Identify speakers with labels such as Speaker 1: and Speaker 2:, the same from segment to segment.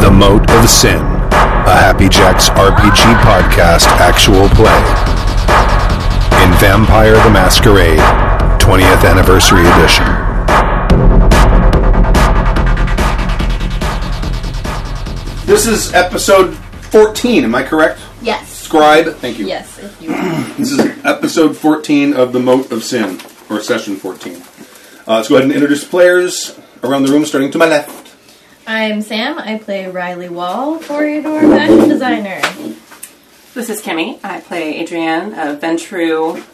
Speaker 1: The Moat of Sin, a Happy Jacks RPG podcast actual play in Vampire the Masquerade 20th Anniversary Edition.
Speaker 2: This is episode 14, am I correct?
Speaker 3: Uh, Yes.
Speaker 2: Scribe, thank you.
Speaker 3: Yes, if you want.
Speaker 2: This is episode 14 of The Moat of Sin, or session 14. Uh, let's go ahead and introduce players around the room, starting to my left.
Speaker 3: I'm Sam. I play Riley Wall, Corridor Fashion Designer.
Speaker 4: This is Kimmy. I play Adrienne, a Ventru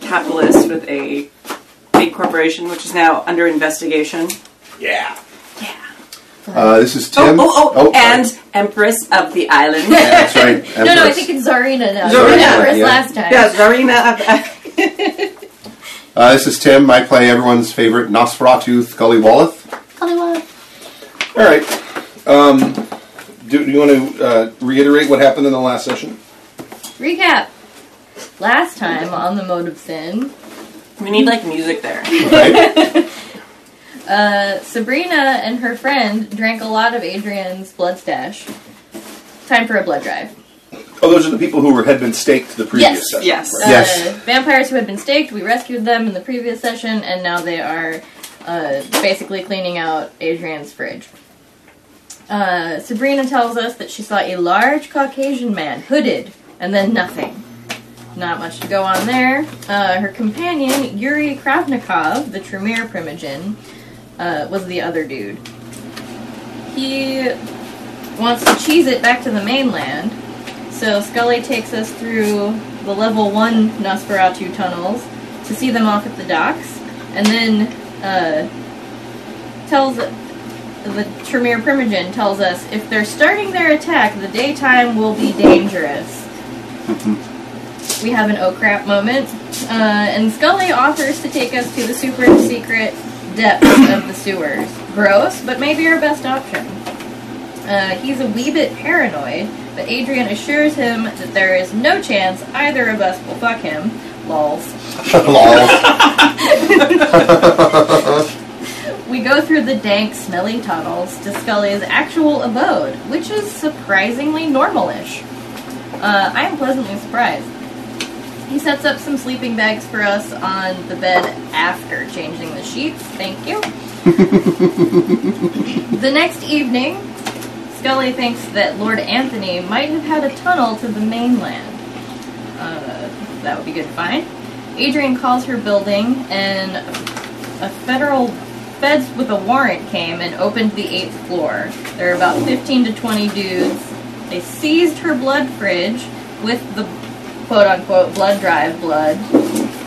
Speaker 4: capitalist with a big corporation, which is now under investigation.
Speaker 2: Yeah.
Speaker 4: Yeah.
Speaker 2: Uh, this is
Speaker 4: Oh,
Speaker 2: Tim.
Speaker 4: oh, oh,
Speaker 2: sorry.
Speaker 4: and Empress of the Island.
Speaker 2: Yeah, that's right.
Speaker 3: No, no, I
Speaker 2: Empress.
Speaker 3: think it's Zarina now.
Speaker 4: Zarina,
Speaker 3: Zarina was
Speaker 2: yeah.
Speaker 3: last time.
Speaker 4: yeah, Zarina of the
Speaker 2: uh, this is Tim. I play everyone's favorite Nosferatu Scully Walleth.
Speaker 3: Hollywood.
Speaker 2: All right. Um, do, do you want to uh, reiterate what happened in the last session?
Speaker 3: Recap. Last time on the Mode of Sin,
Speaker 4: We need like music there.
Speaker 2: Right?
Speaker 3: uh, Sabrina and her friend drank a lot of Adrian's blood stash. Time for a blood drive.
Speaker 2: oh, those are the people who were, had been staked the previous
Speaker 3: Yes,
Speaker 2: session.
Speaker 4: yes.
Speaker 2: right?
Speaker 3: Uh, vampires who had been staked, we rescued them in the previous session, and now they are uh, basically cleaning out Adrian's fridge. Uh, Sabrina tells us that she saw a large Caucasian man, hooded, and then nothing. Not much to go on there. Uh, her companion, Yuri Kravnikov, the Tremere Primogen, uh, was the other dude. He wants to cheese it back to the mainland, so Scully takes us through the level one Nosferatu tunnels to see them off at the docks, and then uh, tells the Tremere Primogen tells us if they're starting their attack, the daytime will be dangerous. we have an oh crap moment, uh, and Scully offers to take us to the super secret depths of the sewers. Gross, but maybe our best option. Uh, he's a wee bit paranoid, but Adrian assures him that there is no chance either of us will fuck him. Lols.
Speaker 2: Lol.
Speaker 3: We go through the dank, smelly tunnels to Scully's actual abode, which is surprisingly normalish. Uh, I am pleasantly surprised. He sets up some sleeping bags for us on the bed after changing the sheets. Thank you. the next evening, Scully thinks that Lord Anthony might have had a tunnel to the mainland. Uh, that would be good to find. Adrian calls her building, and a federal feds with a warrant came and opened the eighth floor. There were about 15 to 20 dudes. They seized her blood fridge with the quote unquote blood drive blood,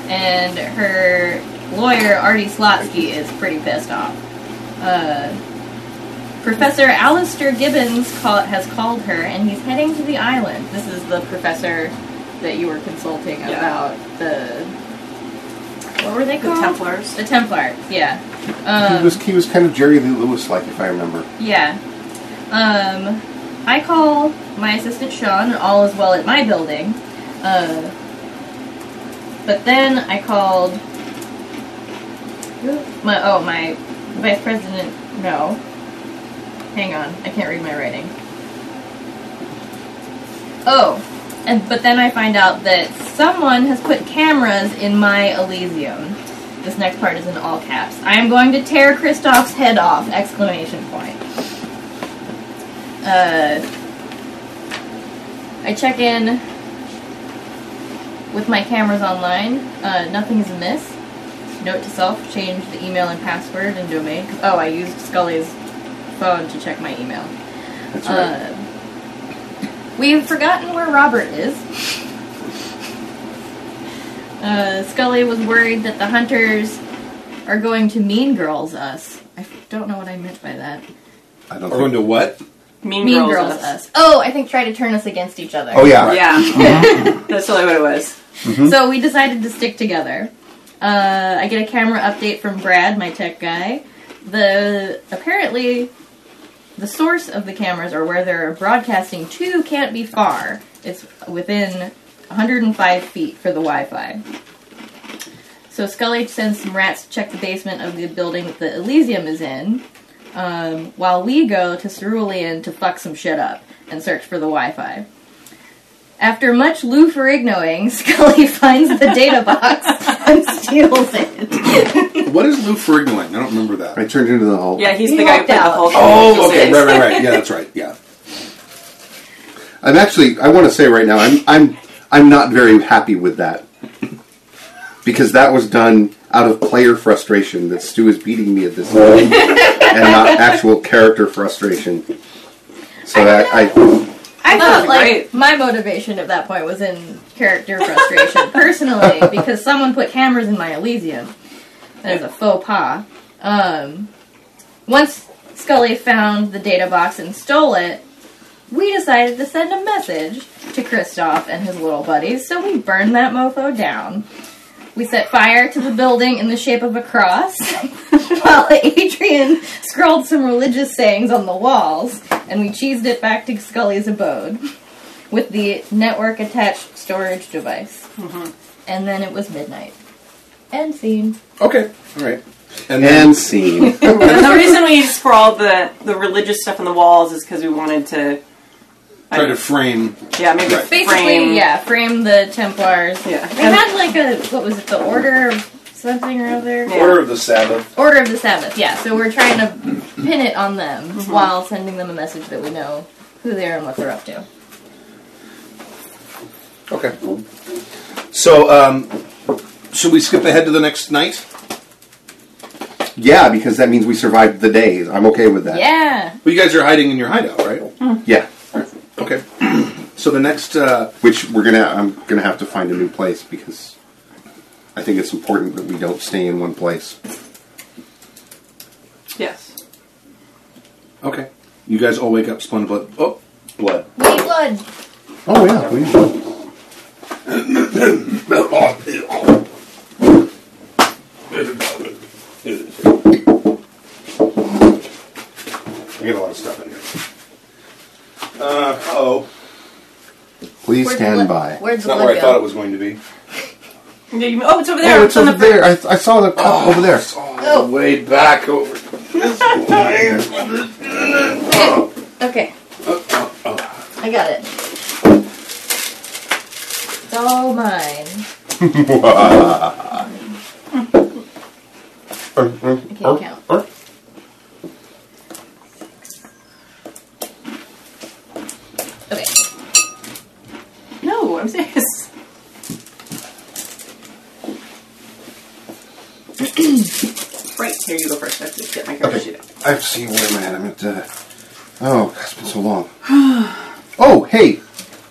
Speaker 3: and her lawyer, Artie Slotsky, is pretty pissed off. Uh, Professor Alistair Gibbons call, has called her, and he's heading to the island. This is the professor that you were consulting
Speaker 4: Yeah.
Speaker 3: about the. What were they called?
Speaker 4: Templars.
Speaker 3: The Templar, yeah.
Speaker 2: he,
Speaker 3: Um,
Speaker 2: was, he was kind of Jerry Lee Lewis like, if I remember.
Speaker 3: yeah. Um, I call my assistant Sean, and all is well at my building. Uh, but then I called my oh my vice president. No, hang on, I can't read my writing. Oh, and but then I find out that someone has put cameras in my Elysium. This next part is in all caps. I am going to tear Kristoff's head off! Exclamation point. Uh, I check in with my cameras online. Uh, nothing is amiss. Note to self: change the email and password and domain. 'cause- Oh, I used Scully's phone to check my email.
Speaker 2: That's right.
Speaker 3: Uh, we've forgotten where Robert is. Uh, Scully was worried that the hunters are going to mean girls us. I don't know what I meant by that.
Speaker 2: I don't
Speaker 5: We're going
Speaker 2: think.
Speaker 5: to what?
Speaker 4: Mean,
Speaker 3: Mean girls,
Speaker 4: girls.
Speaker 3: us. Oh, I think try to turn us against each other.
Speaker 2: Oh, yeah. mm-hmm.
Speaker 4: Yeah. That's totally what it was.
Speaker 3: So we decided to stick together. Uh, I get a camera update from Brad, my tech guy. The apparently the source of the cameras or where they're broadcasting to can't be far. It's within 105 feet for the Wi-Fi. So Scully sends some rats to check the basement of the building that the Elysium is in, um, while we go to Cerulean to fuck some shit up and search for the Wi-Fi. After much Lou Ferrignoing, Scully finds the data box and steals it.
Speaker 2: What is Lou Ferrignoing? I don't remember that.
Speaker 6: I turned into the Hulk.
Speaker 4: Yeah, he's
Speaker 3: He
Speaker 4: the guy
Speaker 3: walked
Speaker 4: who played the
Speaker 3: out.
Speaker 4: Hulk. in
Speaker 2: Oh,
Speaker 4: Deep
Speaker 2: okay,
Speaker 4: Space.
Speaker 2: right, right, right. Yeah, that's right. Yeah.
Speaker 6: I'm actually. I want to say right now. I'm. I'm. I'm not very happy with that because that was done out of player frustration that Stu is beating me at this time, and not actual character frustration. So I, I
Speaker 3: I felt
Speaker 4: Oh,
Speaker 3: like
Speaker 4: great.
Speaker 3: my motivation at that point was in character frustration, personally, because someone put cameras in my Elysium. There's a faux pas. Um, once Scully found the data box and stole it, we decided to send a message to Kristoff and his little buddies, so we burned that mofo down. We set fire to the building in the shape of a cross, while Adrian scrawled some religious sayings on the walls, and we cheesed it back to Scully's abode with the network attached storage device.
Speaker 4: Mm-hmm.
Speaker 3: And then it was midnight. End scene.
Speaker 2: Okay. All right. And then
Speaker 6: and scene.
Speaker 4: And the reason we sprawled the, the religious stuff on the walls is because we wanted to, I
Speaker 2: try
Speaker 4: don't-
Speaker 2: to frame.
Speaker 4: yeah, maybe
Speaker 2: Right.
Speaker 4: frame.
Speaker 3: Basically, yeah, frame the Templars.
Speaker 4: Yeah.
Speaker 3: They had like a, what was it, the Order of something or other?
Speaker 4: Yeah.
Speaker 2: Order of the Sabbath.
Speaker 3: Order of the Sabbath, yeah. So we're trying to pin it on them
Speaker 4: Mm-hmm.
Speaker 3: while sending them a message that we know who they are and what they're up to.
Speaker 2: Okay. So, um, should we skip ahead to the next night?
Speaker 6: yeah, because that means we survived the day. I'm okay with that.
Speaker 3: Yeah.
Speaker 2: Well, you guys are hiding in your hideout, right?
Speaker 6: Yeah.
Speaker 2: Okay. so the next. Uh,
Speaker 6: Which we're gonna. I'm gonna have to find a new place because I think it's important that we don't stay in one place.
Speaker 4: Yes.
Speaker 2: okay. You guys all wake up, splendid blood. Oh, blood.
Speaker 3: We need blood.
Speaker 6: Oh yeah. We,
Speaker 2: I get a lot of stuff in here. Uh oh.
Speaker 6: please
Speaker 3: Where's the
Speaker 6: stand
Speaker 3: blood-
Speaker 6: by.
Speaker 3: Where's
Speaker 2: It's
Speaker 3: the
Speaker 2: not
Speaker 3: blood
Speaker 2: where I
Speaker 3: go?
Speaker 2: thought it was going to be.
Speaker 4: Yeah, you- Oh, it's over there.
Speaker 6: Oh,
Speaker 4: it's on the fr-
Speaker 6: there. I, I saw the cup over there.
Speaker 3: Oh.
Speaker 2: Way back over.
Speaker 3: Okay. I got it. It's all mine. I can't count. Okay.
Speaker 4: No, I'm serious. right, here you go first. I have to get my cover sheet out.
Speaker 6: I've seen where I'm at. I'm at. Uh, oh, God, it's been so long. oh, hey,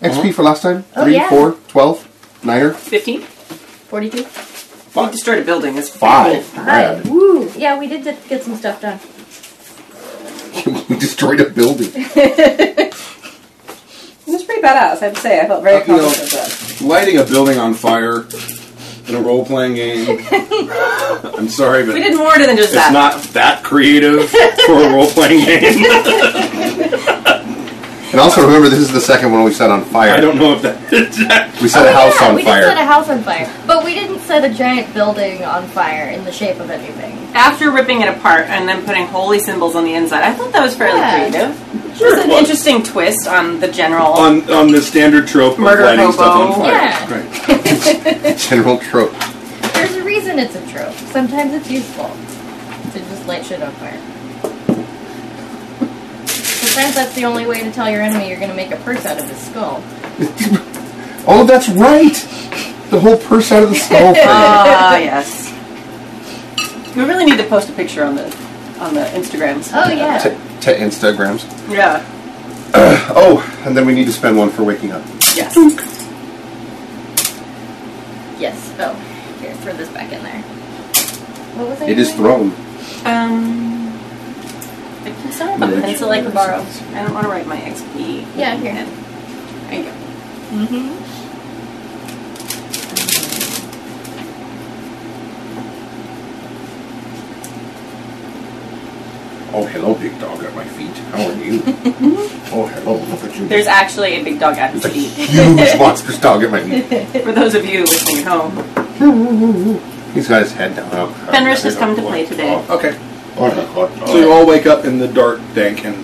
Speaker 6: XP for last time.
Speaker 3: Oh,
Speaker 6: Three,
Speaker 3: yeah.
Speaker 6: four, twelve, niner,
Speaker 4: 15?
Speaker 3: 42?
Speaker 4: We destroyed a building. It's
Speaker 6: five.
Speaker 3: Hi.
Speaker 6: Rad.
Speaker 3: Woo. Yeah, we did get some stuff done.
Speaker 6: we destroyed a building.
Speaker 4: It was pretty badass, I have to say. I felt very
Speaker 2: Uh, you know-
Speaker 4: confident of that.
Speaker 2: Lighting a building on fire in a role playing game. I'm sorry, but
Speaker 4: We did more than just
Speaker 2: it's
Speaker 4: that.
Speaker 2: not that creative for a role playing game.
Speaker 6: And also remember, this is the second one we set on fire.
Speaker 2: I don't know if that.
Speaker 6: We set a house
Speaker 3: Oh, yeah,
Speaker 6: on
Speaker 3: we
Speaker 6: fire.
Speaker 3: did set a house on fire. But we didn't set a giant building on fire in the shape of anything.
Speaker 4: After ripping it apart and then putting holy symbols on the inside, I thought that was fairly
Speaker 3: Yeah.
Speaker 4: creative.
Speaker 2: Sure
Speaker 4: it was
Speaker 2: it
Speaker 4: an
Speaker 2: was.
Speaker 4: interesting twist on the general.
Speaker 2: on on the standard trope
Speaker 4: Murder
Speaker 2: of
Speaker 4: hobo.
Speaker 2: lighting stuff on fire.
Speaker 3: Yeah.
Speaker 2: Right.
Speaker 6: General trope.
Speaker 3: There's a reason it's a trope. Sometimes it's useful to just light shit on fire. Sometimes that's the only way to tell your enemy you're gonna make a purse out of his skull.
Speaker 6: Oh, that's right. The whole purse out of the skull thing.
Speaker 4: Ah, yes. We really need to post a picture on the on the Instagrams.
Speaker 3: Oh yeah.
Speaker 6: to, to Instagrams.
Speaker 4: Yeah.
Speaker 6: Oh, and then we need to spend one for waking up.
Speaker 4: Yes.
Speaker 3: Yes. Oh, here, throw this back in there. What was I?
Speaker 6: It is thrown.
Speaker 3: doing?
Speaker 4: Um. I can still have a
Speaker 6: Yeah.
Speaker 4: pencil I can borrow. I don't want to write my XP.
Speaker 3: Yeah, here.
Speaker 4: There you go.
Speaker 3: Mm-hmm.
Speaker 6: Oh, hello, big dog at my feet. How are you? oh, hello. Look at you.
Speaker 4: There's actually a big dog at
Speaker 6: It's a
Speaker 4: his feet.
Speaker 6: huge monstrous dog at my feet.
Speaker 4: For those of you listening at home.
Speaker 6: He's got his head down.
Speaker 4: Fenris has come to play today.
Speaker 2: Okay. So you
Speaker 6: Oh,
Speaker 2: all wake up in the dark, dank, and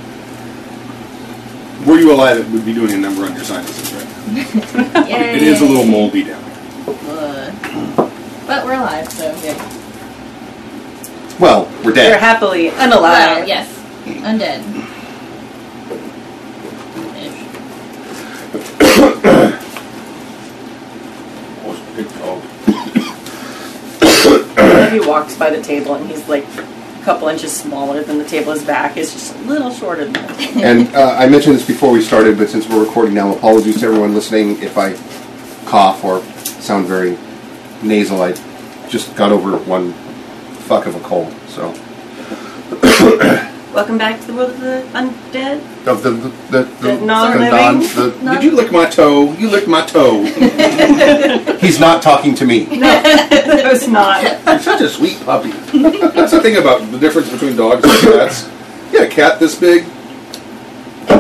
Speaker 2: were you alive? It would be doing a number on your sinuses, right? It is a little moldy down there.
Speaker 3: Uh, but we're alive, so good.
Speaker 6: Well, we're
Speaker 4: You're
Speaker 6: dead.
Speaker 4: happily unalive.
Speaker 3: Well, yes, undead. Ish.
Speaker 6: Oh,
Speaker 4: He walks by the table and he's like a couple inches smaller than the table. His back is just a little shorter than it.
Speaker 6: and uh, I mentioned this before we started, but since we're recording now, apologies to everyone listening if I cough or sound very nasal. I just got over one fuck of a cold, so
Speaker 4: Welcome back to the world of the undead.
Speaker 6: of the the the,
Speaker 4: The non-living?
Speaker 6: non- the-
Speaker 3: No.
Speaker 2: Did you lick my toe? You licked my toe.
Speaker 6: he's not talking to me.
Speaker 4: No, that was not.
Speaker 2: You're such a sweet puppy. That's the thing about the difference between dogs and cats. You had a cat this big,
Speaker 3: It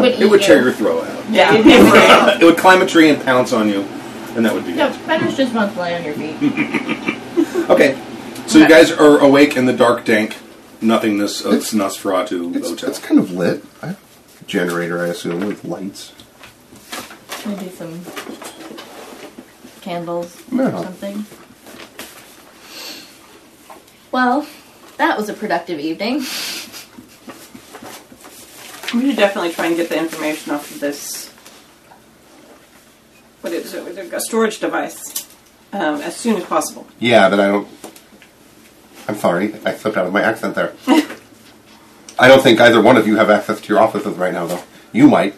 Speaker 3: would,
Speaker 2: it would
Speaker 3: eat
Speaker 2: tear
Speaker 3: you.
Speaker 2: your throat out.
Speaker 4: Yeah.
Speaker 2: It would climb a tree and pounce on you, and that would be
Speaker 3: No,
Speaker 2: it.
Speaker 3: Fenris just wants to lay on your feet.
Speaker 2: Okay. So you guys are awake in the dark, dank nothingness of
Speaker 6: It's-
Speaker 2: Nosferatu
Speaker 6: It's,
Speaker 2: Hotel.
Speaker 6: it's kind of lit. I, generator, I assume, with lights.
Speaker 3: Maybe some candles or
Speaker 6: No.
Speaker 3: something. Well, that was a productive evening.
Speaker 4: We should definitely try and get the information off of this. What is it? A storage device um, as soon as possible.
Speaker 6: Yeah, but I don't. I'm sorry, I slipped out of my accent there. I don't think either one of you have access to your offices right now, though. You might,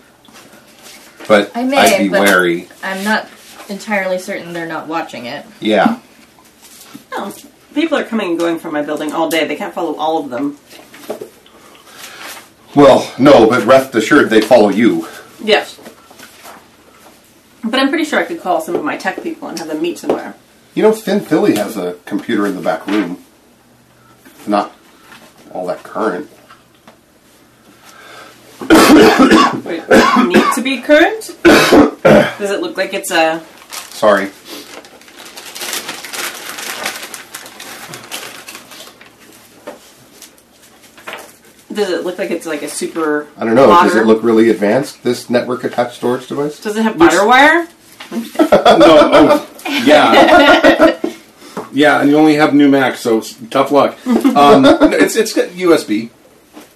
Speaker 6: but
Speaker 3: I may,
Speaker 6: would be
Speaker 3: but-
Speaker 6: wary.
Speaker 3: I'm not entirely certain they're not watching it.
Speaker 6: Yeah,
Speaker 4: No, people are coming and going from my building all day. They can't follow all of them.
Speaker 6: Well, no, but rest assured they follow you.
Speaker 4: Yes. But I'm pretty sure I could call some of my tech people and have them meet somewhere.
Speaker 6: You know, Finn Philly has a computer in the back room. It's not all that current.
Speaker 4: Would it need to be current? Does it look like it's a
Speaker 6: Sorry.
Speaker 4: does it look like it's like a super
Speaker 6: I don't know. Does
Speaker 4: modern-
Speaker 6: it look really advanced, this network attached storage device?
Speaker 4: Does it have firewire?
Speaker 2: no, oh, yeah, yeah, and you only have new Mac, so s- tough luck. Um, no, it's it's got USB.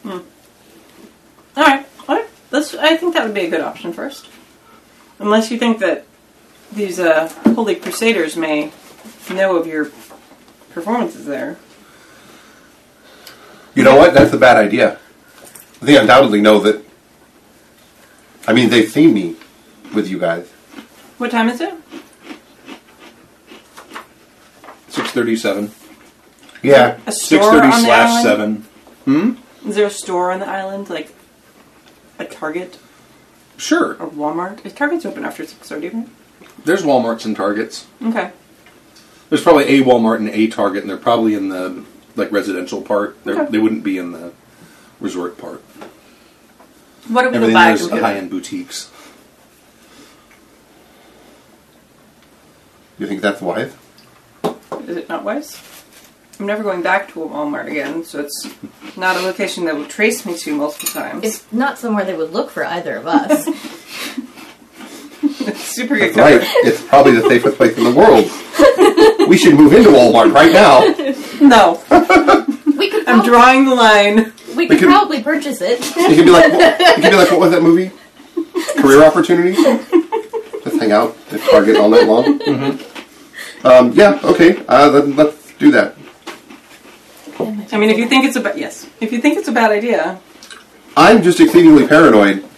Speaker 4: Alright. Alright. Let's I think that would be a good option first. Unless you think that these uh, holy crusaders may know of your performances there.
Speaker 6: You know what? That's a bad idea. They undoubtedly know that. I mean, they've seen me with you guys.
Speaker 4: What time is it?
Speaker 2: Six thirty-seven.
Speaker 6: Yeah.
Speaker 4: A store
Speaker 2: Six thirty
Speaker 4: on the
Speaker 2: slash
Speaker 4: island?
Speaker 2: seven.
Speaker 4: Is there a store on the island, like a Target
Speaker 2: Sure.
Speaker 4: or Walmart? Is Target's open after six thirty? Right?
Speaker 2: There's WalMarts and Targets.
Speaker 4: Okay.
Speaker 2: There's probably a Walmart and a Target, and they're probably in the like residential part. They're-
Speaker 4: Okay.
Speaker 2: They wouldn't be in the resort part.
Speaker 4: What if we go
Speaker 2: Everything
Speaker 4: buy a
Speaker 2: there's
Speaker 4: computer?
Speaker 2: high-end boutiques.
Speaker 6: You think that's wise?
Speaker 4: Is it not wise? I'm never going back to a Walmart again, so it's not a location that will trace me to multiple times. It's
Speaker 3: It's not somewhere they would look for either of us.
Speaker 4: super good
Speaker 6: Right.
Speaker 4: coverage.
Speaker 6: it's probably the safest place in the world. We should move into Walmart right now.
Speaker 4: No,
Speaker 3: we could,
Speaker 4: I'm
Speaker 3: prob-
Speaker 4: drawing the line.
Speaker 3: we could
Speaker 6: could-
Speaker 3: probably purchase it.
Speaker 6: You could be like, what, you could be like, what was that movie? Career opportunities. Just hang out at Target all night long. Um, yeah. Okay. Uh, then let's do that.
Speaker 4: I mean, if you think it's a ba- yes, if you think it's a bad idea,
Speaker 6: I'm just exceedingly paranoid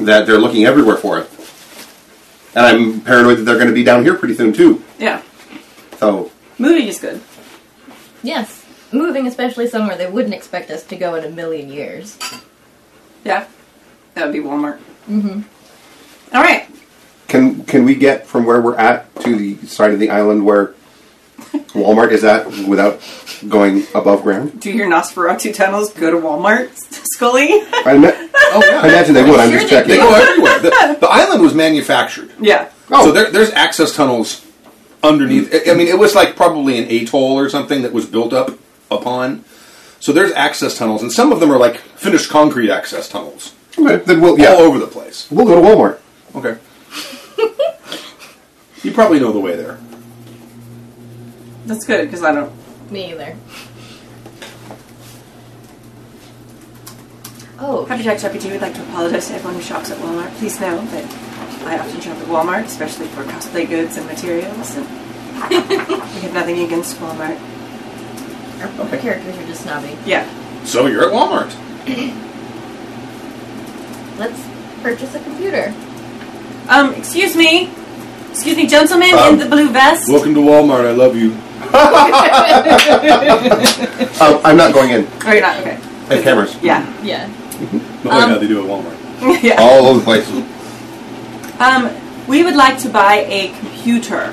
Speaker 6: that they're looking everywhere for it. And I'm paranoid that they're going to be down here pretty soon, too.
Speaker 4: yeah,
Speaker 6: So,
Speaker 4: moving is good.
Speaker 3: yes, moving especially somewhere they wouldn't expect us to go in a million years.
Speaker 4: Yeah, that would be Walmart. Mm-hmm. All right.
Speaker 6: can can we get from where we're at to the side of the island where Walmart is at without going above ground?
Speaker 4: Do your Nosferatu tunnels go to Walmart, Scully?
Speaker 6: I, ima-
Speaker 2: Oh yeah.
Speaker 6: I imagine they would. I'm just
Speaker 2: They
Speaker 6: checking.
Speaker 2: go everywhere. The, the island was manufactured,
Speaker 4: yeah.
Speaker 6: Oh,
Speaker 2: so there, there's access tunnels underneath.
Speaker 5: Mm.
Speaker 2: I- I mean, it was like probably an atoll or something that was built up upon. So there's access tunnels, and some of them are like finished concrete access tunnels
Speaker 5: Okay, then we'll yeah
Speaker 2: all over the place.
Speaker 5: we'll go to Walmart.
Speaker 2: Okay. you probably know the way there.
Speaker 4: That's good because I don't.
Speaker 3: Me either. Oh,
Speaker 4: Happy Jack's RPG would like to apologize to everyone who shops at Walmart. Please know that I often shop at Walmart, especially for cosplay goods and materials, and we have nothing against Walmart.
Speaker 3: our characters are just snobby.
Speaker 4: Yeah,
Speaker 2: So you're at Walmart.
Speaker 3: Let's purchase a computer.
Speaker 4: Um, excuse me. Excuse me, gentleman
Speaker 2: Um,
Speaker 4: in the blue vest.
Speaker 2: Welcome to Walmart. I love you.
Speaker 5: Um, I'm not going in.
Speaker 4: Oh, you're not. Okay.
Speaker 5: I have cameras
Speaker 4: Yeah.
Speaker 3: Yeah.
Speaker 2: Oh
Speaker 4: Um,
Speaker 2: yeah, they do at Walmart.
Speaker 4: yeah.
Speaker 6: Oh.
Speaker 5: all over the place.
Speaker 4: Um, we would like to buy a computer.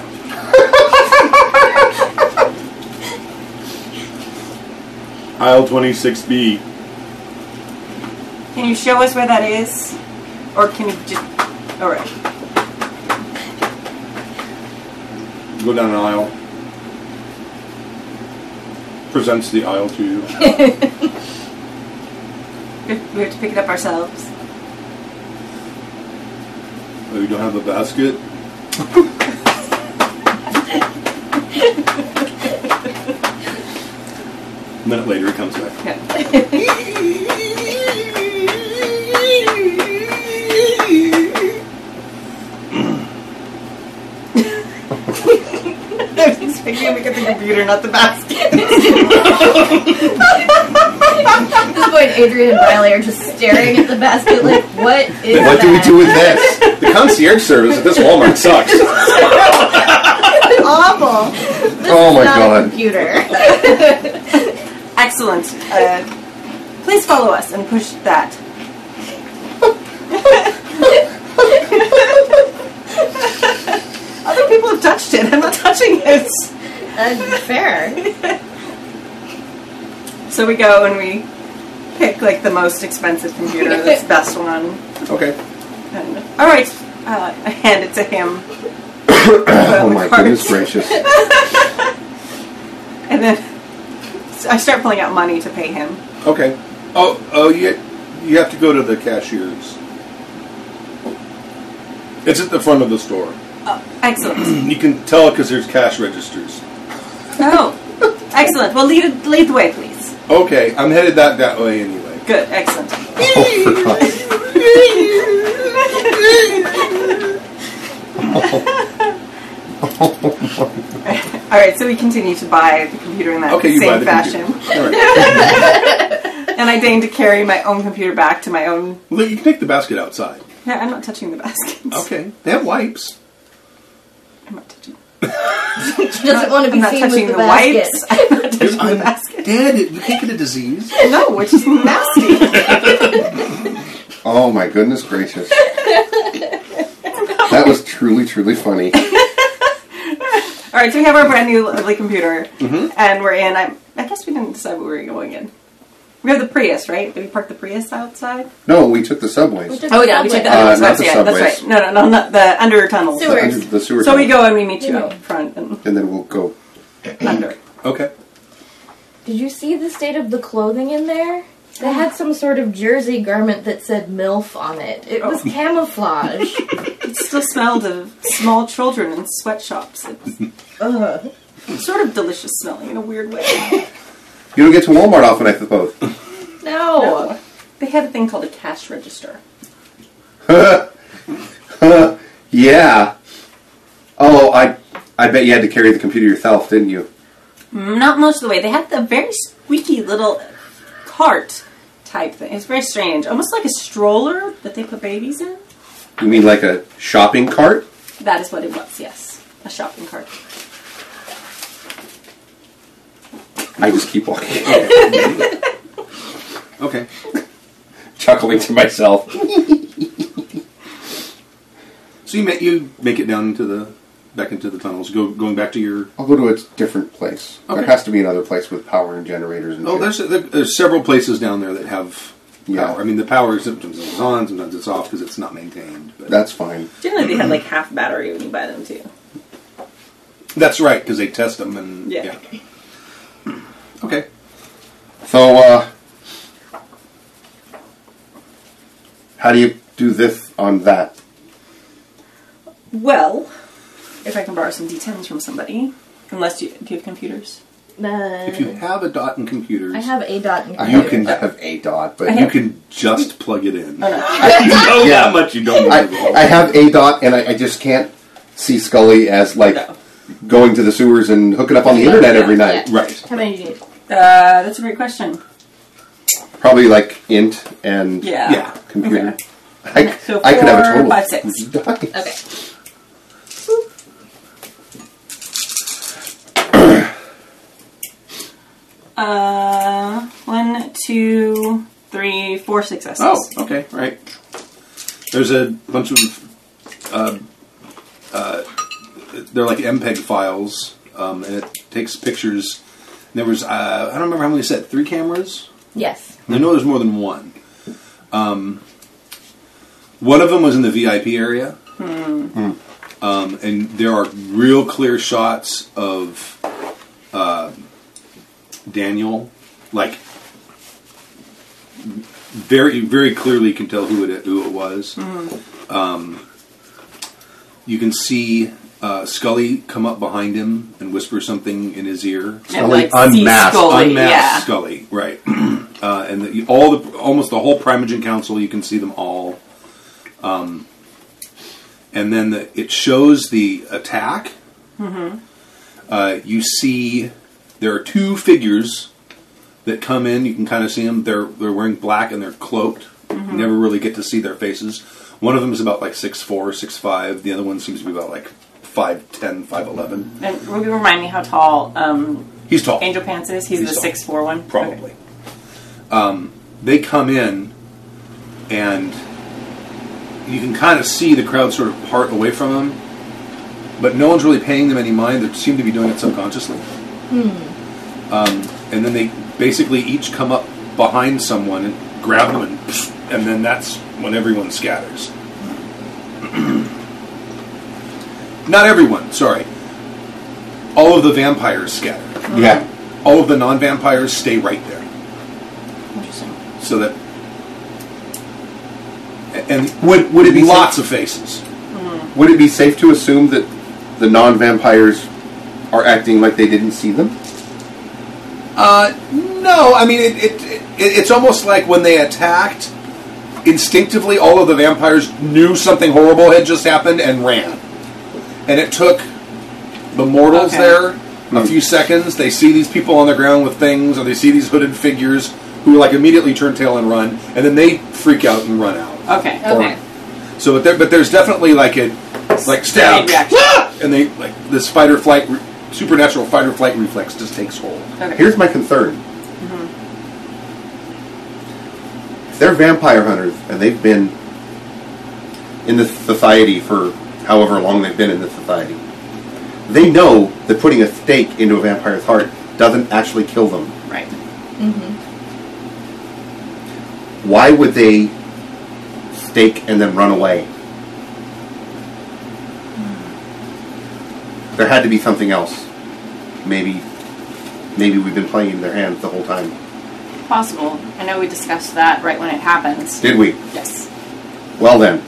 Speaker 2: Aisle twenty six B.
Speaker 4: Can you show us where that is? Or can you just. Alright.
Speaker 2: Go down an aisle. Presents the aisle to you.
Speaker 4: We we have to pick it up ourselves.
Speaker 2: Oh, you don't have a basket? a minute later, he comes back.
Speaker 4: Okay. I was expecting to get the computer, not the basket.
Speaker 3: At this point, Adrian and Riley are just staring at the basket like, what is
Speaker 5: What
Speaker 3: that?
Speaker 5: do we do with this?
Speaker 2: The concierge service at this Walmart sucks.
Speaker 3: Awful. This
Speaker 5: Oh
Speaker 3: is
Speaker 5: my
Speaker 3: not
Speaker 5: God.
Speaker 3: A computer.
Speaker 4: Excellent. Uh, please follow us and push that. Other people have touched it. I'm not touching it.
Speaker 3: That's fair.
Speaker 4: So we go and we pick like the most expensive computer, that's the best one.
Speaker 2: Okay.
Speaker 4: And, all right, uh, I hand it to him.
Speaker 5: Oh my goodness gracious!
Speaker 4: And then so I start pulling out money to pay him.
Speaker 2: Okay. Oh, oh, you, you have to go to the cashiers. It's at the front of the store.
Speaker 4: Oh, excellent.
Speaker 2: You can tell because there's cash registers.
Speaker 4: oh, excellent. Well, lead lead the way, please.
Speaker 2: Okay, I'm headed that that way anyway.
Speaker 4: Good, excellent.
Speaker 5: Oh, for God's sake.
Speaker 4: All right, so we continue to buy the computer in that
Speaker 2: Okay, you
Speaker 4: same
Speaker 2: buy the
Speaker 4: fashion,
Speaker 2: computer. All right.
Speaker 4: and I deign to carry my own computer back to my own.
Speaker 2: Look, you can take the basket outside.
Speaker 4: Yeah, I'm not touching the basket.
Speaker 2: Okay. They have wipes.
Speaker 4: I'm not touching.
Speaker 3: She doesn't want to be
Speaker 4: I'm not
Speaker 3: seen
Speaker 4: touching
Speaker 3: with the,
Speaker 4: the
Speaker 3: basket.
Speaker 4: wipes. I'm not touching the basket.
Speaker 2: Dead. You can't get a disease.
Speaker 4: No, which is nasty.
Speaker 5: Oh my goodness gracious! That was truly, truly funny.
Speaker 4: All right, so we have our brand new lovely computer, and we're in. I, I guess we didn't decide what we were going in. We have the Prius, right? Did we park the Prius outside?
Speaker 5: No, we took the subways.
Speaker 3: Just
Speaker 4: Oh yeah, we took the
Speaker 3: public.
Speaker 5: Uh,
Speaker 4: under
Speaker 5: not the
Speaker 4: yeah, that's
Speaker 5: subways.
Speaker 4: right. No, no, no, not the under tunnels.
Speaker 3: Sewer.
Speaker 5: Under the sewer.
Speaker 4: So we
Speaker 5: tunnel.
Speaker 4: go and we meet you out front and
Speaker 5: and then we'll go.
Speaker 4: under.
Speaker 2: Okay.
Speaker 3: Did you see the state of the clothing in there? They had some sort of jersey garment that said MILF on it. It
Speaker 5: Oh.
Speaker 3: was camouflage.
Speaker 4: It still smelled of small children in sweatshops. It's Uh-huh.
Speaker 3: Ugh.
Speaker 4: sort of delicious smelling in a weird way.
Speaker 5: You don't get to Walmart often, I suppose.
Speaker 3: No.
Speaker 4: No. They had a thing called a cash register.
Speaker 5: Yeah. Oh, I I bet you had to carry the computer yourself, didn't you?
Speaker 4: Not most of the way. They had the very squeaky little cart type thing. It's very strange. Almost like a stroller that they put babies in.
Speaker 5: You mean like a shopping cart?
Speaker 4: That is what it was, yes. A shopping cart.
Speaker 5: I just keep walking,
Speaker 2: Okay.
Speaker 5: chuckling to myself.
Speaker 2: So you make you make it down into the back into the tunnels. Go going back to your. oh,
Speaker 5: I'll go to a different place. There
Speaker 2: Okay.
Speaker 5: has to be another place with power and generators and
Speaker 2: Oh,
Speaker 5: shit.
Speaker 2: there's there's several places down there that have
Speaker 5: Yeah.
Speaker 2: power. I mean, the power sometimes is on, sometimes it's off because it's not maintained. But
Speaker 5: That's fine.
Speaker 4: Generally, they had like half battery when you buy them, too.
Speaker 2: That's right, because they test them and
Speaker 4: Yeah.
Speaker 2: yeah. Okay.
Speaker 6: So, uh, how do you do this on that?
Speaker 4: Well, if I can borrow some d10s from somebody, unless you do you have computers?
Speaker 3: Uh,
Speaker 2: If you have a dot in computers,
Speaker 3: I have a dot
Speaker 5: Ah,
Speaker 3: in
Speaker 6: You
Speaker 3: computer.
Speaker 6: can have a dot, but
Speaker 4: I
Speaker 2: you
Speaker 6: you
Speaker 4: have-
Speaker 2: can just plug it in.
Speaker 4: Oh
Speaker 2: Oh,
Speaker 4: no,
Speaker 6: Yeah.
Speaker 2: that much you don't
Speaker 6: I,
Speaker 2: need to roll.
Speaker 6: I have a dot, and I, I just can't see Scully as like
Speaker 4: no. Uh,
Speaker 6: going to the sewers and hooking up on the internet every
Speaker 3: Yeah,
Speaker 6: night.
Speaker 3: yeah.
Speaker 2: Right.
Speaker 3: How many do you need?
Speaker 4: Uh, that's a great question.
Speaker 6: Probably like int and
Speaker 4: Yeah.
Speaker 2: Yeah.
Speaker 6: computer.
Speaker 4: Okay.
Speaker 6: I,
Speaker 4: So
Speaker 6: I could have a
Speaker 4: four,
Speaker 6: total
Speaker 4: five, six.
Speaker 6: dice.
Speaker 3: Okay.
Speaker 4: Uh, one, two, three, four successes.
Speaker 2: Oh, okay, right. There's a bunch of, um, uh, uh, they're like MPEG files, um, and it takes pictures. There was, uh, I don't remember how many set, three cameras?
Speaker 3: Yes.
Speaker 2: I know there's more than one. Um, one of them was in the VIP area, um, and there are real clear shots of uh, Daniel, like very, very clearly can tell who it who it was. Um, you can see uh, Scully come up behind him and whisper something in his ear
Speaker 4: And,
Speaker 6: Scully
Speaker 4: like, see
Speaker 6: unmasked.
Speaker 4: Scully,
Speaker 2: unmasked
Speaker 4: yeah.
Speaker 2: Scully, right? uh, and the, all the almost the whole Primogen Council, you can see them all. Um, and then the, it shows the attack.
Speaker 4: Mm-hmm.
Speaker 2: Uh, you see there are two figures that come in. You can kind of see them. They're they're wearing black and they're cloaked.
Speaker 4: Mm-hmm.
Speaker 2: You never really get to see their faces. One of them is about like six four, six five. The other one seems to be about like five ten, five eleven.
Speaker 4: And will you remind me how tall um,
Speaker 2: He's tall.
Speaker 4: Angel Pants is? He's,
Speaker 2: He's
Speaker 4: the
Speaker 2: tall.
Speaker 4: six four one.
Speaker 2: probably. Um, they come in, and you can kind of see the crowd sort of part away from them, but no one's really paying them any mind. They seem to be doing it subconsciously. Um, and then they basically each come up behind someone and grab them, and, and then that's when everyone scatters. Not everyone, sorry. All of the vampires scatter
Speaker 6: Yeah.
Speaker 2: all of the non-vampires stay right there,
Speaker 4: Okay. Interesting.
Speaker 2: so that and would would
Speaker 6: it be
Speaker 2: lots of faces?
Speaker 6: Would it be safe to assume that the non-vampires are acting like they didn't see them?
Speaker 2: Uh, no, I mean it, it, it. It's almost like when they attacked, instinctively all of the vampires knew something horrible had just happened and ran, and it took the mortals
Speaker 4: Okay.
Speaker 2: there a few seconds. They see these people on the ground with things, or they see these hooded figures who like immediately turn tail and run, and then they freak out and run out.
Speaker 4: Okay.
Speaker 3: Okay.
Speaker 2: So, but there, but there's definitely like a like stab,
Speaker 4: Immediate reaction.
Speaker 2: Ah! and they like this fight or flight, re- supernatural fight or flight reflex just takes hold.
Speaker 4: Okay.
Speaker 6: Here's my concern. If They're vampire hunters, and they've been in the society for however long they've been in the society. They know that putting a stake into a vampire's heart doesn't actually kill them.
Speaker 4: right.
Speaker 6: Why would they stake and then run away? There had to be something else. Maybe, maybe we've been playing their hands the whole time.
Speaker 4: Possible. I know we discussed that right when it happens.
Speaker 6: Did we?
Speaker 4: Yes.
Speaker 6: Well then.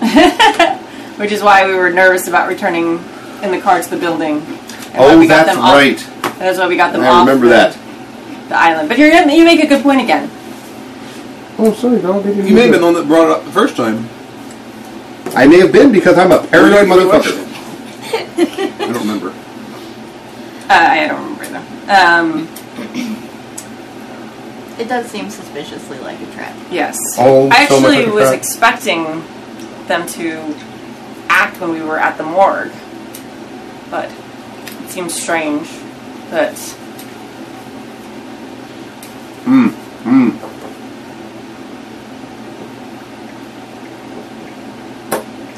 Speaker 4: Which is why we were nervous about returning in the car to the building. And why
Speaker 6: Oh,
Speaker 4: we got
Speaker 6: that's
Speaker 4: them off-
Speaker 6: right.
Speaker 4: That's why we got them
Speaker 6: I
Speaker 4: off
Speaker 6: remember
Speaker 4: the,
Speaker 6: that.
Speaker 4: the island. But you're, you make a good point again.
Speaker 6: Oh, sorry, Donald.
Speaker 2: You may have been the one that brought it up the first time.
Speaker 6: I may have been because I'm a paranoid
Speaker 2: You were-
Speaker 6: motherfucker.
Speaker 2: I don't remember.
Speaker 4: Uh, I don't remember though. Um,
Speaker 3: It does seem suspiciously like a trap.
Speaker 4: yes.
Speaker 6: Oh,
Speaker 4: I
Speaker 6: so much
Speaker 4: actually
Speaker 6: of a
Speaker 4: was
Speaker 6: crap.
Speaker 4: expecting them to act when we were at the morgue, but it seems strange that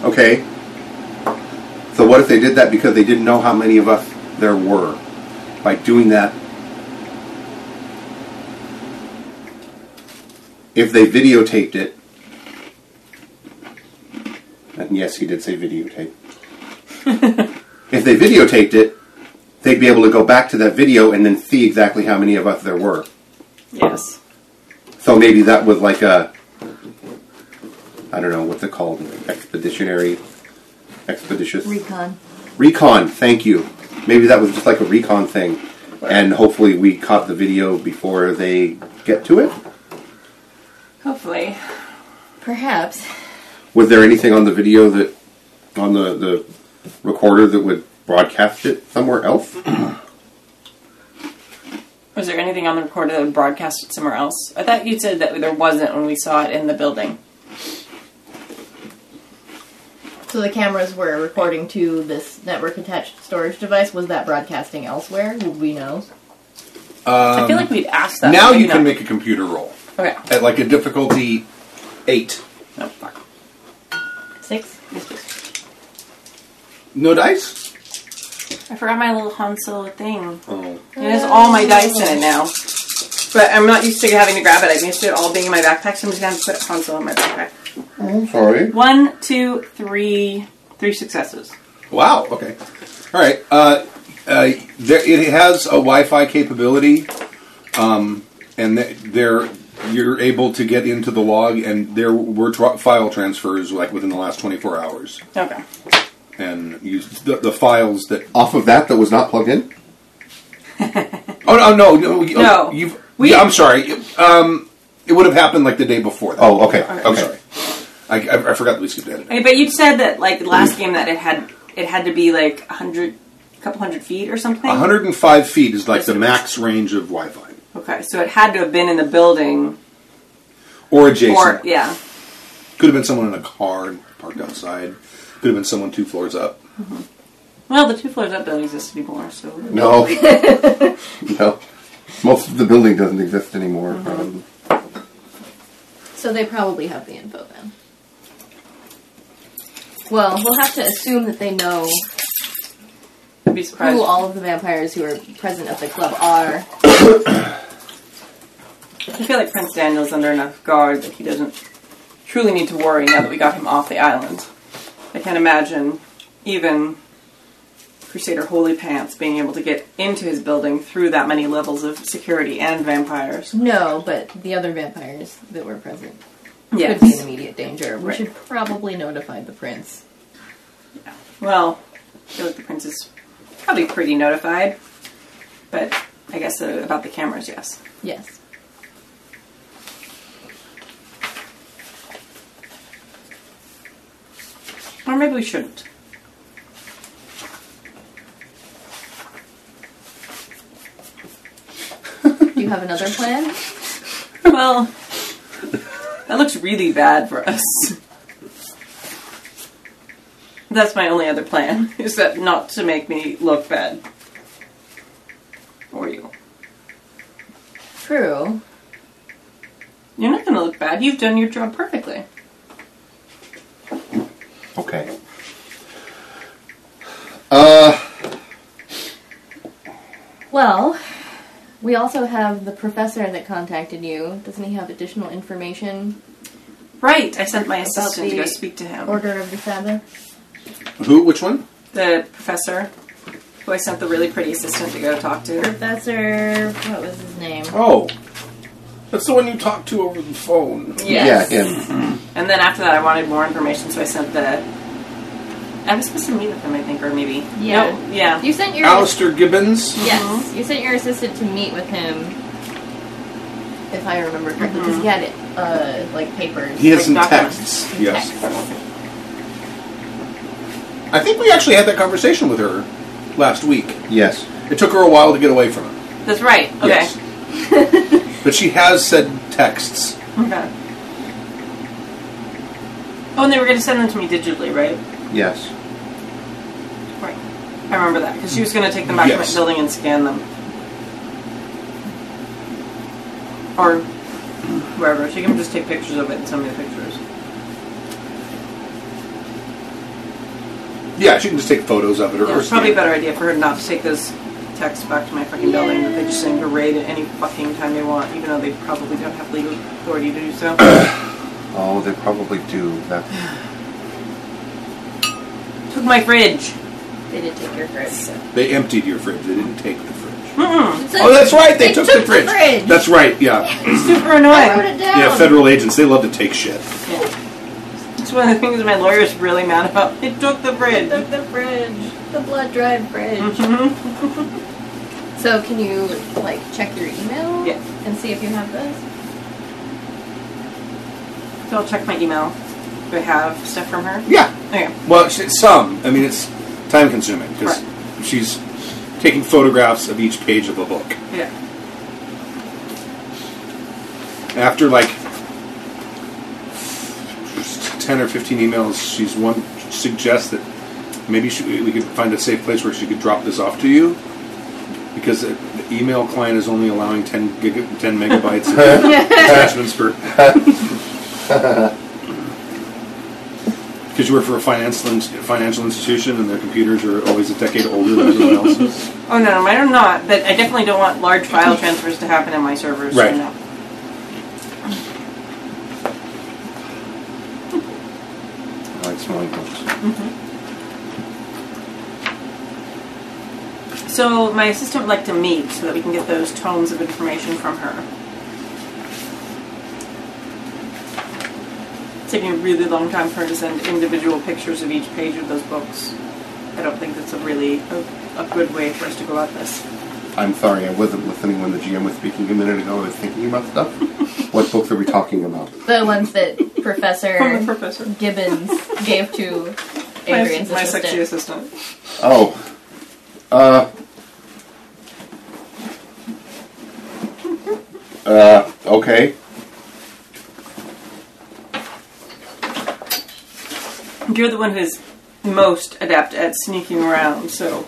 Speaker 6: Okay. So what if they did that because they didn't know how many of us there were? By doing that, if they videotaped it, and yes, he did say videotape. if they videotaped it,
Speaker 5: they'd be able to go back to that video and then see exactly how many of us there were.
Speaker 4: Yes.
Speaker 5: So maybe that was like a, I don't know what's it called, expeditionary, expeditious
Speaker 3: Recon.
Speaker 5: recon. Thank you. Maybe that was just like a recon thing, and hopefully we caught the video before they get to it.
Speaker 4: Hopefully.
Speaker 3: Perhaps.
Speaker 5: Was there anything on the video that on the the recorder that would broadcast it somewhere else?
Speaker 4: Was there anything on the recorder that would broadcast it somewhere else? I thought you said that there wasn't when we saw it in the building.
Speaker 3: So the cameras were recording to this network attached storage device. Was that broadcasting elsewhere? Would we know?
Speaker 4: I feel like we'd asked that.
Speaker 2: Um, now
Speaker 4: maybe
Speaker 2: you can
Speaker 4: not.
Speaker 2: make a computer roll
Speaker 4: Okay.
Speaker 2: at like a difficulty eight.
Speaker 4: No, fuck.
Speaker 3: Six?
Speaker 2: No dice.
Speaker 4: I forgot my little Hansel thing.
Speaker 2: Oh,
Speaker 4: It has all my dice in it now. But I'm not used to having to grab it. I'm used to it all being in my backpack, so I'm just gonna have to put Hansel in my backpack.
Speaker 5: I'm sorry.
Speaker 4: One, two, three, three successes.
Speaker 2: wow. Okay. All right. Uh, uh, there, it has a Wi-Fi capability, um, and th- there you're able to get into the log, and there were tra- file transfers like within the last 24 hours,
Speaker 4: Okay.
Speaker 2: and you, the, the files that.
Speaker 5: Off of that, that was not plugged in.
Speaker 2: Oh no, no, no. you-
Speaker 4: No.
Speaker 2: You've,
Speaker 4: We-
Speaker 2: yeah, I'm sorry. Um, it would have happened like the day before. That.
Speaker 5: Oh, okay,
Speaker 2: I'm
Speaker 5: okay.
Speaker 2: sorry. I, I, I forgot that we skipped ahead.
Speaker 4: Okay, but you said that like last game that it had it had to be like a hundred, a couple hundred feet or something.
Speaker 2: 105 feet is like the max range of Wi-Fi
Speaker 4: Okay, so it had to have been in the building,
Speaker 2: or adjacent.
Speaker 4: or yeah.
Speaker 2: Could have been someone in a car parked outside. Could have been someone two floors up.
Speaker 4: Well, the two floors up don't exist anymore, so
Speaker 5: No. no. Most of the building doesn't exist anymore. Um,
Speaker 3: So they probably have the info then. Well, we'll have to assume that they know
Speaker 4: I'd be surprised.
Speaker 3: who all of the vampires who are present at the club are.
Speaker 4: I feel like Prince Daniel's under enough guard that he doesn't truly need to worry now that we got him off the island. I can't imagine even Crusader Holy Pants being able to get into his building through that many levels of security and vampires.
Speaker 3: No, but the other vampires that were present could be in
Speaker 4: Yes.
Speaker 3: immediate danger. We
Speaker 4: Right.
Speaker 3: should probably notify the prince.
Speaker 4: Well, I feel like the prince is probably pretty notified, but I guess uh, about the cameras, yes.
Speaker 3: Yes.
Speaker 4: Or maybe we shouldn't.
Speaker 3: Do you have another plan?
Speaker 4: Well, that looks really bad for us. That's my only other plan, is that not to make me look bad. Or you.
Speaker 3: True.
Speaker 4: You're not gonna look bad, you've done your job perfectly.
Speaker 5: okay.
Speaker 3: Well, we also have the professor that contacted you. Doesn't he have additional information?
Speaker 4: Right, I sent my assistant to go
Speaker 3: the
Speaker 4: speak to him.
Speaker 3: Order of the Sabbath?
Speaker 2: Who? Which one?
Speaker 4: the professor, who I sent the really pretty assistant to go talk to.
Speaker 3: Professor. What was his name?
Speaker 2: Oh, that's the one you talked to over the phone.
Speaker 4: Yes.
Speaker 5: Yeah, him.
Speaker 4: And then after that, I wanted more information, so I sent the. I was supposed to meet with him, I think, or maybe.
Speaker 3: Yeah.
Speaker 4: No, yeah.
Speaker 3: You sent your
Speaker 2: Alistair Gibbons.
Speaker 3: yes, you sent your assistant to meet with him. If I remember correctly, because he had uh, like papers.
Speaker 2: He has some
Speaker 4: Like documents.
Speaker 2: texts.
Speaker 3: and
Speaker 2: Yes,
Speaker 3: texts.
Speaker 2: I think we actually had that conversation with her last week.
Speaker 5: Yes.
Speaker 2: It took her a while to get away from it.
Speaker 4: That's right. Okay.
Speaker 2: Yes, but she has said texts.
Speaker 4: Okay. Oh, and they were going to send them to me digitally, right?
Speaker 5: Yes.
Speaker 4: Right. I remember that because she was going to take them back to
Speaker 2: Yes.
Speaker 4: my building and scan them, or wherever. She can just take pictures of it and send me the pictures.
Speaker 2: Yeah, she can just take photos of it or.
Speaker 4: Yeah,
Speaker 2: or
Speaker 4: it's probably a
Speaker 2: scan.
Speaker 4: better idea for her not to take those texts back to my fucking building that they just send to raid at any fucking time they want, even though they probably don't have legal authority to do so.
Speaker 5: Oh, they probably do. That's
Speaker 4: Took my fridge.
Speaker 3: They did take your fridge.
Speaker 2: They emptied your fridge. They didn't take the fridge.
Speaker 3: So-
Speaker 2: Oh, that's right. They,
Speaker 3: They
Speaker 2: took,
Speaker 3: took
Speaker 2: the
Speaker 3: the
Speaker 2: fridge.
Speaker 3: fridge.
Speaker 2: That's right. Yeah,
Speaker 4: Super
Speaker 3: I wrote
Speaker 4: annoying.
Speaker 3: it down.
Speaker 2: yeah. Federal agents. They love to take shit.
Speaker 4: It's one of the things my lawyer's really mad about. It took the
Speaker 3: They
Speaker 4: bridge.
Speaker 3: took the fridge. The blood drive fridge.
Speaker 2: Mm-hmm.
Speaker 4: Mm-hmm.
Speaker 3: so can you like check your email
Speaker 4: Yeah.
Speaker 3: and see if you have this?
Speaker 4: So I'll check my email. Do I have stuff from her?
Speaker 2: Yeah.
Speaker 4: Okay.
Speaker 2: Well, sh- some. I mean, it's time consuming because she's taking photographs of each page of a book.
Speaker 4: Yeah.
Speaker 2: After like ten or fifteen emails, she's one suggests that maybe she, we could find a safe place where she could drop this off to you because the, the email client is only allowing ten gig, ten megabytes of attachments per. Because you work for a financial ins- financial institution, and their computers are always a decade older than everyone else's.
Speaker 4: Oh no, mine are not. But I definitely don't want large file transfers to happen in my servers.
Speaker 2: Right.
Speaker 4: So no.
Speaker 6: I like smelling books.
Speaker 4: Mm-hmm. So my assistant would like to meet so that we can get those tomes of information from her. It's taking a really long time for her to send individual pictures of each page of those books. I don't think that's a really a, a good way for us to go about this.
Speaker 6: I'm sorry, I wasn't listening when the GM was speaking a minute ago. I was thinking about stuff. what books are we talking about?
Speaker 3: The ones that Professor
Speaker 4: professor.
Speaker 3: Gibbons gave to
Speaker 4: My,
Speaker 3: Adrian's
Speaker 4: my sexy
Speaker 3: assistant.
Speaker 4: assistant.
Speaker 6: Oh. Uh. Uh, okay.
Speaker 4: You're the one who's most adept at sneaking around, so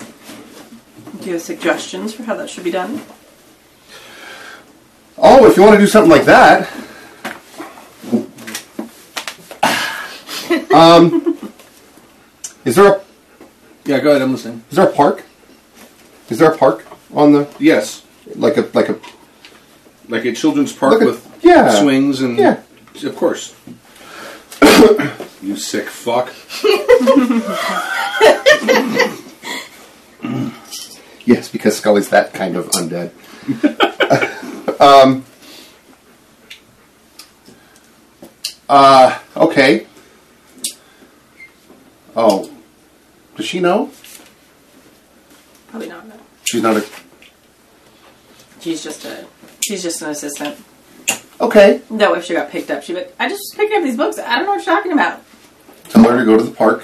Speaker 4: do you have suggestions for how that should be done?
Speaker 6: Oh, if you want to do something like that. um, is there a
Speaker 2: Yeah, go ahead. I'm listening.
Speaker 6: is there a park? Is there a park on the
Speaker 2: Yes,
Speaker 6: like a like a
Speaker 2: like a children's park
Speaker 6: Look at-
Speaker 2: with
Speaker 6: yeah.
Speaker 2: swings and
Speaker 6: Yeah.
Speaker 2: of course. you sick fuck.
Speaker 6: yes because Scully's that kind of undead. um, uh, okay. Oh, does she know?
Speaker 4: Probably not. No.
Speaker 6: She's not a
Speaker 4: She's just a she's just an assistant.
Speaker 6: okay.
Speaker 4: No, if she got picked up, she'd be like, I just was picking up these books. I don't know what you're talking about.
Speaker 6: Tell her to go to the park.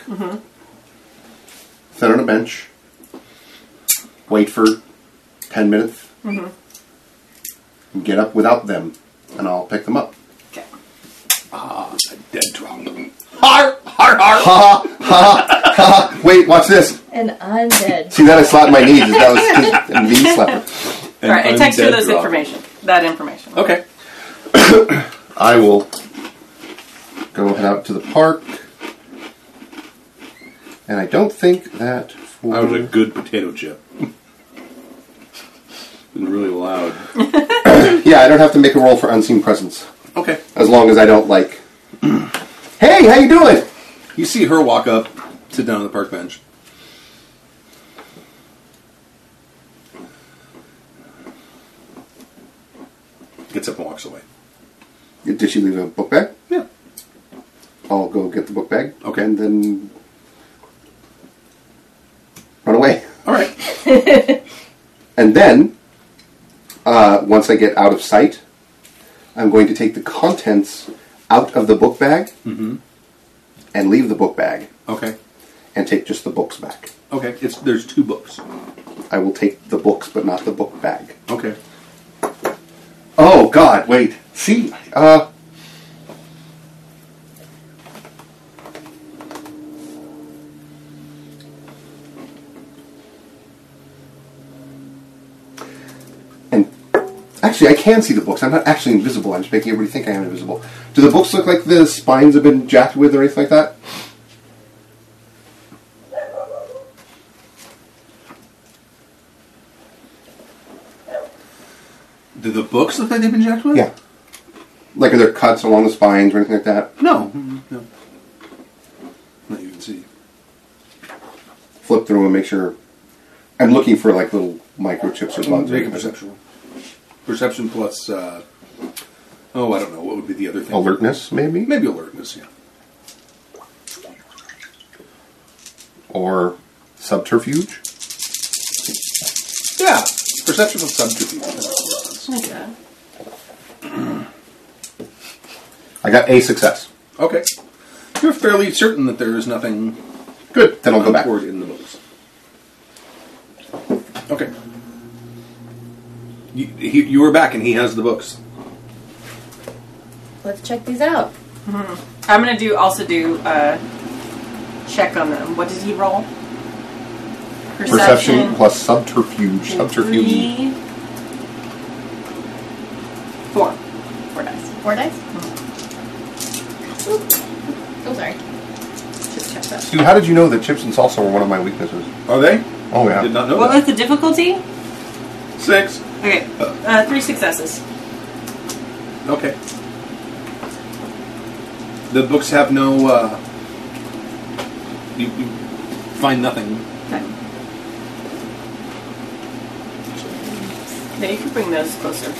Speaker 6: Sit on a bench. Wait for ten minutes. And get up without them, and I'll pick them up.
Speaker 4: Okay.
Speaker 2: A dead drop.
Speaker 6: Har har har ha ha ha! Wait, watch this.
Speaker 3: An undead.
Speaker 6: See that I slapped my knees. That was a knee slapper.
Speaker 2: An
Speaker 4: All right, I text her
Speaker 2: undead
Speaker 4: those
Speaker 2: drop.
Speaker 4: information. That information.
Speaker 2: Okay.
Speaker 6: I will go head out to the park, and I don't think that. For,
Speaker 2: I was a good potato chip. Been really loud.
Speaker 6: yeah, I don't have to make a roll for unseen presence.
Speaker 2: Okay.
Speaker 6: as long as I don't like. hey, how you doing?
Speaker 2: You see her walk up, sit down on the park bench. Gets up and walks away.
Speaker 6: Did she leave a book bag?
Speaker 2: Yeah.
Speaker 6: I'll go get the book bag.
Speaker 2: Okay.
Speaker 6: and then run away.
Speaker 2: All right.
Speaker 6: And then, uh, once I get out of sight, I'm going to take the contents out of the book bag and leave the book bag
Speaker 2: Okay.
Speaker 6: and take just the books back.
Speaker 2: Okay. It's there's two books.
Speaker 6: I will take the books, but not the book bag.
Speaker 2: Okay.
Speaker 6: Oh God! Wait. See. Uh. And actually, I can see the books. I'm not actually invisible. I'm just making everybody think I am invisible. Do the books look like the spines have been jacked with or anything like that?
Speaker 2: Do the books look like they've been jacked with?
Speaker 6: Yeah. Like are there cuts along the spines or anything like that?
Speaker 2: Mm-hmm. No. No. Not you can see.
Speaker 6: flip through and make sure. I'm looking for like little microchips or bugs. or
Speaker 2: Make a
Speaker 6: anything.
Speaker 2: perceptual. Perception plus, uh, oh, I don't know, what would be the other thing?
Speaker 6: Alertness, maybe,
Speaker 2: Maybe alertness, yeah.
Speaker 6: or subterfuge.
Speaker 2: Yeah, perception plus subterfuge.
Speaker 4: Like that.
Speaker 6: I got a success.
Speaker 2: Okay. You're fairly certain that there is nothing
Speaker 6: Good. Then I'll go back.
Speaker 2: untoward in the books. Okay. You, he, you were back and he has the books.
Speaker 3: Let's check these out.
Speaker 4: I'm gonna do also do uh, check on them. What did he roll?
Speaker 6: Perception, plus subterfuge.
Speaker 4: and
Speaker 6: Subterfuge.
Speaker 4: three- Four. Four dice.
Speaker 3: Four dice? Oop. Oh, sorry.
Speaker 4: Just check that.
Speaker 6: Dude, how did you know that chips and salsa were one of my weaknesses?
Speaker 2: Are they?
Speaker 6: Oh yeah.
Speaker 2: I did not know
Speaker 4: What was
Speaker 2: that.
Speaker 4: the difficulty?
Speaker 2: Six.
Speaker 4: Okay, uh, three successes.
Speaker 2: Okay. The books have no. Uh, you, you find nothing.
Speaker 4: Okay. Now you could bring those closer,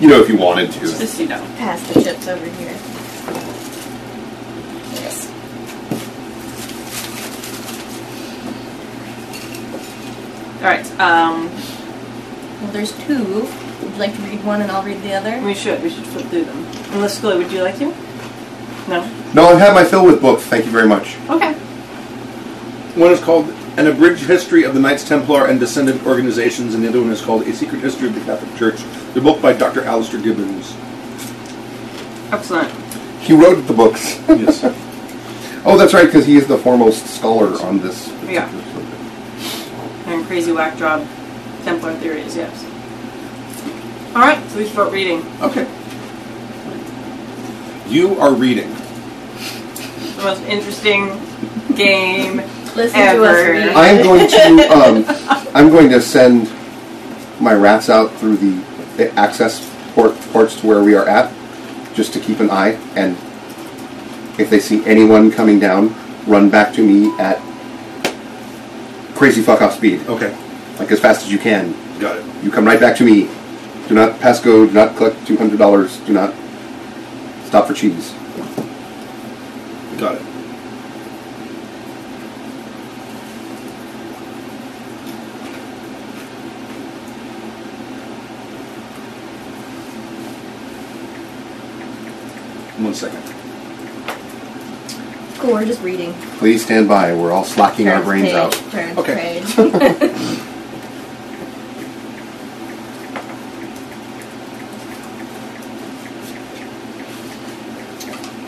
Speaker 6: You know, if you wanted to.
Speaker 4: just so you know.
Speaker 3: Pass the chips over here.
Speaker 4: Yes. All right. Um,
Speaker 3: Well, there's two. Would you like to read one and I'll read the other?
Speaker 4: we should we should flip through them. Unless Scully, would you like to? No.
Speaker 6: No, I've had my fill with books. Thank you very much.
Speaker 4: Okay.
Speaker 2: One is called An Abridged History of the Knights Templar and Descendant Organizations, and the other one is called A Secret History of the Catholic Church. They're both by Dr. Alistair Gibbons.
Speaker 4: Excellent.
Speaker 6: He wrote the books.
Speaker 2: Yes.
Speaker 6: Oh, that's right, because he is the foremost scholar on this. particular
Speaker 4: Yeah.
Speaker 6: subject.
Speaker 4: And crazy whack job Templar theories. Yes. All right. So we start reading.
Speaker 2: okay. You are reading.
Speaker 4: The most interesting game.
Speaker 3: Listen to us
Speaker 4: Ever.
Speaker 3: read.
Speaker 6: I am going to. Um, I'm going to send my rats out through the, the access port, ports to where we are at, just to keep an eye, and if they see anyone coming down, run back to me at crazy fuck off speed,
Speaker 2: Okay.
Speaker 6: like as fast as you can.
Speaker 2: Got it.
Speaker 6: You come right back to me. Do not pass go. Do not collect two hundred dollars. Do not stop for cheese.
Speaker 2: Got it. One second.
Speaker 3: Cool, we're just reading.
Speaker 6: Please stand by. We're all slacking our
Speaker 3: Turns
Speaker 6: brains
Speaker 3: page,
Speaker 6: out.
Speaker 3: Turns
Speaker 2: Okay.
Speaker 3: page.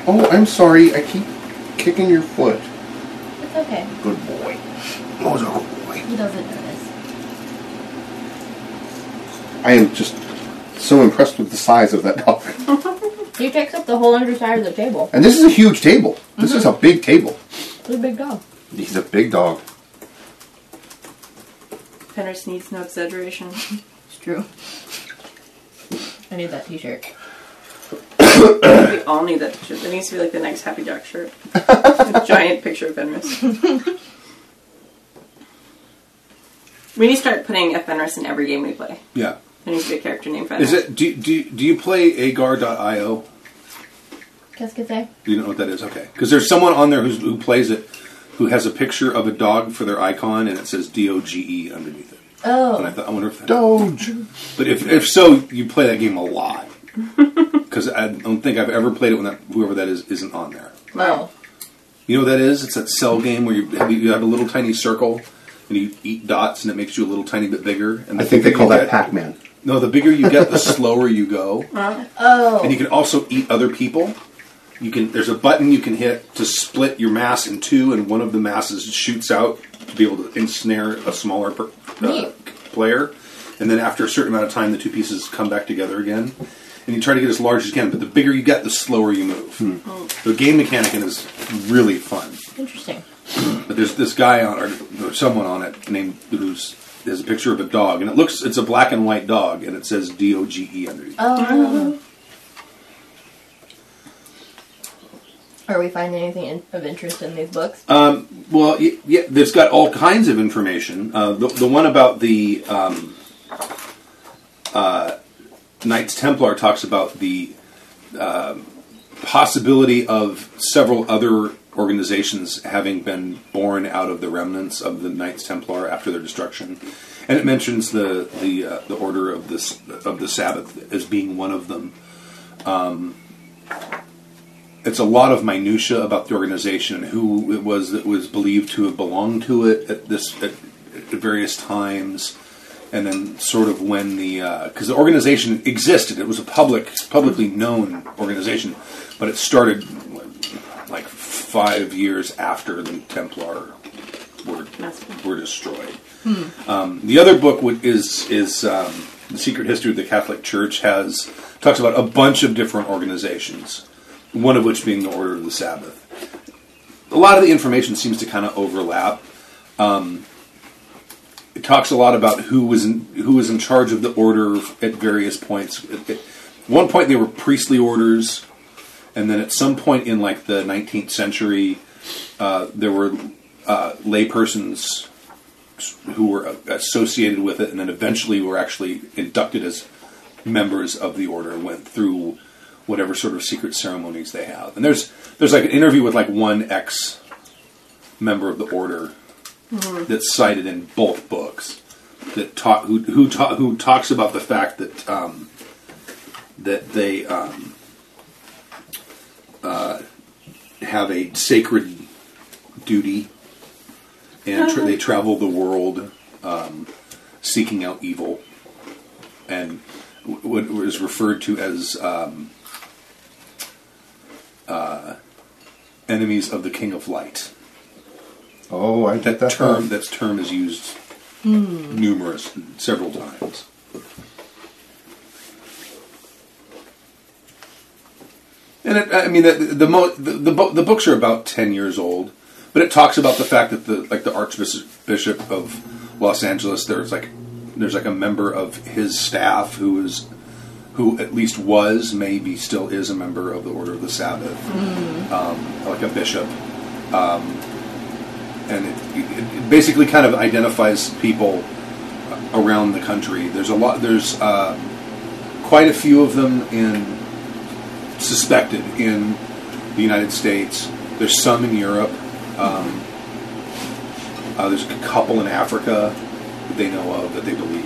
Speaker 6: Oh, I'm sorry. I keep kicking your foot.
Speaker 3: it's okay.
Speaker 6: Good boy. Oh, it's a good boy.
Speaker 3: He doesn't notice.
Speaker 6: I am just so impressed with the size of that dog.
Speaker 3: He takes up the whole underside of the table.
Speaker 6: And this is a huge table. This is a big table.
Speaker 3: He's a big dog.
Speaker 6: He's a big dog.
Speaker 4: Penrith needs no exaggeration.
Speaker 3: It's true. I need that t-shirt.
Speaker 4: We all need that shirt. That needs to be like the next Happy Duck shirt. A giant picture of Fenris. we need to start putting a Fenris in every game we play.
Speaker 2: Yeah.
Speaker 4: There needs to be a character named Fenris.
Speaker 2: Is it do do do you play agar.io?
Speaker 3: Qu'est-ce que c'est?
Speaker 2: Do you know what that is? Okay. Because there's someone on there who's, who plays it who has a picture of a dog for their icon and it says D O G E underneath it. And I
Speaker 3: Oh,
Speaker 2: thought I wonder if that
Speaker 6: Doge.
Speaker 2: But if, if so, you play that game a lot. Because I don't think I've ever played it when that, whoever that is isn't on there.
Speaker 3: no.
Speaker 2: You know what that is? It's that cell game where you have, you have a little tiny circle and you eat dots and it makes you a little tiny bit bigger. And
Speaker 6: I
Speaker 2: the
Speaker 6: think they
Speaker 2: bigger
Speaker 6: call
Speaker 2: you
Speaker 6: that
Speaker 2: get-
Speaker 6: Pac-Man.
Speaker 2: No, the bigger you get, the slower you go.
Speaker 3: Oh.
Speaker 2: And you can also eat other people. You can. There's a button you can hit to split your mass in two, and one of the masses shoots out to be able to ensnare a smaller per, uh,
Speaker 3: Neat.
Speaker 2: player. And then after a certain amount of time, the two pieces come back together again, and you try to get as large as you can. But the bigger you get, the slower you move. The game mechanic in it is really fun.
Speaker 3: Interesting.
Speaker 2: But there's this guy on, or, or someone on it named who's there's a picture of a dog, and it looks it's a black and white dog, and it says D O G E underneath.
Speaker 3: Oh. Are we finding anything in, of interest in these books?
Speaker 2: Well, y- yeah, there's got all kinds of information. Uh, the, the one about the um, uh, Knights Templar talks about the uh, possibility of several other organizations having been born out of the remnants of the Knights Templar after their destruction, and it mentions the the uh, the Order of this of the Sabbath as being one of them it's a lot of minutia about the organization, who it was that was believed to have belonged to it at this at, at various times, and then sort of when the because the organization existed, it was a public publicly known organization, but it started like five years after the Templar were were destroyed. Um, the other book would, is is um, the Secret History of the Catholic Church has talks about a bunch of different organizations one of which being the Order of the Sabbath. A lot of the information seems to kind of overlap. Um, it talks a lot about who was in, who was in charge of the order at various points. At, at one point, they were priestly orders, and then at some point in like the 19th century, uh, there were uh, laypersons who were a- associated with it, and then eventually were actually inducted as members of the order. Went through whatever sort of secret ceremonies they have, and there's there's like an interview with like one ex member of the order that's cited in both books that talk who who, ta- who talks about the fact that um, that they um, uh, have a sacred duty and tra- they travel the world um, seeking out evil and w- what was referred to as um, uh, enemies of the king of light
Speaker 5: Oh, I get
Speaker 2: that
Speaker 5: that
Speaker 2: term that term is used numerous several times and it, i mean the the, mo- the, the, bo- the books are about 10 years old but it talks about the fact that the like the archbishop of los angeles there's like there's like a member of his staff who is who at least was maybe still is a member of the order of the sabbath um, like a bishop and it, it, it basically kind of identifies people around the country. There's a lot. There's uh, quite a few of them in suspected in the United States. There's some in Europe. Um, uh, there's a couple in Africa that they know of that they believe.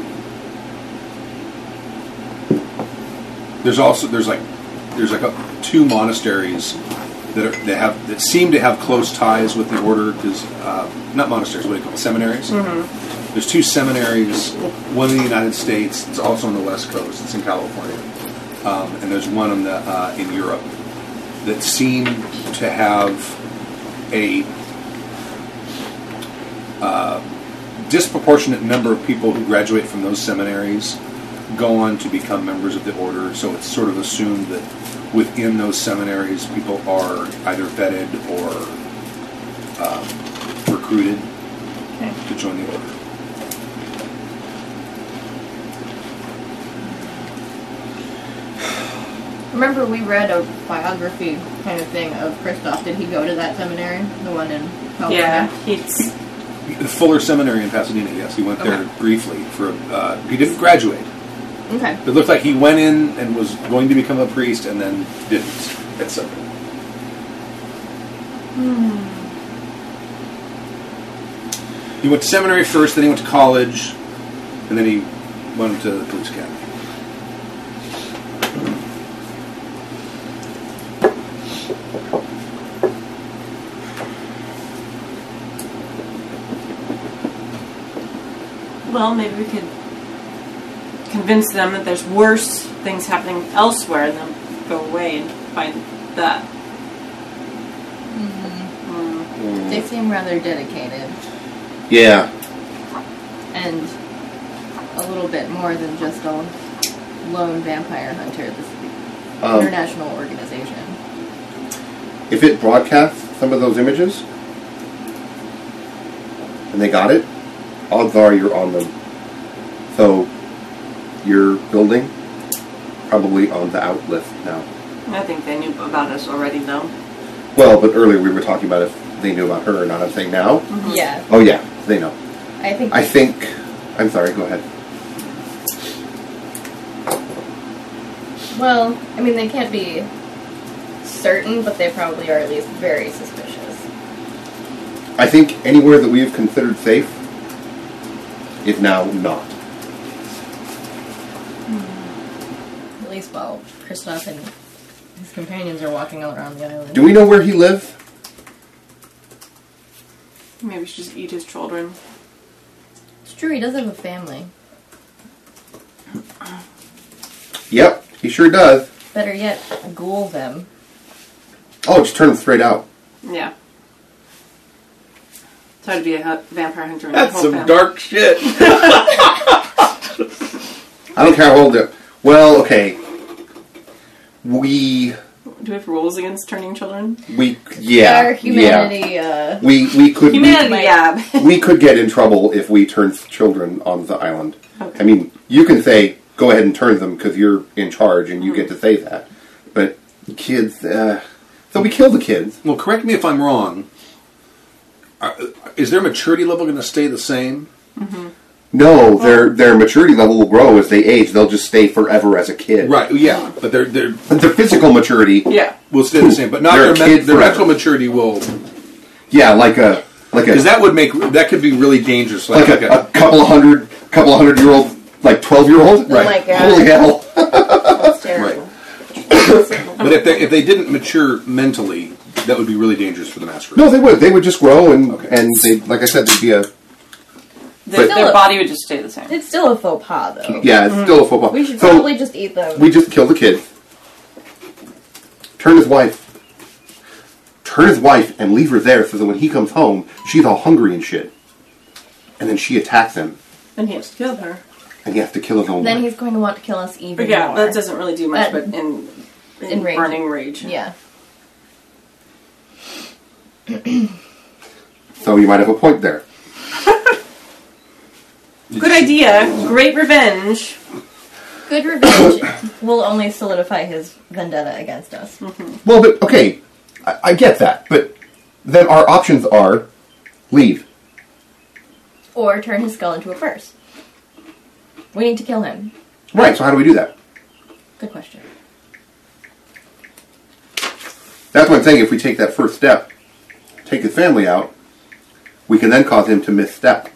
Speaker 2: in. There's also there's like there's like a, two monasteries that are, that have that seem to have close ties with the order because uh, not monasteries, what do you call them, seminaries? There's two seminaries, one in the United States. It's also on the West Coast. It's in California, um, and there's one in the uh, in Europe that seem to have a uh, disproportionate number of people who graduate from those seminaries go on to become members of the order. So it's sort of assumed that within those seminaries, people are either vetted or um, recruited to join the order.
Speaker 3: Remember, we read a biography kind of thing of Christoph. Did he go to that seminary? The one in
Speaker 2: Oh.
Speaker 3: California?
Speaker 4: Yeah, he's
Speaker 2: The Fuller Seminary in Pasadena. Yes, he went there
Speaker 3: Okay.
Speaker 2: briefly for. Uh, he didn't graduate.
Speaker 3: Okay.
Speaker 2: It looked like he went in and was going to become a priest, and then didn't at some point.
Speaker 6: Hmm.
Speaker 2: He went to seminary first, then he went to college, and then he went to the police academy.
Speaker 4: Well, maybe we could convince them that there's worse things happening elsewhere and then go away and find that.
Speaker 3: They seem rather dedicated
Speaker 5: Yeah.
Speaker 3: and a little bit more than just a lone vampire hunter, this
Speaker 5: Um,
Speaker 3: international organization.
Speaker 5: if it broadcasts some of those images, and they got it, odds are you're on them. So you're building probably on the out list now.
Speaker 4: I think they knew about us already, though.
Speaker 6: Well, but earlier we were talking about if they knew about her or not. I'm saying now.
Speaker 3: Yeah,
Speaker 6: Oh yeah, they know.
Speaker 3: I think.
Speaker 6: I think. I'm sorry. Go ahead.
Speaker 3: Well, I mean, they can't be certain, but they probably are at least very suspicious.
Speaker 6: I think anywhere that we have considered safe is now not.
Speaker 3: At least while Kristoff and his companions are walking all around the island.
Speaker 6: Do we know where he lives?
Speaker 4: Maybe we should just eat his children.
Speaker 3: It's true, he does have a family.
Speaker 6: Yep, he sure does.
Speaker 3: Better yet, ghoul them.
Speaker 6: Oh, just turn him straight out.
Speaker 4: Yeah. It's hard to be a hu- vampire hunter. and a
Speaker 7: That's
Speaker 4: whole
Speaker 7: some
Speaker 4: family.
Speaker 7: dark shit.
Speaker 6: I don't care how old they are. Well, okay. We
Speaker 4: Do we have rules against turning children?
Speaker 6: we yeah
Speaker 3: Our
Speaker 6: yeah.
Speaker 3: humanity, uh,
Speaker 6: We we could we-
Speaker 4: yeah.
Speaker 6: we could get in trouble if we turn children on the island.
Speaker 4: Okay.
Speaker 6: I mean, you can say, go ahead and turn them because you're in charge and you get
Speaker 3: Mm-hmm.
Speaker 6: to say that. But kids, uh, so we kill the kids.
Speaker 2: Well, correct me if I'm wrong. Are- Is their maturity level going to stay the same?
Speaker 6: No, their their maturity level will grow as they age. They'll just stay forever as a kid.
Speaker 2: Right. Yeah, but their their
Speaker 6: But their physical maturity,
Speaker 4: yeah.
Speaker 2: will stay the same, but not
Speaker 6: They're a
Speaker 2: their men-
Speaker 6: kid
Speaker 2: their
Speaker 6: forever.
Speaker 2: mental maturity will
Speaker 6: yeah, like a like a
Speaker 2: because that would make that could be really dangerous.
Speaker 6: like a, a couple hundred couple hundred year old like twelve year old.
Speaker 3: Oh my God.
Speaker 6: Holy hell!
Speaker 3: that's uh, terrible.
Speaker 2: right. But if they if they didn't mature mentally, that would be really dangerous for the masquerade.
Speaker 6: No, they would. They would just grow and and they like I said, they'd be a
Speaker 4: The,
Speaker 6: But-
Speaker 4: their body would just stay the same.
Speaker 3: It's still a faux pas, though.
Speaker 6: yeah, it's still a football.
Speaker 3: Mm-hmm. We should
Speaker 6: So-
Speaker 3: probably just eat them.
Speaker 6: We just kill the kid. Turn his wife. Turn his wife and leave her there so that when he comes home, she's all hungry and shit. And then she attacks him,
Speaker 4: And he has to kill her.
Speaker 6: and he has to kill his own
Speaker 3: then
Speaker 6: wife.
Speaker 3: he's going to want to kill us even
Speaker 4: But yeah,
Speaker 3: more.
Speaker 4: that doesn't really do much,
Speaker 3: That-
Speaker 4: but in, in,
Speaker 3: in rage.
Speaker 4: burning rage.
Speaker 3: Yeah.
Speaker 6: So you might have a point there.
Speaker 4: Good idea. Great revenge.
Speaker 3: Good revenge will only solidify his vendetta against us.
Speaker 6: Well, but okay, I, I get that. But then our options are leave.
Speaker 3: Or turn his skull into a purse. We need to kill him.
Speaker 6: Right. So how do we do that?
Speaker 3: Good question.
Speaker 6: That's what I'm saying. If we take that first step, take his family out, we can then cause him to misstep.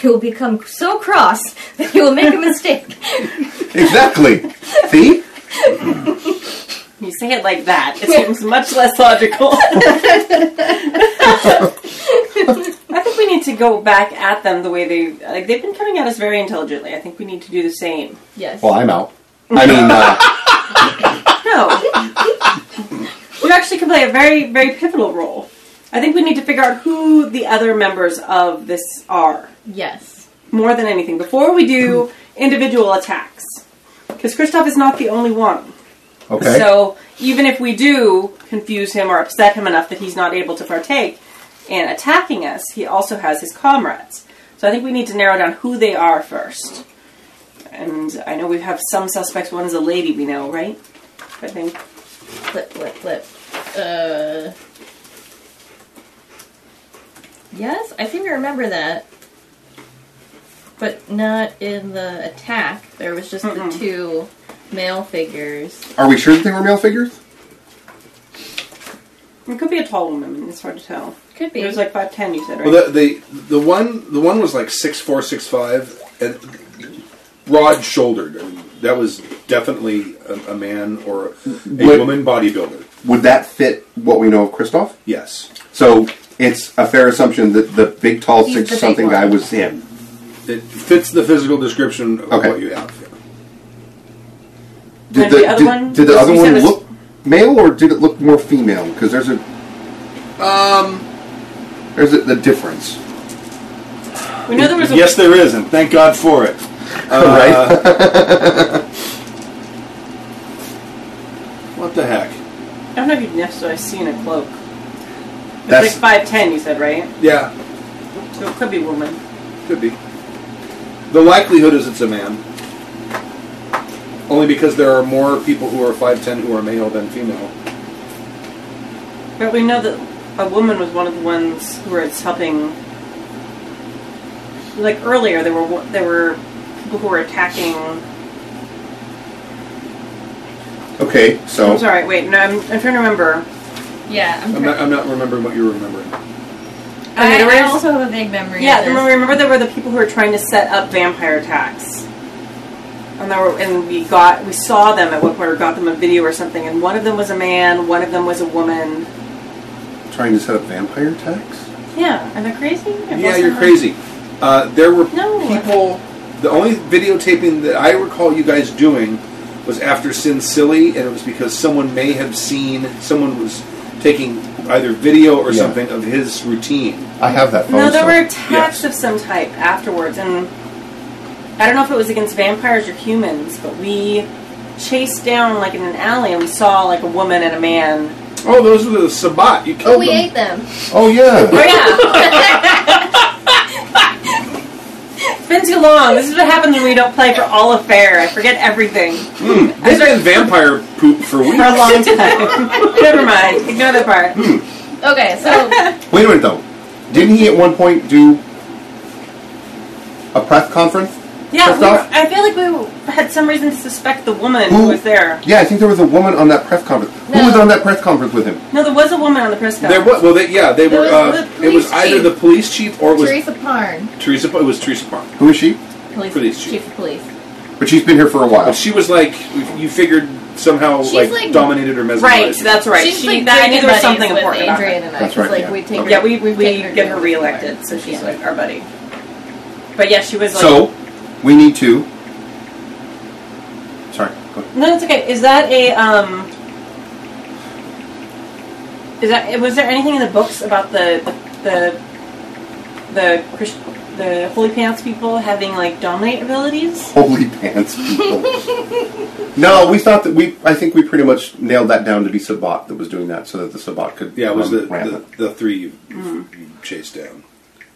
Speaker 3: He will become so cross that he will make a mistake.
Speaker 6: Exactly. See.
Speaker 4: You say it like that. It seems much less logical. I think we need to go back at them the way they like they've been coming at us very intelligently. I think we need to do the same.
Speaker 3: yes.
Speaker 6: Well, I'm out. I mean. Uh,
Speaker 4: No. you actually can play a very, very pivotal role. I think we need to figure out who the other members of this are
Speaker 3: Yes.
Speaker 4: more than anything before we do individual attacks. Because Kristoff is not the only one.
Speaker 6: Okay.
Speaker 4: So even if we do confuse him or upset him enough that he's not able to partake in attacking us, he also has his comrades. So I think we need to narrow down who they are first. And I know we have some suspects. One is a lady we know, right? I think.
Speaker 3: Flip, flip, flip. Uh. Yes, I seem to remember that. But not in the attack. There was just the two male figures.
Speaker 6: Are we sure that they were male figures?
Speaker 4: It could be a tall woman. It's hard to tell.
Speaker 3: Could be.
Speaker 4: It was like five ten. You said right?
Speaker 2: Well, the, the the one the one was like six four six five and broad shouldered. I mean, that was definitely a, a man or a,
Speaker 6: Wait.
Speaker 2: woman bodybuilder.
Speaker 6: Would that fit what we know of Kristoff?
Speaker 2: Yes,
Speaker 6: So it's a fair assumption that the big, tall,
Speaker 3: He's the big
Speaker 6: six something
Speaker 3: one.
Speaker 6: guy was him.
Speaker 2: it fits the physical description of
Speaker 6: Okay.
Speaker 2: what you have.
Speaker 6: Did
Speaker 4: And the other
Speaker 6: did,
Speaker 4: one-
Speaker 6: did the
Speaker 4: you
Speaker 6: other
Speaker 4: said
Speaker 6: one
Speaker 4: it's-
Speaker 6: look male or did it look more female? Because there's a um, there's a, the difference,
Speaker 4: we know there was a
Speaker 2: Yes, there is, and thank God for it.
Speaker 6: Uh, right?
Speaker 2: Uh, What the heck?
Speaker 4: I don't know if you'd necessarily seen a cloak. It's
Speaker 6: That's-
Speaker 4: like five ten. You said right?
Speaker 2: Yeah,
Speaker 4: So it could be a woman.
Speaker 2: Could be. The likelihood is it's a man. Only because there are more people who are 5'10 who are male than female.
Speaker 4: But But we know that a woman was one of the ones who was helping. Like earlier, there were wo- there were people who were attacking.
Speaker 6: Okay, so
Speaker 4: I'm sorry. Wait, no, I'm, I'm trying to remember.
Speaker 3: Yeah, I'm.
Speaker 2: I'm
Speaker 3: trying-
Speaker 2: not, I'm not remembering what you're remembering.
Speaker 4: Okay,
Speaker 3: I,
Speaker 4: there
Speaker 3: I
Speaker 4: was-
Speaker 3: also have a vague memory.
Speaker 4: Yeah,
Speaker 3: of
Speaker 4: remember,
Speaker 3: this.
Speaker 4: remember there were the people who were trying to set up vampire attacks, and there were, and we got we saw them at one point or got them a video or something, and one of them was a man, one of them was a woman.
Speaker 6: trying to set up vampire attacks.
Speaker 3: Yeah, am I crazy? I
Speaker 2: Yeah,
Speaker 3: guess
Speaker 2: you're
Speaker 3: I'm-
Speaker 2: crazy. Uh, there were
Speaker 3: No.
Speaker 2: people. The only videotaping that I recall you guys doing was after Sin Silly, and it was because someone may have seen someone was taking either video or
Speaker 6: Yeah.
Speaker 2: something of his routine.
Speaker 6: I have that phone.
Speaker 4: No, there
Speaker 6: so-
Speaker 4: were attacks
Speaker 2: Yes.
Speaker 4: of some type afterwards, and I don't know if it was against vampires or humans, but we chased down like in an alley, and we saw like a woman and a man.
Speaker 2: Oh, those were the Sabat. You
Speaker 3: Oh,
Speaker 2: killed
Speaker 3: we
Speaker 2: them.
Speaker 3: ate them.
Speaker 6: Oh yeah.
Speaker 3: Yeah.
Speaker 4: It's been too long. This is what happens when we don't play for all affair. I forget everything for
Speaker 2: They've been vampire poop for weeks.
Speaker 4: a long time. Never mind. Ignore that part.
Speaker 3: okay, so
Speaker 6: Wait a minute though. Didn't he at one point do a prep conference?
Speaker 4: Yeah,
Speaker 6: Prep
Speaker 4: we were,
Speaker 6: off?
Speaker 4: I feel like we had some reason to suspect the woman who
Speaker 6: Who-
Speaker 4: was there.
Speaker 6: Yeah, I think there was a woman on that press conference.
Speaker 3: No.
Speaker 6: Who was on that press conference with him?
Speaker 4: No, there was a woman on the press
Speaker 2: There
Speaker 4: conference.
Speaker 2: was well, they, yeah, they
Speaker 3: There
Speaker 2: were.
Speaker 3: was
Speaker 2: Uh,
Speaker 3: the
Speaker 2: it was
Speaker 3: police
Speaker 2: either
Speaker 3: chief.
Speaker 2: the police chief or it was
Speaker 3: Teresa Parn,
Speaker 2: Teresa. It was Teresa Park.
Speaker 6: Who is she?
Speaker 3: police,
Speaker 2: Police chief.
Speaker 3: chief. of police.
Speaker 6: But she's been here for a while.
Speaker 2: But she was like you figured somehow
Speaker 3: She's
Speaker 2: like,
Speaker 3: like-
Speaker 2: dominated or mesmerized.
Speaker 4: Right, that's right.
Speaker 3: She's
Speaker 4: she,
Speaker 3: like
Speaker 4: that, I knew
Speaker 3: good
Speaker 4: there
Speaker 3: buddies
Speaker 4: was something
Speaker 3: with
Speaker 4: important about her.
Speaker 3: Adrian and I.
Speaker 6: That's
Speaker 3: 'cause,
Speaker 6: right,
Speaker 3: like
Speaker 6: yeah.
Speaker 3: we take.
Speaker 6: Okay.
Speaker 4: Yeah, we, we,
Speaker 3: we've
Speaker 4: we
Speaker 3: taken
Speaker 4: get her
Speaker 3: down
Speaker 4: reelected,
Speaker 3: before.
Speaker 4: so she's
Speaker 3: Yeah.
Speaker 4: like our buddy. But yeah, she was like.
Speaker 6: So we need to. Sorry. Go ahead.
Speaker 4: No, it's okay. Is that a um? Is that was there anything in the books about the the the the, Christ, the holy pants people having like dominate abilities?
Speaker 6: Holy pants, people. no, we thought that we. I think we pretty much nailed that down to be Sabat that was doing that, so that the Sabat could.
Speaker 2: Yeah, it was
Speaker 6: run
Speaker 2: the, the
Speaker 6: rampant.
Speaker 2: the three you, you you chased down.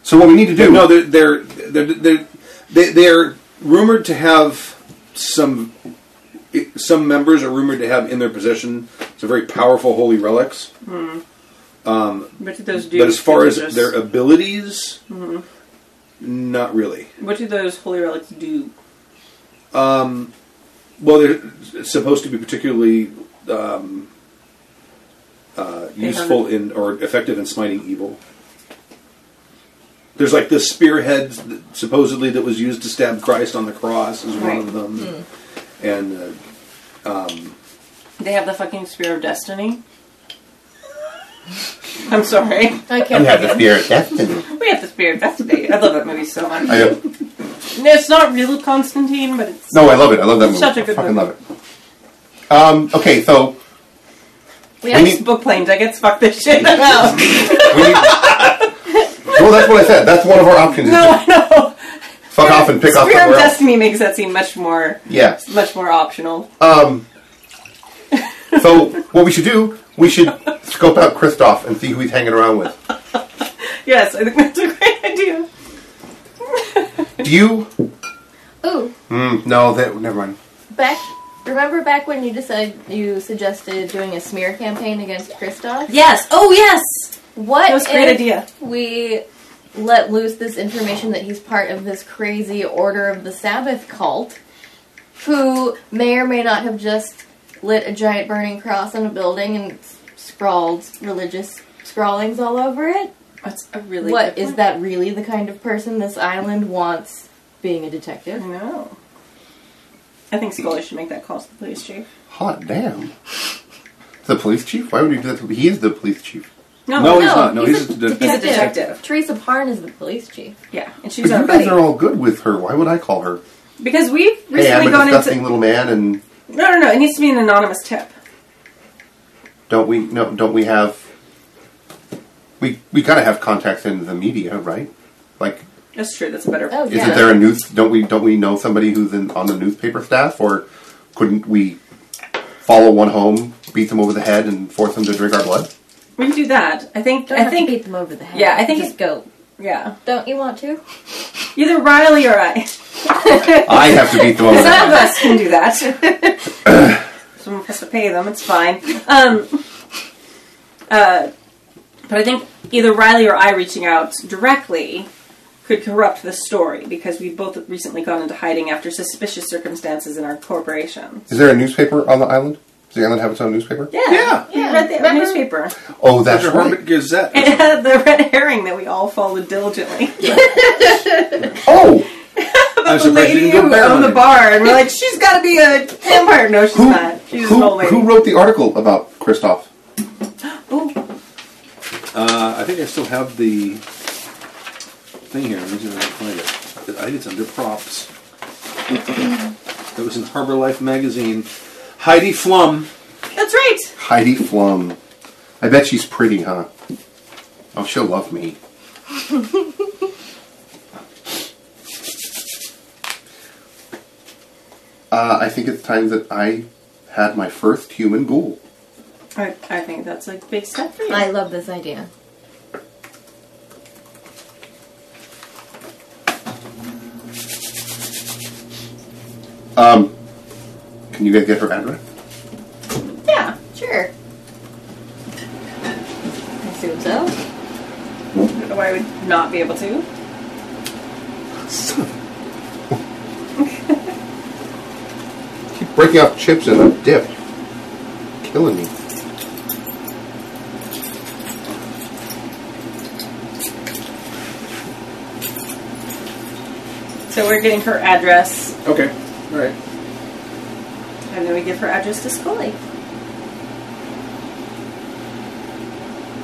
Speaker 6: So what we need to do?
Speaker 2: No, they're they're they're they're, they- they're rumored to have some some members are rumored to have in their possession some very powerful holy relics.
Speaker 4: What did those do?
Speaker 2: But as far as their abilities, not really.
Speaker 4: what do those holy relics do?
Speaker 2: Well, they're supposed to be particularly um, uh, useful in or effective in smiting evil. There's like this spearhead that supposedly that was used to stab Christ on the cross is
Speaker 4: Right.
Speaker 2: one of them, and uh,
Speaker 4: They have the fucking spear of destiny. I'm sorry.
Speaker 3: I can't.
Speaker 6: the spirit of destiny.
Speaker 4: We have the spear of destiny. I love that movie so much.
Speaker 6: I know.
Speaker 4: No, it's not real Constantine, but it's
Speaker 6: No, I love it. I love that movie.
Speaker 4: Such a good
Speaker 6: I fucking
Speaker 4: movie.
Speaker 6: love it. Um, okay, so
Speaker 3: We
Speaker 6: I
Speaker 3: have
Speaker 6: mean-
Speaker 4: book plane tickets. Fuck this shit.
Speaker 6: we need. well, that's what I said. That's one of our options. is
Speaker 4: No, no.
Speaker 6: just fuck off and pick off
Speaker 4: Spear of
Speaker 6: somewhere else.
Speaker 4: Destiny makes that seem much more,
Speaker 6: Yeah.
Speaker 4: much more optional.
Speaker 6: Oh. So what we should do? We should scope out Kristoff and see who he's hanging around with.
Speaker 4: Yes, I think that's a great idea.
Speaker 6: Do you?
Speaker 3: Ooh,
Speaker 6: Mm, no, that never mind.
Speaker 3: back. Remember back when you decided you suggested doing a smear campaign against Kristoff?
Speaker 4: Yes. Oh, yes.
Speaker 3: What
Speaker 4: That was a great
Speaker 3: if
Speaker 4: idea.
Speaker 3: we let loose this information that he's part of this crazy order of the Sabbath cult, who may or may not have just lit a giant burning cross on a building and s- scrawled religious scrawlings all over it?
Speaker 4: That's a really
Speaker 3: What
Speaker 4: good
Speaker 3: is
Speaker 4: point.
Speaker 3: that really the kind of person this island wants being a detective?
Speaker 4: I know. I think Scully should make that call to the police chief.
Speaker 6: Hot damn. The police chief? Why would he do that? To, he is the police chief.
Speaker 4: No,
Speaker 2: No, he's not. No,
Speaker 3: he's
Speaker 2: he's,
Speaker 3: a
Speaker 2: a de-
Speaker 4: He's a detective.
Speaker 3: Teresa Parn is the police chief.
Speaker 4: Yeah, and she's
Speaker 6: But
Speaker 4: our
Speaker 6: you guys
Speaker 4: buddy.
Speaker 6: are all good with her. Why would I call her?
Speaker 4: Because we've recently
Speaker 6: Hey, I'm a
Speaker 4: gone
Speaker 6: disgusting
Speaker 4: into.
Speaker 6: little man, and
Speaker 4: No, no, no. It needs to be an anonymous tip.
Speaker 6: don't we? No, don't we have? We we gotta have contacts in the media, right? Like,
Speaker 4: That's true. That's a better.
Speaker 3: Oh, yeah.
Speaker 6: isn't there a news? Don't we? Don't we know somebody who's in, on the newspaper staff, or couldn't we follow one home, beat them over the head, and force them to drink our blood?
Speaker 4: We can do that. I think.
Speaker 3: Don't
Speaker 4: I
Speaker 3: have
Speaker 4: think.
Speaker 3: to beat them over the head.
Speaker 4: Yeah, I think
Speaker 3: just
Speaker 4: it-
Speaker 3: go.
Speaker 4: Yeah.
Speaker 3: Don't you want to?
Speaker 4: Either Riley or I.
Speaker 6: I have to beat them over the
Speaker 4: None
Speaker 6: head.
Speaker 4: of us can do that. Someone has to pay them. It's fine. Um, But I think either Riley or I reaching out directly could corrupt the story because we've both recently gone into hiding after suspicious circumstances in our corporation.
Speaker 6: Is there a newspaper on the island? Does the island have its own newspaper?
Speaker 4: Yeah,
Speaker 2: Yeah.
Speaker 4: we read the
Speaker 3: Remember?
Speaker 4: newspaper.
Speaker 6: Oh, that's
Speaker 2: Roger
Speaker 6: right.
Speaker 2: Hermit Gazette.
Speaker 4: It had the red herring that we all followed diligently.
Speaker 6: Oh,
Speaker 2: I'm
Speaker 4: the
Speaker 2: surprised you
Speaker 4: lady
Speaker 2: didn't go
Speaker 4: who
Speaker 2: bear
Speaker 4: owned the
Speaker 2: hunting.
Speaker 4: bar, and we're like, she's got to be a vampire. No, she's
Speaker 6: who,
Speaker 4: not. She's just an old
Speaker 6: who,
Speaker 4: lady.
Speaker 6: who wrote the article about Kristoff?
Speaker 4: Ooh,
Speaker 2: Uh, I think I still have the thing here. Let me see if I can find it. I think it's under props. it was in Harbor Life magazine. Heidi Flum.
Speaker 4: that's right.
Speaker 6: Heidi Flum. I bet she's pretty, huh? Oh, she'll love me. uh, I think it's time that I had my first human ghoul.
Speaker 4: I, I think that's a big step for you.
Speaker 3: I love this idea.
Speaker 6: Um, can you guys get her address?
Speaker 3: Yeah, sure. I assume so.
Speaker 4: I don't know why I would not be able to.
Speaker 6: Keep breaking off chips and I'm dipped. Killing me.
Speaker 4: So we're getting her address,
Speaker 2: Okay. All right.
Speaker 4: and then we give her address to Scully.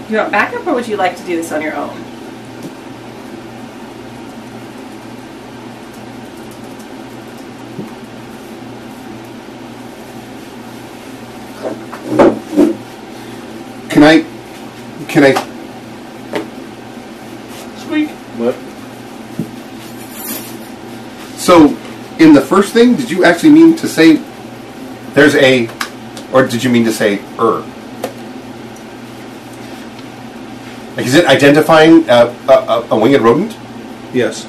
Speaker 4: You want backup, or would you like to do this on your own?
Speaker 6: Can I? Can I?
Speaker 2: Squeak. What?
Speaker 6: So, in the first thing, did you actually mean to say there's a, or did you mean to say er? Like, is it identifying uh, a, a, a winged rodent?
Speaker 2: Yes.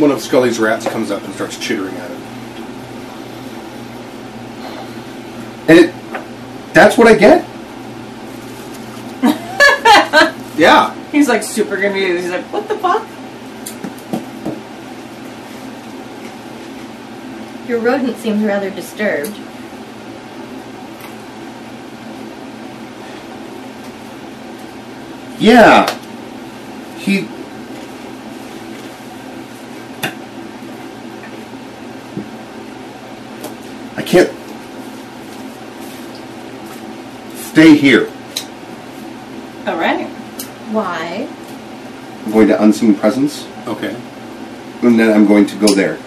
Speaker 2: One of Scully's rats comes up and starts chittering at it.
Speaker 6: And it, that's what I get.
Speaker 2: Yeah.
Speaker 4: He's like super confused. He's like, what the fuck?
Speaker 3: Your rodent seems rather disturbed.
Speaker 6: Yeah. He. I can't. Stay here.
Speaker 4: All Oh, right.
Speaker 3: Why?
Speaker 6: I'm going to unseen presence,
Speaker 2: Okay.
Speaker 6: and then I'm going to go there.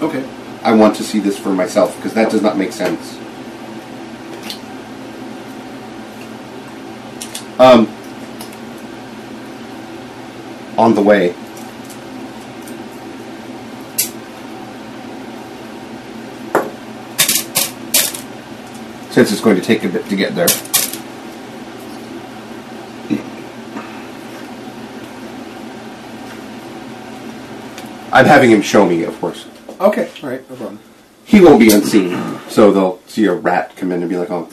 Speaker 2: Okay.
Speaker 6: I want to see this for myself because that does not make sense. Um, on the way. Since it's going to take a bit to get there. I'm having him show me, of course
Speaker 2: Okay. All right. No problem.
Speaker 6: he won't be unseen. So they'll see a rat come in and be like, "Oh."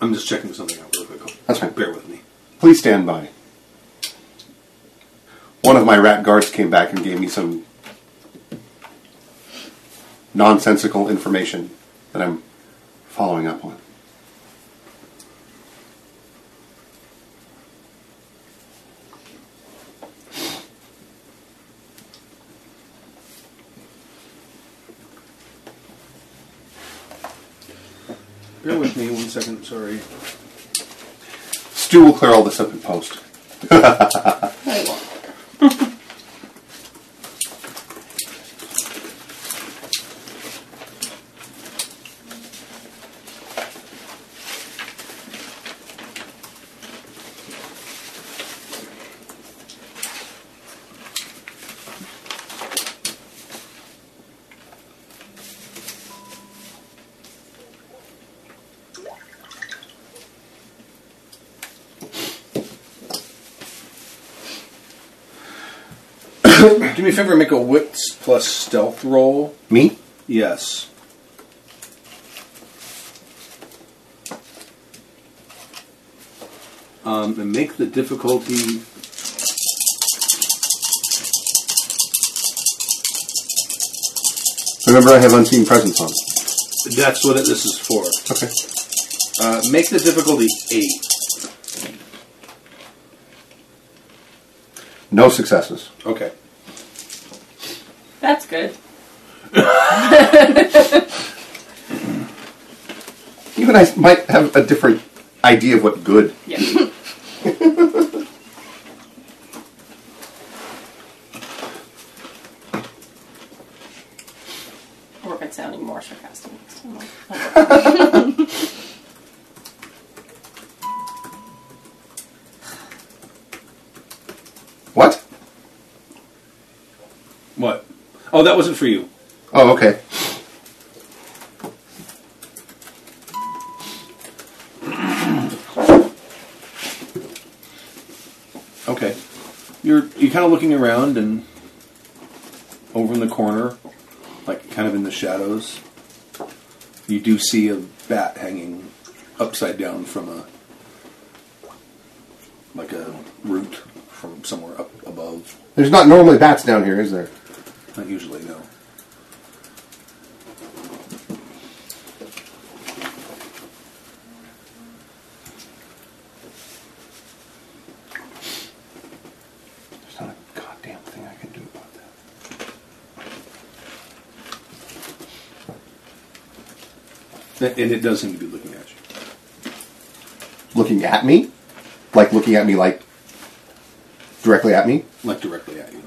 Speaker 2: I'm just checking something out real quick.
Speaker 6: That's fine.
Speaker 2: Bear with me.
Speaker 6: Please stand by. One of my rat guards came back and gave me some nonsensical information that I'm following up on.
Speaker 2: Bear with me one second. Sorry.
Speaker 6: Stu will clear all this up in post.
Speaker 4: I won't.
Speaker 2: Do me a favor, make a wits plus stealth roll.
Speaker 6: Me?
Speaker 2: Yes. Um, and make the difficulty.
Speaker 6: Remember, I have unseen presence on.
Speaker 2: That's what it, this is for.
Speaker 6: Okay.
Speaker 2: Uh, make the difficulty eight.
Speaker 6: No successes.
Speaker 2: Okay.
Speaker 4: That's good.
Speaker 6: You and I might have a different idea of what good.
Speaker 4: Yeah. I'll work at sounding more sarcastic. next time. I'll- I'll work.
Speaker 6: What?
Speaker 2: What? Oh, that wasn't for you.
Speaker 6: Oh, okay.
Speaker 2: Okay. You're you kind of looking around and over in the corner, like kind of in the shadows, you do see a bat hanging upside down from a like a root from somewhere up above.
Speaker 6: There's not normally bats down here, is there?
Speaker 2: Not usually, no.
Speaker 6: There's not a goddamn thing I can do about that.
Speaker 2: And it does seem to be looking at you.
Speaker 6: Looking at me? Like looking at me, like directly at me?
Speaker 2: Like directly at you.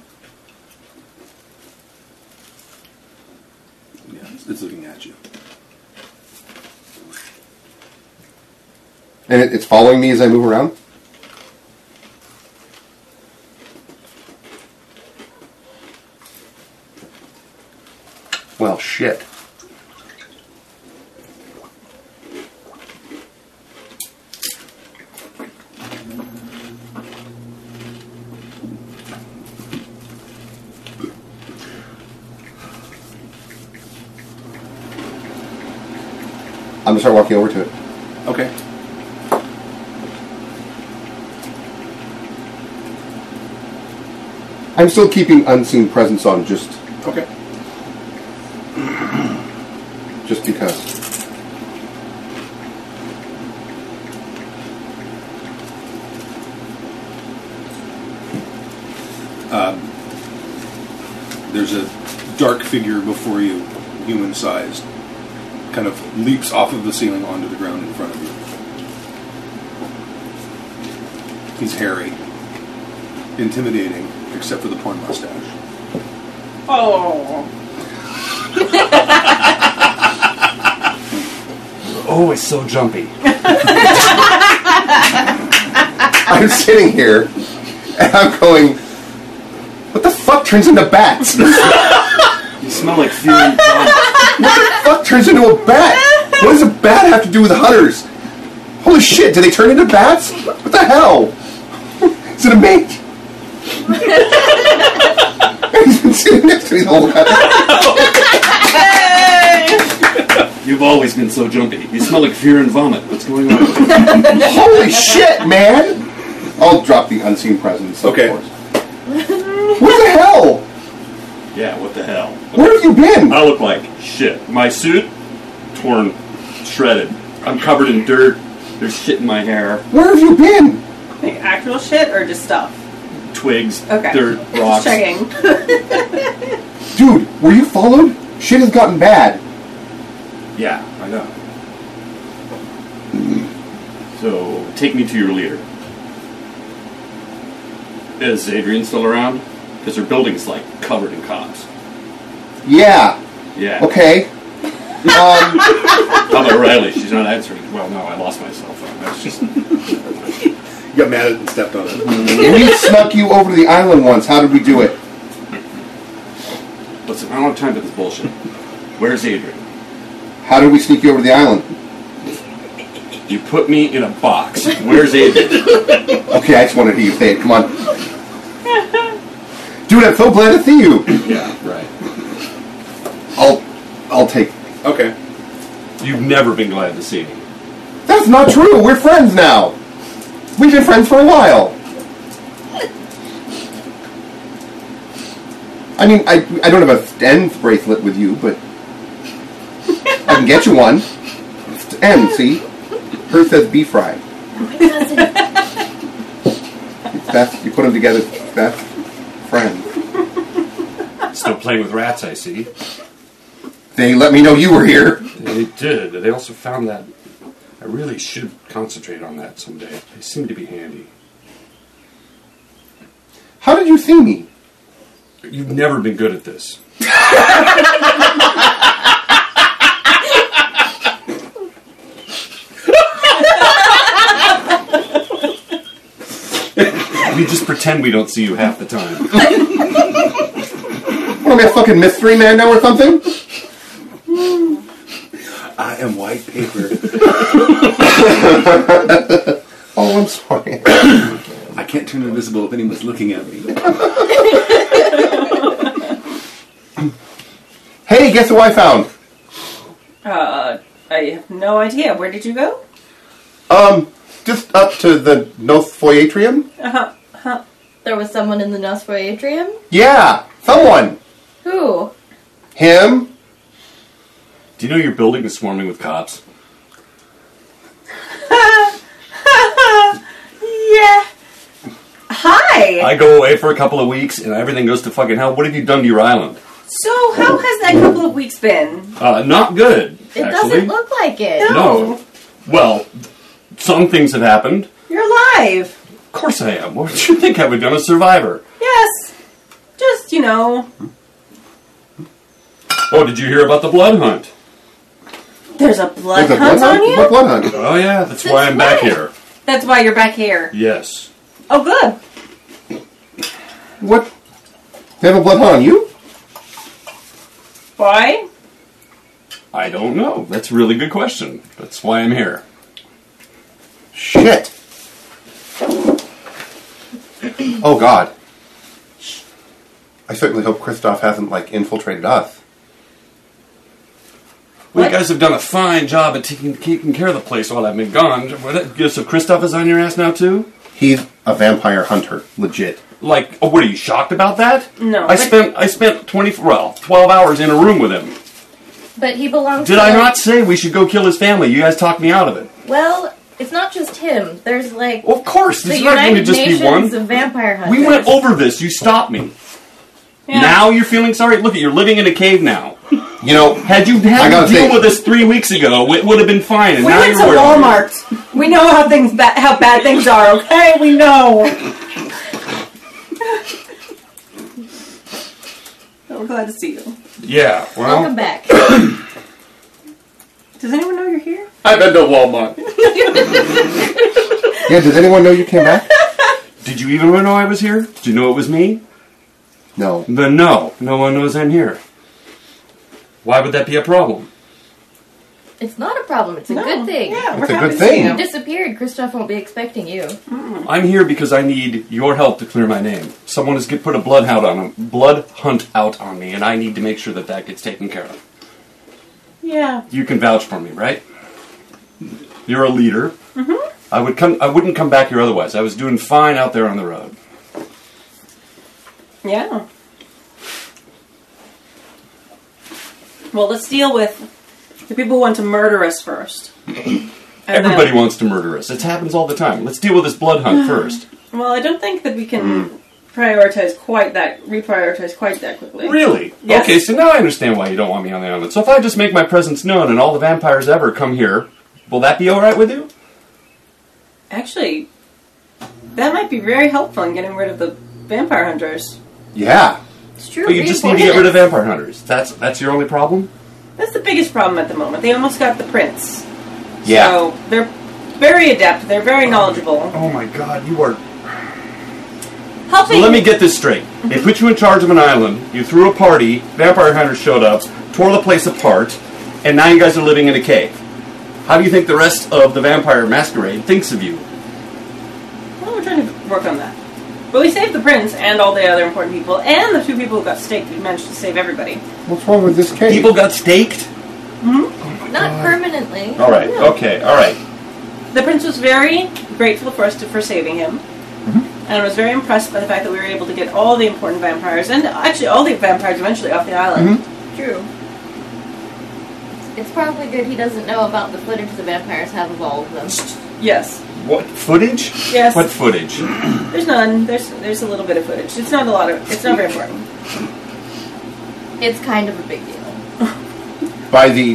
Speaker 2: Yeah, it's- it's looking at you.
Speaker 6: And it, it's following me as I move around? Well, shit. I'm gonna start walking over to it.
Speaker 2: Okay.
Speaker 6: I'm still keeping unseen presence on just
Speaker 2: Okay.
Speaker 6: just because.
Speaker 2: There's a dark figure before you, human sized, kind of leaps off of the ceiling onto the ground in front of you. He's hairy, intimidating, except for the porn mustache.
Speaker 4: Oh,
Speaker 8: Oh, it's so jumpy.
Speaker 6: I'm sitting here and I'm going, what the fuck turns into bats? What
Speaker 8: You smell like fury jump.
Speaker 6: the fuck turns into a bat? What does a bat have to do with hunters? Holy shit, do they turn into bats? What the hell? Is it a mate? He's been sitting next to me the whole time.
Speaker 8: You've always been so jumpy. You smell like fear and vomit. What's going on?
Speaker 6: Holy shit, man! I'll drop the unseen presence, of
Speaker 2: Okay.
Speaker 6: course. What the hell?
Speaker 8: yeah, what the hell?
Speaker 6: Where have you been?
Speaker 8: I look like shit. My suit, torn, shredded. I'm covered in dirt. There's shit in my hair,
Speaker 6: Where have you been?
Speaker 4: like actual shit or just stuff?
Speaker 8: twigs,
Speaker 4: Okay.
Speaker 8: dirt,
Speaker 4: Just
Speaker 8: rocks.
Speaker 4: checking.
Speaker 6: Dude, were you followed? Shit has gotten bad.
Speaker 8: Yeah, I know. So, take me to your leader. Is Adrian still around? Because her building's like covered in cops.
Speaker 6: Yeah.
Speaker 8: Yeah.
Speaker 6: Okay. Um,
Speaker 8: How about Riley? She's not answering. Well, no, I lost my cell phone. That's just.
Speaker 2: You got mad at it and stepped on it.
Speaker 6: we snuck you over to the island once. How did we do it?
Speaker 8: Listen, I don't have time for this bullshit. Where's Adrian?
Speaker 6: How did we sneak you over to the island?
Speaker 8: You put me in a box. Where's Adrian?
Speaker 6: Okay, I just wanted to hear you say it. Come on. Dude, I'm so glad to see you.
Speaker 8: Yeah, right.
Speaker 6: I'll, I'll take.
Speaker 2: Okay.
Speaker 8: You've never been glad to see me.
Speaker 6: That's not true. We're friends now. We've been friends for a while. I mean, I, I don't have a Sten's bracelet with you, but I can get you one. Sten, see? Hers says beef fry. It's best, you put them together, it's best friend.
Speaker 8: Still playing with rats, I see.
Speaker 6: They let me know you were here.
Speaker 8: They did. They also found that I really should concentrate on that someday. They seem to be handy.
Speaker 6: How did you see me?
Speaker 8: You've never been good at this. we just pretend we don't see you half the time.
Speaker 6: What am I, a fucking mystery man now or something?
Speaker 2: I am white paper.
Speaker 6: Oh, I'm sorry.
Speaker 2: I can't turn invisible if anyone's looking at me.
Speaker 6: hey, guess who I found?
Speaker 4: Uh, I have no idea. Where did you go?
Speaker 6: Um, just up to the North Foy Atrium?
Speaker 3: There was someone in the Nosfer atrium.
Speaker 6: Yeah, someone.
Speaker 3: Who?
Speaker 6: Him?
Speaker 8: Do you know your building is swarming with cops?
Speaker 4: yeah. Hi.
Speaker 8: I go away for a couple of weeks and everything goes to fucking hell. What have you done to your island?
Speaker 4: so, how has that couple of weeks been?
Speaker 8: Uh, not good.
Speaker 3: It
Speaker 8: actually.
Speaker 3: doesn't look like it.
Speaker 8: No. Well, some things have happened.
Speaker 4: You're alive.
Speaker 8: Of course I am. What did you think I would have done a survivor?
Speaker 4: Yes. Just you know,
Speaker 8: Oh, did you hear about the blood hunt?
Speaker 4: there's a blood
Speaker 6: There's a
Speaker 4: hunt
Speaker 6: blood
Speaker 4: on you.
Speaker 6: What blood hunt?
Speaker 8: Oh yeah, that's why I'm back here.
Speaker 4: That's why you're back here.
Speaker 8: Yes.
Speaker 4: Oh, good.
Speaker 6: What? They have a blood hunt on you?
Speaker 4: Why?
Speaker 8: I don't know. That's a really good question. That's why I'm here.
Speaker 6: Shit. Oh God. I certainly hope Kristoff hasn't like infiltrated us.
Speaker 8: Well, you guys have done a fine job at taking, taking care of the place while I've been gone. What- So Kristoff is on your ass now too?
Speaker 6: He's a vampire hunter, legit.
Speaker 8: Like, oh, what are you shocked about that?
Speaker 4: No,
Speaker 8: I
Speaker 4: but-
Speaker 8: spent I spent twenty well twelve hours in a room with him.
Speaker 3: But he belongs
Speaker 8: Did
Speaker 3: to
Speaker 8: I not say we should go kill his family? You guys talked me out of it.
Speaker 3: Well, it's not just him. There's like
Speaker 8: Well, of course,
Speaker 3: the
Speaker 8: Oh, it's not going to
Speaker 3: United
Speaker 8: just
Speaker 3: Nations
Speaker 8: be one.
Speaker 3: of vampire hunters.
Speaker 8: We went over this. You stopped me.
Speaker 4: Yeah.
Speaker 8: Now you're feeling sorry. Look at you're living in a cave now.
Speaker 6: You know,
Speaker 8: Had you
Speaker 6: I
Speaker 8: had
Speaker 6: gotta
Speaker 8: to deal
Speaker 6: think.
Speaker 8: with this three weeks ago, it would have been fine. And
Speaker 4: We
Speaker 8: now
Speaker 4: went
Speaker 8: you're
Speaker 4: to
Speaker 8: worried.
Speaker 4: Walmart. We know how things ba- how bad things are. Okay, we know. We're glad to see you.
Speaker 8: Yeah. Well,
Speaker 3: Welcome back.
Speaker 4: Does anyone know you're here?
Speaker 9: I've been to Walmart.
Speaker 6: yeah. Does anyone know you came back?
Speaker 8: did you even know I was here? Did you know it was me?
Speaker 6: No.
Speaker 8: Then no, no one knows I'm here. Why would that be a problem?
Speaker 3: It's not a problem. It's a good thing.
Speaker 6: It's
Speaker 4: Yeah, we're
Speaker 6: a
Speaker 4: happy
Speaker 6: good
Speaker 4: to see
Speaker 6: thing.
Speaker 4: you.
Speaker 3: You disappeared. Kristoff won't be expecting you.
Speaker 8: I'm here because I need your help to clear my name. Someone has get, put a blood hound on him, blood hunt out on me, and I need to make sure that that gets taken care of.
Speaker 4: Yeah.
Speaker 8: You can vouch for me, right? You're a leader. Mm-hmm. I would come. I wouldn't come back here otherwise. I was doing fine out there on the road.
Speaker 4: Yeah. Well, let's deal with the people who want to murder us first. And then-
Speaker 8: Everybody wants to murder us. It happens all the time. Let's deal with this blood hunt first.
Speaker 4: well, I don't think that we can
Speaker 6: Mm.
Speaker 4: prioritize quite that, reprioritize quite that quickly.
Speaker 8: Really?
Speaker 4: Yes.
Speaker 8: Okay, so now I understand why you don't want me on the island. So if I just make my presence known and all the vampires ever come here, will that be alright with you?
Speaker 4: Actually, that might be very helpful in getting rid of the vampire hunters.
Speaker 6: Yeah.
Speaker 3: It's true.
Speaker 8: But you just need to get rid of vampire hunters. That's that's your only problem?
Speaker 4: That's the biggest problem at the moment. They almost got the prince.
Speaker 6: Yeah.
Speaker 4: So they're very adept. They're very knowledgeable.
Speaker 8: Oh my god, you are
Speaker 4: Helping.
Speaker 8: So let me get this straight. They put you in charge of an island, you threw a party, vampire hunters showed up, tore the place apart, and now you guys are living in a cave. How do you think the rest of the vampire masquerade thinks of you?
Speaker 4: Well, we're trying to work on that. But we saved the prince and all the other important people, and the two people who got staked. We managed to save everybody.
Speaker 5: What's wrong with this cave?
Speaker 8: People got staked?
Speaker 4: Mm-hmm.
Speaker 3: Not permanently.
Speaker 8: All right, okay, all right.
Speaker 4: The prince was very grateful for us to, for saving him,
Speaker 8: Mm-hmm.
Speaker 4: and was very impressed by the fact that we were able to get all the important vampires and actually all the vampires eventually off the island.
Speaker 3: True. It's probably good he doesn't know about the footage the vampires have of all of them.
Speaker 4: Yes,
Speaker 8: What footage?
Speaker 4: Yes.
Speaker 8: Mm-hmm. What footage?
Speaker 4: there's none. There's there's a little bit of footage. It's not a lot of. It's not very important.
Speaker 3: It's kind of a big deal.
Speaker 5: By the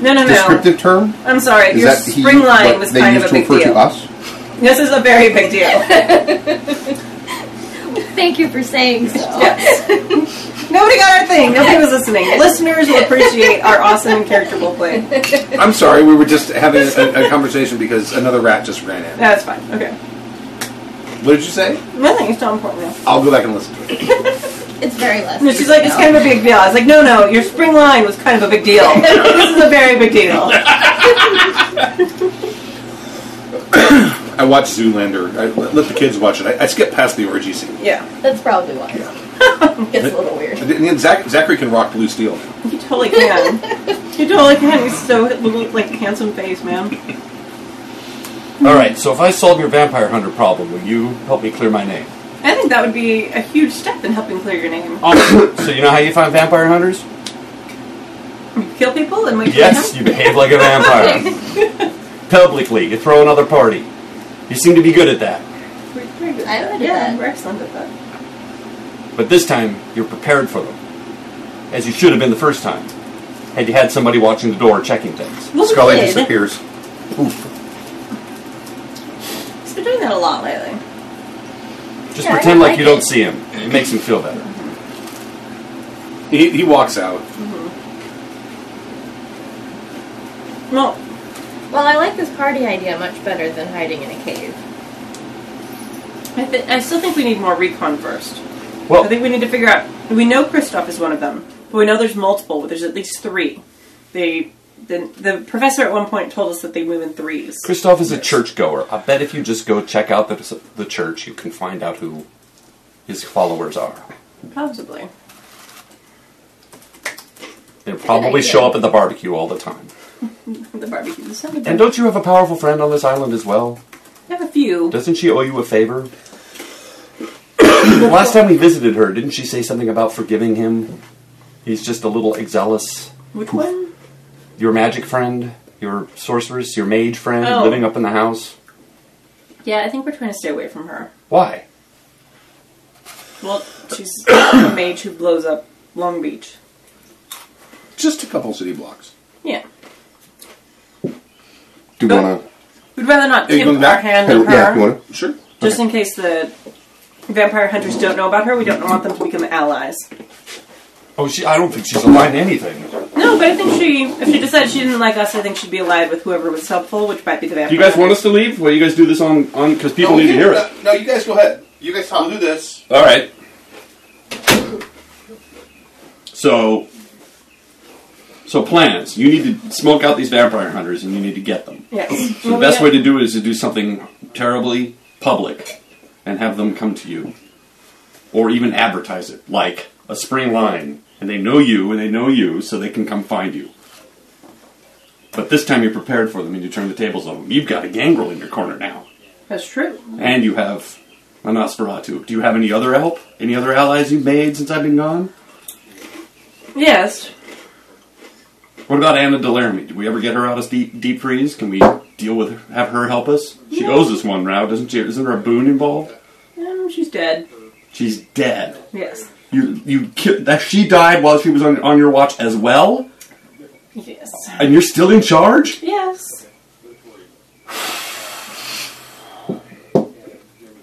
Speaker 4: No, no, no.
Speaker 5: descriptive term?
Speaker 4: I'm sorry.
Speaker 5: Is
Speaker 4: Your
Speaker 5: that he,
Speaker 4: spring line
Speaker 5: what
Speaker 4: was
Speaker 5: they
Speaker 4: kind
Speaker 5: used
Speaker 4: of a
Speaker 5: to
Speaker 4: big
Speaker 5: refer
Speaker 4: deal.
Speaker 5: to us?
Speaker 4: This is a very big deal.
Speaker 3: Thank you for saying so.
Speaker 4: Nobody got our thing. Nobody was listening. Listeners will appreciate our awesome character role play.
Speaker 2: I'm sorry, we were just having a, a conversation because another rat just ran in.
Speaker 4: That's fine. Okay.
Speaker 2: What did you say?
Speaker 4: Nothing. It's not important. Now.
Speaker 2: I'll go back and listen to it.
Speaker 3: It's very less.
Speaker 4: No, she's like, it's kind of a big deal. I was like, no, no, your spring line was kind of a big deal. this is a very big deal.
Speaker 2: I watched Zoolander. I let let the kids watch it. I, I skipped past the orgy scene.
Speaker 4: Yeah.
Speaker 3: That's probably why. Gets a little weird.
Speaker 2: And then Zach, Zachary can rock blue steel. now.
Speaker 4: You totally can. You totally can. He's so, like, handsome face, man.
Speaker 8: All right, so if I solve your vampire hunter problem, will you help me clear my name?
Speaker 4: I think that would be a huge step in helping clear your name.
Speaker 8: Oh, so you know how you find vampire hunters?
Speaker 4: You kill people and wait for
Speaker 8: Yes,
Speaker 4: them.
Speaker 8: you behave like a vampire. Publicly, you throw another party. You seem to be good at that.
Speaker 4: We're very good at
Speaker 3: I
Speaker 4: that.
Speaker 3: would do
Speaker 4: Yeah,
Speaker 3: that.
Speaker 4: we're excellent at that.
Speaker 8: But this time, you're prepared for them. As you should have been the first time. Had you had somebody watching the door checking things.
Speaker 4: Well, we
Speaker 5: Scully
Speaker 4: did.
Speaker 5: disappears.
Speaker 4: He's been doing that a lot lately.
Speaker 8: Just
Speaker 3: Yeah, I
Speaker 8: pretend like,
Speaker 3: like
Speaker 8: you
Speaker 3: it.
Speaker 8: don't see him. It makes him feel better.
Speaker 2: He, he walks out.
Speaker 4: Well,
Speaker 3: Well, I like this party idea much better than hiding in a cave.
Speaker 4: I, th- I still think we need more recon first. I
Speaker 8: Well,
Speaker 4: think we need to figure out. We know Kristoff is one of them, but we know there's multiple. But there's at least three. They, the, the professor at one point told us that they move in threes.
Speaker 8: Christoph is a churchgoer. I bet if you just go check out the, the church, you can find out who his followers are.
Speaker 4: Possibly.
Speaker 8: They probably
Speaker 3: idea.
Speaker 8: show up at the barbecue all the time.
Speaker 4: The barbecue. The sound of
Speaker 8: And
Speaker 4: barbecue.
Speaker 8: don't you have a powerful friend on this island as well?
Speaker 4: I have a few.
Speaker 8: Doesn't she owe you a favor? Last time we visited her, didn't she say something about forgiving him? He's just a little exalus.
Speaker 4: Which one?
Speaker 8: Your magic friend, your sorceress, your mage friend
Speaker 4: Oh.
Speaker 8: living up in the house.
Speaker 4: Yeah, I think we're trying to stay away from her.
Speaker 8: Why?
Speaker 4: Well, she's a mage who blows up Long Beach.
Speaker 2: Just a couple city blocks.
Speaker 4: Yeah.
Speaker 5: Do you
Speaker 4: No.
Speaker 5: want to?
Speaker 4: We'd rather not
Speaker 2: Are you
Speaker 4: tip
Speaker 2: going
Speaker 4: our
Speaker 2: back?
Speaker 4: hand on her.
Speaker 5: Yeah, you want to?
Speaker 2: Sure.
Speaker 4: Just in case the vampire hunters don't know about her, we don't want them to become allies.
Speaker 8: Oh, she, I don't think she's aligned anything.
Speaker 4: No, but I think she, if she decided she didn't like us, I think she'd be allied with whoever was helpful, which might be the vampire.
Speaker 8: Do you guys want us to leave? Well, you guys do this on on because
Speaker 6: Oh,
Speaker 8: people need to hear it.
Speaker 6: No, you guys go ahead. You guys talk. We'll do this.
Speaker 8: All right. So, so plans. You need to smoke out these vampire hunters, and you need to get them.
Speaker 4: Yes.
Speaker 8: So the best way to do it is to do something terribly public, and have them come to you, or even advertise it, like a spring line, and they know you, and they know you, so they can come find you. But this time you're prepared for them, and you turn the tables on them. You've got a gangrel in your corner now.
Speaker 4: That's true.
Speaker 8: And you have a Nosferatu. Do you have any other help? Any other allies you've made since I've been gone?
Speaker 4: Yes.
Speaker 8: What about Anna Delarmy? Did we ever get her out of deep, deep freeze? Can we deal with her, have her help us? She owes us one now, doesn't she? Isn't there a boon involved?
Speaker 4: Um, she's dead.
Speaker 8: She's dead.
Speaker 4: Yes.
Speaker 8: You, you ki- that she died while she was on, on your watch as well,
Speaker 4: Yes.
Speaker 8: and you're still in charge.
Speaker 4: Yes.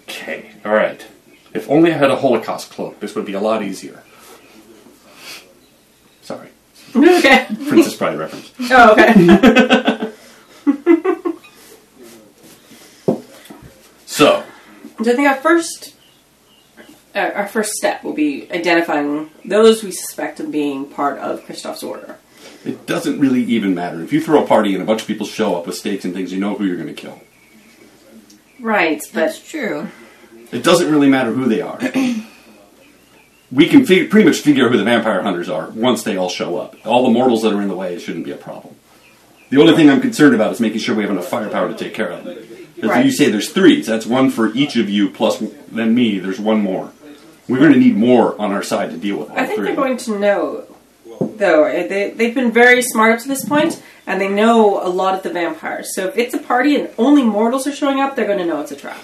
Speaker 8: Okay, all right. If only I had a Holocaust cloak, this would be a lot easier. Sorry,
Speaker 4: okay.
Speaker 8: Princess Bride reference.
Speaker 4: Oh, okay.
Speaker 8: So,
Speaker 4: so I think our first, uh, our first step will be identifying those we suspect of being part of Kristoff's order.
Speaker 8: It doesn't really even matter. If you throw a party and a bunch of people show up with stakes and things, you know who you're going to kill.
Speaker 4: Right, but
Speaker 3: true.
Speaker 8: It doesn't really matter who they are. we can fi- pretty much figure out who the vampire hunters are once they all show up. All the mortals that are in the way shouldn't be a problem. The only thing I'm concerned about is making sure we have enough firepower to take care of them. Because
Speaker 4: Right.
Speaker 8: you say there's three, so that's one for each of you plus then me. There's one more. We're going to need more on our side to deal with all
Speaker 4: I think
Speaker 8: three.
Speaker 4: they're going to know, though. Eh, They, they've been very smart up to this point, and they know a lot of the vampires. So if it's a party and only mortals are showing up, they're going to know it's a trap.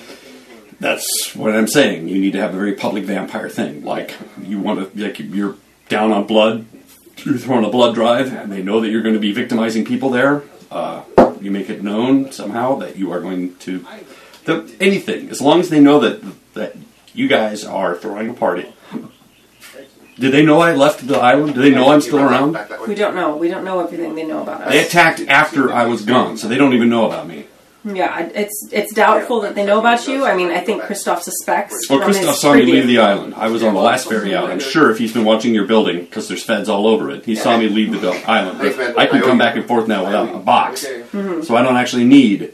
Speaker 8: That's what I'm saying. You need to have a very public vampire thing. Like you want to, like you're down on blood, you're throwing a blood drive, and they know that you're going to be victimizing people there. Uh, you make it known somehow that you are going to the, anything, as long as they know that that you guys are throwing a party. Did they know I left the island? Do they know I'm still around?
Speaker 6: Back that way.
Speaker 4: We don't know. We don't know everything they know about us.
Speaker 8: They attacked after I was gone, so they don't even know about me.
Speaker 4: Yeah, I- it's it's doubtful that they know about you. I mean, I think Christoph suspects.
Speaker 8: Well,
Speaker 4: from his
Speaker 8: Christoph saw me
Speaker 4: previous-
Speaker 8: leave the island. I was on the last ferry out. I'm sure if he's been watching your building, because there's feds all over it, he saw me leave the bill- island. But I can come back and forth now without a box, so I don't actually need.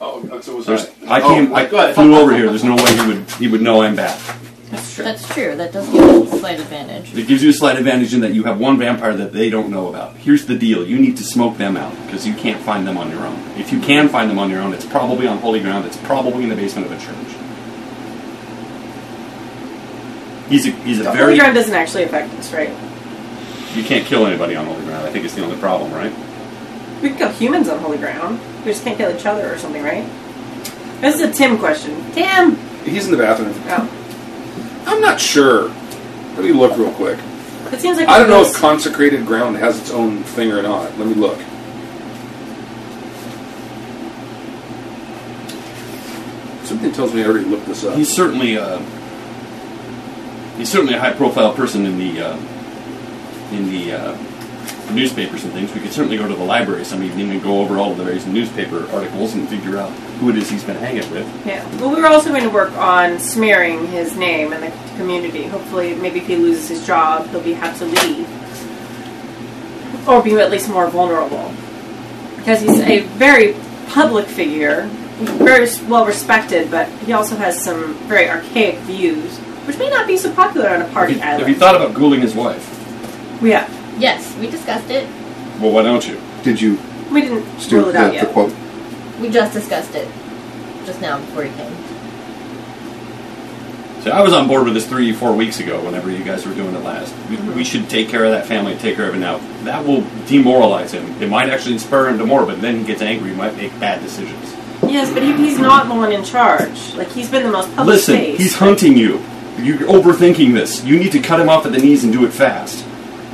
Speaker 6: Oh, oh, so was
Speaker 8: There's,
Speaker 6: I.
Speaker 8: I came.
Speaker 6: Oh,
Speaker 8: I
Speaker 6: good.
Speaker 8: flew over here. There's no way he would. He would know I'm back.
Speaker 4: That's true.
Speaker 3: That's true. That does give us a slight advantage.
Speaker 8: It gives you a slight advantage in that you have one vampire that they don't know about. Here's the deal: you need to smoke them out because you can't find them on your own. If you can find them on your own, it's probably on holy ground. It's probably in the basement of a church. He's a, he's a
Speaker 4: The
Speaker 8: very
Speaker 4: Holy Ground doesn't actually affect us, right?
Speaker 8: You can't kill anybody on holy ground. I think it's the only problem, right?
Speaker 4: We can kill humans on Holy Ground. We just can't kill each other or something, right? This is a Tim question. Tim.
Speaker 2: He's in the bathroom.
Speaker 4: Oh,
Speaker 2: I'm not sure. Let me look real quick.
Speaker 4: it seems like
Speaker 2: I don't know if
Speaker 4: those-
Speaker 2: consecrated ground has its own thing or not. Let me look. Something tells me I already looked this up.
Speaker 8: He's certainly a he's certainly a high-profile person in the uh, in the uh, newspapers and things. We could certainly go to the library some evening and go over all of the various newspaper articles and figure out who it is he's been hanging with.
Speaker 4: Yeah. Well, we were also going to work on smearing his name in the community. Hopefully, maybe if he loses his job, he'll be have to leave, or be at least more vulnerable, because he's a very public figure, very well respected, but he also has some very archaic views, which may not be so popular on a
Speaker 8: Have
Speaker 4: party
Speaker 8: you, have you
Speaker 4: island.
Speaker 8: thought about ghouling his wife?
Speaker 4: yeah.
Speaker 3: Yes, we discussed it.
Speaker 8: Well, why don't you?
Speaker 5: Did you
Speaker 4: We didn't
Speaker 5: Stu,
Speaker 4: rule it out
Speaker 5: the, the
Speaker 4: yet.
Speaker 5: quote?
Speaker 3: We just discussed it just now before you came.
Speaker 8: So I was on board with this three, four weeks ago. Whenever you guys were doing it last, we,
Speaker 4: Mm-hmm.
Speaker 8: we should take care of that family, take care of it now. That will demoralize him. It might actually inspire him to more, but then he gets angry. He might make bad decisions.
Speaker 4: Yes, but he, he's not the one in charge. Like he's been the most public
Speaker 8: Listen,
Speaker 4: face.
Speaker 8: he's hunting you. You're overthinking this. You need to cut him off at the knees and do it fast.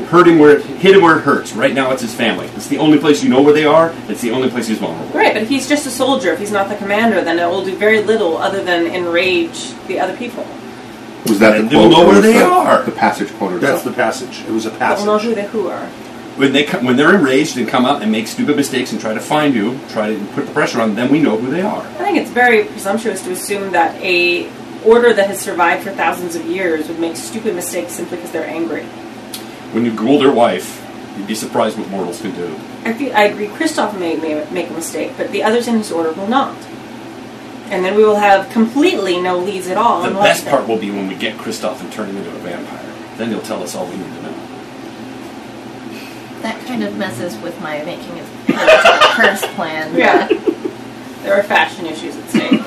Speaker 8: Hurt him where it, hit him where it hurts. Right now, it's his family. It's the only place you know where they are. It's the only place he's vulnerable.
Speaker 4: Right, but if he's just a soldier. If he's not the commander, then it will do very little other than enrage the other people.
Speaker 5: Was that
Speaker 8: And
Speaker 5: the
Speaker 8: they'll
Speaker 5: quote?
Speaker 8: know
Speaker 5: or
Speaker 8: where
Speaker 5: was
Speaker 8: they
Speaker 5: that
Speaker 8: are.
Speaker 5: The passage quote or
Speaker 2: That's the
Speaker 5: something?
Speaker 2: passage. It was a
Speaker 4: They'll know
Speaker 2: passage.
Speaker 4: who they who are.
Speaker 8: When they come, when they're enraged and come out and make stupid mistakes and try to find you, try to put the pressure on, then we know who they are.
Speaker 4: I think it's very presumptuous to assume that a order that has survived for thousands of years would make stupid mistakes simply because they're angry.
Speaker 8: When you ghoul their wife, you'd be surprised what mortals can do.
Speaker 4: I, feel, I agree, Christoph may, may make a mistake, but the others in his order will not. And then we will have completely no leads at all.
Speaker 8: The
Speaker 4: and we'll
Speaker 8: best
Speaker 4: have to-
Speaker 8: part will be when we get Kristoff and turn him into a vampire. Then he'll tell us all we need to know.
Speaker 3: That kind of messes with my making his first plan.
Speaker 4: Yeah. there are fashion issues at stake.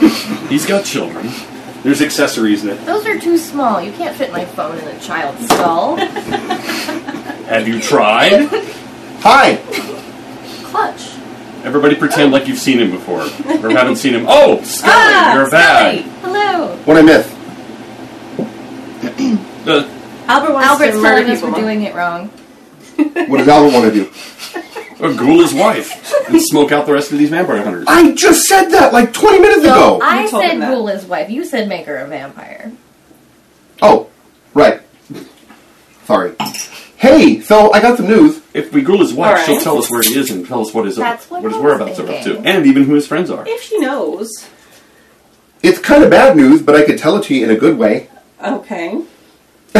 Speaker 8: He's got children.
Speaker 2: There's accessories in it.
Speaker 3: Those are too small. You can't fit my phone in a child's skull.
Speaker 8: Have you tried?
Speaker 5: Hi.
Speaker 3: Clutch.
Speaker 8: Everybody pretend like you've seen him before or haven't seen him. Oh, Scully,
Speaker 4: Ah,
Speaker 8: you're back.
Speaker 4: Scully!
Speaker 3: Hello.
Speaker 5: What I miss?
Speaker 8: Uh,
Speaker 4: Albert wants
Speaker 3: Albert's
Speaker 4: to murder
Speaker 3: telling us
Speaker 4: people.
Speaker 3: we're doing it wrong.
Speaker 5: What does Albert want to do?
Speaker 8: or uh, ghoul his wife and smoke out the rest of these vampire hunters.
Speaker 5: I just said that like 20 minutes ago.
Speaker 3: I
Speaker 4: told
Speaker 3: said
Speaker 4: him that.
Speaker 3: rule his wife. You said make her a vampire.
Speaker 5: oh, right. Sorry. Hey, so I got some news.
Speaker 8: If we ghoul his wife,
Speaker 4: All right.
Speaker 8: she'll tell us where he is and tell us what his uh,
Speaker 3: That's what
Speaker 8: what
Speaker 3: I
Speaker 8: his
Speaker 3: was
Speaker 8: whereabouts are up to,
Speaker 3: thinking.
Speaker 8: and even who his friends are.
Speaker 4: If she knows.
Speaker 5: It's kind of bad news, but I could tell it to you in a good way.
Speaker 4: Okay.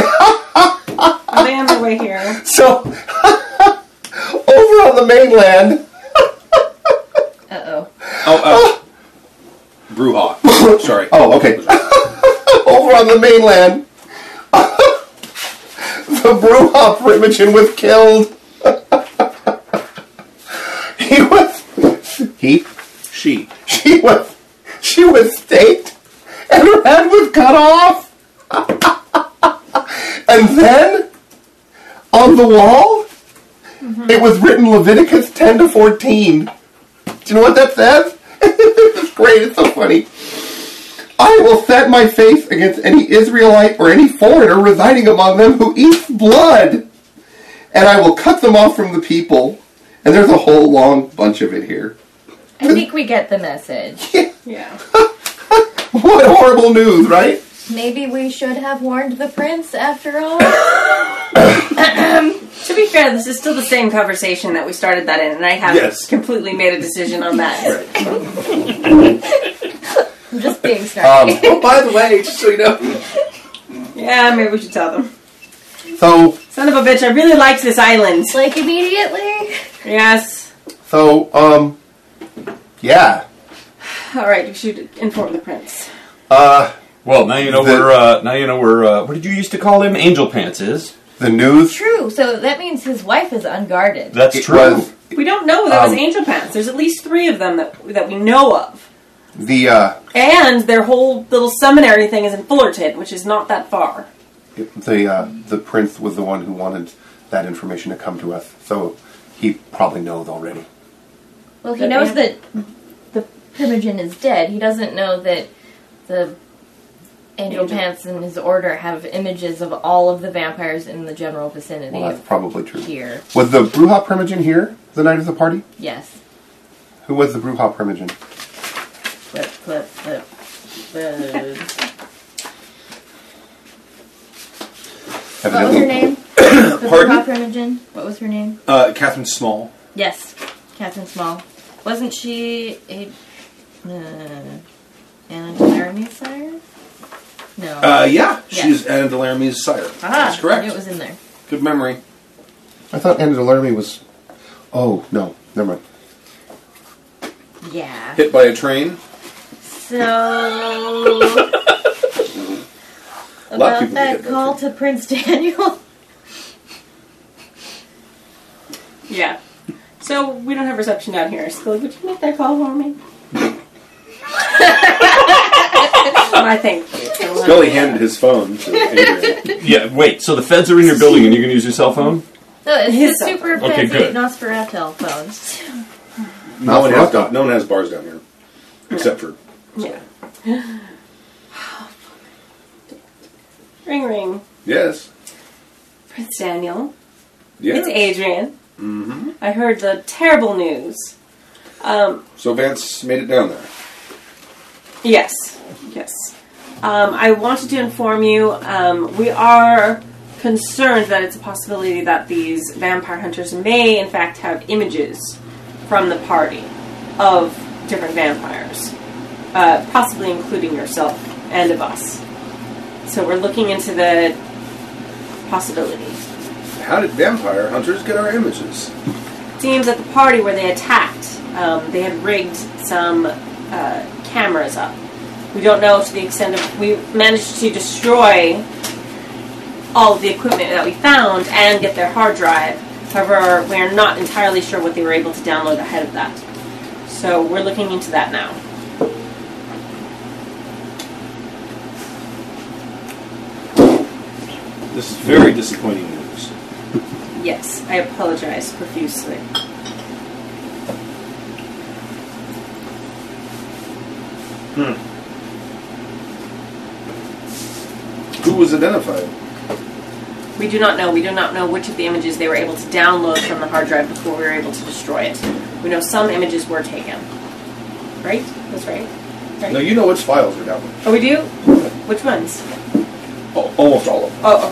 Speaker 4: Are they on their way here?
Speaker 5: So, over on the mainland,
Speaker 3: Uh oh.
Speaker 2: Oh, uh, Bruja. Sorry.
Speaker 5: Oh, okay.
Speaker 6: on the mainland. the Bruhop Rimogen was killed. he was. He?
Speaker 2: She.
Speaker 6: She was. She was staked, and her head was cut off. and then, on the wall, it was written Leviticus 10 to 14. Do you know what that says? it's great. It's so funny. I will set my face against any Israelite or any foreigner residing among them who eats blood, and I will cut them off from the people. And there's a whole long bunch of it here.
Speaker 3: I think we get the message.
Speaker 4: Yeah.
Speaker 6: What horrible news, right?
Speaker 3: Maybe we should have warned the prince after all.
Speaker 4: To be fair, this is still the same conversation that we started that in, and I haven't
Speaker 2: Yes.
Speaker 4: completely made a decision on that.
Speaker 3: I'm just being
Speaker 4: Um,
Speaker 3: snarky.
Speaker 2: Oh, by the way, just so you know,
Speaker 4: Yeah, maybe we should tell them.
Speaker 6: So,
Speaker 4: Son of a bitch, I really liked this island.
Speaker 3: like immediately.
Speaker 4: Yes.
Speaker 6: so, um, yeah.
Speaker 4: All right, you should inform the prince.
Speaker 6: Uh,
Speaker 8: Well, now you know
Speaker 6: The-
Speaker 8: where. Uh, now you know where. Uh, what did you used to call him? Angel pants is.
Speaker 6: the news.
Speaker 3: True. So that means his wife is unguarded.
Speaker 8: That's
Speaker 6: It
Speaker 8: true.
Speaker 6: was
Speaker 4: We don't know that
Speaker 6: Um,
Speaker 4: was angel pants. There's at least three of them that that we know of,
Speaker 6: the uh,
Speaker 4: and their whole little seminary thing is in Fullerton, which is not that far.
Speaker 6: the uh, the prince was the one who wanted that information to come to us. So he probably knows already.
Speaker 3: Well, he
Speaker 4: That
Speaker 3: knows
Speaker 4: man-
Speaker 3: that the Primogen is dead. He doesn't know that the Angel
Speaker 4: Angel.
Speaker 3: Pants and his order have images of all of the vampires in the general vicinity
Speaker 6: Well, that's probably true.
Speaker 3: here.
Speaker 6: Was the Bruja Primogen here the night of the party?
Speaker 3: Yes.
Speaker 6: Who was the Bruja Primogen?
Speaker 3: Flip, flip, flip. flip. what was her name? the
Speaker 2: Pardon?
Speaker 3: Papa Primogen? What was her name?
Speaker 2: uh, Catherine Small.
Speaker 3: Yes, Catherine Small. Wasn't she a uh, Anna Laramie sire? No.
Speaker 2: Uh, yeah,
Speaker 3: Yeah.
Speaker 2: she's Anna de Laramie's sire.
Speaker 3: Ah,
Speaker 2: That's correct.
Speaker 3: It was in there.
Speaker 2: Good memory.
Speaker 6: I thought Anna Laramie was. Oh no, never mind.
Speaker 3: Yeah.
Speaker 2: Hit by a train.
Speaker 3: So
Speaker 2: lot of
Speaker 3: about
Speaker 2: people
Speaker 3: that
Speaker 2: get that
Speaker 3: call to Prince Daniel.
Speaker 4: Yeah. So we don't have reception down here. So would you make that call for me? I think.
Speaker 2: Billy handed his phone to Adrian.
Speaker 8: Yeah. Wait. So the feds are in your building, and you're going to use your cell phone?
Speaker 3: No, it's
Speaker 4: His
Speaker 3: the
Speaker 4: cell
Speaker 3: super
Speaker 8: phone. Okay,
Speaker 3: fancy
Speaker 8: good.
Speaker 3: Nosferatu phone.
Speaker 2: no, one has,
Speaker 6: Nosferatu.
Speaker 2: no one has bars down here. Except for.
Speaker 4: Yeah. ring ring.
Speaker 2: Yes.
Speaker 4: Prince Daniel. It's
Speaker 2: Yeah.
Speaker 4: Adrian. Mm-hmm. I heard the terrible news. Um,
Speaker 2: So Vance made it down there.
Speaker 4: Yes, yes. Um, I wanted to inform you. Um, we are concerned that it's a possibility that these vampire hunters may, in fact, have images from the party of different vampires, uh, possibly including yourself and of us. So we're looking into the possibility.
Speaker 2: How did vampire hunters get our images?
Speaker 4: seems at the party where they attacked, um, they had rigged some uh, cameras up. We don't know to the extent of. We managed to destroy all of the equipment that we found and get their hard drive. However, we're not entirely sure what they were able to download ahead of that. So we're looking into that now.
Speaker 2: This is very disappointing news.
Speaker 4: Yes, I apologize profusely.
Speaker 2: Who was identified?
Speaker 4: We do not know. We do not know which of the images they were able to download from the hard drive before we were able to destroy it. We know some images were taken. Right? That's right. Right.
Speaker 2: No, you know which files are down there.
Speaker 4: oh, we do. Which ones?
Speaker 2: Al- Almost all of them.
Speaker 4: Oh,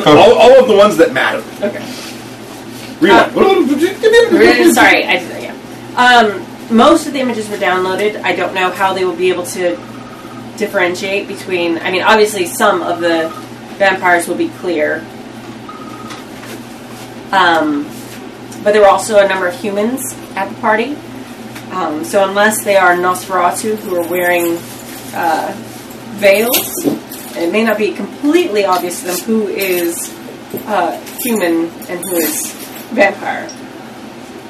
Speaker 4: okay.
Speaker 2: all, all of the ones that matter.
Speaker 4: Okay. Uh,
Speaker 2: Rewind.
Speaker 4: Really sorry, I did that. Yeah. Um, most of the images were downloaded. I don't know how they will be able to differentiate between. I mean, obviously, some of the vampires will be clear. Um, but there were also a number of humans at the party. Um, so unless they are Nosferatu who are wearing uh, veils, And it may not be completely obvious to them who is uh, human and who is vampire,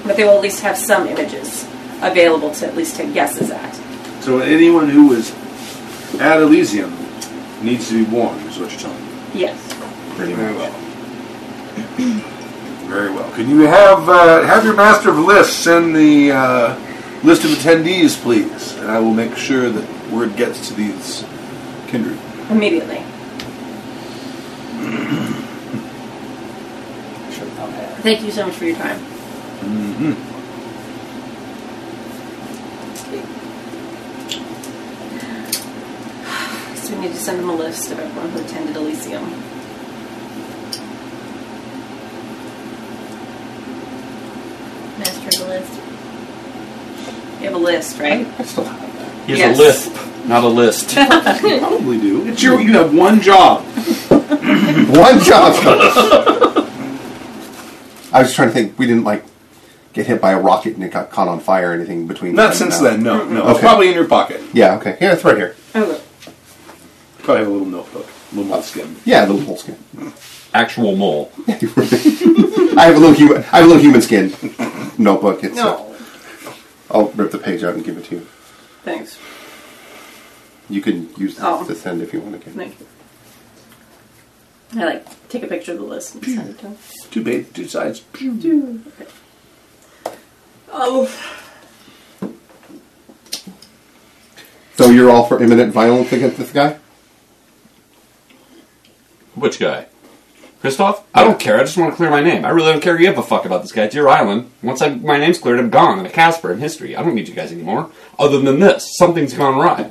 Speaker 4: but they will at least have some images available to at least take guesses at.
Speaker 2: So anyone who was at Elysium needs to be warned, is what you're telling me.
Speaker 4: Yes.
Speaker 8: Pretty
Speaker 2: Very
Speaker 8: much.
Speaker 2: well. Very well. Can you have uh, have your master of lists send the uh, list of attendees, please, and I will make sure that word gets to these kindred.
Speaker 4: Immediately. Thank you so much for your time. So we need to send them a list of everyone who attended Elysium.
Speaker 3: Master of the list.
Speaker 4: We have a list, right?
Speaker 6: I still have that.
Speaker 8: He has
Speaker 4: Yes.
Speaker 8: a lisp, not a list.
Speaker 2: You probably do. It's your. You have one job.
Speaker 6: One job. I was trying to think. We didn't like get hit by a rocket and it got caught on fire or anything between.
Speaker 2: Not
Speaker 6: then and
Speaker 2: since
Speaker 6: now.
Speaker 2: then. No, no. It's
Speaker 6: Okay.
Speaker 2: probably in your pocket.
Speaker 6: Yeah. Okay. Yeah, it's right here.
Speaker 4: Oh,
Speaker 2: Probably have a little notebook, a little moleskin.
Speaker 6: Yeah, the little skin.
Speaker 8: Actual mole.
Speaker 6: I have a little human. I have a little human skin notebook. It's uh,
Speaker 4: no.
Speaker 6: I'll rip the page out and give it to you.
Speaker 4: Thanks.
Speaker 6: You can use this
Speaker 4: Oh.
Speaker 6: to send if you want to.
Speaker 4: Thank you. I like take a picture of the list and send it to him.
Speaker 2: Two ba- two sides.
Speaker 4: Oh,
Speaker 6: So you're all for imminent violence against this guy?
Speaker 8: Which guy? Christoph? I don't care. I just want to clear my name. I really don't care. You have a fuck about this guy. It's your island. Once I, my name's cleared, I'm gone. I'm a Casper in history. I don't need you guys anymore. Other than this, something's gone awry.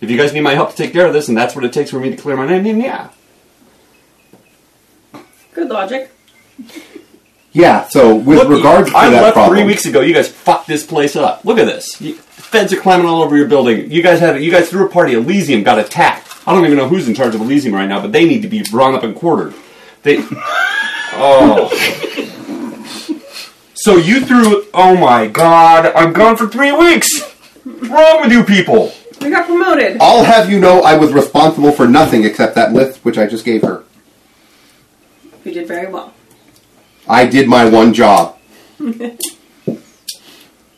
Speaker 8: If you guys need my help to take care of this, and that's what it takes for me to clear my name, then yeah.
Speaker 4: good logic.
Speaker 6: Yeah. So with
Speaker 8: Look,
Speaker 6: regards to
Speaker 8: I
Speaker 6: that
Speaker 8: left
Speaker 6: problem,
Speaker 8: three weeks ago. You guys fucked this place up. Look at this. You, feds are climbing all over your building. You guys had you guys threw a party. Elysium got attacked. I don't even know who's in charge of Elysium right now, but they need to be drawn up and quartered. They. oh. So you threw. Oh my god! I'm gone for three weeks. What's wrong with you people?
Speaker 4: We got promoted.
Speaker 6: I'll have you know I was responsible for nothing except that list which I just gave her.
Speaker 4: We did very well.
Speaker 6: I did my one job.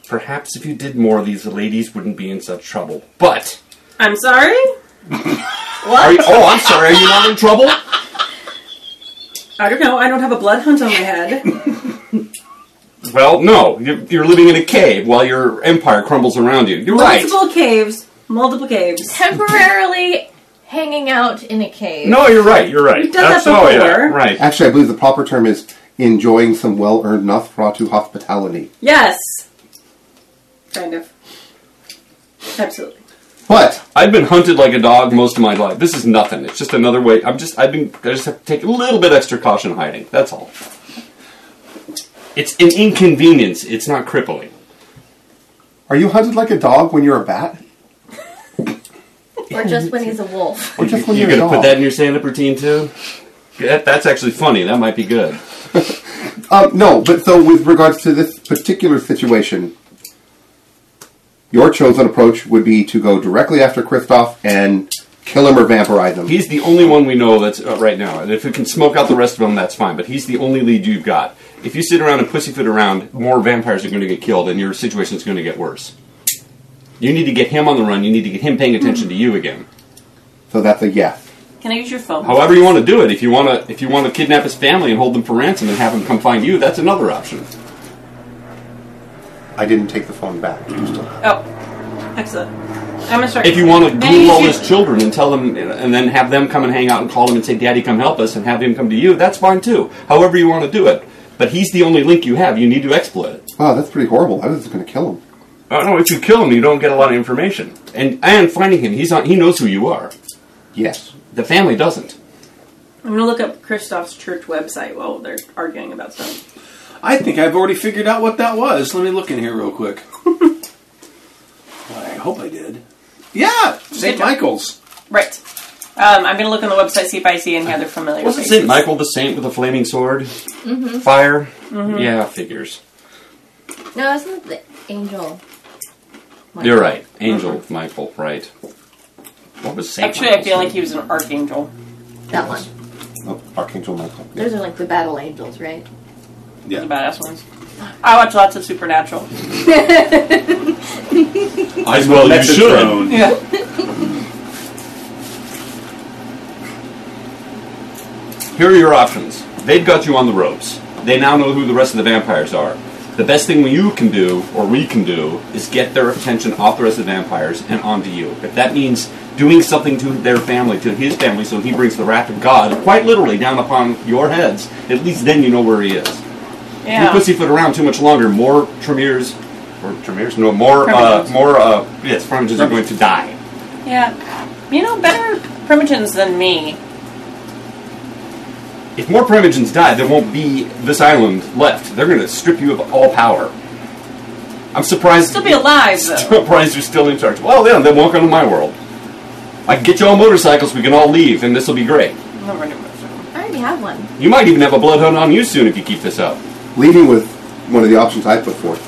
Speaker 8: Perhaps if you did more, these ladies wouldn't be in such trouble. But
Speaker 4: I'm sorry.
Speaker 8: are you, oh, I'm sorry. Are you not in trouble?
Speaker 4: I don't know. I don't have a blood hunt on my head.
Speaker 8: Well, no. You're, you're living in a cave while your empire crumbles around you. You're right.
Speaker 4: Multiple caves. Multiple caves.
Speaker 3: Temporarily hanging out in a cave.
Speaker 8: No, you're right. You're right.
Speaker 4: We've done
Speaker 8: That's
Speaker 4: that
Speaker 8: oh, yeah,
Speaker 4: before.
Speaker 8: Right.
Speaker 6: Actually, I believe the proper term is enjoying some well-earned Nosferatu hospitality.
Speaker 4: Yes. Kind of. Absolutely.
Speaker 6: But
Speaker 8: I've been hunted like a dog most of my life. This is nothing. It's just another way. I'm just. I've been. I just have to take a little bit extra caution hiding. That's all. It's an inconvenience. It's not crippling.
Speaker 6: are you hunted like a dog when you're a bat?
Speaker 3: Or just when he's a wolf.
Speaker 6: Or just
Speaker 8: You,
Speaker 6: when
Speaker 8: you're
Speaker 6: you're a
Speaker 8: gonna
Speaker 6: dog?
Speaker 8: put that in your stand-up routine too. That, that's actually funny. That might be good.
Speaker 6: Um, no, but so with regards to this particular situation, your chosen approach would be to go directly after Kristoff and kill him or vampirize him.
Speaker 8: He's the only one we know that's uh, right now. And if we can smoke out the rest of them, that's fine. But he's the only lead you've got. If you sit around and pussyfoot around, more vampires are going to get killed, and your situation's going to get worse. You need to get him on the run. You need to get him paying attention to you again.
Speaker 6: so that's a yes.
Speaker 4: Can I use your phone?
Speaker 8: However, you want to do it. If you want to, if you want to kidnap his family and hold them for ransom and have him come find you, that's another option.
Speaker 6: I didn't take the phone back. You still
Speaker 5: Mm-hmm.
Speaker 6: have it.
Speaker 4: Oh, excellent. I'm gonna start.
Speaker 8: If you want to
Speaker 4: Maybe
Speaker 8: glue all
Speaker 4: you-
Speaker 8: his children and tell them, and then have them come and hang out and call him and say, "Daddy, come help us," and have him come to you, that's fine too. However, you want to do it. But he's the only link you have. You need to exploit it.
Speaker 6: Wow, that's pretty horrible. I was just going to kill him.
Speaker 8: Oh no! If you kill him, you don't get a lot of information. And and finding him, he's on. He knows who you are.
Speaker 6: Yes.
Speaker 8: The family doesn't.
Speaker 4: I'm gonna look up Christoph's church website while they're arguing about something.
Speaker 2: I think I've already figured out what that was. Let me look in here real quick. I hope I did. Yeah, St.
Speaker 4: job.
Speaker 2: Michael's.
Speaker 4: Right. Um, I'm gonna look on the website see if I see any other familiar
Speaker 8: Wasn't
Speaker 4: faces.
Speaker 8: Saint Michael the saint with a flaming sword,
Speaker 4: Mm-hmm.
Speaker 8: fire? Yeah, figures.
Speaker 3: No, it's not the angel.
Speaker 8: You're right, Angel Michael. Right. What was Saint
Speaker 4: Mm-hmm. Actually, I feel like he was an archangel.
Speaker 3: That one.
Speaker 5: Oh, Archangel Michael. Yeah.
Speaker 3: Those are like the battle angels, right?
Speaker 4: The badass ones. I watch lots of Supernatural.
Speaker 8: As well, you should.
Speaker 2: Metatron.
Speaker 4: Yeah.
Speaker 8: Here are your options. They've got you on the ropes. They now know who the rest of the vampires are. The best thing you can do, or we can do, is get their attention off the rest of the vampires and onto you. If that means doing something to their family, to his family, so he brings the wrath of God, quite literally, down upon your heads, at least then you know where he is.
Speaker 4: Yeah.
Speaker 8: If you pussyfoot around too much longer, more Tremere's, or Tremere's, no, more, uh,
Speaker 4: Firmingtons.
Speaker 8: more, uh, yes, Firmingtons are going to die.
Speaker 4: Yeah. You know, better primogens than me.
Speaker 8: If more Primogens die, there won't be this island left. They're going to strip you of all power. I'm surprised.
Speaker 4: Still be alive, though.
Speaker 8: surprised you're still in charge. Well, then, then walk onto my world. I can get you all motorcycles. We can all leave, and this will be great.
Speaker 4: No running motorcycle.
Speaker 3: I already have one.
Speaker 8: You might even have a bloodhound on you soon if you keep this up.
Speaker 5: Leading with one of the options I put forth.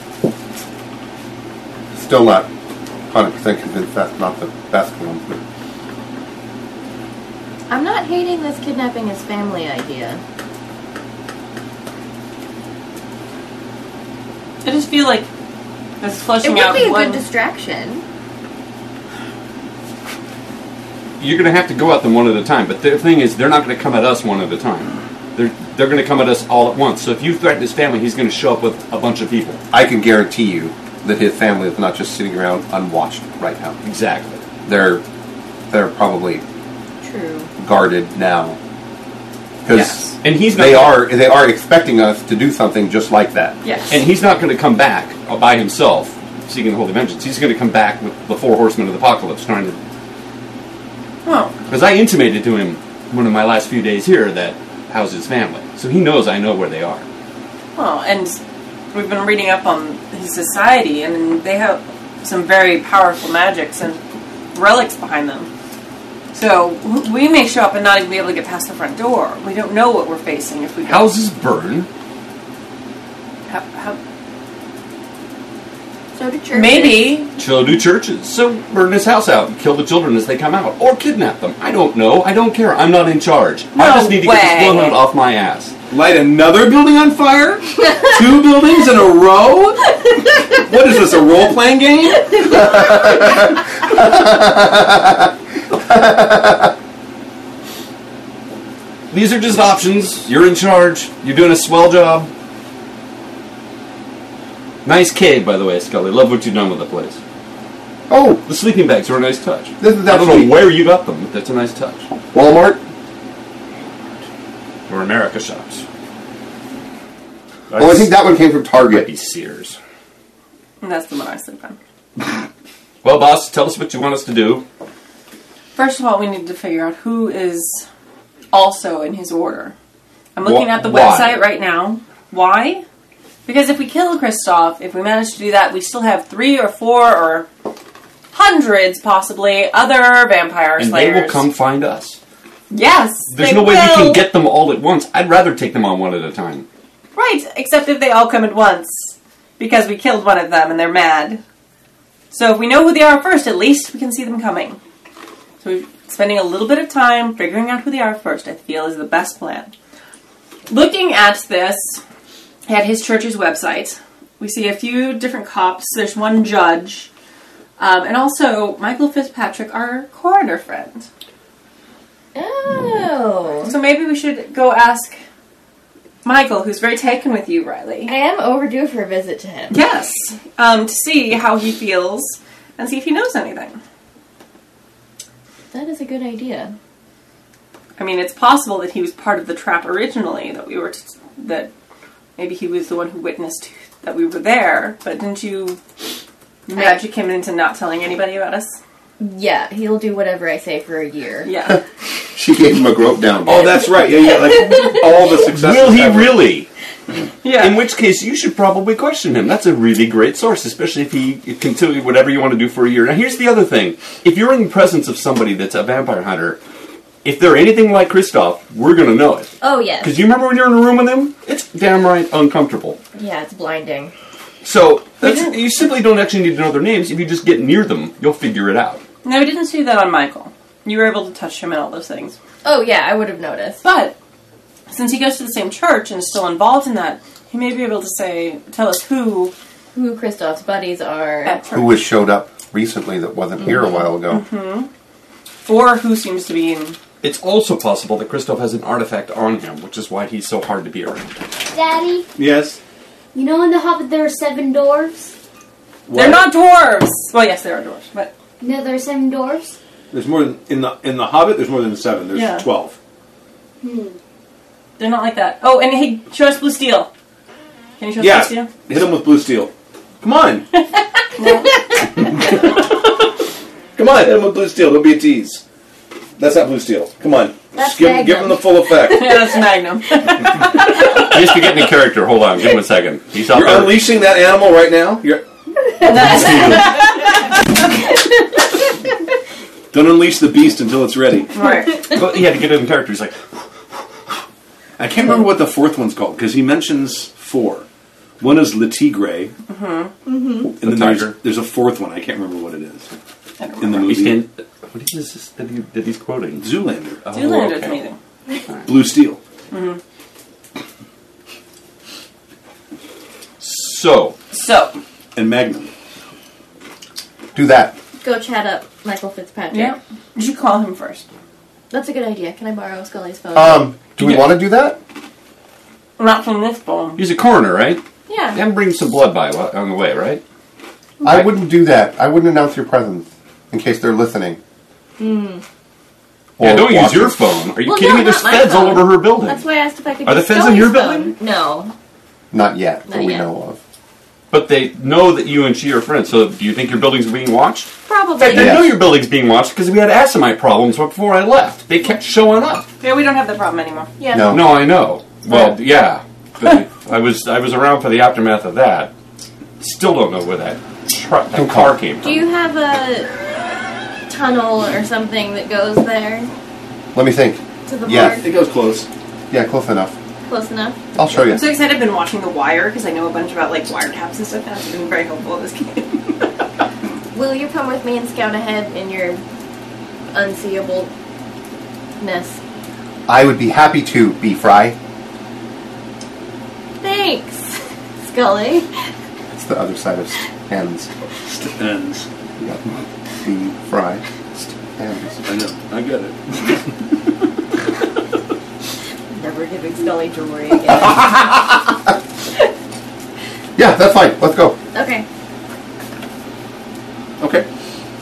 Speaker 5: Still not 100% convinced that's not the best one. but
Speaker 3: I'm not hating this kidnapping his family idea.
Speaker 4: I just feel like this is
Speaker 3: It
Speaker 4: flushing
Speaker 3: would
Speaker 4: out
Speaker 3: be a
Speaker 4: one.
Speaker 3: good distraction.
Speaker 8: You're going to have to go at them one at a time. But the thing is, they're not going to come at us one at a time. They're they're going to come at us all at once. So if you threaten his family, he's going to show up with a bunch of people.
Speaker 5: I can guarantee you that his family is not just sitting around unwatched right now.
Speaker 8: Exactly.
Speaker 5: They're they're probably
Speaker 3: True.
Speaker 5: guarded now. Because
Speaker 4: Yes.
Speaker 8: And he's not
Speaker 5: they are they are expecting us to do something just like that.
Speaker 4: yes.
Speaker 8: And he's not going to come back uh, by himself seeking holy vengeance. He's going to come back with the four horsemen of the apocalypse trying to.
Speaker 4: oh.
Speaker 8: Because I intimated to him one of my last few days here that how's his family. So he knows I know where they are.
Speaker 4: Oh, and we've been reading up on his society, and they have some very powerful magics and relics behind them. So w- we may show up and not even be able to get past the front door. We don't know what we're facing if we go.
Speaker 8: Houses burn.
Speaker 4: How, how,
Speaker 3: So did churches.
Speaker 4: maybe
Speaker 8: So do churches. So burn his house out and kill the children as they come out. Or kidnap them. I don't know. I don't care. I'm not in charge. I
Speaker 4: No
Speaker 8: just need to get this
Speaker 4: way.
Speaker 8: bloodhound off my ass.
Speaker 2: Light another building on fire? Two buildings in a row? What is this, a role playing game?
Speaker 8: These are just options. You're in charge. You're doing a swell job. Nice cave, by the way, Scully. Love what you've done with the place.
Speaker 5: Oh,
Speaker 8: The sleeping bags are a nice touch.
Speaker 5: This is
Speaker 8: I don't know
Speaker 5: actually-
Speaker 8: where you got them, but that's a nice touch.
Speaker 5: Walmart.
Speaker 8: Or America shops.
Speaker 6: Oh,
Speaker 5: Well, I think that one came from
Speaker 8: might be
Speaker 5: Target.
Speaker 8: Sears.
Speaker 4: and that's the one I sleep on.
Speaker 8: Well, boss, tell us what you want us to do.
Speaker 4: First of all, we need to figure out who is also in his order. I'm
Speaker 8: Wh-
Speaker 4: looking at the
Speaker 8: why?
Speaker 4: website right now. Why? Because if we kill Kristoff, if we manage to do that, we still have three or four or hundreds, possibly, other vampire
Speaker 8: And
Speaker 4: slayers.
Speaker 8: they will come find us.
Speaker 4: Yes,
Speaker 8: There's
Speaker 4: they
Speaker 8: no way we
Speaker 4: will.
Speaker 8: can get them all at once. I'd rather take them on one at a time.
Speaker 4: right. Except if they all come at once, because we killed one of them and they're mad. So if we know who they are first, at least we can see them coming. So we're spending a little bit of time figuring out who they are first, I feel, is the best plan. Looking at this, at his church's website, we see a few different cops. There's one judge, um, and also Michael Fitzpatrick, our coroner friend.
Speaker 3: Oh.
Speaker 4: So maybe we should go ask Michael, who's very taken with you, Riley.
Speaker 3: I am overdue for a visit to him.
Speaker 4: Yes, um, to see how he feels and see if he knows anything.
Speaker 3: That is a good idea.
Speaker 4: I mean, it's possible that he was part of the trap originally. That we were, t- that maybe he was the one who witnessed that we were there. But didn't you magic him into not telling anybody about us?
Speaker 3: Yeah, he'll do whatever I say for a year.
Speaker 4: Yeah.
Speaker 5: She gave him a grope down.
Speaker 2: Oh, that's right. Yeah, yeah. Like all the success.
Speaker 8: Will he really?
Speaker 4: Yeah.
Speaker 8: In which case, you should probably question him. That's a really great source, especially if he can tell you whatever you want to do for a year. Now, here's the other thing: if you're in the presence of somebody that's a vampire hunter, if they're anything like Kristoff, we're gonna know it.
Speaker 3: Oh, yes.
Speaker 8: Because you remember when you're in a room with him, it's damn right uncomfortable.
Speaker 3: Yeah, it's blinding.
Speaker 8: So that's- you simply don't actually need to know their names. If you just get near them, you'll figure it out.
Speaker 4: No, we didn't see that on Michael. You were able to touch him and all those things.
Speaker 3: Oh yeah, I would have noticed.
Speaker 4: But since he goes to the same church and is still involved in that, he may be able to say, tell us who
Speaker 3: Who Kristoff's buddies are?
Speaker 4: at church,
Speaker 5: Who has showed up recently that wasn't here
Speaker 4: Mm-hmm.
Speaker 5: a while ago?
Speaker 4: or who seems to be in.
Speaker 8: It's also possible that Kristoff has an artifact on him, which is why he's so hard to be around.
Speaker 10: Daddy,
Speaker 2: Yes.
Speaker 10: you know in The Hobbit there are seven dwarves?
Speaker 4: They're not dwarves. Well, yes, they are dwarves, but
Speaker 10: No, there are seven dwarves.
Speaker 2: There's more than in the in the Hobbit. There's more than seven. There's
Speaker 4: Yeah.
Speaker 2: twelve.
Speaker 4: they're not like that. Oh, and hey, show us blue steel. Can you show us
Speaker 2: Yeah.
Speaker 4: blue steel?
Speaker 2: Hit him with blue steel. Come on. Come on. Hit him with blue steel. Don't be a tease. That's not blue steel. Come on.
Speaker 10: That's
Speaker 2: Just give, give him
Speaker 10: Magnum.
Speaker 2: the full effect.
Speaker 4: Yeah, that's Magnum.
Speaker 8: He's forgetting the character. Hold on, give him a second. He's out
Speaker 2: You're
Speaker 8: there.
Speaker 2: unleashing that animal right now. You're. Don't unleash the beast until it's ready.
Speaker 4: right.
Speaker 8: But he had to get it in character. He's like,
Speaker 2: I can't remember what the fourth one's called because he mentions four. One is Letigre, mm-hmm. and then there's,
Speaker 8: tiger.
Speaker 2: there's a fourth one. I can't remember what it is
Speaker 4: I don't
Speaker 2: in the
Speaker 8: he
Speaker 2: movie.
Speaker 8: stand. What is this that, he, that he's quoting?
Speaker 2: Zoolander,
Speaker 8: Oh,
Speaker 4: Doolander's
Speaker 8: okay.
Speaker 4: amazing.
Speaker 2: Blue Steel.
Speaker 8: So,
Speaker 4: So,
Speaker 2: and Magnum.
Speaker 5: Do that.
Speaker 3: Go chat up Michael Fitzpatrick.
Speaker 4: yeah. You should call him first.
Speaker 3: That's a good idea. Can I borrow Scully's phone?
Speaker 8: Uh,
Speaker 5: Um, do we
Speaker 8: Yeah.
Speaker 5: want to do that?
Speaker 4: Not from this bone.
Speaker 8: he's a coroner, right?
Speaker 3: yeah.
Speaker 8: And bring some blood by wa- on the way, right?
Speaker 5: I wouldn't do that. I wouldn't announce your presence in case they're listening. Or
Speaker 8: yeah, don't use
Speaker 5: watching.
Speaker 8: your phone. Are you
Speaker 3: Well,
Speaker 8: kidding
Speaker 3: no,
Speaker 8: me? There's
Speaker 3: not my
Speaker 8: feds all
Speaker 3: phone.
Speaker 8: over her building.
Speaker 3: That's why I asked if I could.
Speaker 8: Are
Speaker 3: use
Speaker 8: the feds in your
Speaker 3: Scully's phone.
Speaker 8: building?
Speaker 3: No.
Speaker 5: Not yet,
Speaker 3: Not
Speaker 5: that we
Speaker 3: yet.
Speaker 5: know of.
Speaker 8: But they know that you and she are friends. So, do you think your building's being watched?
Speaker 3: Probably.
Speaker 8: They
Speaker 5: Yeah.
Speaker 8: know your building's being watched because we had asamite problems before I left. They kept showing up.
Speaker 4: Yeah, we don't have that problem anymore.
Speaker 3: Yeah.
Speaker 5: No. Oh.
Speaker 8: No, I know. Well, yeah, but I was I was around for the aftermath of that. Still don't know where that truck, that car came
Speaker 3: Do
Speaker 8: from.
Speaker 3: you have a tunnel or something that goes there
Speaker 5: Let me think.
Speaker 3: to the
Speaker 5: Yeah.
Speaker 3: park?
Speaker 2: It goes close.
Speaker 5: Yeah, close enough.
Speaker 3: Close enough.
Speaker 5: I'll show you.
Speaker 4: I'm so excited I've been watching The Wire because I know a bunch about like wiretaps and stuff. That's been very helpful in this game.
Speaker 3: Will you come with me and scout ahead in your unseeableness?
Speaker 5: I would be happy to, B Fry.
Speaker 3: Thanks, Scully.
Speaker 5: It's the other side of hands.
Speaker 2: St- Ends.
Speaker 5: Yep. B Fry. Hands.
Speaker 2: I know. I get it.
Speaker 3: Never giving Scully jewelry again.
Speaker 5: Yeah, that's fine. Let's go.
Speaker 3: okay.
Speaker 2: Okay.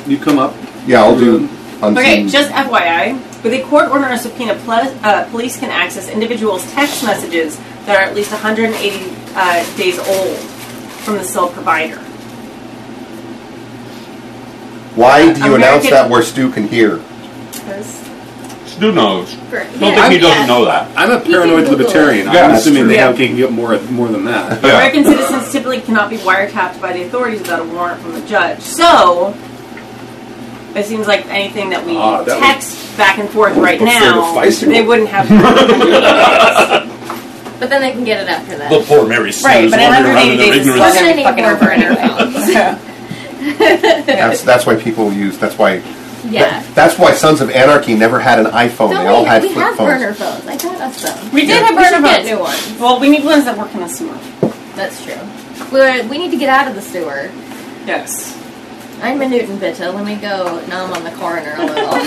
Speaker 2: You come up.
Speaker 5: Yeah, I'll do.
Speaker 4: Okay,
Speaker 5: unseen-
Speaker 4: just FYI, with a court order and a subpoena, pl- uh, police can access individuals' text messages that are at least 180 uh, days old from the cell provider.
Speaker 5: Why do you
Speaker 4: American-
Speaker 5: announce that where Stu can hear?
Speaker 4: Because
Speaker 8: Stu knows.
Speaker 3: Great.
Speaker 8: Don't
Speaker 3: Yeah.
Speaker 8: think he doesn't
Speaker 3: Yeah.
Speaker 8: know that.
Speaker 2: I'm a paranoid
Speaker 3: Google
Speaker 2: libertarian.
Speaker 8: Yeah,
Speaker 2: I'm
Speaker 5: that's
Speaker 2: assuming
Speaker 5: true.
Speaker 2: they
Speaker 4: Yeah.
Speaker 2: have- can get more more than that.
Speaker 8: Yeah.
Speaker 4: American citizens typically cannot be wiretapped by the authorities without a warrant from the judge. So, it seems like anything that we
Speaker 2: Ah, that was-
Speaker 4: text back and forth right
Speaker 2: Before
Speaker 4: now,
Speaker 2: the Feisty-
Speaker 4: they wouldn't have.
Speaker 3: But then they can get it after that.
Speaker 8: The poor Mary Sue
Speaker 4: Right,
Speaker 8: is
Speaker 4: but in
Speaker 8: wandering around
Speaker 4: 180
Speaker 8: in their
Speaker 4: days, it's like
Speaker 8: ignorance.
Speaker 3: Plus
Speaker 4: every
Speaker 3: they
Speaker 4: fucking
Speaker 3: need more
Speaker 4: burner.
Speaker 3: burner
Speaker 5: That's that's why people use. That's why.
Speaker 3: yeah.
Speaker 5: That's why Sons of Anarchy never had an iPhone.
Speaker 3: Don't
Speaker 5: they all
Speaker 3: we,
Speaker 5: had
Speaker 3: we
Speaker 5: flip
Speaker 3: have
Speaker 5: phones.
Speaker 3: burner phones. I got us some.
Speaker 4: we did have
Speaker 3: We should
Speaker 4: burner
Speaker 3: get
Speaker 4: phones.
Speaker 3: new ones.
Speaker 4: Well, we need ones that work in the sewer.
Speaker 3: That's true. We're, we need to get out of the sewer.
Speaker 4: Yes.
Speaker 3: I'm a Newton bitter. Let me go numb on the coroner a little.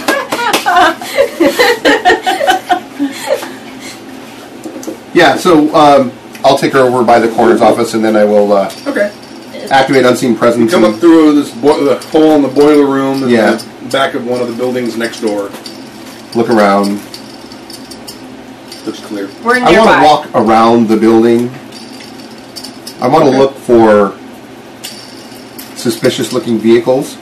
Speaker 5: Yeah. So um, I'll take her over by the coroner's office, and then I will uh,
Speaker 2: Okay.
Speaker 5: activate unseen presence.
Speaker 2: Come
Speaker 5: and-
Speaker 2: up through this bo- the hole in the boiler room and
Speaker 5: Yeah.
Speaker 2: the back of one of the buildings next door.
Speaker 5: look around.
Speaker 2: Looks clear.
Speaker 4: We're
Speaker 5: I
Speaker 4: nearby.
Speaker 5: want to walk around the building. I want to
Speaker 2: Okay.
Speaker 5: look for suspicious looking vehicles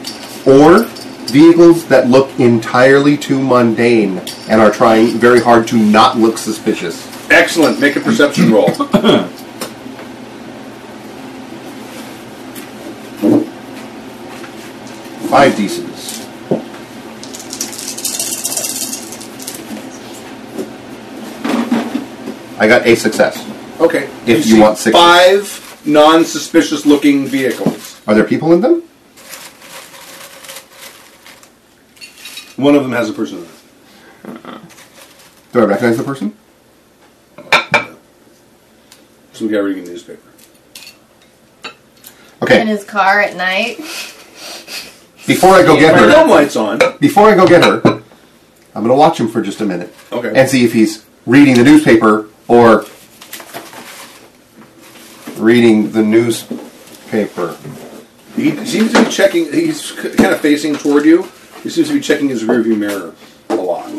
Speaker 5: or vehicles that look entirely too mundane and are trying very hard to not look suspicious.
Speaker 2: Excellent. Make a perception roll.
Speaker 5: Five decents. I got a success.
Speaker 2: Okay.
Speaker 5: If you
Speaker 2: see
Speaker 5: want six.
Speaker 2: five non-suspicious looking vehicles.
Speaker 5: Are there people in them?
Speaker 6: One of them has a person.
Speaker 5: Do I recognize the person?
Speaker 6: Some guy reading a newspaper.
Speaker 3: In
Speaker 5: Okay.
Speaker 3: his car at night.
Speaker 5: Before I go get
Speaker 6: My
Speaker 5: her,
Speaker 6: dome light's on.
Speaker 5: before I go get her, I'm gonna watch him for just a minute
Speaker 6: Okay.
Speaker 5: and see if he's reading the newspaper or reading the newspaper.
Speaker 6: He seems to be checking. He's kind of facing toward you. He seems to be checking his rearview mirror a lot.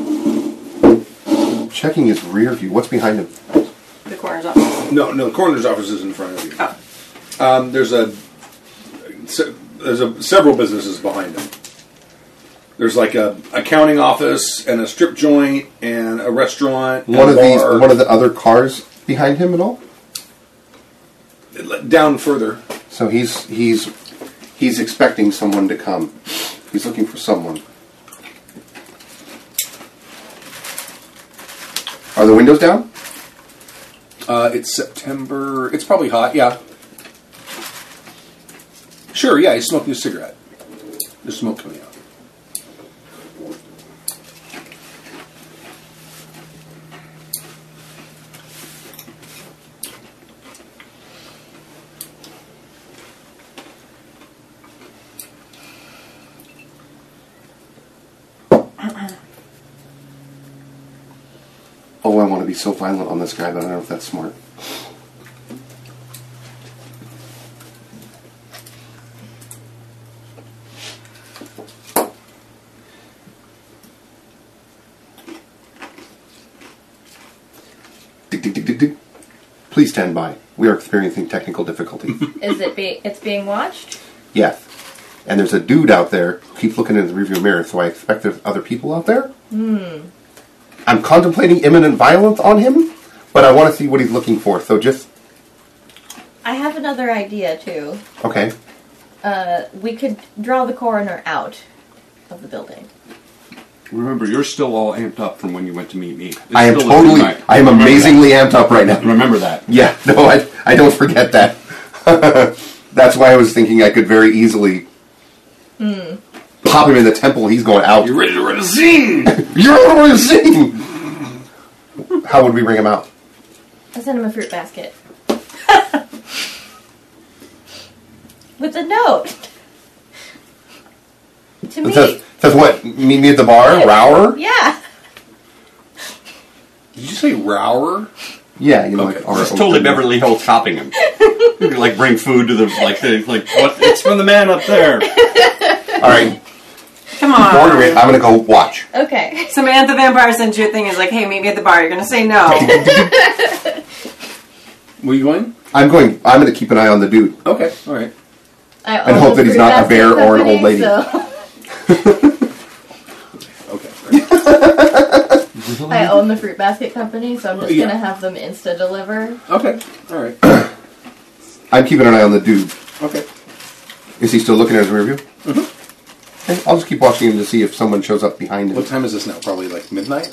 Speaker 5: Checking his rear view. What's behind him?
Speaker 4: The coroner's office.
Speaker 6: No, no. The coroner's office is in front of you.
Speaker 4: Oh.
Speaker 6: Um, there's a se- there's a several businesses behind him. There's like a accounting office and a strip joint and a restaurant. and
Speaker 5: One
Speaker 6: a
Speaker 5: of these.
Speaker 6: bar.
Speaker 5: One of the other cars behind him at all?
Speaker 6: down further.
Speaker 5: So he's he's he's expecting someone to come. He's looking for someone. Are the windows down?
Speaker 6: Uh, it's September. It's probably hot. Yeah. Sure. Yeah, he's smoking a cigarette. There's smoke coming out.
Speaker 5: Oh, I want to be so violent on this guy, but I don't know if that's smart. Dig, dig, dig, dig, dig. Please stand by. We are experiencing technical difficulty.
Speaker 3: Is it be? It's being watched.
Speaker 5: Yes. And there's a dude out there who keeps looking in the rearview mirror, so I expect there's other people out there. Hmm. I'm contemplating imminent violence on him, but I want to see what he's looking for. So just
Speaker 3: I have another idea too.
Speaker 5: okay.
Speaker 3: Uh, we could draw the coroner out of the building.
Speaker 8: Remember, you're still all amped up from when you went to meet me. It's
Speaker 5: I am
Speaker 8: still a
Speaker 5: totally.
Speaker 8: good night.
Speaker 5: I am
Speaker 8: Remember
Speaker 5: amazingly amped up right now.
Speaker 8: that. Remember that.
Speaker 5: Yeah. No, I I don't forget that. That's why I was thinking I could very easily pop him in the temple. He's going out.
Speaker 8: You're ready to run a scene.
Speaker 5: You're what I'm seeing. How would we bring him out?
Speaker 3: I sent him a fruit basket. With a note. To
Speaker 5: It
Speaker 3: me.
Speaker 5: says, says what? Meet me at the bar, Rower.
Speaker 3: Yeah.
Speaker 6: Did you say Rower?
Speaker 5: Yeah, you know, like
Speaker 6: Okay.
Speaker 5: our
Speaker 8: It's totally Beverly Hills shopping him. You could, like bring food to the like the like what? It's from the man up there.
Speaker 5: All right,
Speaker 4: Come
Speaker 5: order it.
Speaker 4: on.
Speaker 5: I'm gonna go watch.
Speaker 3: Okay.
Speaker 4: Samantha Vampire sends you a thing. Is like, hey, meet me at the bar. You're gonna say no.
Speaker 6: Were you going?
Speaker 5: I'm going. I'm gonna keep an eye on the dude.
Speaker 6: Okay. All right.
Speaker 3: I
Speaker 5: And
Speaker 3: own
Speaker 5: hope
Speaker 3: the
Speaker 5: that he's
Speaker 3: fruit
Speaker 5: not a
Speaker 3: basket
Speaker 5: bear or an
Speaker 3: company,
Speaker 5: old lady.
Speaker 3: so
Speaker 6: Okay. all right.
Speaker 3: I own the fruit basket company, so I'm just
Speaker 6: Yeah.
Speaker 3: gonna have them insta deliver.
Speaker 6: Okay. All right.
Speaker 5: I'm keeping an eye on the dude.
Speaker 6: Okay.
Speaker 5: Is he still looking at his rearview? Mm-hmm. Okay, I'll just keep watching him to see if someone shows up behind him.
Speaker 6: What time is this now? Probably like midnight?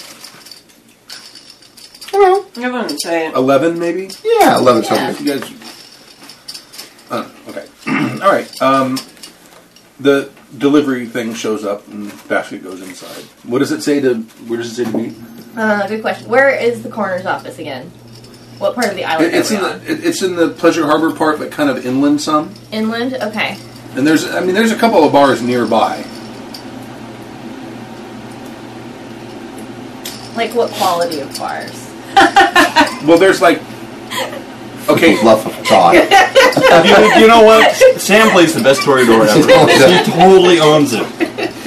Speaker 4: I wouldn't say
Speaker 2: Oh.
Speaker 4: it.
Speaker 6: 11 maybe?
Speaker 5: Yeah, eleven
Speaker 3: Yeah.
Speaker 5: something.
Speaker 6: You guys. Uh, okay. All right. Um, the delivery thing shows up and basket goes inside. What does it say to. Where does it say to meet?
Speaker 3: Uh, good question. Where is the coroner's office again? What part of the island
Speaker 6: It, it's,
Speaker 3: are
Speaker 6: in
Speaker 3: we
Speaker 6: the,
Speaker 3: on?
Speaker 6: it, it's in the Pleasure Harbor part, but kind of inland some.
Speaker 3: Inland? Okay.
Speaker 6: And there's, I mean, there's a couple of bars nearby.
Speaker 3: Like what quality of bars?
Speaker 6: Well, there's like. Okay.
Speaker 5: Bluff of thought.
Speaker 8: you, you know what? Sam plays the best Toreador ever. He totally owns it.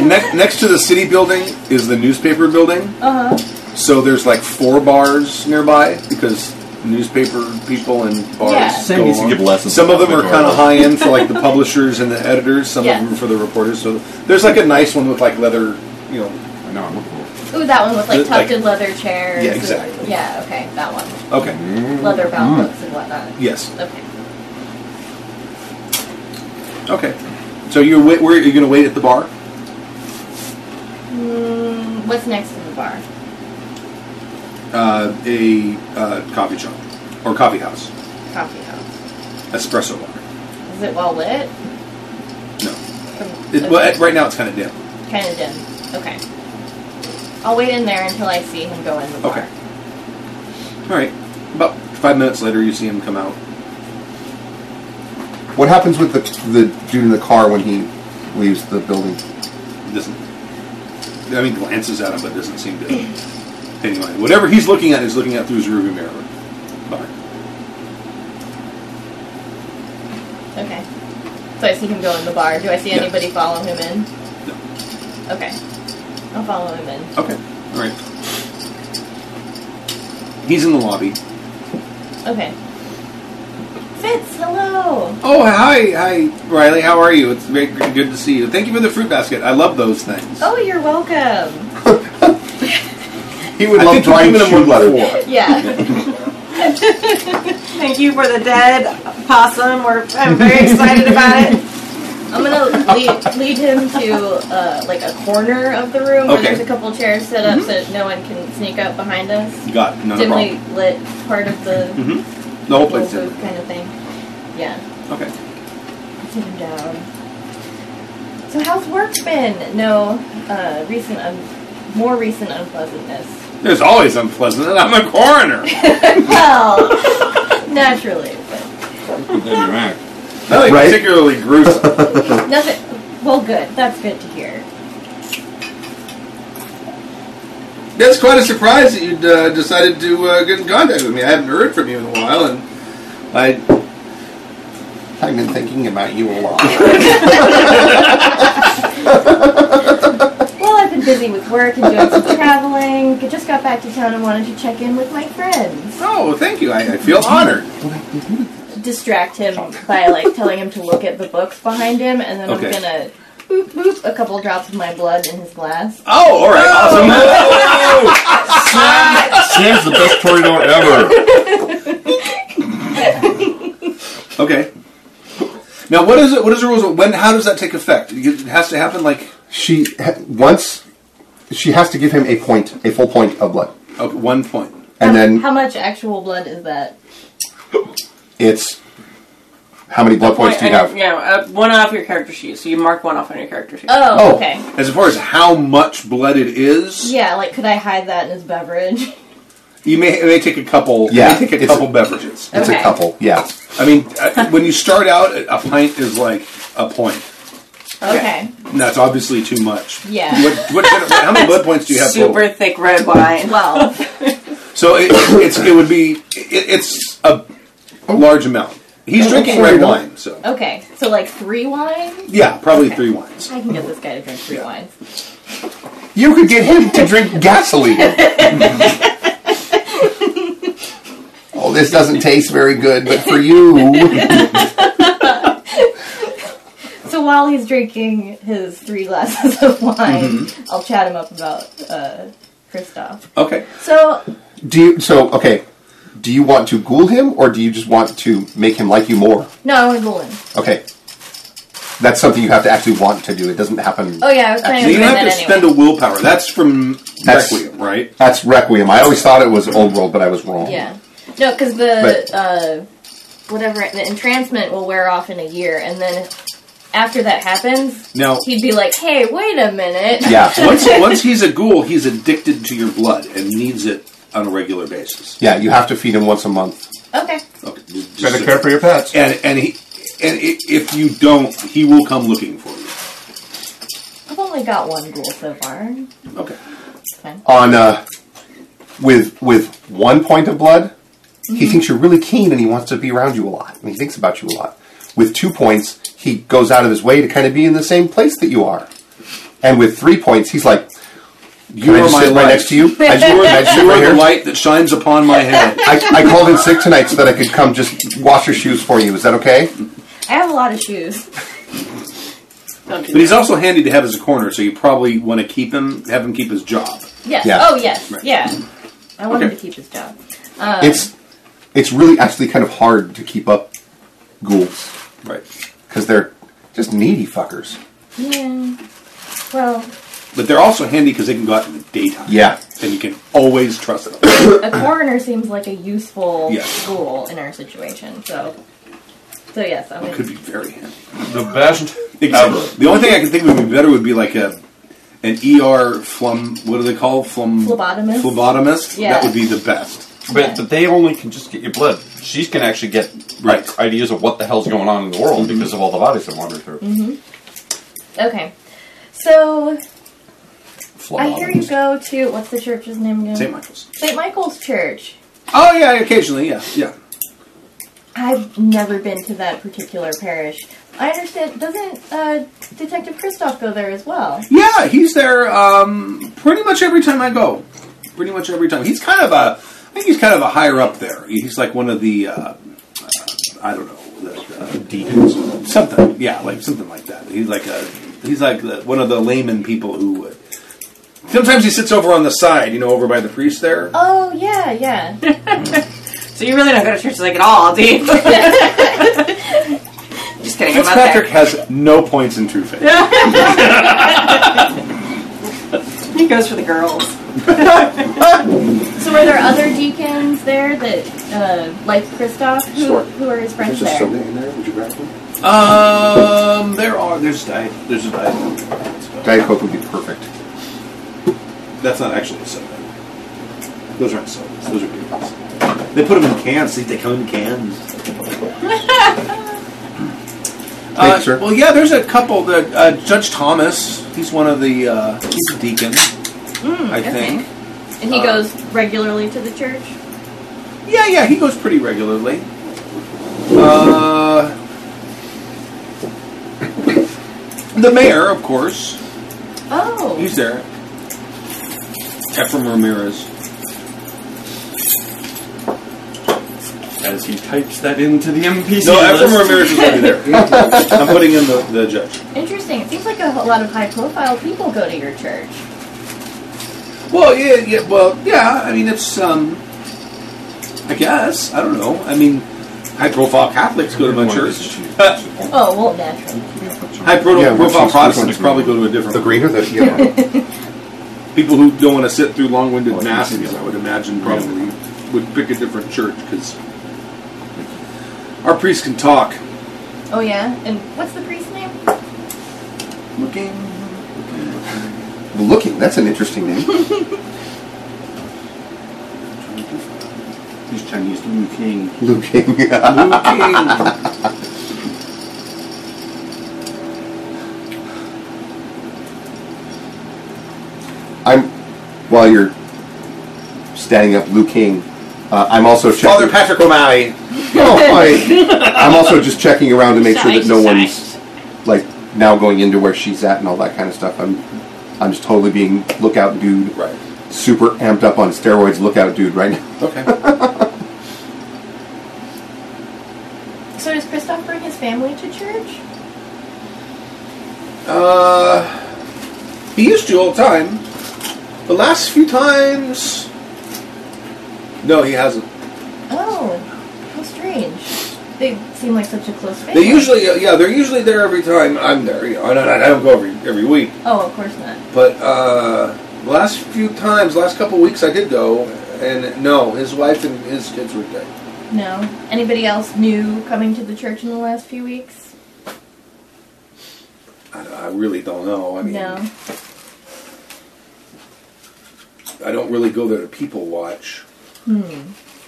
Speaker 6: Ne- next to the city building is the newspaper building. Uh huh. So there's like four bars nearby because newspaper people and bars.
Speaker 3: Yeah.
Speaker 8: Sam
Speaker 6: go
Speaker 8: needs to
Speaker 6: along.
Speaker 8: give lessons.
Speaker 6: Some of
Speaker 8: about
Speaker 6: them are
Speaker 8: Toreador.
Speaker 6: kind of high end for like the publishers and the editors. Some
Speaker 3: Yeah.
Speaker 6: of them are for the reporters. So there's like a nice one with like leather, you know.
Speaker 8: I know, I'm looking for
Speaker 3: Ooh, that one with like
Speaker 6: Like-
Speaker 3: tucked in leather chairs.
Speaker 6: Yeah,
Speaker 3: and-
Speaker 6: exactly.
Speaker 3: yeah, okay, that one.
Speaker 6: Okay.
Speaker 3: Leather bellhooks and whatnot.
Speaker 6: Yes.
Speaker 3: Okay.
Speaker 6: Okay. So you're wait, where you're gonna wait at the bar?
Speaker 3: Mm, what's next in the bar?
Speaker 6: Uh, a uh, coffee shop or coffee house,
Speaker 3: Coffee house.
Speaker 6: espresso bar.
Speaker 3: Is it well lit?
Speaker 6: No. It, well, at- right now it's kind of dim.
Speaker 3: kind of dim. Okay. I'll wait in there until I see him go in the bar.
Speaker 6: Okay. All right. About five minutes later, you see him come out.
Speaker 5: What happens with the the dude in the car when he leaves the building?
Speaker 6: He doesn't. I mean, glances at him, but doesn't seem to. Anyway, whatever he's looking at, he's looking at through his rearview mirror. Bar.
Speaker 3: Okay. So I see him go in the bar. Do I see
Speaker 6: Yeah.
Speaker 3: anybody follow him in?
Speaker 6: No.
Speaker 3: Okay. I'll follow him in.
Speaker 6: Okay. All right. He's in the lobby.
Speaker 3: Okay. Fitz, hello.
Speaker 6: Oh, hi, hi, Riley. How are you? It's very good to see you. Thank you for the fruit basket. I love those things.
Speaker 3: Oh, you're welcome.
Speaker 5: He would
Speaker 6: I
Speaker 5: love
Speaker 6: think
Speaker 5: drawing
Speaker 6: we've given him
Speaker 5: shoe leather.
Speaker 6: one before.
Speaker 3: Yeah.
Speaker 4: Thank you for the dead possum. We're, I'm very excited about it.
Speaker 3: I'm gonna lead, lead him to uh, like a corner of the room where
Speaker 6: Okay.
Speaker 3: there's a couple chairs set up so that no one can sneak up behind us.
Speaker 6: Got it. not a
Speaker 3: Dimly
Speaker 6: problem.
Speaker 3: lit part of the
Speaker 6: Mm-hmm. The whole
Speaker 3: whole
Speaker 6: place
Speaker 3: food
Speaker 6: in.
Speaker 3: kind of thing. Yeah.
Speaker 6: Okay.
Speaker 3: Sit him down. So how's work been? No, uh, recent, un- more recent unpleasantness.
Speaker 6: There's always unpleasant. and I'm a coroner.
Speaker 3: Well, naturally, but
Speaker 8: There you are.
Speaker 6: Nothing
Speaker 5: Right?
Speaker 6: particularly gruesome.
Speaker 3: nothing. Well, good. That's good to hear.
Speaker 6: That's quite a surprise that you'd uh, decided to uh, get in contact with me. I haven't heard from you in a while, and I
Speaker 5: I've been thinking about you a lot.
Speaker 3: Well, I've been busy with work and doing some traveling. I just got back to town and wanted to check in with my friends.
Speaker 6: oh, thank you. I, I feel honored.
Speaker 3: Distract him by like telling him to look at the books behind him, and then
Speaker 6: Okay.
Speaker 3: I'm gonna boop boop a couple drops of my blood in his glass.
Speaker 6: Oh, all right, awesome.
Speaker 8: Sam's the best tornado ever.
Speaker 6: Okay. Now, what is it? What is the rules? of When? How does that take effect? It has to happen like
Speaker 5: she ha- once she has to give him a point, a full point of blood,
Speaker 6: oh, one point.
Speaker 5: and
Speaker 3: how,
Speaker 5: then
Speaker 3: how much actual blood is that?
Speaker 5: it's how many blood points do you have?
Speaker 4: Yeah, uh, one off your character sheet. So you mark one off on your character sheet.
Speaker 3: Oh,
Speaker 5: Oh.
Speaker 3: okay.
Speaker 6: As far as how much blood it is,
Speaker 3: Yeah, like could I hide that in his beverage?
Speaker 6: you may it may take a couple. you
Speaker 5: Yeah,
Speaker 6: may take a
Speaker 5: it's-
Speaker 6: couple beverages.
Speaker 5: It's
Speaker 3: Okay.
Speaker 5: a couple, yeah.
Speaker 6: I mean, uh, when you start out, a pint is like a point.
Speaker 3: Okay.
Speaker 6: And that's obviously too much.
Speaker 3: Yeah.
Speaker 6: What, what, kind of- how many blood points do you have? total?
Speaker 4: Super thick red wine.
Speaker 3: Well,
Speaker 6: So it, it's it would be it, it's a large amount. He's
Speaker 5: Oh,
Speaker 6: drinking
Speaker 5: okay.
Speaker 6: red wine, so
Speaker 3: okay. So like three wines?
Speaker 6: yeah, probably
Speaker 3: Okay.
Speaker 6: three wines.
Speaker 3: I can get this guy to drink three
Speaker 6: Yeah.
Speaker 3: wines.
Speaker 5: You could get him to drink gasoline. oh, this doesn't taste very good, but for you,
Speaker 3: So while he's drinking his three glasses of wine,
Speaker 5: Mm-hmm.
Speaker 3: I'll chat him up about uh, Kristoff.
Speaker 6: Okay,
Speaker 3: So
Speaker 5: do you? So okay, do you want to ghoul him, or do you just want to make him like you more?
Speaker 3: no, I want to go in.
Speaker 5: Okay, that's something you have to actually want to do. It doesn't happen.
Speaker 3: Oh yeah, I was
Speaker 6: so
Speaker 3: planning on
Speaker 6: you
Speaker 3: doing
Speaker 6: don't
Speaker 3: that
Speaker 6: have to
Speaker 3: anyway.
Speaker 6: spend a willpower. That's from
Speaker 5: That's-
Speaker 6: Requiem, right?
Speaker 5: That's Requiem. I always thought it was Old World, but I was wrong.
Speaker 3: yeah. No, because the
Speaker 5: But-
Speaker 3: uh, whatever the entrancement will wear off in a year, and then after that happens,
Speaker 6: Now-
Speaker 3: he'd be like, "Hey, wait a minute."
Speaker 5: Yeah.
Speaker 6: once once he's a ghoul, he's addicted to your blood and needs it on a regular basis.
Speaker 5: Yeah, you have to feed him once a month.
Speaker 3: Okay.
Speaker 6: Okay, just-
Speaker 2: Better care for your pets.
Speaker 6: and and he and i if you don't, he will come looking for you.
Speaker 3: I've only got one ghoul so far.
Speaker 6: Okay,
Speaker 3: It's fine.
Speaker 5: On uh, with with one point of blood, he thinks you're really keen and he wants to be around you a lot and he thinks about you a lot. With two points, he goes out of his way to kind of be in the same place that you are. And with three points, he's like, "You
Speaker 6: are
Speaker 5: I just
Speaker 6: my
Speaker 5: sit right
Speaker 6: light.
Speaker 5: next to you. I just,
Speaker 6: you
Speaker 5: I
Speaker 6: are,
Speaker 5: just sit
Speaker 6: you
Speaker 5: right
Speaker 6: are the
Speaker 5: here.
Speaker 6: light that shines upon my head.
Speaker 5: I, I called in sick tonight so that I could come just wash your shoes for you. Is that okay?
Speaker 3: I have a lot of shoes.
Speaker 4: Don't do
Speaker 6: But he's
Speaker 4: that.
Speaker 6: also handy to have as a corner, so you probably want to keep him, have him keep his job.
Speaker 3: Yes.
Speaker 5: Yeah.
Speaker 3: Oh, yes.
Speaker 6: Right.
Speaker 3: Yeah. I want him
Speaker 6: Okay.
Speaker 3: to keep his job.
Speaker 5: it's it's really actually kind of hard to keep up ghouls
Speaker 6: Right.
Speaker 5: because they're just needy fuckers.
Speaker 3: Yeah. Well,
Speaker 6: But they're also handy because they can go out in the daytime.
Speaker 5: Yeah.
Speaker 6: And you can always trust them.
Speaker 3: a coroner seems like a useful
Speaker 6: Yes.
Speaker 3: ghoul in our situation. So, so yes, I'm
Speaker 6: it
Speaker 3: gonna,
Speaker 6: could be very handy.
Speaker 2: The best
Speaker 6: Except- The only thing I can think would be better would be like a an ER flum. What do they call flum?
Speaker 3: Phlebotomist.
Speaker 6: Phlebotomist.
Speaker 3: Yeah.
Speaker 6: That would be the best.
Speaker 8: But, but they only can just get your blood. She can actually get
Speaker 6: Right.
Speaker 8: like, ideas of what the hell's going on in the world because of all the bodies that wander through.
Speaker 3: Mm-hmm. Okay. So I hear you
Speaker 8: Phlebotomists.
Speaker 3: go to what's the church's name again?
Speaker 6: St. Michael's.
Speaker 3: St. Michael's Church.
Speaker 6: Oh yeah, occasionally, yeah, yeah.
Speaker 3: I've never been to that particular parish. I understand. Doesn't uh, Detective Kristoff go there as well?
Speaker 6: Yeah, he's there um, pretty much every time I go. Pretty much every time. He's kind of a, I think he's kind of a higher up there. He's like one of the, uh, uh, I don't know, the, uh, deacons, something. Yeah, like something like that. He's like a, he's like the, one of the layman people who. Uh, sometimes he sits over on the side, you know, over by the priest there.
Speaker 3: Oh yeah, yeah.
Speaker 4: So you really don't go to church like at all, do you? Just kidding. I'm not
Speaker 6: Fitzpatrick
Speaker 4: there.
Speaker 6: has no points in true faith. Yeah.
Speaker 4: He goes for the girls.
Speaker 3: so were there other deacons there that, uh, like Kristoff, who,
Speaker 5: Sure.
Speaker 3: who are his friends
Speaker 5: There's just
Speaker 3: there?
Speaker 5: something in there. Would you grab one?
Speaker 6: Um, there are there's diet there's a diet.
Speaker 5: Diet Coke would be perfect.
Speaker 6: That's not actually a soda. Those aren't sodas. Those are beers. They put them in cans. See, they come in cans.
Speaker 5: Thank
Speaker 6: Uh,
Speaker 5: you, sir.
Speaker 6: Well, yeah, there's a couple. The uh, Judge Thomas, he's one of the uh, he's a deacon, I
Speaker 3: Hmm, okay.
Speaker 6: think. uh,
Speaker 3: And he goes regularly to the church.
Speaker 6: Yeah, yeah, he goes pretty regularly. Uh, the mayor, of course,
Speaker 3: Oh,
Speaker 6: he's there. Ephraim Ramirez.
Speaker 8: As he types that into the NPC
Speaker 6: No,
Speaker 8: list.
Speaker 6: Ephraim Ramirez is already there. I'm putting in the, the judge.
Speaker 3: interesting. It seems like a lot of high-profile people go to your church.
Speaker 6: Well, yeah, yeah, well, yeah. I mean, it's um, I guess I don't know. I mean, high-profile Catholics go to my church.
Speaker 3: Oh well, naturally.
Speaker 6: High-profile
Speaker 5: Yeah, which one's- which one's
Speaker 6: Protestants
Speaker 5: the
Speaker 6: probably go to a different.
Speaker 5: The greener, the yellow.
Speaker 6: People who don't want to sit through long-winded
Speaker 5: Oh, I see.
Speaker 6: masses, I would imagine, probably would pick a different church because our priests can talk.
Speaker 3: Oh yeah. And what's the priest's name?
Speaker 6: Looking.
Speaker 5: Looking, that's an interesting name.
Speaker 8: He's Chinese, Liu King.
Speaker 5: Looking.
Speaker 6: Looking.
Speaker 5: I'm while you're standing up, Liu King. Uh, I'm also checking.
Speaker 6: Father Patrick O'Malley.
Speaker 5: Oh, I, I'm also just checking around to make sure that no one's like now going into where she's at and all that kind of stuff. I'm, I'm just totally being lookout dude.
Speaker 6: Right.
Speaker 5: Super amped up on steroids, lookout dude. Right now.
Speaker 6: Okay.
Speaker 3: So does Kristoff bring his family to church?
Speaker 6: Uh, he used to all the time. The last few times, no, he hasn't.
Speaker 3: Oh, how strange. They seem like such a close family.
Speaker 6: They usually, uh, yeah, they're usually there every time I'm there. You know, I don't, I don't go every every week,
Speaker 3: Oh, of course not.
Speaker 6: but uh, the last few times, last couple weeks, I did go, and no, his wife and his kids were there.
Speaker 3: No. Anybody else new coming to the church in the last few weeks?
Speaker 6: I, I really don't know. I mean,
Speaker 3: No.
Speaker 6: I don't really go there to people watch.
Speaker 3: Hmm.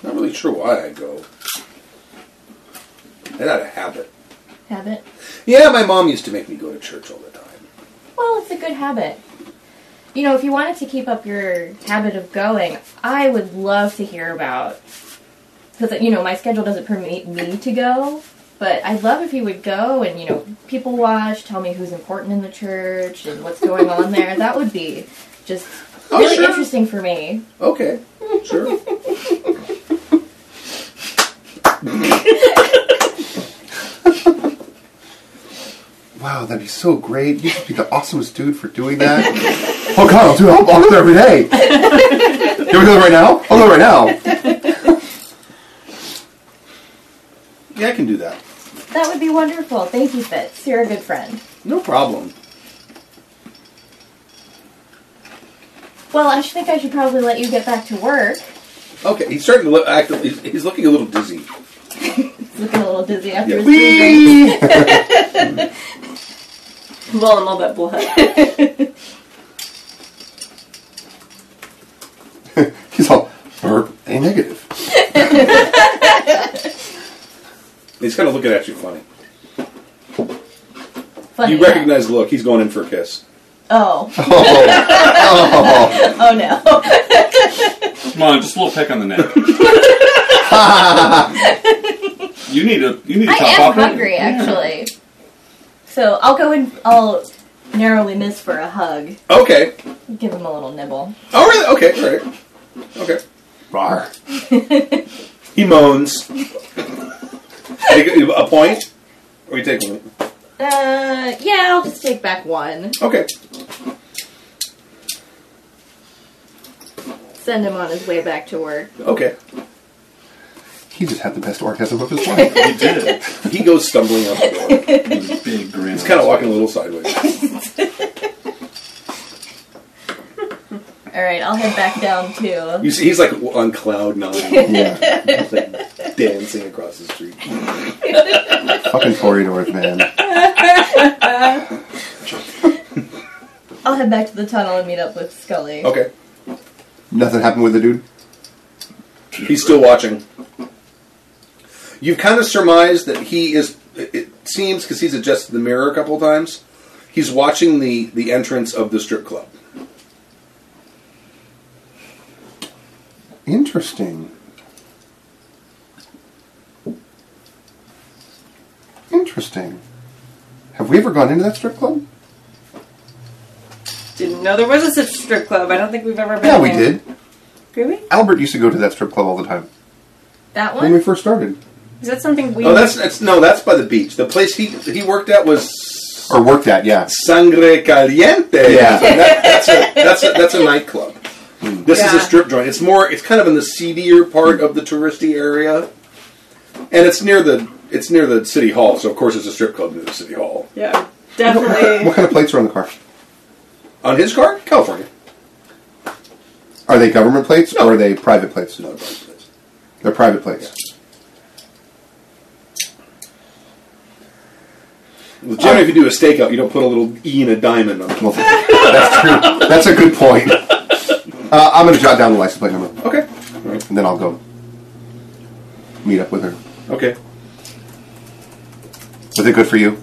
Speaker 6: Not really sure why I go. I had a habit.
Speaker 3: Habit.
Speaker 6: Yeah, my mom used to make me go to church all the time.
Speaker 3: Well, it's a good habit. You know, if you wanted to keep up your habit of going, I would love to hear about. Because, you know, my schedule doesn't permit me to go, but I'd love if you would go and, you know, people watch, tell me who's important in the church and what's going on there. That would be just
Speaker 6: Oh,
Speaker 3: really
Speaker 6: sure.
Speaker 3: interesting for me.
Speaker 6: Okay, sure.
Speaker 5: Wow, that'd be so great. You should be the awesomest dude for doing that. oh God, I'll do it. I'll, I'll do it every day. Can we do it right now? I'll do it right now.
Speaker 6: yeah, I can do that.
Speaker 3: That would be wonderful. Thank you, Fitz. You're a good friend.
Speaker 6: No problem.
Speaker 3: Well, I should think I should probably let you get back to work.
Speaker 6: Okay, he's starting to look. Act, he's, he's looking a little dizzy.
Speaker 3: Looking a little dizzy after
Speaker 6: Yeah.
Speaker 3: his food break.
Speaker 4: Well, I'm all that blood.
Speaker 5: A negative.
Speaker 6: He's kind of looking at you funny.
Speaker 3: Funny
Speaker 6: you
Speaker 3: that-
Speaker 6: recognize the look. He's going in for a kiss.
Speaker 3: Oh.
Speaker 5: Oh,
Speaker 3: Oh no.
Speaker 8: Come on, just a little peck on the neck. you need a you need to
Speaker 3: I
Speaker 8: top
Speaker 3: am
Speaker 8: off, right?
Speaker 3: hungry,
Speaker 8: Yeah.
Speaker 3: actually. So I'll go and I'll narrowly miss for a hug.
Speaker 6: Okay.
Speaker 3: Give him a little nibble.
Speaker 6: Oh, really? Okay, all right. Okay.
Speaker 5: bar.
Speaker 6: He moans. take a, a point? Or you take one?
Speaker 3: Uh, yeah, I'll just take back one.
Speaker 6: Okay.
Speaker 3: Send him on his way back to work.
Speaker 6: Okay.
Speaker 5: He just had the best orgasm of his life.
Speaker 8: You did it.
Speaker 6: He goes stumbling up the door.
Speaker 8: It was a big grin.
Speaker 6: He's kind of walking a little sideways.
Speaker 3: All right, I'll head back down too.
Speaker 6: You see, he's like on cloud nine,
Speaker 5: yeah.
Speaker 6: He's, like, dancing across the street.
Speaker 5: Fucking corridors, man.
Speaker 3: I'll head back to the tunnel and meet up with Scully.
Speaker 8: Oh.
Speaker 6: Okay.
Speaker 5: Nothing happened with the dude.
Speaker 6: He's still watching. You've kind of surmised that he is. It it seems because he's adjusted the mirror a couple of times. He's watching the the entrance of the strip club.
Speaker 5: Interesting. Interesting. Have we ever gone into that strip club?
Speaker 4: Didn't know there was a such strip club. I don't think we've ever been.
Speaker 5: Yeah, we
Speaker 4: there.
Speaker 5: did.
Speaker 4: Did we?
Speaker 5: Albert used to go to that strip club all the time
Speaker 3: That
Speaker 5: when we
Speaker 3: one?
Speaker 5: first started,
Speaker 4: Is that something we?
Speaker 6: Oh, that's, that's no, that's by the beach. The place he he worked at was
Speaker 5: or worked at. Yeah,
Speaker 6: Sangre Caliente.
Speaker 5: Yeah.
Speaker 6: That- that's a that's a, that's a nightclub. This is a
Speaker 4: Yeah.
Speaker 6: strip joint. It's more. It's kind of in the seedier part of the touristy area, and it's near the it's near the city hall. So of course it's a strip club near the city hall.
Speaker 4: Yeah,
Speaker 5: What
Speaker 4: definitely.
Speaker 5: kind of plates are on the car?
Speaker 6: On his car, California.
Speaker 5: Are they government plates or are they private plates?
Speaker 6: Another private place.
Speaker 5: They're private plates.
Speaker 6: Well, generally, if you do a stakeout, you don't put a little E and a diamond on it.
Speaker 5: Well, that's true. That's a good point. Uh, I'm going to jot down the license plate number
Speaker 6: Okay.
Speaker 5: and then I'll go meet up with her.
Speaker 6: Okay.
Speaker 5: Was it good for you?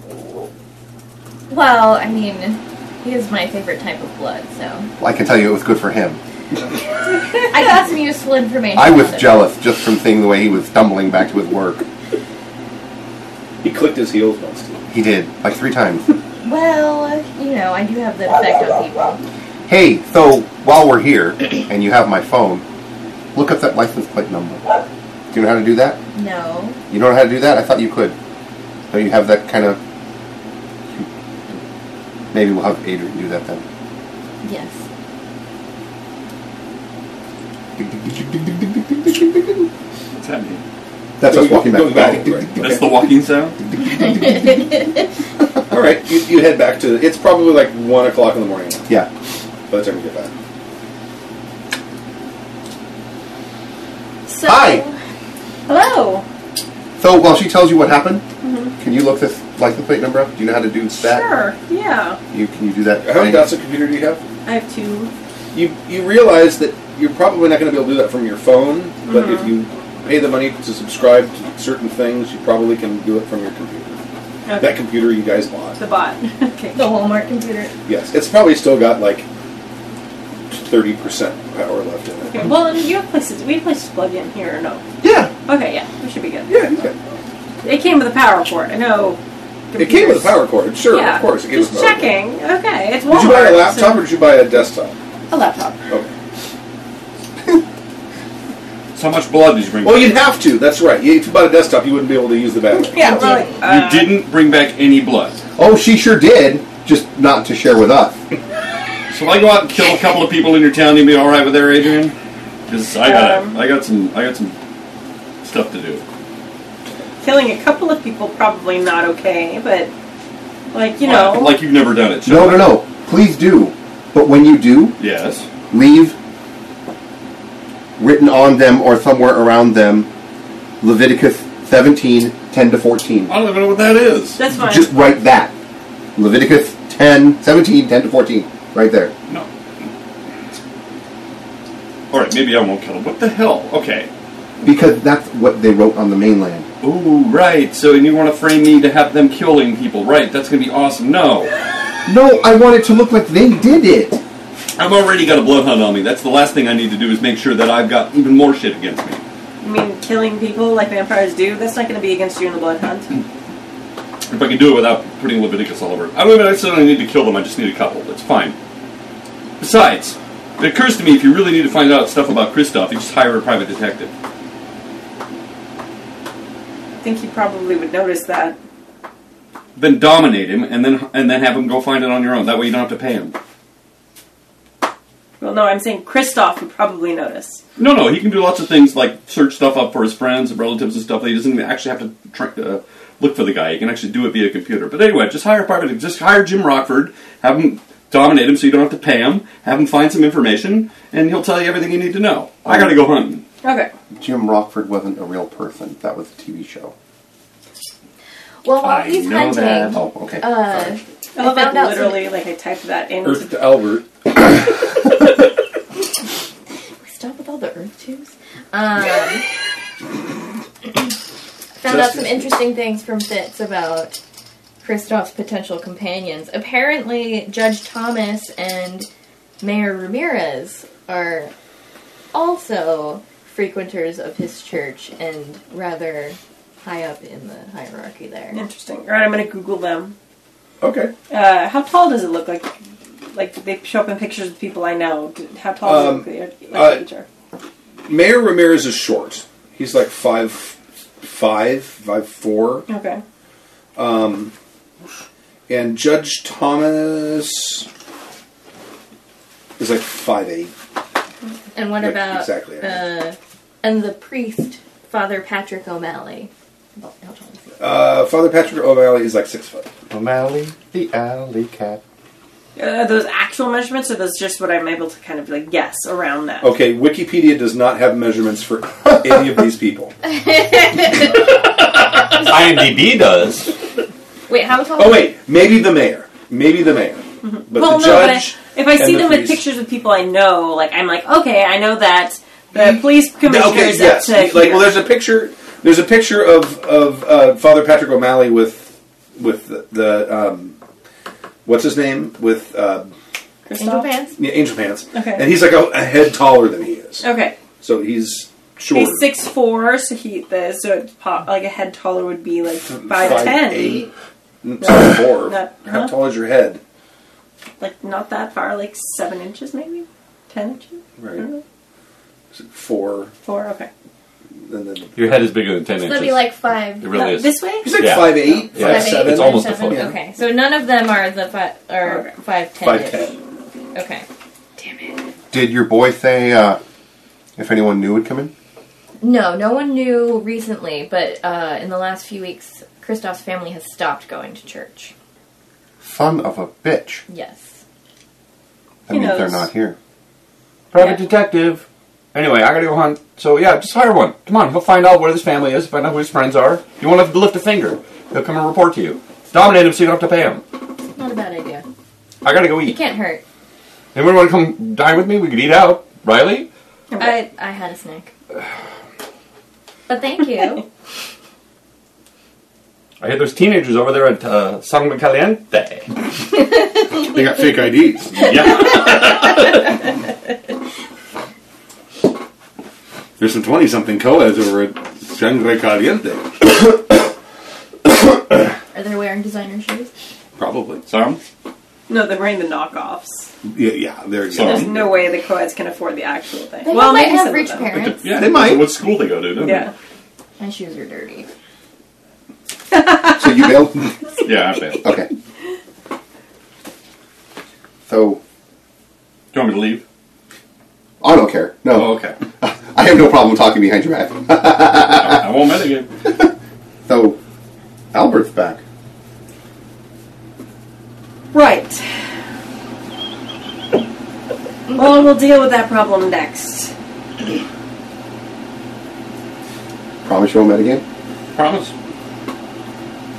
Speaker 3: Well, I mean, he is my favorite type of blood, so.
Speaker 5: Well, I can tell you it was good for him.
Speaker 3: I got some useful information.
Speaker 5: I was
Speaker 3: out of it.
Speaker 5: jealous just from seeing the way he was stumbling back to his work.
Speaker 6: He clicked his heels once. Too.
Speaker 5: He did, like three times.
Speaker 3: Well, you know, I do have that effect on people.
Speaker 5: Hey, so while we're here and you have my phone, look up that license plate number. Do you know how to do that?
Speaker 3: No.
Speaker 5: You don't know how to do that? I thought you could. Don't you have that kind of. Maybe we'll have Adrian do that then.
Speaker 3: Yes.
Speaker 8: What's happening?
Speaker 5: That's us walking
Speaker 6: Going
Speaker 5: back.
Speaker 6: back. Right.
Speaker 8: That's the walking sound.
Speaker 6: All right. You, you head back to. It's probably like one o'clock in the morning
Speaker 5: Yeah.
Speaker 6: by the time you get back.
Speaker 3: So,
Speaker 5: Hi.
Speaker 3: Hello.
Speaker 4: Oh,
Speaker 5: So while she tells you what happened, can you look this license plate number up? Do you know how to do that?
Speaker 4: Mm-hmm. Sure. Yeah,
Speaker 5: You can you do that?
Speaker 6: How many dots of computer do you have?
Speaker 4: I have two.
Speaker 6: You you realize that you're probably not going to be able to do that from your phone, but if you pay the money to subscribe to certain things, you probably can do it from your computer.
Speaker 4: Okay.
Speaker 6: That computer you guys bought.
Speaker 4: the bot. okay.
Speaker 3: The Walmart computer.
Speaker 6: Yes. It's probably still got like thirty percent power left in it.
Speaker 4: Okay. Well, you have places. We have places to plug in here. or No.
Speaker 6: Yeah.
Speaker 4: Okay. Yeah, we should be good.
Speaker 6: Yeah. Okay.
Speaker 4: It came with a power cord. I know.
Speaker 6: It came with a
Speaker 4: computers-
Speaker 6: power cord, sure,
Speaker 4: yeah.
Speaker 6: of course. It came
Speaker 4: just
Speaker 6: with a power cord.
Speaker 4: checking. Okay. It's Walmart.
Speaker 6: Did you buy a laptop
Speaker 4: so-
Speaker 6: or did you buy a desktop?
Speaker 4: a laptop.
Speaker 6: Okay.
Speaker 8: So how much blood did you bring?
Speaker 6: Well, you'd have to. That's right. You- If you bought a desktop, you wouldn't be able to use the battery.
Speaker 4: Yeah.
Speaker 3: well,
Speaker 4: Well, uh,
Speaker 8: you didn't bring back any blood.
Speaker 5: Oh, she sure did. Just not to share with us.
Speaker 8: So if I go out and kill a couple of people in your town, you'll be all right with there, Adrian? Because I got
Speaker 4: Um.
Speaker 8: I got some I got some stuff to do.
Speaker 4: Killing a couple of people probably not okay, but like you know,
Speaker 8: like you've never done it. Chuck.
Speaker 5: No, no, no. Please do. But when you do,
Speaker 8: Yes.
Speaker 5: leave written on them or somewhere around them Leviticus 17, 10 to 14.
Speaker 8: I don't even know what that is.
Speaker 4: that's fine.
Speaker 5: Just write that. Leviticus 10, 17, 10 to 14. Right there.
Speaker 8: No. All right, maybe I won't kill him. What the hell? Okay.
Speaker 5: Because that's what they wrote on the mainland.
Speaker 8: Ooh, right. So and you want to frame me to have them killing people? Right. That's gonna be awesome. No,
Speaker 5: No, I want it to look like they did it.
Speaker 8: I've already got a bloodhound on me. That's the last thing I need to do is make sure that I've got even more shit against me.
Speaker 4: You mean killing people like vampires do? That's not going to be against you in the blood
Speaker 8: Hmm.
Speaker 4: hunt.
Speaker 8: If I can do it without putting Leviticus all over. it. I don't even necessarily need to kill them. I just need a couple. That's fine. Besides, it occurs to me if you really need to find out stuff about Kristoff, you just hire a private detective.
Speaker 4: I think you probably would notice that.
Speaker 8: Then dominate him, and then and then have him go find it on your own. That way you don't have to pay him.
Speaker 4: Well, no, I'm saying Kristoff would probably notice.
Speaker 8: No, no, he can do lots of things like search stuff up for his friends and relatives and stuff. He doesn't even actually have to try, uh, look for the guy. He can actually do it via computer. But anyway, just hire a private. Just hire Jim Rockford. Have him dominate him so you don't have to pay him. Have him find some information, and he'll tell you everything you need to know. I gotta go hunting.
Speaker 4: Okay.
Speaker 5: Jim Rockford wasn't a real person. That was a TV show.
Speaker 3: Well, while
Speaker 8: I
Speaker 3: he's
Speaker 8: know
Speaker 3: hunting,
Speaker 8: that.
Speaker 5: Oh, okay.
Speaker 3: uh,
Speaker 4: I love
Speaker 3: I
Speaker 4: that
Speaker 3: found out
Speaker 4: literally, like, I typed that in.
Speaker 2: Earth to Albert.
Speaker 3: we stop with all the earth tubes. Um, found out some interesting things from Fitz about Kristoff's potential companions. Apparently, Judge Thomas and Mayor Ramirez are also frequenters of his church and rather high up in the hierarchy there.
Speaker 4: Interesting. All right, I'm going to Google them.
Speaker 2: Okay.
Speaker 4: Uh, how tall does it look like? Like, they show up in pictures of people I know. D- How tall
Speaker 2: Um,
Speaker 4: do they look like
Speaker 2: uh,
Speaker 4: they each are?
Speaker 2: Mayor Ramirez is short. He's like five, five, five four.
Speaker 4: Okay.
Speaker 2: And Judge Thomas is like five eight.
Speaker 3: And what
Speaker 2: Like,
Speaker 3: about
Speaker 2: exactly, I
Speaker 3: uh, and the priest, Father Patrick O'Malley? Well, how tall is he?
Speaker 2: Uh, Father Patrick O'Malley is like six foot.
Speaker 5: O'Malley, the alley cat.
Speaker 4: Uh, are those actual measurements, or those just what I'm able to kind of, like, guess around that?
Speaker 2: Okay, Wikipedia does not have measurements for any of these people.
Speaker 11: IMDb does.
Speaker 3: Wait, how tall?
Speaker 2: Oh wait, maybe the mayor. Maybe the mayor.
Speaker 6: Mm-hmm.
Speaker 2: But
Speaker 4: well,
Speaker 2: the
Speaker 4: no, but I,
Speaker 2: judge.
Speaker 4: if I
Speaker 2: and
Speaker 4: see
Speaker 2: the
Speaker 4: them with
Speaker 2: priest.
Speaker 4: pictures of people I know, like I'm like, okay, I know that the police commissioner
Speaker 2: okay,
Speaker 4: is
Speaker 2: yes.
Speaker 4: up to
Speaker 2: Like,
Speaker 4: here.
Speaker 2: well, there's a picture. There's a picture of of uh, Father Patrick O'Malley with with the, the um, what's his name with uh,
Speaker 3: Angel pants.
Speaker 2: yeah, Angel Pants.
Speaker 4: Okay.
Speaker 2: And he's like a, a head taller than he is.
Speaker 4: Okay,
Speaker 2: So he's shorter.
Speaker 4: he's six four, so he the so it's po- like a head taller would be like five ten,
Speaker 2: eight. Mm, sorry, four.
Speaker 4: Not-
Speaker 2: How
Speaker 4: huh?
Speaker 2: tall is your head?
Speaker 4: like not that far, like seven inches maybe, ten inches, I don't
Speaker 2: Right.
Speaker 4: know.
Speaker 2: Four.
Speaker 4: four. Okay,
Speaker 2: And then
Speaker 11: Your head is bigger than 10
Speaker 3: So
Speaker 11: inches.
Speaker 3: that'd be like five.
Speaker 11: it
Speaker 4: Uh,
Speaker 11: really is.
Speaker 4: this way.
Speaker 2: he's like
Speaker 11: Yeah.
Speaker 2: five eight,
Speaker 11: Yeah.
Speaker 2: five
Speaker 3: Five, eight,
Speaker 2: seven.
Speaker 11: It's almost a
Speaker 3: seven?
Speaker 11: foot.
Speaker 2: Yeah.
Speaker 3: Okay, so none of them are the five or
Speaker 4: Okay.
Speaker 3: five ten.
Speaker 2: Five ten.
Speaker 3: Okay. Damn it.
Speaker 5: Did your boy say uh, if anyone new would come in?
Speaker 3: No, no one knew recently, but uh, in the last few weeks, Christoph's family has stopped going to church.
Speaker 5: Son of a bitch.
Speaker 3: Yes.
Speaker 5: That
Speaker 4: He
Speaker 5: means they're
Speaker 4: knows.
Speaker 5: not here.
Speaker 11: Private detective. Anyway, I gotta go hunt. So yeah, just hire one. Come on, he'll find out where his family is, find out who his friends are. You won't have to lift a finger. He'll come and report to you. Dominate him so you don't have to pay him.
Speaker 3: Not a bad idea.
Speaker 11: I gotta go
Speaker 3: It
Speaker 11: eat.
Speaker 3: can't hurt.
Speaker 11: Anyone wanna come dine with me? We could eat out. Riley?
Speaker 3: I I had a snack. But thank you.
Speaker 11: I hear there's teenagers over there at uh, Sangre Caliente.
Speaker 5: They got fake IDs.
Speaker 11: Yeah.
Speaker 2: There's some twenty something co-eds over at Sangre Caliente.
Speaker 3: Are they wearing designer shoes?
Speaker 2: Probably.
Speaker 8: Some?
Speaker 4: No, they're wearing the knockoffs.
Speaker 2: Yeah, yeah. There you
Speaker 8: So-
Speaker 2: go.
Speaker 4: There's no way the co-eds can afford the actual thing.
Speaker 3: They
Speaker 4: well,
Speaker 3: might
Speaker 4: maybe some
Speaker 3: have
Speaker 4: of
Speaker 3: rich
Speaker 4: them.
Speaker 3: parents.
Speaker 8: Yeah,
Speaker 5: They might.
Speaker 8: What school they go to, don't
Speaker 4: Yeah.
Speaker 3: My shoes are dirty.
Speaker 5: so you bailed?
Speaker 8: they? Yeah, I failed. Do
Speaker 5: okay. So,
Speaker 8: you want me to leave?
Speaker 5: I don't care.
Speaker 8: Oh,
Speaker 5: No,
Speaker 8: okay.
Speaker 5: I have no problem talking behind your back.
Speaker 8: I, I won't mitigate.
Speaker 5: so, Albert's back.
Speaker 4: Right. Well, we'll deal with that problem next.
Speaker 5: Promise you won't met again?
Speaker 8: Promise.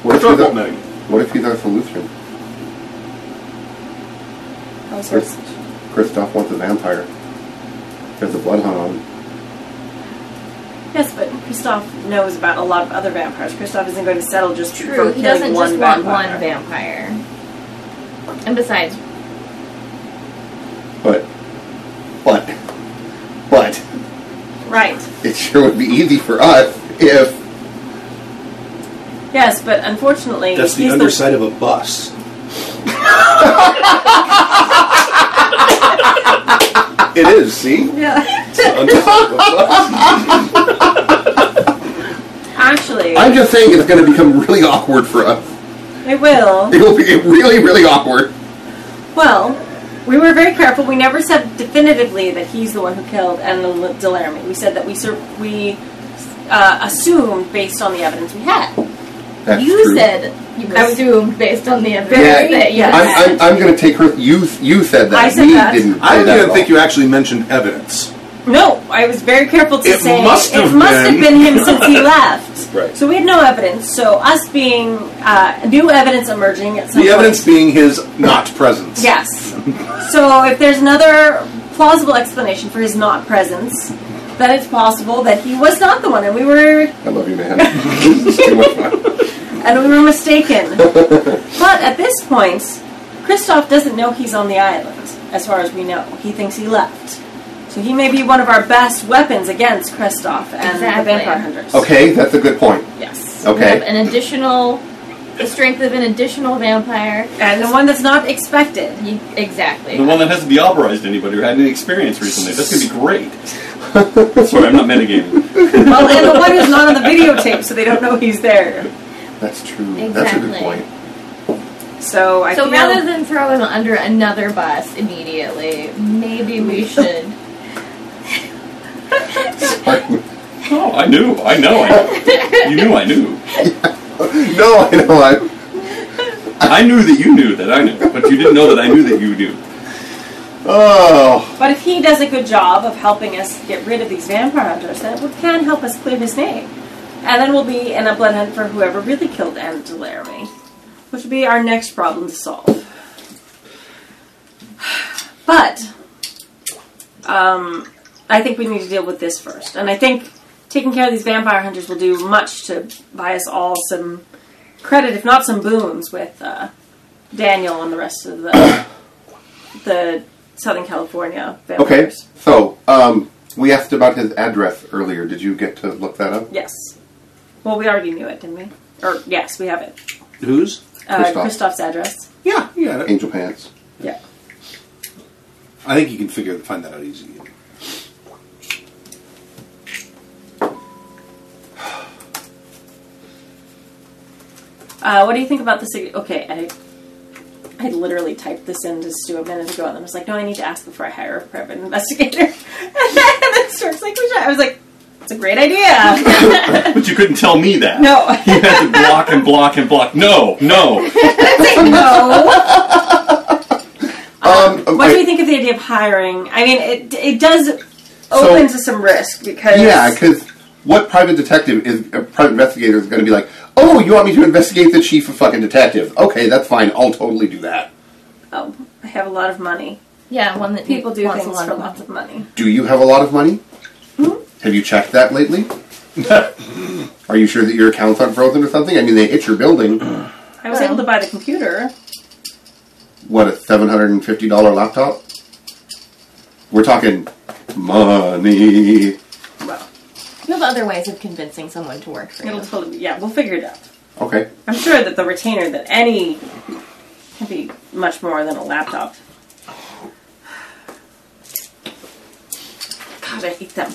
Speaker 5: What
Speaker 2: I
Speaker 5: if, he's
Speaker 2: thought
Speaker 5: a,
Speaker 2: about it.
Speaker 5: what if he's a Lutheran?
Speaker 4: How's
Speaker 5: Christoph wants a vampire. There's the bloodhound.
Speaker 4: Yes, but Kristoff knows about a lot of other vampires. Kristoff isn't going to settle just
Speaker 3: True.
Speaker 4: for
Speaker 3: He doesn't
Speaker 4: killing one
Speaker 3: just want
Speaker 4: vampire.
Speaker 3: one vampire. And besides,
Speaker 5: But, but, but,
Speaker 4: Right.
Speaker 5: it sure would be easy for us if
Speaker 4: Yes, but unfortunately,
Speaker 2: That's the
Speaker 4: he's
Speaker 2: underside of a bus.
Speaker 5: it is. See,
Speaker 4: Yeah. Actually,
Speaker 5: I'm just saying it's going to become really awkward for us.
Speaker 4: it will.
Speaker 5: It will be really, really awkward.
Speaker 4: Well, we were very careful. We never said definitively that he's the one who killed Anna Delarmy. We said that we sur- we uh, assumed based on the evidence we had.
Speaker 5: That's
Speaker 3: you
Speaker 5: true.
Speaker 3: said you assumed based on the
Speaker 5: Yeah,
Speaker 3: evidence that you
Speaker 5: I'm, I'm,
Speaker 3: had.
Speaker 5: I'm going to take her. You, you said that.
Speaker 4: I said
Speaker 5: we
Speaker 4: that.
Speaker 5: didn't. Say
Speaker 2: I
Speaker 5: that
Speaker 2: didn't
Speaker 5: at
Speaker 2: think
Speaker 5: all.
Speaker 2: you actually mentioned evidence.
Speaker 4: No, I was very careful to
Speaker 2: It
Speaker 4: say
Speaker 2: must have
Speaker 4: it must
Speaker 2: been.
Speaker 4: have been him since he left.
Speaker 2: Right.
Speaker 4: So we had no evidence. So us being uh, new evidence emerging at some
Speaker 2: The
Speaker 4: point.
Speaker 2: evidence being his not presence.
Speaker 4: Yes. so if there's another plausible explanation for his not presence, then it's possible that he was not the one, and we were
Speaker 5: I love you, man. It's too much fun.
Speaker 4: and we were mistaken. but at this point, Kristoff doesn't know he's on the island. As far as we know, he thinks he left. So he may be one of our best weapons against Kristoff and
Speaker 3: Exactly.
Speaker 4: the vampire hunters.
Speaker 5: Okay, that's a good point.
Speaker 4: Yes.
Speaker 3: You have
Speaker 5: Okay,
Speaker 3: an additional, the strength of an additional vampire.
Speaker 4: And the one that's not expected.
Speaker 3: You- exactly.
Speaker 8: The one that hasn't diabolized anybody or had any experience recently. That's going to be great. Sorry, I'm not metagaming.
Speaker 4: Well, and the one who's not on the videotape, so they don't know he's there.
Speaker 5: that's true. That's a good
Speaker 3: Exactly.
Speaker 5: point.
Speaker 4: So I
Speaker 3: so
Speaker 4: feel
Speaker 3: rather than throw him under another bus immediately, maybe we should.
Speaker 8: Oh, I knew. I know. I know. You knew I knew.
Speaker 5: No, I know. I,
Speaker 8: I knew that you knew that I knew, but you didn't know that I knew that you knew.
Speaker 5: oh,
Speaker 4: But if he does a good job of helping us get rid of these vampire hunters, then it can help us clear his name. And then we'll be in a blood hunt for whoever really killed Anna Delaramie, which would be our next problem to solve. But um, I think we need to deal with this first. And I think taking care of these vampire hunters will do much to buy us all some credit, if not some boons, with uh, Daniel and the rest of the the Southern California
Speaker 5: okay.
Speaker 4: vampires.
Speaker 5: So, um, we asked about his address earlier. Did you get to look that up?
Speaker 4: Yes. Well, we already knew it, didn't we? Or yes, we have it.
Speaker 2: Whose?
Speaker 4: Uh,
Speaker 5: Christoph.
Speaker 4: Christoph's address.
Speaker 2: Yeah, yeah.
Speaker 5: Angel pants.
Speaker 4: Yeah.
Speaker 2: I think you can figure find that out easy.
Speaker 4: Uh, what do you think about the sig- Okay, I I literally typed this in to Stu a minute ago, and then I was like, no, I need to ask before I hire a private investigator. and then Stuart's like, we should. I was like, it's a great idea.
Speaker 8: But you couldn't tell me that.
Speaker 4: no,
Speaker 8: You had to block and block and block. No, no.
Speaker 4: no.
Speaker 5: Um,
Speaker 4: What do
Speaker 5: I-
Speaker 4: you think of the idea of hiring? I mean, it it does open
Speaker 5: So-
Speaker 4: to some risk because
Speaker 5: Yeah, because what private detective is a private investigator is going to be like? Oh, you want me to investigate the chief of fucking detectives? Okay, that's fine. I'll totally do that.
Speaker 4: oh, I have a lot of money.
Speaker 3: Yeah, one that
Speaker 4: People do
Speaker 3: wants
Speaker 4: things
Speaker 3: a lot
Speaker 4: for
Speaker 3: of
Speaker 4: lots of money.
Speaker 5: Do you have a lot of money? Have you checked that lately? Are you sure that your account's unfrozen or something? I mean, they hit your building.
Speaker 4: I was
Speaker 3: Well.
Speaker 4: able to buy the computer.
Speaker 5: What a seven hundred and fifty dollar laptop. We're talking money.
Speaker 4: Well,
Speaker 3: You have other ways of convincing someone to work for
Speaker 4: it'll
Speaker 3: you.
Speaker 4: totally. Yeah, we'll figure it out.
Speaker 5: Okay,
Speaker 4: I'm sure that the retainer that any can be much more than a laptop. God, I hate them.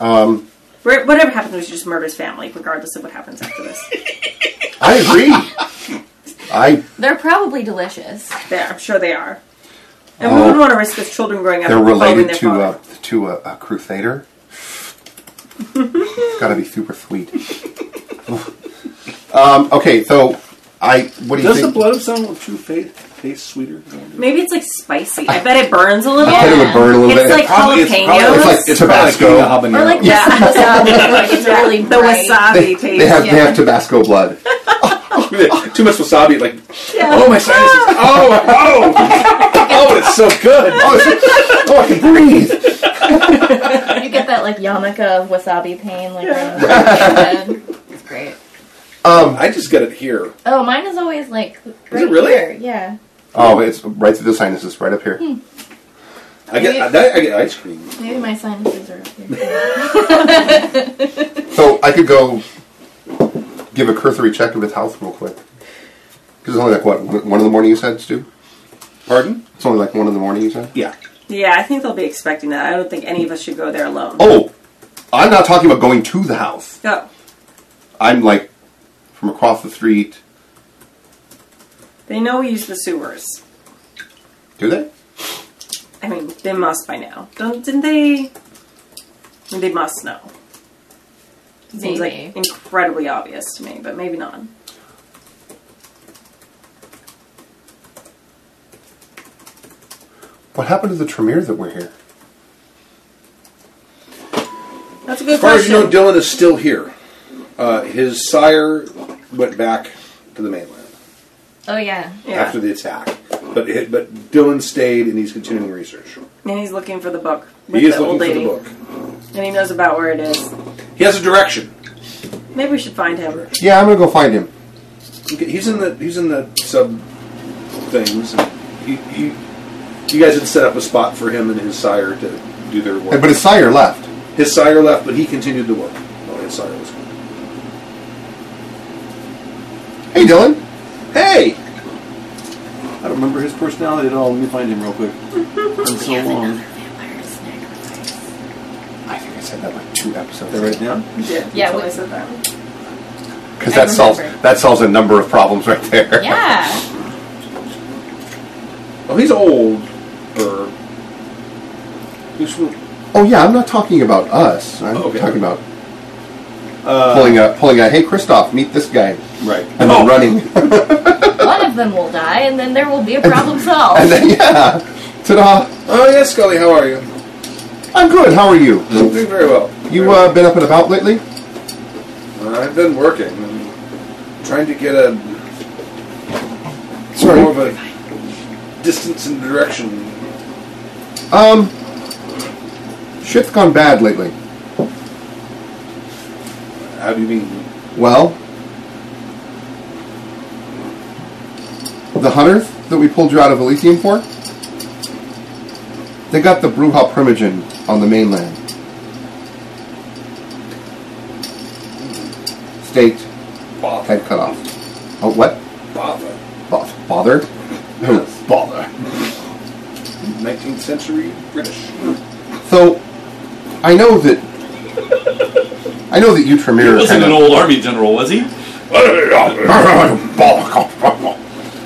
Speaker 5: um,
Speaker 4: Wh- Whatever happens, we should just murder his family, regardless of what happens after this.
Speaker 5: I agree. I
Speaker 3: They're probably delicious.
Speaker 4: there, I'm sure they are. And we wouldn't want to risk his children growing up
Speaker 5: Oh. They're
Speaker 4: following
Speaker 5: related
Speaker 4: their
Speaker 5: to uh,
Speaker 4: father.
Speaker 5: a, to a, a crusader. it's got to be super sweet. um, okay, so I what do you
Speaker 2: Does the
Speaker 5: think?
Speaker 2: blood of someone with true faith taste sweeter?
Speaker 4: Maybe it's like spicy. I bet it burns a little.
Speaker 5: I bet it would burn a little
Speaker 4: It's
Speaker 5: bit.
Speaker 4: like
Speaker 2: Probably- it's probably-
Speaker 4: jalapenos.
Speaker 5: It's like Tabasco.
Speaker 2: Probably
Speaker 3: Or like
Speaker 2: habanero.
Speaker 4: Yeah.
Speaker 3: wasabi. Like it's
Speaker 4: Yeah,
Speaker 3: really
Speaker 4: the
Speaker 3: bright.
Speaker 4: wasabi
Speaker 5: they,
Speaker 4: taste.
Speaker 5: they have they
Speaker 3: yeah.
Speaker 5: have Tabasco blood.
Speaker 2: Too much wasabi. Like
Speaker 4: Yeah.
Speaker 2: oh my sinuses. Oh oh.
Speaker 3: It's
Speaker 2: Oh, it's so good.
Speaker 5: oh, I can breathe.
Speaker 3: You get that like yarmulke of wasabi pain, like around the back of your head. It's great.
Speaker 2: I just got it here.
Speaker 3: Oh, mine is always like right
Speaker 2: it really?
Speaker 3: here. Yeah.
Speaker 5: Oh, it's right through the sinuses, right up here.
Speaker 4: Hmm.
Speaker 2: I get that, I get ice cream.
Speaker 3: Maybe my sinuses are up here.
Speaker 5: So I could go give a cursory check of his health real quick. Because it's only like what one one in the morning you said, Stu.
Speaker 2: Pardon?
Speaker 5: It's only like one in the morning you said.
Speaker 2: Yeah.
Speaker 4: Yeah, I think they'll be expecting that. I don't think any of us should go there alone.
Speaker 5: Oh, I'm not talking about going to the house.
Speaker 4: No.
Speaker 5: I'm like from across the street.
Speaker 4: They know we use the sewers.
Speaker 5: Do they?
Speaker 4: I mean, they must by now. Don't, didn't they? They must know. Seems
Speaker 3: Maybe.
Speaker 4: like incredibly obvious to me, but maybe not.
Speaker 5: What happened to the Tremere that were here?
Speaker 4: That's a good
Speaker 2: As far as
Speaker 4: question.
Speaker 2: you know, Dylan is still here. Uh, his sire went back to the mainland
Speaker 3: Oh yeah.
Speaker 4: yeah.
Speaker 2: after the attack, but it, but Dylan stayed and he's continuing research.
Speaker 4: and he's looking for the book. with
Speaker 2: He is
Speaker 4: the old
Speaker 2: looking for
Speaker 4: lady.
Speaker 2: the book.
Speaker 4: And he knows about where it is.
Speaker 2: He has a direction.
Speaker 4: Maybe we should find him.
Speaker 5: Yeah, I'm gonna go find him.
Speaker 2: Okay, he's in the he's in the sub things. And he, he, you guys had set up a spot for him and his sire to do their work.
Speaker 5: But his sire left.
Speaker 2: His sire left, but he continued to work. Well, his sire was gone.
Speaker 5: Hey, Dylan.
Speaker 2: Hey,
Speaker 8: I don't remember his personality at all. Let me find him real quick. It's been so long.
Speaker 5: I think I said that like two episodes
Speaker 8: They're right now.
Speaker 4: Yeah,
Speaker 3: Yeah,
Speaker 4: totally
Speaker 3: we-
Speaker 4: said that.
Speaker 5: Because
Speaker 3: I
Speaker 5: that solves
Speaker 3: remember.
Speaker 5: that solves a number of problems right there.
Speaker 3: Yeah.
Speaker 2: well he's old. er, Or he's from-
Speaker 5: Oh yeah, I'm not talking about us. I'm
Speaker 2: Okay.
Speaker 5: talking about pulling a pulling a. Hey, Christoph, meet this guy,
Speaker 2: right.
Speaker 5: and then running,
Speaker 3: One of them will die, and then there will be a problem solved.
Speaker 5: and then yeah, ta-da!
Speaker 2: Oh yes, Scully, how are you?
Speaker 5: I'm good. How are you?
Speaker 2: I'm doing very well.
Speaker 5: You uh, been up and about lately?
Speaker 2: I've been working, and trying to get a more of
Speaker 5: Sorry.
Speaker 2: a distance and direction.
Speaker 5: Um, shit's gone bad lately.
Speaker 2: How do you mean?
Speaker 5: Well, the hunters that we pulled you out of Elysium for, they got the Bruja Primogen on the mainland. Staked, head cut off. Oh, what?
Speaker 2: Bother.
Speaker 5: Bo- Bother? No, bother.
Speaker 2: 19th century British.
Speaker 5: So, I know that. I know that you
Speaker 8: He
Speaker 5: Tremere are
Speaker 8: wasn't
Speaker 5: kind
Speaker 8: an
Speaker 5: of.
Speaker 8: old army general, was he?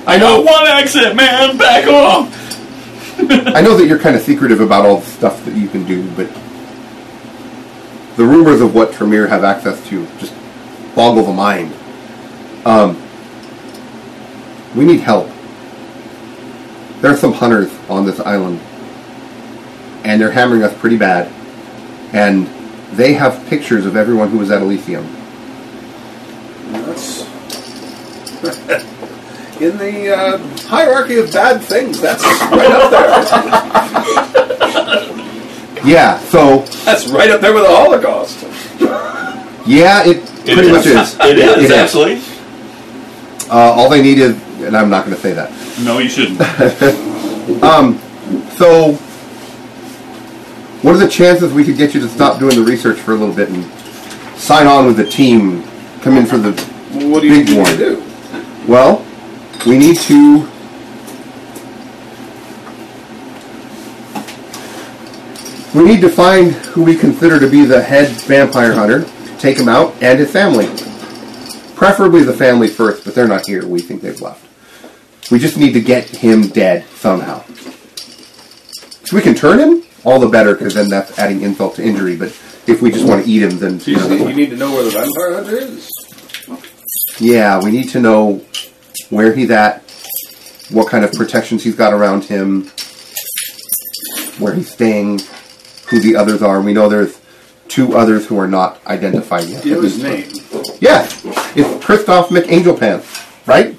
Speaker 5: I know.
Speaker 8: one accent, man. Back off.
Speaker 5: I know that you're kind of secretive about all the stuff that you can do, but the rumors of what Tremere have access to just boggle the mind. Um, we need help. There are some hunters on this island, and they're hammering us pretty bad. And they have pictures of everyone who was at Elysium.
Speaker 2: That's. In the uh, hierarchy of bad things, that's right up there.
Speaker 5: Yeah, so
Speaker 2: That's right up there with the Holocaust.
Speaker 5: yeah, it, pretty much is.
Speaker 8: It is actually.
Speaker 5: Uh, all they need is, and I'm not going to say that.
Speaker 8: No, you shouldn't.
Speaker 5: So, what are the chances we could get you to stop doing the research for a little bit and sign on with the team? Come in for the
Speaker 2: Well, what do you
Speaker 5: Big
Speaker 2: need
Speaker 5: one.
Speaker 2: to do?
Speaker 5: well. We need to. We need to find who we consider to be the head vampire hunter, take him out, and his family. Preferably the family first, but they're not here. We think they've left. We just need to get him dead somehow. If we can turn him, all the better, because then that's adding insult to injury. But if we just want to eat him, then
Speaker 2: You, just need, you need to know where the vampire hunter is.
Speaker 5: Yeah, we need to know where he's at, what kind of protections he's got around him, where he's staying, who the others are. We know there's two others who are not identified yet.
Speaker 2: Do you know his
Speaker 5: At least-
Speaker 2: name?
Speaker 5: Yeah, it's Christoph McAngelpants, right?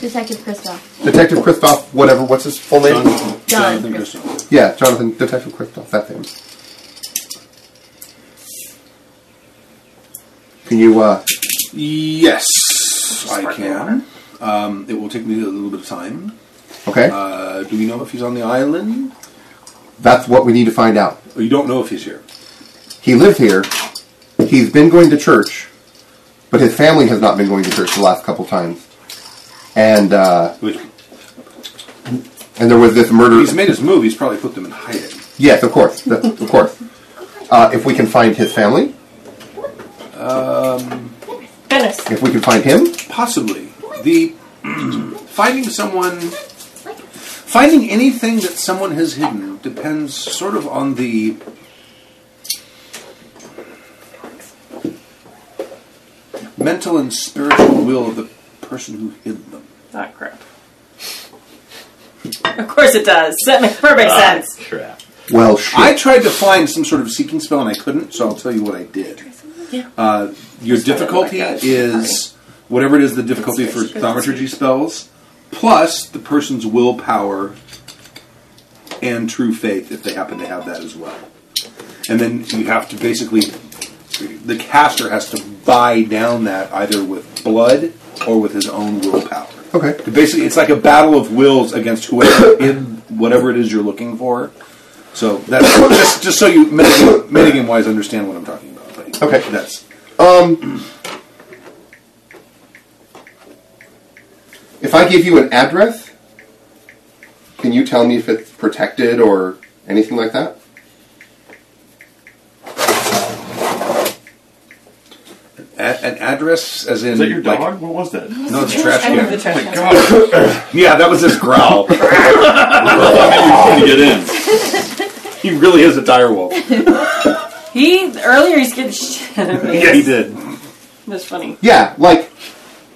Speaker 3: Detective Kristoff.
Speaker 5: Detective Kristoff, whatever, what's his full name?
Speaker 3: John.
Speaker 6: Jonathan Christoph.
Speaker 5: Yeah, Jonathan, Detective Kristoff, that thing. Can you, uh,
Speaker 6: Yes, I can. Um, it will take me a little bit of time.
Speaker 5: okay?
Speaker 6: Uh, do we know if he's on the island?
Speaker 5: That's what we need to find out.
Speaker 6: Oh, you don't know if he's here.
Speaker 5: He lived here, he's been going to church, but his family has not been going to church the last couple times. And, uh,
Speaker 6: Which,
Speaker 5: and there was this murder.
Speaker 6: he's made his move. He's probably put them in hiding.
Speaker 5: Yes, of course, that's, of course. Uh, if we can find his family,
Speaker 3: Venice.
Speaker 5: if we can find him,
Speaker 6: Possibly the finding someone, finding anything that someone has hidden depends sort of on the. Mental and spiritual will of the person who hid them.
Speaker 4: Ah, crap. Of course it does. That makes perfect
Speaker 2: Ah,
Speaker 4: sense.
Speaker 8: Crap.
Speaker 5: well, shit.
Speaker 6: I tried to find some sort of seeking spell and I couldn't, so I'll tell you what I did. Uh, your difficulty
Speaker 4: Oh my gosh,
Speaker 6: is whatever it is the difficulty for thaumaturgy spells, plus the person's willpower and true faith if they happen to have that as well. And then you have to basically, the caster has to buy down that either with blood or with his own willpower.
Speaker 5: okay.
Speaker 6: Basically, it's like a battle of wills against whoever in whatever it is you're looking for. So that's just, just so you metagame, metagame wise understand what I'm talking about. Like,
Speaker 5: Okay.
Speaker 6: that's
Speaker 5: If I give you an address, can you tell me if it's protected or anything like that?
Speaker 6: a, an address as in
Speaker 8: Is that your
Speaker 6: like-
Speaker 8: dog? what was that?
Speaker 6: no, it's a trash
Speaker 4: I moved the
Speaker 6: can.
Speaker 4: trash can.
Speaker 8: God,
Speaker 6: Yeah, that was his growl.
Speaker 8: I'm trying to get in.
Speaker 6: he really is a dire wolf.
Speaker 4: He earlier he's getting shit out of me.
Speaker 6: Yeah, he did.
Speaker 4: That's funny.
Speaker 5: Yeah, like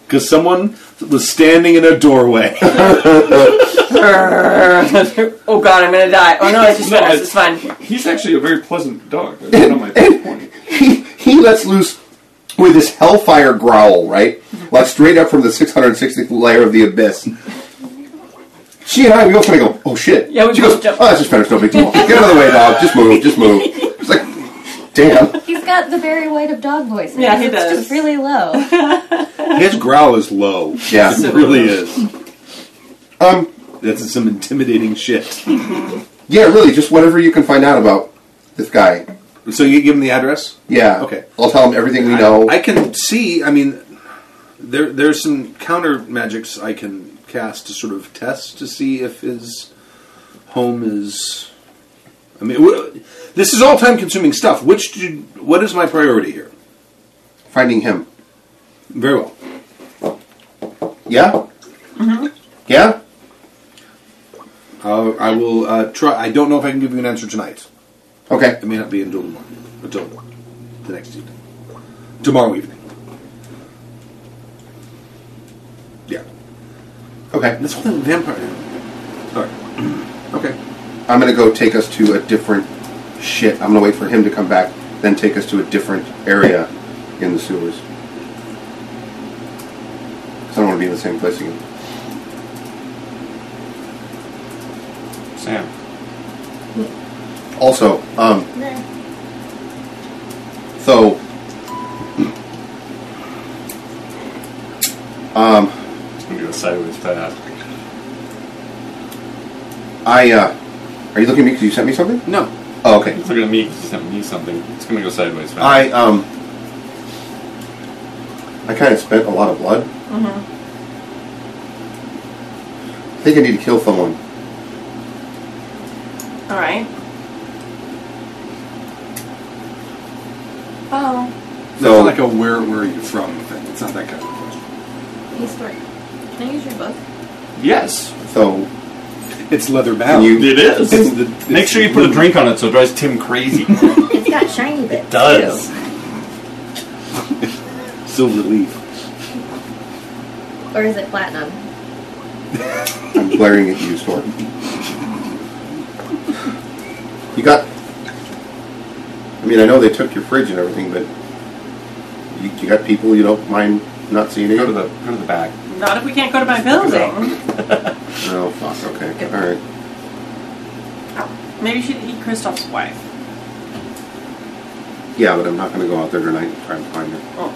Speaker 6: Because someone was standing in a doorway.
Speaker 4: oh god, I'm gonna die. Oh no, it's just
Speaker 8: No,
Speaker 4: Venice. It's
Speaker 8: it's-
Speaker 4: fine.
Speaker 8: He's actually a very pleasant dog. That's not my point.
Speaker 5: he he lets loose with his hellfire growl, right?
Speaker 4: Mm-hmm.
Speaker 5: Like straight up from the 660th layer of the abyss. She and I, we both kind of go, oh shit.
Speaker 4: Yeah, we
Speaker 5: she
Speaker 4: both
Speaker 5: goes,
Speaker 4: jump.
Speaker 5: oh, that's just better, no big deal. Get out of the way, dog. Just move, just move. It's like, damn.
Speaker 3: He's got the very white of dog voice.
Speaker 4: Yeah, he
Speaker 3: It's
Speaker 4: does.
Speaker 3: just really low.
Speaker 6: his growl is low.
Speaker 5: Yeah.
Speaker 6: It really is.
Speaker 5: Um,
Speaker 6: That's some intimidating shit.
Speaker 5: yeah, really, just whatever you can find out about this guy.
Speaker 6: So you give him the address?
Speaker 5: Yeah.
Speaker 6: Okay.
Speaker 5: I'll tell him everything we know.
Speaker 6: I can see. I mean, there there's some counter magics I can cast to sort of test to see if his home is. I mean, wh- this is all time consuming stuff. Which do, what is my priority here?
Speaker 5: Finding him.
Speaker 6: Very well.
Speaker 5: Yeah?
Speaker 4: Mm-hmm.
Speaker 5: Yeah?
Speaker 6: Uh, I will uh, try. I don't know if I can give you an answer tonight.
Speaker 5: Okay.
Speaker 6: It may not be until tomorrow. Until the next evening. Tomorrow evening. Yeah.
Speaker 5: Okay.
Speaker 6: This whole vampire. All right. Okay.
Speaker 5: I'm gonna go take us to a different shit. I'm gonna wait for him to come back, then take us to a different area in the sewers. 'Cause I don't want to be in the same place again.
Speaker 8: Sam.
Speaker 5: Also, um, so, um,
Speaker 8: It's gonna be a sideways path.
Speaker 5: I, uh, are you looking at me because you sent me something?
Speaker 6: No.
Speaker 5: Oh, okay.
Speaker 8: It's looking at me because he sent me something. It's gonna go sideways fast.
Speaker 5: I um, I kind of spent a lot of blood. I think I need to kill someone.
Speaker 4: Alright.
Speaker 3: Oh,
Speaker 6: That's
Speaker 5: So-
Speaker 6: like a where where are you from thing. It's not that kind of question.
Speaker 3: East Fork. Can I use your book?
Speaker 8: yes,
Speaker 5: So
Speaker 6: It's leather bound.
Speaker 5: You-
Speaker 8: it is.
Speaker 6: It's the- it's
Speaker 8: Make sure you put a drink on it so it drives Tim crazy.
Speaker 3: It's got shiny bits.
Speaker 8: Does.
Speaker 6: silver leaf.
Speaker 3: Or is it platinum?
Speaker 5: I'm glaring at you, Storm. You got. I mean, I know they took your fridge and everything, but you, you got people you don't mind not seeing it.
Speaker 8: Go to the go to the back.
Speaker 4: Not if we can't go to my building.
Speaker 5: Oh, fuck. Okay. All right.
Speaker 4: Maybe you should eat Kristoff's wife.
Speaker 5: Yeah, but I'm not going to go out there tonight and try and find it.
Speaker 4: Oh,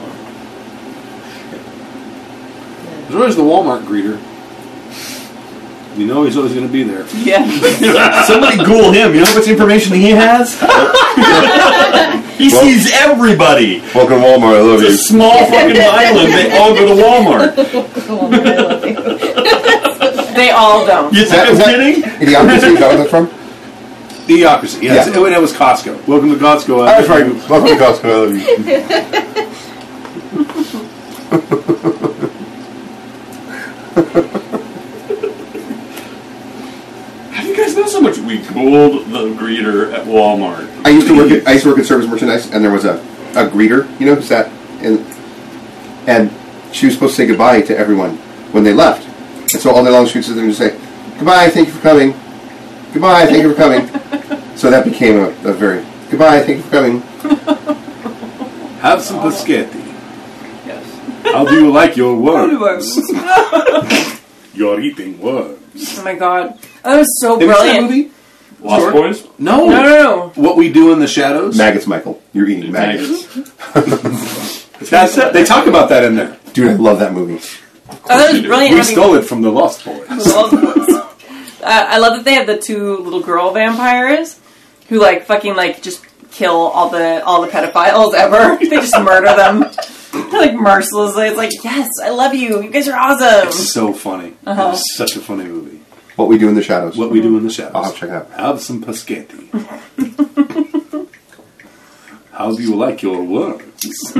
Speaker 2: There's always the Walmart greeter. You know he's always going to be there.
Speaker 4: yeah.
Speaker 8: Somebody ghoul him. You know how much information he has? he sees everybody.
Speaker 5: Welcome to Walmart. I love
Speaker 8: It's a small fucking island. They all go to Walmart.
Speaker 3: Well, I love you.
Speaker 4: they all don't.
Speaker 8: You think I'm kidding?
Speaker 5: The opposite you got that from?
Speaker 2: Idiocracy. Yes,
Speaker 5: Yeah.
Speaker 2: and it was Costco. Welcome to Costco.
Speaker 5: That's right. Welcome to Costco. I love you.
Speaker 8: How do you guys know so much? We ghouled the greeter at Walmart.
Speaker 5: I used to work at I used to work at service merchandise, and there was a, a greeter, you know, who sat and and she was supposed to say goodbye to everyone when they left, and so all day long she would sit there and just say goodbye, thank you for coming, goodbye, thank you for coming. so that became a, a very goodbye, thank you for coming.
Speaker 2: Have some
Speaker 4: Oh.
Speaker 2: biscotti.
Speaker 4: Yes.
Speaker 2: How do you like your worms?
Speaker 4: Oh
Speaker 2: You're eating worms.
Speaker 4: my god. Oh, That was so
Speaker 2: Have you seen that
Speaker 4: brilliant.
Speaker 2: movie?
Speaker 8: Lost
Speaker 2: Sure.
Speaker 8: Boys?
Speaker 2: No.
Speaker 4: No, no,
Speaker 2: What we do in the shadows.
Speaker 5: Maggots, Michael, you're eating maggots.
Speaker 8: Maggots.
Speaker 2: That's it. They talk about that in there.
Speaker 5: Dude, I love that movie.
Speaker 4: no. Oh, that was brilliant.
Speaker 2: We
Speaker 4: having-
Speaker 2: stole it from the Lost Boys.
Speaker 4: uh, I love that they have the two little girl vampires who like fucking like just kill all the all the pedophiles ever. they just murder them like mercilessly. It's like yes, I love you. You guys are awesome.
Speaker 2: It's so funny.
Speaker 4: Uh-huh.
Speaker 2: It's such a funny movie.
Speaker 5: What we do in the shadows.
Speaker 2: What we do in the shadows.
Speaker 5: I'll have to check it out.
Speaker 2: Have some biscotti. How do you like your worms?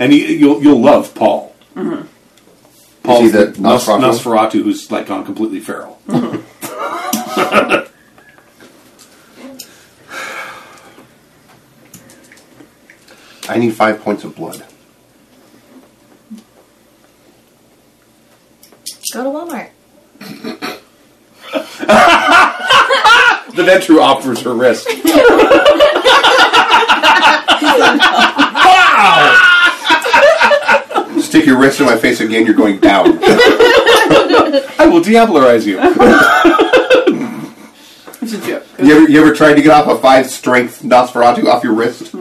Speaker 2: and you, you'll you'll love Paul. Paul's
Speaker 5: Is he the
Speaker 2: the Nos-
Speaker 5: Nosferatu?
Speaker 2: Nosferatu, who's like gone completely feral.
Speaker 5: I need five points of blood.
Speaker 3: Go to Walmart.
Speaker 2: The Ventru offers her wrist.
Speaker 5: Stick your wrist in my face again. You're going down.
Speaker 2: I will diablerize you.
Speaker 4: It's a joke.
Speaker 5: you ever you ever tried to get off a five strength Nosferatu off your wrist?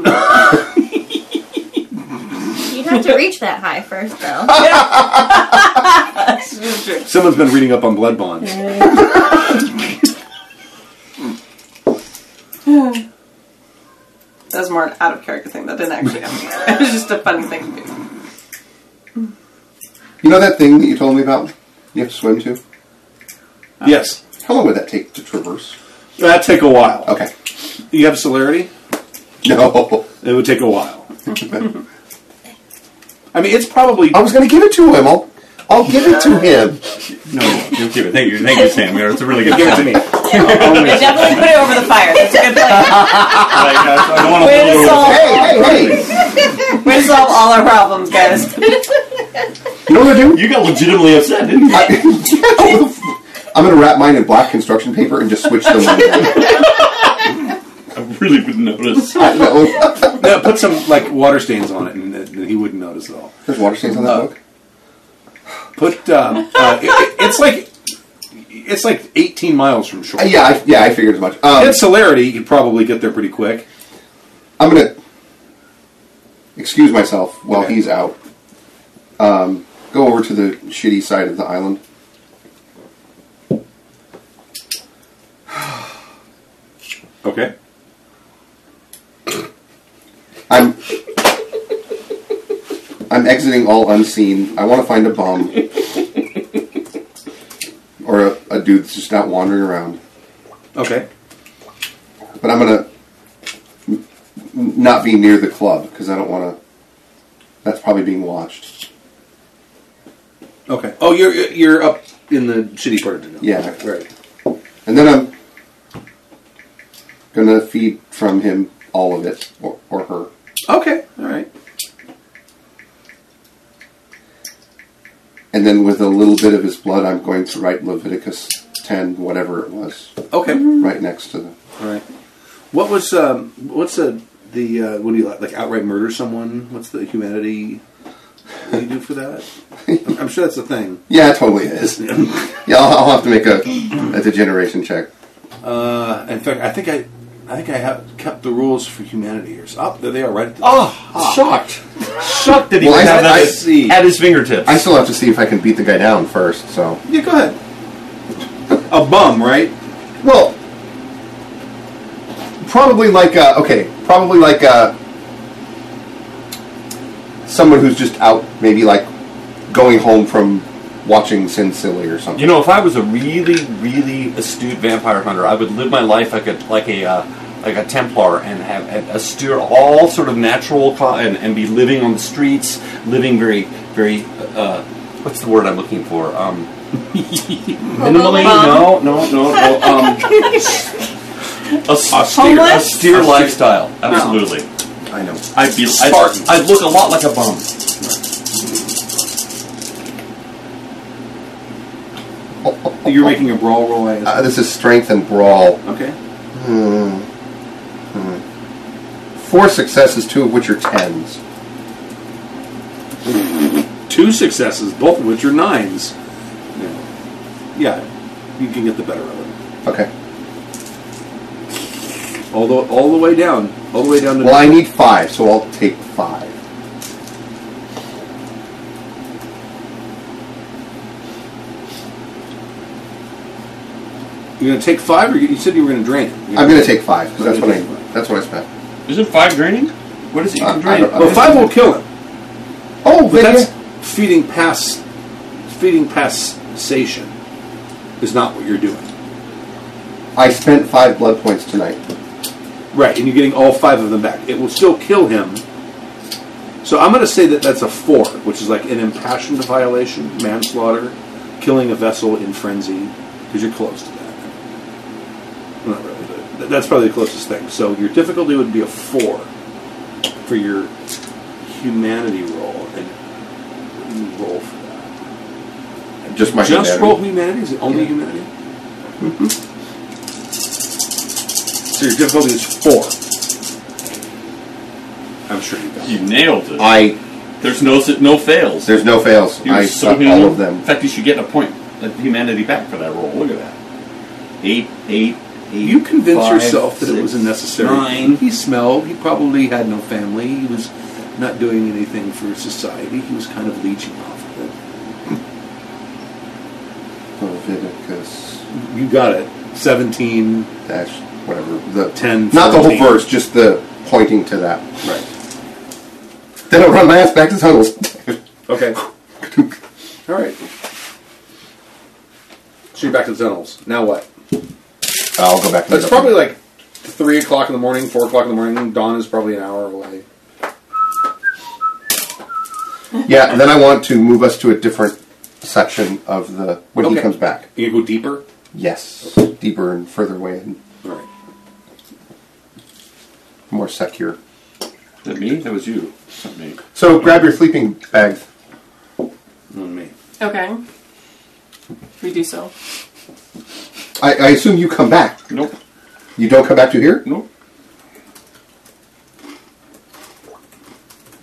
Speaker 3: You'd have to reach that high first, though.
Speaker 4: It's a joke.
Speaker 2: Someone's been reading up on blood bonds.
Speaker 4: That was more an out of character thing. That didn't actually happen. it was just a fun thing to do.
Speaker 5: You know that thing that you told me about? You have to swim to.
Speaker 2: Yes.
Speaker 5: How long would that take to traverse?
Speaker 2: That'd take a while.
Speaker 5: Okay.
Speaker 2: You have celerity?
Speaker 5: No.
Speaker 2: It would take a while. I mean, it's probably
Speaker 5: I was going to give it to him. I'll, I'll give it to him.
Speaker 8: No, you give it. Thank you, thank you, Sam. It's a really good.
Speaker 2: give it to me. Only-
Speaker 4: But definitely put it over the fire. That's a good thing.
Speaker 8: Like, I, I don't want
Speaker 4: Way to
Speaker 8: to.
Speaker 4: solve,
Speaker 5: Hey, hey, hey.
Speaker 4: way to solve all our problems, guys.
Speaker 5: You know what I'm going to do?
Speaker 8: You got legitimately upset, didn't you?
Speaker 5: I'm going to wrap mine in black construction paper and just switch them. on.
Speaker 8: I really wouldn't notice.
Speaker 5: I know.
Speaker 2: no, put some like water stains on it, and uh, he wouldn't notice at all.
Speaker 5: There's water stains on that book.
Speaker 2: Put um, uh, it- it- it's like it's like 18 miles from shore.
Speaker 5: Uh, Yeah, I, yeah, I figured as much.
Speaker 2: If
Speaker 5: Um,
Speaker 2: it's celerity, you could probably get there pretty quick.
Speaker 5: I'm going to excuse myself while
Speaker 2: Okay.
Speaker 5: he's out. Um, go over to the shitty side of the island.
Speaker 2: Okay.
Speaker 5: I'm I'm exiting all unseen. I want to find a bum or a, a dude that's just not wandering around.
Speaker 2: Okay.
Speaker 5: But I'm gonna n- not be near the club because I don't want to. That's probably being watched.
Speaker 2: Okay. Oh, you're you're up in the shitty part of the
Speaker 5: Yeah.
Speaker 2: Right.
Speaker 5: And then I'm gonna feed from him all of it or, or her.
Speaker 2: Okay. All right.
Speaker 5: And then with a little bit of his blood, I'm going to write Leviticus 10, whatever it was,
Speaker 2: Okay.
Speaker 5: right next to the.
Speaker 2: All right. What was um, what's a The uh, what do you like? Like outright murder someone? What's the humanity? What do you do for that? I'm, I'm sure that's the thing.
Speaker 5: Yeah, it totally is. yeah, I'll, I'll have to make a, a degeneration check.
Speaker 2: Uh, in fact, I think I, I think I have kept the rules for humanity here. So, oh, there they are, right. At the, Ah.
Speaker 11: Oh, shocked. Shocked that he
Speaker 5: Well,
Speaker 11: would
Speaker 5: I-
Speaker 11: have
Speaker 5: I
Speaker 11: that
Speaker 2: see.
Speaker 11: at his fingertips.
Speaker 5: I still have to see if I can beat the guy down first. So,
Speaker 2: Yeah, go ahead. A bum, right?
Speaker 5: well, probably like uh, okay, probably like uh, someone who's just out, maybe like going home from watching Sin Silly or something.
Speaker 11: You know, if I was a really, really astute vampire hunter, I would live my life like a like a uh, like a Templar and have and steer all sort of natural co- and, and be living on the streets, living very, very. Uh, what's the word I'm looking for? Um, minimally? No, no, no, no. Um, austere,
Speaker 4: Homeless?
Speaker 11: austere lifestyle. Absolutely.
Speaker 5: I know.
Speaker 11: I'd be.
Speaker 5: Spartan.
Speaker 11: I'd, I'd look a lot like a bum.
Speaker 2: You're making a brawl roll. I
Speaker 5: Uh, this is strength and brawl.
Speaker 2: okay.
Speaker 5: Four successes, two of which are tens.
Speaker 2: Two successes, both of which are nines. Yeah, yeah you can get the better of it.
Speaker 5: Okay.
Speaker 2: All the all the way down, all the way down to.
Speaker 5: Well, I need five, so I'll take five.
Speaker 2: You're gonna take five, or you, you said you were gonna drain it. You're
Speaker 5: I'm gonna take five. 'cause That's what I.
Speaker 2: You're gonna take five.
Speaker 5: That's what I spent.
Speaker 8: Isn't five draining? What is it you
Speaker 5: Uh,
Speaker 8: can
Speaker 5: I
Speaker 8: drain?
Speaker 5: don't-
Speaker 2: Well, five will kill him.
Speaker 5: Oh,
Speaker 2: But
Speaker 5: then
Speaker 2: that's
Speaker 5: yeah.
Speaker 2: feeding past, feeding past satiation, is not what you're doing.
Speaker 5: I spent five blood points tonight.
Speaker 2: Right, and you're getting all five of them back. It will still kill him. So I'm going to say that that's a four, which is like an impassioned violation, manslaughter, killing a vessel in frenzy, because you're close to that. Not really, but th- that's probably the closest thing. So your difficulty would be a four for your humanity roll, and you roll for that.
Speaker 5: Just my
Speaker 2: Just
Speaker 5: humanity.
Speaker 2: roll humanity? Is it only
Speaker 5: Yeah.
Speaker 2: humanity? Mm-hmm. So your difficulty is four. I'm sure you got it.
Speaker 8: You nailed it.
Speaker 5: I.
Speaker 8: There's no s- no fails.
Speaker 5: There's no fails.
Speaker 8: You're
Speaker 5: I
Speaker 8: so
Speaker 5: got
Speaker 8: human.
Speaker 5: all of
Speaker 8: In
Speaker 5: them.
Speaker 8: fact, you should get a point of humanity back for that roll. Look at that. Eight, eight, eight.
Speaker 2: You convince
Speaker 8: five,
Speaker 2: yourself that it was
Speaker 8: six,
Speaker 2: a necessary.
Speaker 8: Nine.
Speaker 2: He smelled. He probably had no family. He was not doing anything for society. He was kind of leeching off of it.
Speaker 5: Leviticus
Speaker 2: You got it. 17.
Speaker 5: dash whatever the
Speaker 2: Ten,
Speaker 5: Not the
Speaker 2: fourteen.
Speaker 5: whole verse, just the pointing to that.
Speaker 2: Right.
Speaker 5: Then I'll run my ass back to tunnels.
Speaker 2: Okay. All right. So you're back to the tunnels. Now what?
Speaker 5: I'll go back. To
Speaker 2: It's probably like 3 o'clock in the morning, 4 o'clock in the morning. Dawn is probably an hour away.
Speaker 5: yeah. Then I want to move us to a different section of the when
Speaker 2: Okay.
Speaker 5: he comes back.
Speaker 2: You go deeper?
Speaker 5: Yes, deeper and further away and
Speaker 2: All right.
Speaker 5: more secure.
Speaker 8: Is that me? That was you. Not me.
Speaker 5: So grab your sleeping bag.
Speaker 2: On me.
Speaker 4: Okay. We do so.
Speaker 5: I, I assume you come back.
Speaker 8: Nope.
Speaker 5: You don't come back to here?
Speaker 8: Nope.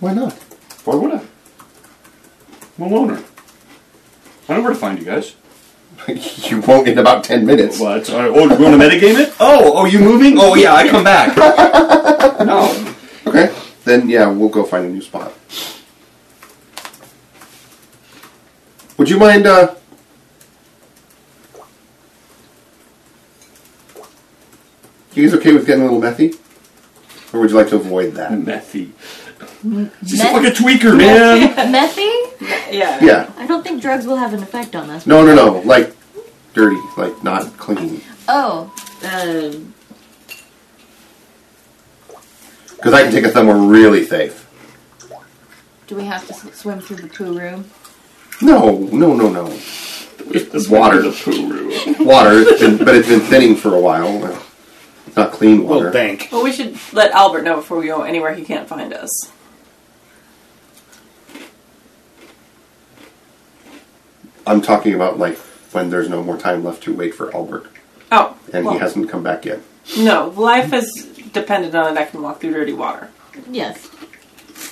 Speaker 5: Why not?
Speaker 8: Or would I? I'm a loner. I know where to find you guys.
Speaker 5: you won't in about ten minutes.
Speaker 8: What? Oh, you want to metagame it? Oh, oh, you moving? Oh, yeah, I come back. no.
Speaker 5: Okay. Then yeah, we'll go find a new spot. Would you mind uh You guys okay with getting a little methy? Or would you like to avoid that?
Speaker 8: Mm. Methy. She's a fucking tweaker, man.
Speaker 3: Methy?
Speaker 4: Yeah.
Speaker 5: Yeah.
Speaker 3: I don't think drugs will have an effect on this.
Speaker 5: No no no. Like dirty, like not clean.
Speaker 3: Oh, uh,
Speaker 5: Because I can take us somewhere really safe.
Speaker 3: do we have to s- swim through the poo room?
Speaker 5: No, no, no, no.
Speaker 8: This
Speaker 5: Water.
Speaker 8: The poo
Speaker 5: Water, it's been, but it's been thinning for a while. It's not clean water.
Speaker 2: Well, bank.
Speaker 4: Well, we should let Albert know before we go anywhere he can't find us.
Speaker 5: I'm talking about like when there's no more time left to wait for Albert,
Speaker 4: Oh.
Speaker 5: and
Speaker 4: well,
Speaker 5: he hasn't come back yet.
Speaker 4: No, life has dependent on it, I can walk through dirty water.
Speaker 3: Yes.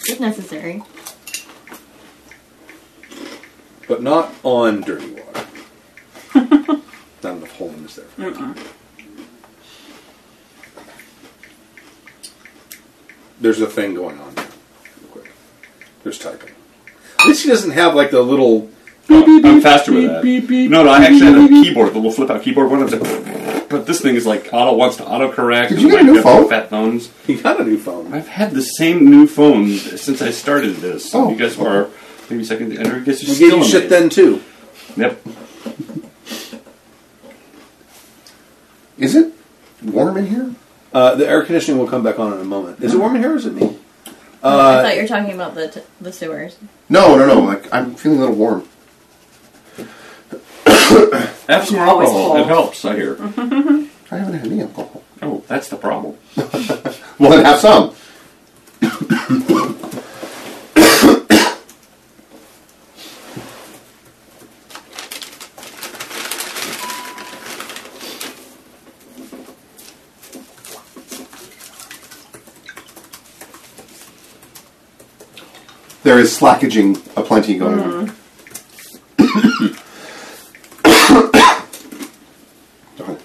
Speaker 3: If necessary.
Speaker 6: but not on dirty water. not enough holiness there. There's a thing going on. There. Real quick. There's typing. At least he doesn't have like the little.
Speaker 8: I'm faster with that. No, no, I actually had a keyboard, the little flip out keyboard one. I was like, but this thing is like auto wants to autocorrect.
Speaker 5: Did you get a
Speaker 8: Like,
Speaker 5: new
Speaker 8: I've got
Speaker 5: phone?
Speaker 8: Fat phones.
Speaker 6: He got a new phone.
Speaker 8: I've had the same new phone since I started this.
Speaker 5: Oh.
Speaker 8: You guys are maybe second. I guess you're
Speaker 6: He gave
Speaker 8: still
Speaker 6: you shit
Speaker 8: amazed.
Speaker 6: then too.
Speaker 8: Yep.
Speaker 5: Is it warm in here?
Speaker 6: Uh, the air conditioning will come back on in a moment. Is it warm in here or is it me?
Speaker 5: Uh,
Speaker 3: I thought you were talking about the t- the sewers.
Speaker 5: No, no, no. Like I'm feeling a little warm.
Speaker 8: Have some more
Speaker 4: Always
Speaker 8: alcohol. It
Speaker 4: cold.
Speaker 8: helps, I hear.
Speaker 6: Mm-hmm.
Speaker 5: I haven't had any alcohol.
Speaker 8: Oh, that's the problem.
Speaker 5: Well, then have some. There is slackaging aplenty going on. Darn it.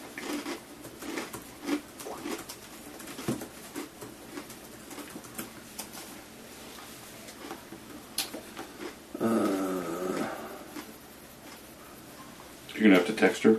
Speaker 8: You're gonna have to text her.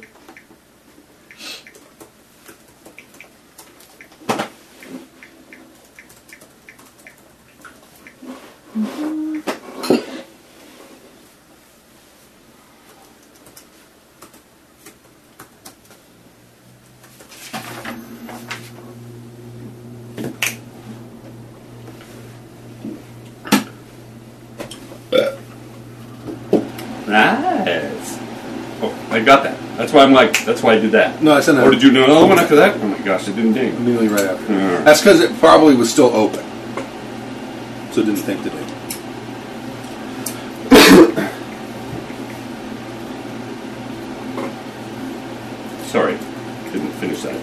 Speaker 8: Nice. Oh, I got that. That's why I'm like. That's why I did that.
Speaker 6: No, I sent it.
Speaker 8: Or did you know another one after that? Oh my gosh, it didn't ding.
Speaker 6: immediately right after.
Speaker 8: Yeah.
Speaker 6: That's because it probably was still open, so it didn't think to do. it.
Speaker 8: Sorry, didn't finish that.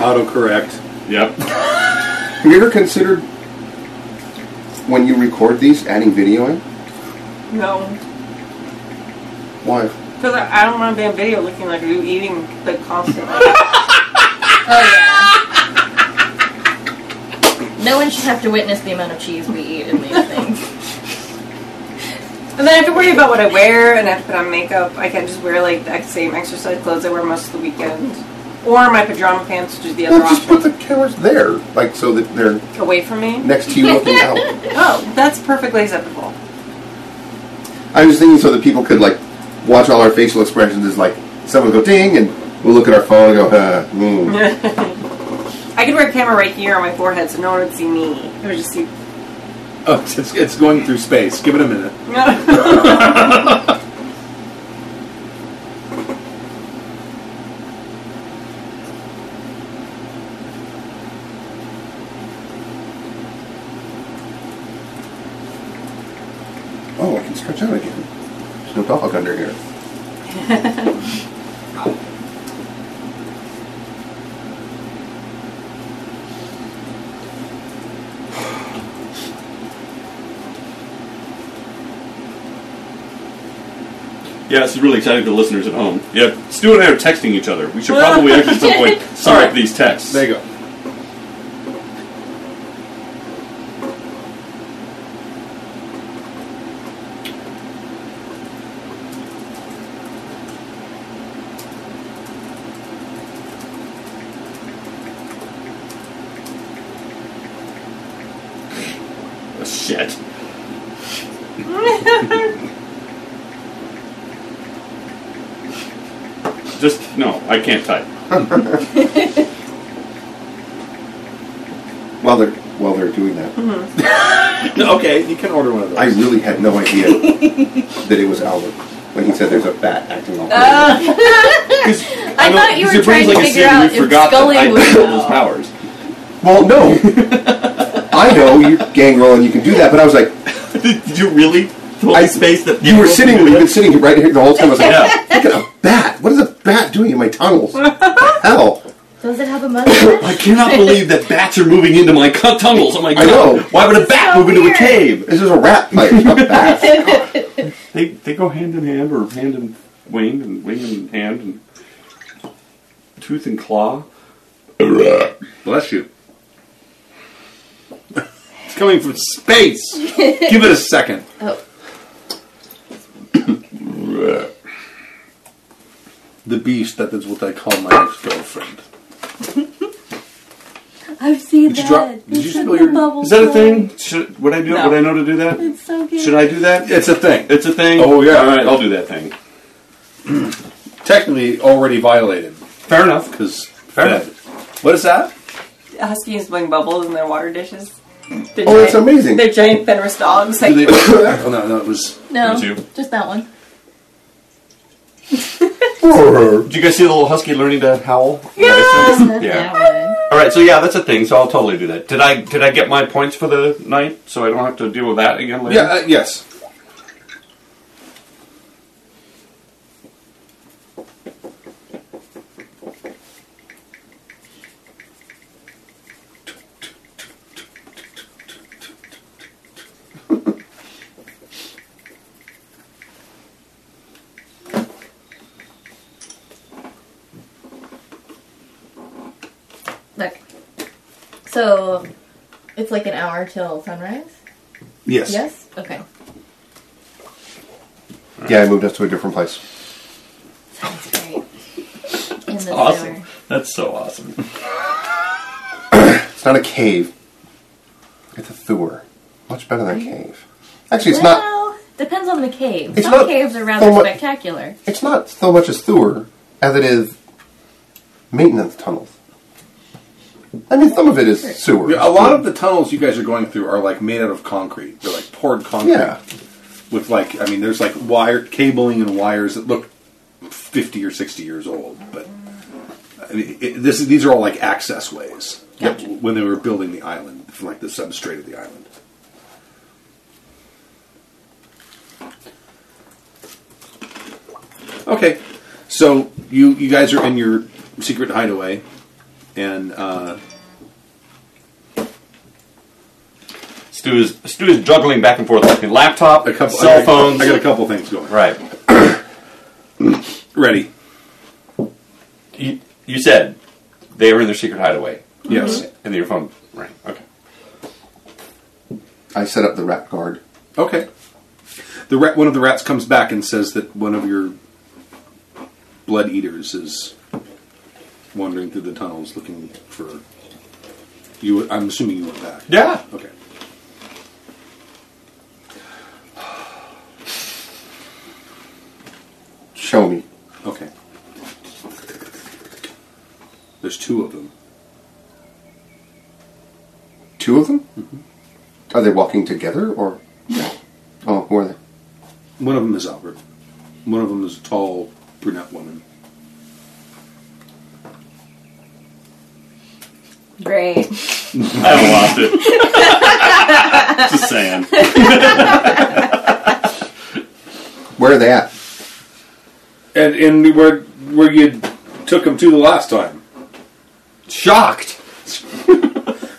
Speaker 6: Autocorrect.
Speaker 8: Yep.
Speaker 5: Have you ever considered when you record these adding video in?
Speaker 4: No.
Speaker 5: Why?
Speaker 4: Because I, I don't want to be on video looking like you eating like constantly.
Speaker 3: Oh yeah. No one should have to witness the amount of cheese we eat in these things.
Speaker 4: and then I have to worry about what I wear and I have to put on makeup. I can't just wear like the same exercise clothes I wear most of the weekend. Or my pajama pants, which is the
Speaker 5: Well,
Speaker 4: other
Speaker 5: just put
Speaker 4: option,
Speaker 5: the cameras there, like so that they're
Speaker 4: away from me.
Speaker 5: next to you looking out.
Speaker 4: Oh, that's perfectly acceptable.
Speaker 5: I was thinking so that people could like watch all our facial expressions. Is like someone go ding, and we'll look at our phone and go, uh, hmm.
Speaker 4: I could wear a camera right here on my forehead so no one would see me. It would just see.
Speaker 6: Oh, it's, it's going through space. Give it a minute.
Speaker 5: Oh, I can stretch out again. There's no dog under here.
Speaker 8: Yeah, this is really exciting for the listeners at home. Yeah, Stu and I are texting each other. We should probably actually at some point start these texts.
Speaker 6: There you go.
Speaker 8: Oh, shit. Just no, I can't type.
Speaker 5: While they're while they're doing that,
Speaker 6: Okay, you can order one of those.
Speaker 5: I really had no idea that it was Albert when he said there's a bat acting all. crazy.
Speaker 3: I
Speaker 8: know-
Speaker 3: thought you
Speaker 8: 'cause
Speaker 3: were
Speaker 8: your brain's
Speaker 3: trying to
Speaker 8: like a
Speaker 3: figure
Speaker 8: sieve and
Speaker 3: out
Speaker 8: you
Speaker 3: if
Speaker 8: forgot that
Speaker 3: Scully
Speaker 8: I
Speaker 3: would
Speaker 8: had all those
Speaker 3: know.
Speaker 8: powers.
Speaker 5: well, no, I know you gangrel and you can do that, but I was like,
Speaker 8: Did you really? The only
Speaker 5: I-
Speaker 8: space that
Speaker 5: You were sitting. You've been sitting right here the whole time. I was like,
Speaker 8: Yeah.
Speaker 5: look at a bat. What is a bat doing in my tunnels? Hell,
Speaker 3: Does it have a mustache?
Speaker 8: I cannot believe that bats are moving into my cu- tunnels. I'm like,
Speaker 5: I know.
Speaker 8: Why would a bat
Speaker 3: so
Speaker 8: move into a
Speaker 3: weird.
Speaker 8: cave?
Speaker 5: this is a rat fight, not a bat.
Speaker 8: They they go hand in hand, or hand and wing, and wing and hand, and tooth and claw.
Speaker 6: Bless you. it's coming from space. Give it a second.
Speaker 3: oh,
Speaker 6: The beast, that is what I call my ex girlfriend.
Speaker 3: I've seen
Speaker 6: Did you
Speaker 3: that.
Speaker 6: drop- did
Speaker 3: It's
Speaker 6: you
Speaker 3: in
Speaker 6: spill
Speaker 3: the
Speaker 6: your-
Speaker 3: bubble
Speaker 8: Is that a
Speaker 3: form.
Speaker 8: thing? Should, would I do?
Speaker 4: No.
Speaker 8: Would I know to do that?
Speaker 3: It's so cute.
Speaker 8: Should I do that?
Speaker 6: It's a thing.
Speaker 8: It's a thing.
Speaker 6: Oh, yeah.
Speaker 8: All right, I'll do that thing.
Speaker 6: technically already violated
Speaker 8: Fair enough.
Speaker 6: because. What is that?
Speaker 4: Huskies bling bubbles in their water dishes. They're
Speaker 5: Oh, that's
Speaker 4: giant-
Speaker 5: amazing.
Speaker 4: They're giant Fenris dogs.
Speaker 6: Do
Speaker 4: Like,
Speaker 6: they- oh no, no, it was.
Speaker 3: No,
Speaker 8: Me too.
Speaker 3: just that one.
Speaker 8: Did you guys see the little husky learning to howl? Yeah.
Speaker 3: That one.
Speaker 8: All right, so yeah, that's a thing. So I'll totally do that. Did I did I get my points for the night? So I don't have to deal with that again later.
Speaker 6: Yeah, uh, yes.
Speaker 3: Look. So, it's like an hour till sunrise?
Speaker 6: Yes.
Speaker 3: Yes? Okay.
Speaker 5: Yeah, I moved us to a different place.
Speaker 3: Sounds great. In the
Speaker 8: Awesome.
Speaker 3: summer.
Speaker 8: That's so awesome.
Speaker 5: It's not a cave. It's a sewer. Much better than a cave. Actually, it's not.
Speaker 3: well, depends on the cave.
Speaker 5: It's
Speaker 3: Some
Speaker 5: not
Speaker 3: caves are rather
Speaker 5: so mu-
Speaker 3: spectacular.
Speaker 5: It's not so much a sewer as it is maintenance tunnels. I mean, some of it is sewer.
Speaker 6: Yeah, A lot of the tunnels you guys are going through are like made out of concrete. They're like poured concrete
Speaker 5: Yeah.
Speaker 6: with like I mean, there's like wire cabling and wires that look fifty or sixty years old. But I mean, it, this is- these are all like access ways that-
Speaker 3: Gotcha.
Speaker 6: when they were building the island from like the substrate of the island. Okay, so you you guys are in your secret hideaway, and uh,
Speaker 8: Stu is Stu is juggling back and forth between laptop,
Speaker 6: a couple I
Speaker 8: cell
Speaker 6: got-
Speaker 8: phones.
Speaker 6: I got a couple things going.
Speaker 8: right.
Speaker 6: Ready?
Speaker 8: You, you said they were in their secret hideaway,
Speaker 6: Yes.
Speaker 8: and your phone rang. Okay.
Speaker 5: I set up the rat guard.
Speaker 6: Okay. The rat, one of the rats comes back and says that one of your blood eaters is wandering through the tunnels looking for you. I'm assuming you went back.
Speaker 8: Yeah.
Speaker 6: Okay.
Speaker 5: Show me.
Speaker 6: Okay. There's two of them.
Speaker 5: Two of them? Mm-hmm. Are they walking together or? Oh, who are they?
Speaker 6: One of them is Albert. One of them is a tall brunette woman.
Speaker 3: Great.
Speaker 8: I haven't lost it. Just saying.
Speaker 5: Where are they at?
Speaker 6: And, and where, where you took them to the last time.
Speaker 8: Shocked.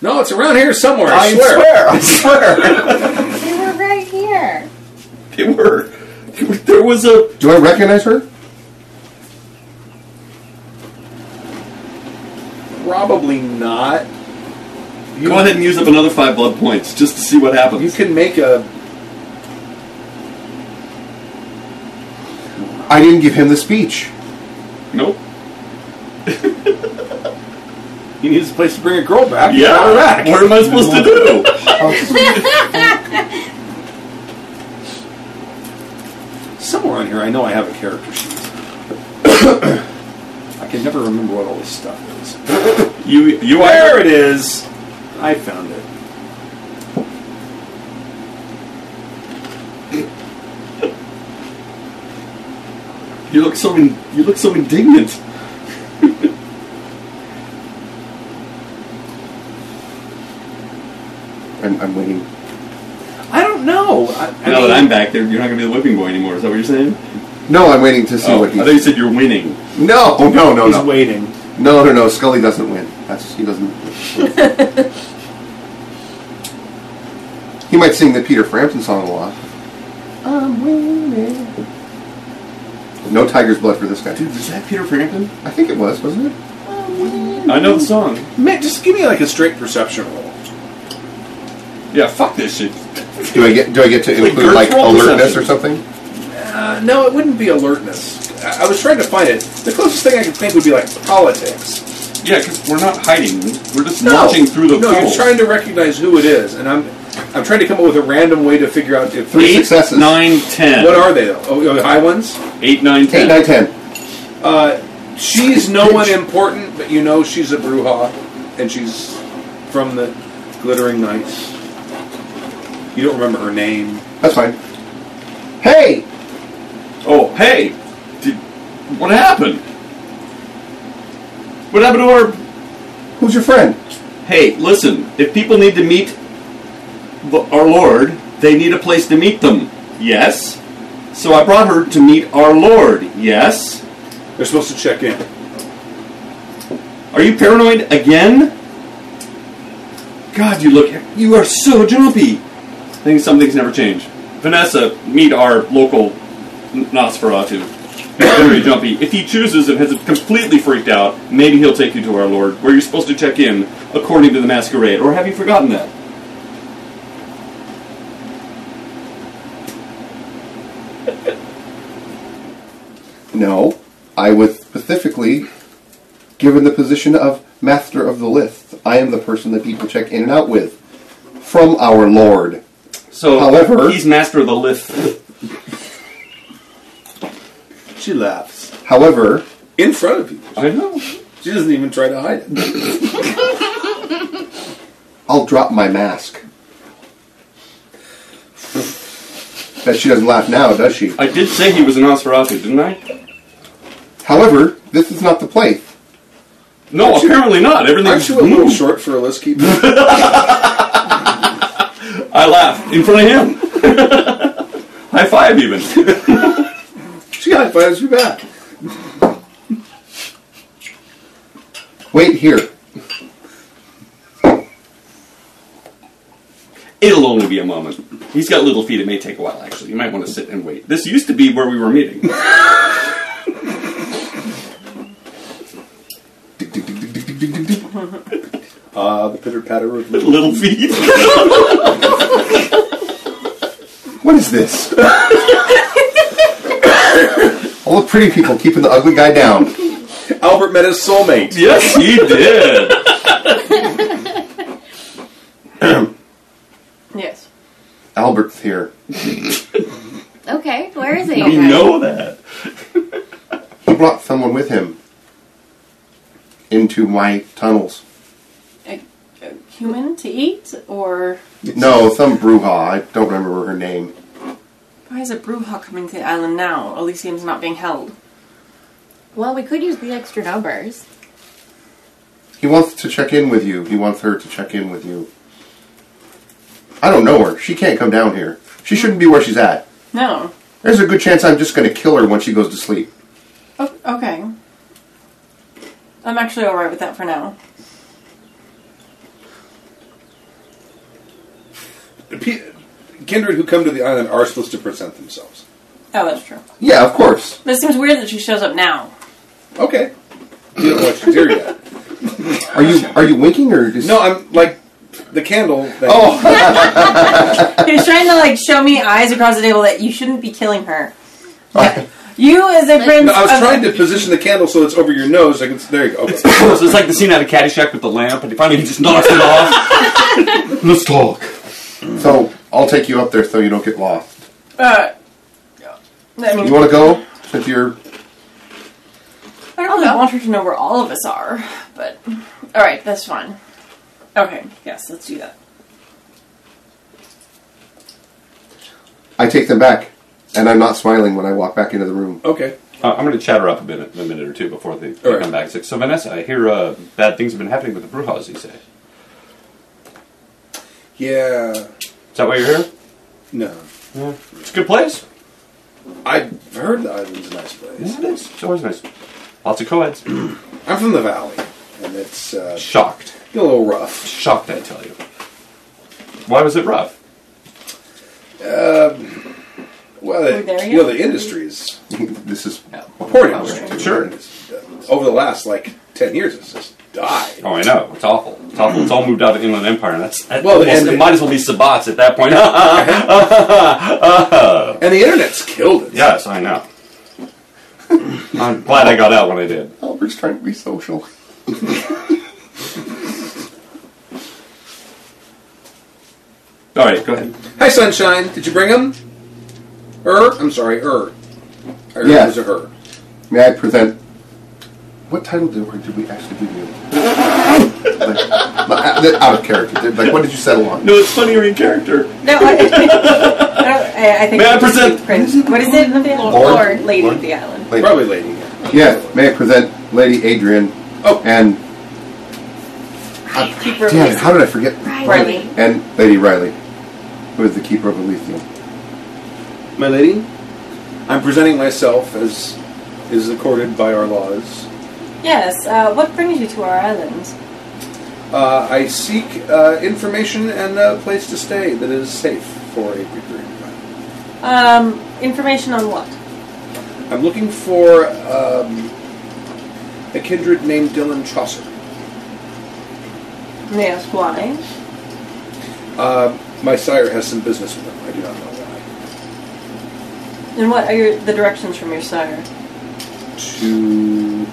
Speaker 6: No, it's around here somewhere, I,
Speaker 8: I
Speaker 6: swear.
Speaker 8: swear. I swear.
Speaker 3: They were right here.
Speaker 8: they were. they were- There was a
Speaker 5: Do I recognize her?
Speaker 6: Probably not. You,
Speaker 8: Go ahead and use up another five blood points just to see what
Speaker 6: You
Speaker 8: happens.
Speaker 6: can make a.
Speaker 5: I didn't give him the speech.
Speaker 8: Nope.
Speaker 6: He needs a place to bring a girl back.
Speaker 8: Yeah. What am I supposed to do?
Speaker 6: Somewhere on here, I know I have a character sheet. I can never remember what all this stuff is.
Speaker 8: You you
Speaker 6: There
Speaker 8: are
Speaker 6: it is. I found it.
Speaker 8: you look so in, you look so indignant.
Speaker 5: I'm, I'm waiting.
Speaker 6: I don't know.
Speaker 2: No, I, I
Speaker 8: now
Speaker 2: mean,
Speaker 8: that I'm back there, you're not going to be the whipping boy anymore. Is that what you're saying?
Speaker 5: No, I'm waiting to see
Speaker 8: Oh, I
Speaker 5: what he.
Speaker 8: thought you said you're winning.
Speaker 5: No, no, no,
Speaker 2: he's
Speaker 5: no,
Speaker 2: waiting.
Speaker 5: no, no, no. Scully doesn't win. That's he doesn't. he might sing the Peter Frampton song a lot. I'm winning. No tiger's blood for this guy.
Speaker 8: Dude, was that Peter Frampton?
Speaker 5: I think it was, wasn't it?
Speaker 8: I know the song.
Speaker 2: Matt, just give me like a straight perception roll.
Speaker 8: Yeah, fuck this shit.
Speaker 5: Do I get do I get to
Speaker 8: Like
Speaker 5: include like
Speaker 8: Gertrude
Speaker 5: alertness
Speaker 8: Perception.
Speaker 5: or something?
Speaker 2: Uh, no, it wouldn't be alertness. I, I was trying to find it. The closest thing I could think would be like politics.
Speaker 8: Yeah, because we're not hiding. We're just
Speaker 2: No.
Speaker 8: marching through the
Speaker 2: No,
Speaker 8: people.
Speaker 2: you're trying to recognize who it is, and I'm I'm trying to come up with a random way to figure out if
Speaker 5: Three
Speaker 8: Eight,
Speaker 5: successes.
Speaker 8: nine, ten.
Speaker 2: What are they though? Oh, oh, high ones.
Speaker 8: Eight, nine, ten.
Speaker 5: Eight, nine, ten.
Speaker 2: Uh, she's no one important, but you know she's a brouhaha, and she's from the Glittering Knights. You don't remember her name.
Speaker 5: That's fine. Hey,
Speaker 8: Oh, hey! Did, what happened? What happened to our.
Speaker 5: who's your friend?
Speaker 8: Hey, listen, if people need to meet the, our Lord, they need a place to meet them. Yes? So I brought her to meet our Lord. Yes?
Speaker 2: They're supposed to check in.
Speaker 8: Are you paranoid again? God, you look. You are so jumpy! I think some things never change. Vanessa, meet our local N- Nosferatu. Very jumpy. If he chooses and has completely freaked out, maybe he'll take you to our Lord, where you're supposed to check in according to the masquerade. Or have you forgotten that?
Speaker 5: No, I was specifically given the position of master of the list. I am the person that people check in and out with from our Lord.
Speaker 8: So,
Speaker 5: However-
Speaker 8: he's master of the lift.
Speaker 2: She laughs
Speaker 5: However,
Speaker 2: in front of people.
Speaker 8: I know.
Speaker 2: She doesn't even try to hide it.
Speaker 5: I'll drop my mask. Bet she doesn't laugh now, does she?
Speaker 8: I did say he was a Nosferatu, didn't I?
Speaker 5: However, this is not the place.
Speaker 8: No, apparently not.
Speaker 2: Aren't
Speaker 8: Everything's
Speaker 2: you a little
Speaker 8: moved.
Speaker 2: short for a list keeper?
Speaker 8: I laughed in front of him. High five, even.
Speaker 2: she high fives you back.
Speaker 5: Wait here.
Speaker 8: It'll only be a moment. He's got little feet. It may take a while, actually. You might want to sit and wait. This used to be where we were meeting.
Speaker 2: Ah, the pitter patter of little.
Speaker 8: little feet.
Speaker 5: What is this? All the pretty people keeping the ugly guy down.
Speaker 2: Albert met his soulmate.
Speaker 8: yes, he did.
Speaker 4: Yes.
Speaker 5: Albert's here.
Speaker 3: Okay, where is he?
Speaker 8: We
Speaker 3: Okay.
Speaker 8: know that.
Speaker 5: He brought someone with him into my tunnels.
Speaker 4: A, a human to eat, or
Speaker 5: No, some brouhaha. I don't remember her name.
Speaker 4: why is a brouhaha coming to the island now? Elysium's not being held.
Speaker 3: Well, we could use the extra numbers.
Speaker 5: He wants to check in with you. He wants her to check in with you. I don't know her. She can't come down here. She shouldn't be where she's at.
Speaker 4: No.
Speaker 5: There's a good chance I'm just going to kill her when she goes to sleep.
Speaker 4: O- okay. I'm actually alright with that for now.
Speaker 2: P- kindred who come to the island are supposed to present themselves.
Speaker 4: Oh, that's true.
Speaker 5: Yeah, of course.
Speaker 4: But it seems weird that she shows up now.
Speaker 2: Okay. You don't know what she's here yet.
Speaker 5: Are you are you winking or just
Speaker 2: No, I'm like the candle. Thing.
Speaker 5: Oh,
Speaker 4: He was trying to like show me eyes across the table that you shouldn't be killing her. You as a prince.
Speaker 2: No, I was
Speaker 4: of-
Speaker 2: trying to position the candle so it's over your nose. I can. There you go. Okay.
Speaker 8: So it's like the scene out of Caddyshack with the lamp, and finally he just knocks it off. Let's talk.
Speaker 5: so I'll take you up there so you don't get lost.
Speaker 4: Uh, I mean,
Speaker 5: You want to go? Since you're
Speaker 4: I don't really want her to know where all of us are, but all right, that's fine. Okay, yes, let's do that.
Speaker 5: I take them back, and I'm not smiling when I walk back into the room.
Speaker 2: okay.
Speaker 11: Uh, I'm going to chatter up a minute, a minute or two before they, they
Speaker 2: All right.
Speaker 11: come back. It's like, So, Vanessa, I hear uh, bad things have been happening with the Brujas, you say. Is
Speaker 2: Yeah.
Speaker 11: that why you're here?
Speaker 2: No.
Speaker 11: It's a good place.
Speaker 2: I've heard the island's a nice place.
Speaker 11: Yeah, it is. It's always nice. Lots of co-eds.
Speaker 2: I'm from the valley, and it's uh,
Speaker 11: Shocked.
Speaker 2: a little rough.
Speaker 11: Shocked, I tell you. Why was it rough?
Speaker 2: Well,
Speaker 4: Were there
Speaker 2: you know,
Speaker 4: yet?
Speaker 2: the industries
Speaker 5: this is
Speaker 2: porn industry. too,
Speaker 11: Sure.
Speaker 2: and it's, uh, Over the last like ten years, it's just died.
Speaker 11: Oh, I know. It's awful. It's awful. It's all moved out of Inland Empire, and that's that
Speaker 2: Well,
Speaker 11: well. Almost,
Speaker 2: and-
Speaker 11: it might as well be sabbats at that point.
Speaker 2: And the internet's killed it.
Speaker 11: yes, I know. I'm glad I got out when I did.
Speaker 5: Albert's trying to be social.
Speaker 11: All right, go ahead.
Speaker 2: Hi, sunshine. Did you bring him? Er, I'm sorry, er. I heard
Speaker 5: Yeah.
Speaker 2: it was a her.
Speaker 5: May I present? What title did, or did we actually give you? like, like, out of character. Did- Like, what did you settle on?
Speaker 11: No, it's funnier in character.
Speaker 4: No, I, I, I think.
Speaker 11: May I
Speaker 4: it's just
Speaker 11: present-
Speaker 4: cringe. What is it? Lord,
Speaker 5: Lord.
Speaker 4: lady
Speaker 5: Lord.
Speaker 4: of the island.
Speaker 5: Like,
Speaker 2: Probably lady.
Speaker 5: Yeah, may I present Lady Adrian
Speaker 2: Oh.
Speaker 5: and
Speaker 4: Keep
Speaker 5: damn it,
Speaker 4: replacing
Speaker 5: how did I forget?
Speaker 4: Riley.
Speaker 5: And Lady Riley, who is the keeper of Elysium.
Speaker 2: My lady, I'm presenting myself as is accorded by our laws.
Speaker 4: Yes. Uh, what brings you to our island?
Speaker 2: Uh, I seek uh, information and a place to stay that is safe for a brief period of time.
Speaker 4: Um, information on what?
Speaker 2: I'm looking for um, a kindred named Dylan Chaucer.
Speaker 4: Yes. Why?
Speaker 2: Uh, my sire has some business with him. I do not know why.
Speaker 4: And what are your, the directions from your sire?
Speaker 2: To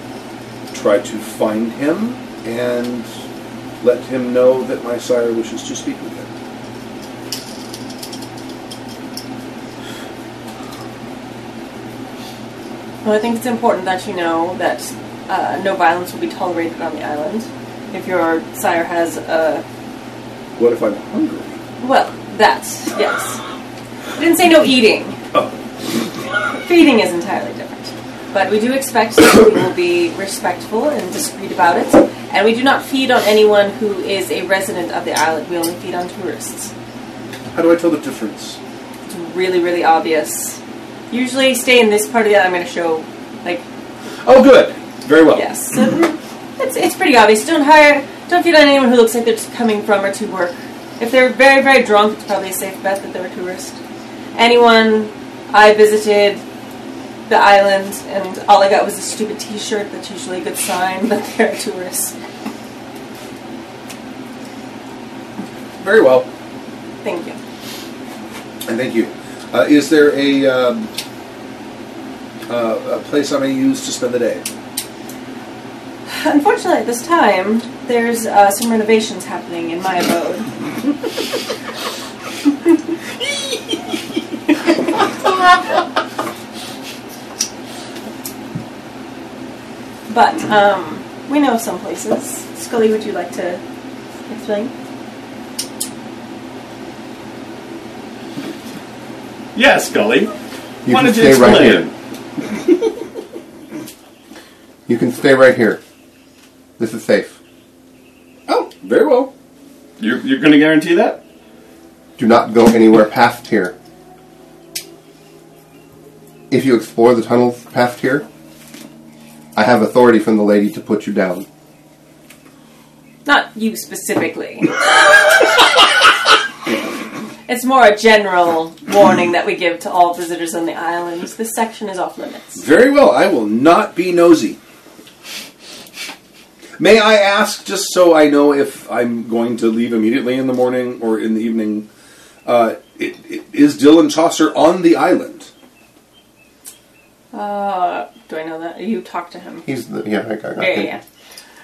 Speaker 2: try to find him and let him know that my sire wishes to speak with him.
Speaker 4: Well, I think it's important that you know that uh, no violence will be tolerated on the island. If your sire has a
Speaker 2: What if I'm hungry?
Speaker 4: well, that yes. I didn't say no eating. Feeding is entirely different. But we do expect that we will be respectful and discreet about it. And we do not feed on anyone who is a resident of the island. We only feed on tourists.
Speaker 2: How do I tell the difference?
Speaker 4: It's really, really obvious. Usually, stay in this part of the island. I'm going to show, like,
Speaker 2: Oh, good. Very well.
Speaker 4: Yes, so it's, it's pretty obvious. Don't hire, don't feed on anyone who looks like they're just coming from or to work. If they're very, very drunk, it's probably a safe bet that they're a tourist. Anyone, I visited the island, and all I got was a stupid T-shirt. That's usually a good sign that they're a tourist.
Speaker 2: Very well.
Speaker 4: Thank you.
Speaker 2: And thank you. Uh, is there a, um, uh, a place I may use to spend the day?
Speaker 4: Unfortunately, at this time, there's uh, some renovations happening in my abode. but um, we know some places. Scully, would you like to explain?
Speaker 11: Yes, Gully.
Speaker 5: You
Speaker 11: Why
Speaker 5: can
Speaker 11: did you
Speaker 5: stay
Speaker 11: explain?
Speaker 5: right here. You can stay right here. This is safe.
Speaker 2: Oh, very well.
Speaker 11: You're, you're going to guarantee that?
Speaker 5: Do not go anywhere past here. If you explore the tunnels past here, I have authority from the lady to put you down.
Speaker 4: Not you specifically. it's more a general warning that we give to all visitors on the island. This section is off limits.
Speaker 2: Very well. I will not be nosy. May I ask, just so I know if I'm going to leave immediately in the morning or in the evening, uh, it, it, is Dylan Chaucer on the island?
Speaker 4: Uh, do I know that? You talked to him.
Speaker 5: He's the yeah. I got, I
Speaker 4: Yeah,
Speaker 5: can-
Speaker 4: yeah,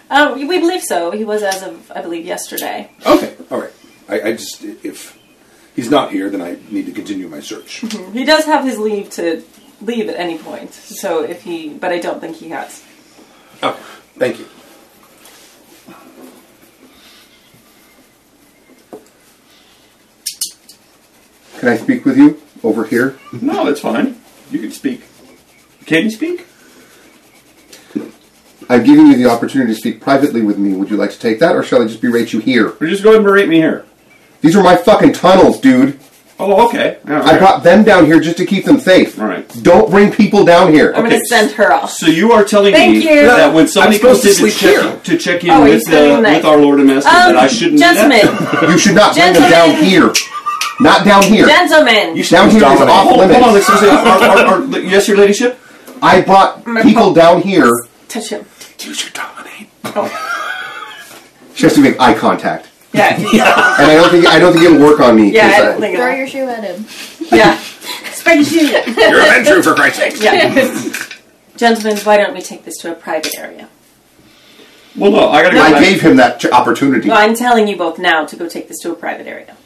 Speaker 4: yeah. Um, we we believe so. He was as of, I believe, yesterday.
Speaker 2: Okay, all right. I, I just, if he's not here, then I need to continue my search.
Speaker 4: He does have his leave to leave at any point. So if he, but I don't think he has.
Speaker 2: oh, thank you.
Speaker 5: Can I speak with you over here?
Speaker 11: No, that's fine. You can speak. Can you speak?
Speaker 5: I'm giving you the opportunity to speak privately with me. Would you like to take that, or shall I just berate you here?
Speaker 11: Or just go ahead and berate me here.
Speaker 5: These are my fucking tunnels, dude.
Speaker 8: Oh, okay. Yeah,
Speaker 5: I
Speaker 8: okay.
Speaker 5: brought them down here just to keep them safe.
Speaker 8: All right.
Speaker 5: Don't bring people down here.
Speaker 4: I'm
Speaker 8: Okay.
Speaker 4: gonna send her off.
Speaker 8: So you are telling
Speaker 3: Thank
Speaker 8: me
Speaker 3: you.
Speaker 8: that when somebody
Speaker 5: I'm supposed
Speaker 8: comes
Speaker 5: to
Speaker 8: in to
Speaker 5: sleep here.
Speaker 8: check, to check in
Speaker 4: Oh, are you
Speaker 8: with,
Speaker 4: spending
Speaker 8: the,
Speaker 4: the night?
Speaker 8: with our Lord and Master, that I shouldn't do that?
Speaker 4: Um, gentlemen,
Speaker 5: You should not bring them down
Speaker 4: Gentlemen.
Speaker 5: here. Not down here.
Speaker 4: gentlemen.
Speaker 8: You should
Speaker 5: Down here is
Speaker 8: dominate.
Speaker 5: off
Speaker 8: Hold, hold on,
Speaker 5: limits.
Speaker 8: excuse me. Our- our- our- yes, your ladyship?
Speaker 5: I brought
Speaker 4: gonna
Speaker 5: people
Speaker 4: call-
Speaker 5: down here.
Speaker 4: Touch him.
Speaker 6: You should dominate.
Speaker 5: She has to make eye contact,
Speaker 4: Yeah, yeah,
Speaker 5: and I don't think I don't think it'll work on me. 'cause
Speaker 4: yeah. I
Speaker 5: I-
Speaker 4: don't think
Speaker 3: Throw
Speaker 4: it'll-
Speaker 3: your shoe at him.
Speaker 4: Yeah, spike shoot.
Speaker 6: You're a venture for Christ's sake.
Speaker 4: Yeah, gentlemen, why don't we take this to a private area?
Speaker 8: Well, no, I gotta go
Speaker 5: I
Speaker 8: back.
Speaker 5: gave him that ch- opportunity.
Speaker 4: No, I'm telling you both now to go take this to a private area.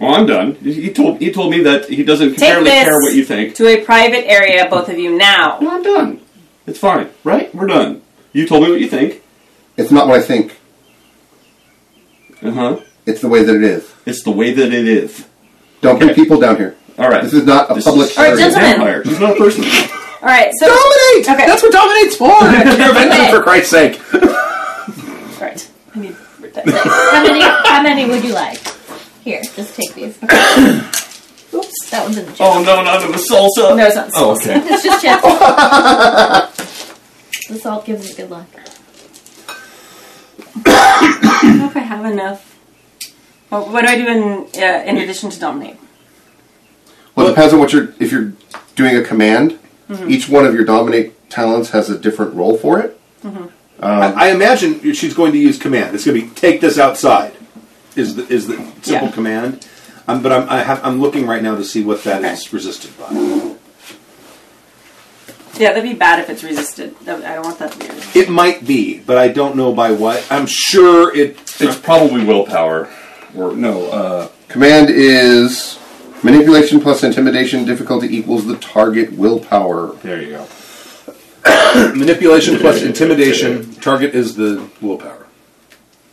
Speaker 8: Well, I'm done. He told he told me that he doesn't apparently
Speaker 4: this.
Speaker 8: care what you think.
Speaker 4: To a private area, both of you now.
Speaker 8: Well, I'm done. It's fine, right? We're done. You told me what you think.
Speaker 5: It's not what I think.
Speaker 8: Uh huh.
Speaker 5: It's the way that it is.
Speaker 8: It's the way that it is.
Speaker 5: Don't bring
Speaker 8: Okay.
Speaker 5: people down here.
Speaker 8: All right.
Speaker 5: This is not a
Speaker 8: This
Speaker 5: public
Speaker 8: is-
Speaker 4: All right,
Speaker 5: area.
Speaker 4: gentlemen.
Speaker 8: Vampire. She's not a person.
Speaker 4: All right, so
Speaker 6: Dominate!
Speaker 4: Okay.
Speaker 6: That's what dominate's for! You're a venture for Christ's sake.
Speaker 4: all right. I need
Speaker 3: How many? How many would you like? Here, just take these. Oops, that one's in the chest.
Speaker 8: oh no, not of a salsa.
Speaker 4: No, it's not.
Speaker 8: Oh, okay.
Speaker 3: It's just chest. the salt gives it good luck.
Speaker 4: I don't know if I have enough. Well, what do I do in uh, in addition to dominate?
Speaker 5: Well, it depends on what you're. If you're doing a command,
Speaker 4: Mm-hmm.
Speaker 5: each one of your dominate talents has a different role for it.
Speaker 6: I I imagine she's going to use command. It's going to be take this outside. Is the is the simple
Speaker 4: Yeah.
Speaker 6: command? Um, but I'm I have, I'm looking right now to see what that is
Speaker 4: Okay.
Speaker 6: resisted by.
Speaker 4: Yeah, that'd be bad if it's resisted. That- I don't want that to be resisted.
Speaker 6: It might be, but I don't know by what. I'm sure it.
Speaker 8: It's probably willpower, or no. Uh,
Speaker 5: Command is manipulation plus intimidation. Difficulty equals the target willpower.
Speaker 8: there you go.
Speaker 6: manipulation plus intimidation. Target is the willpower,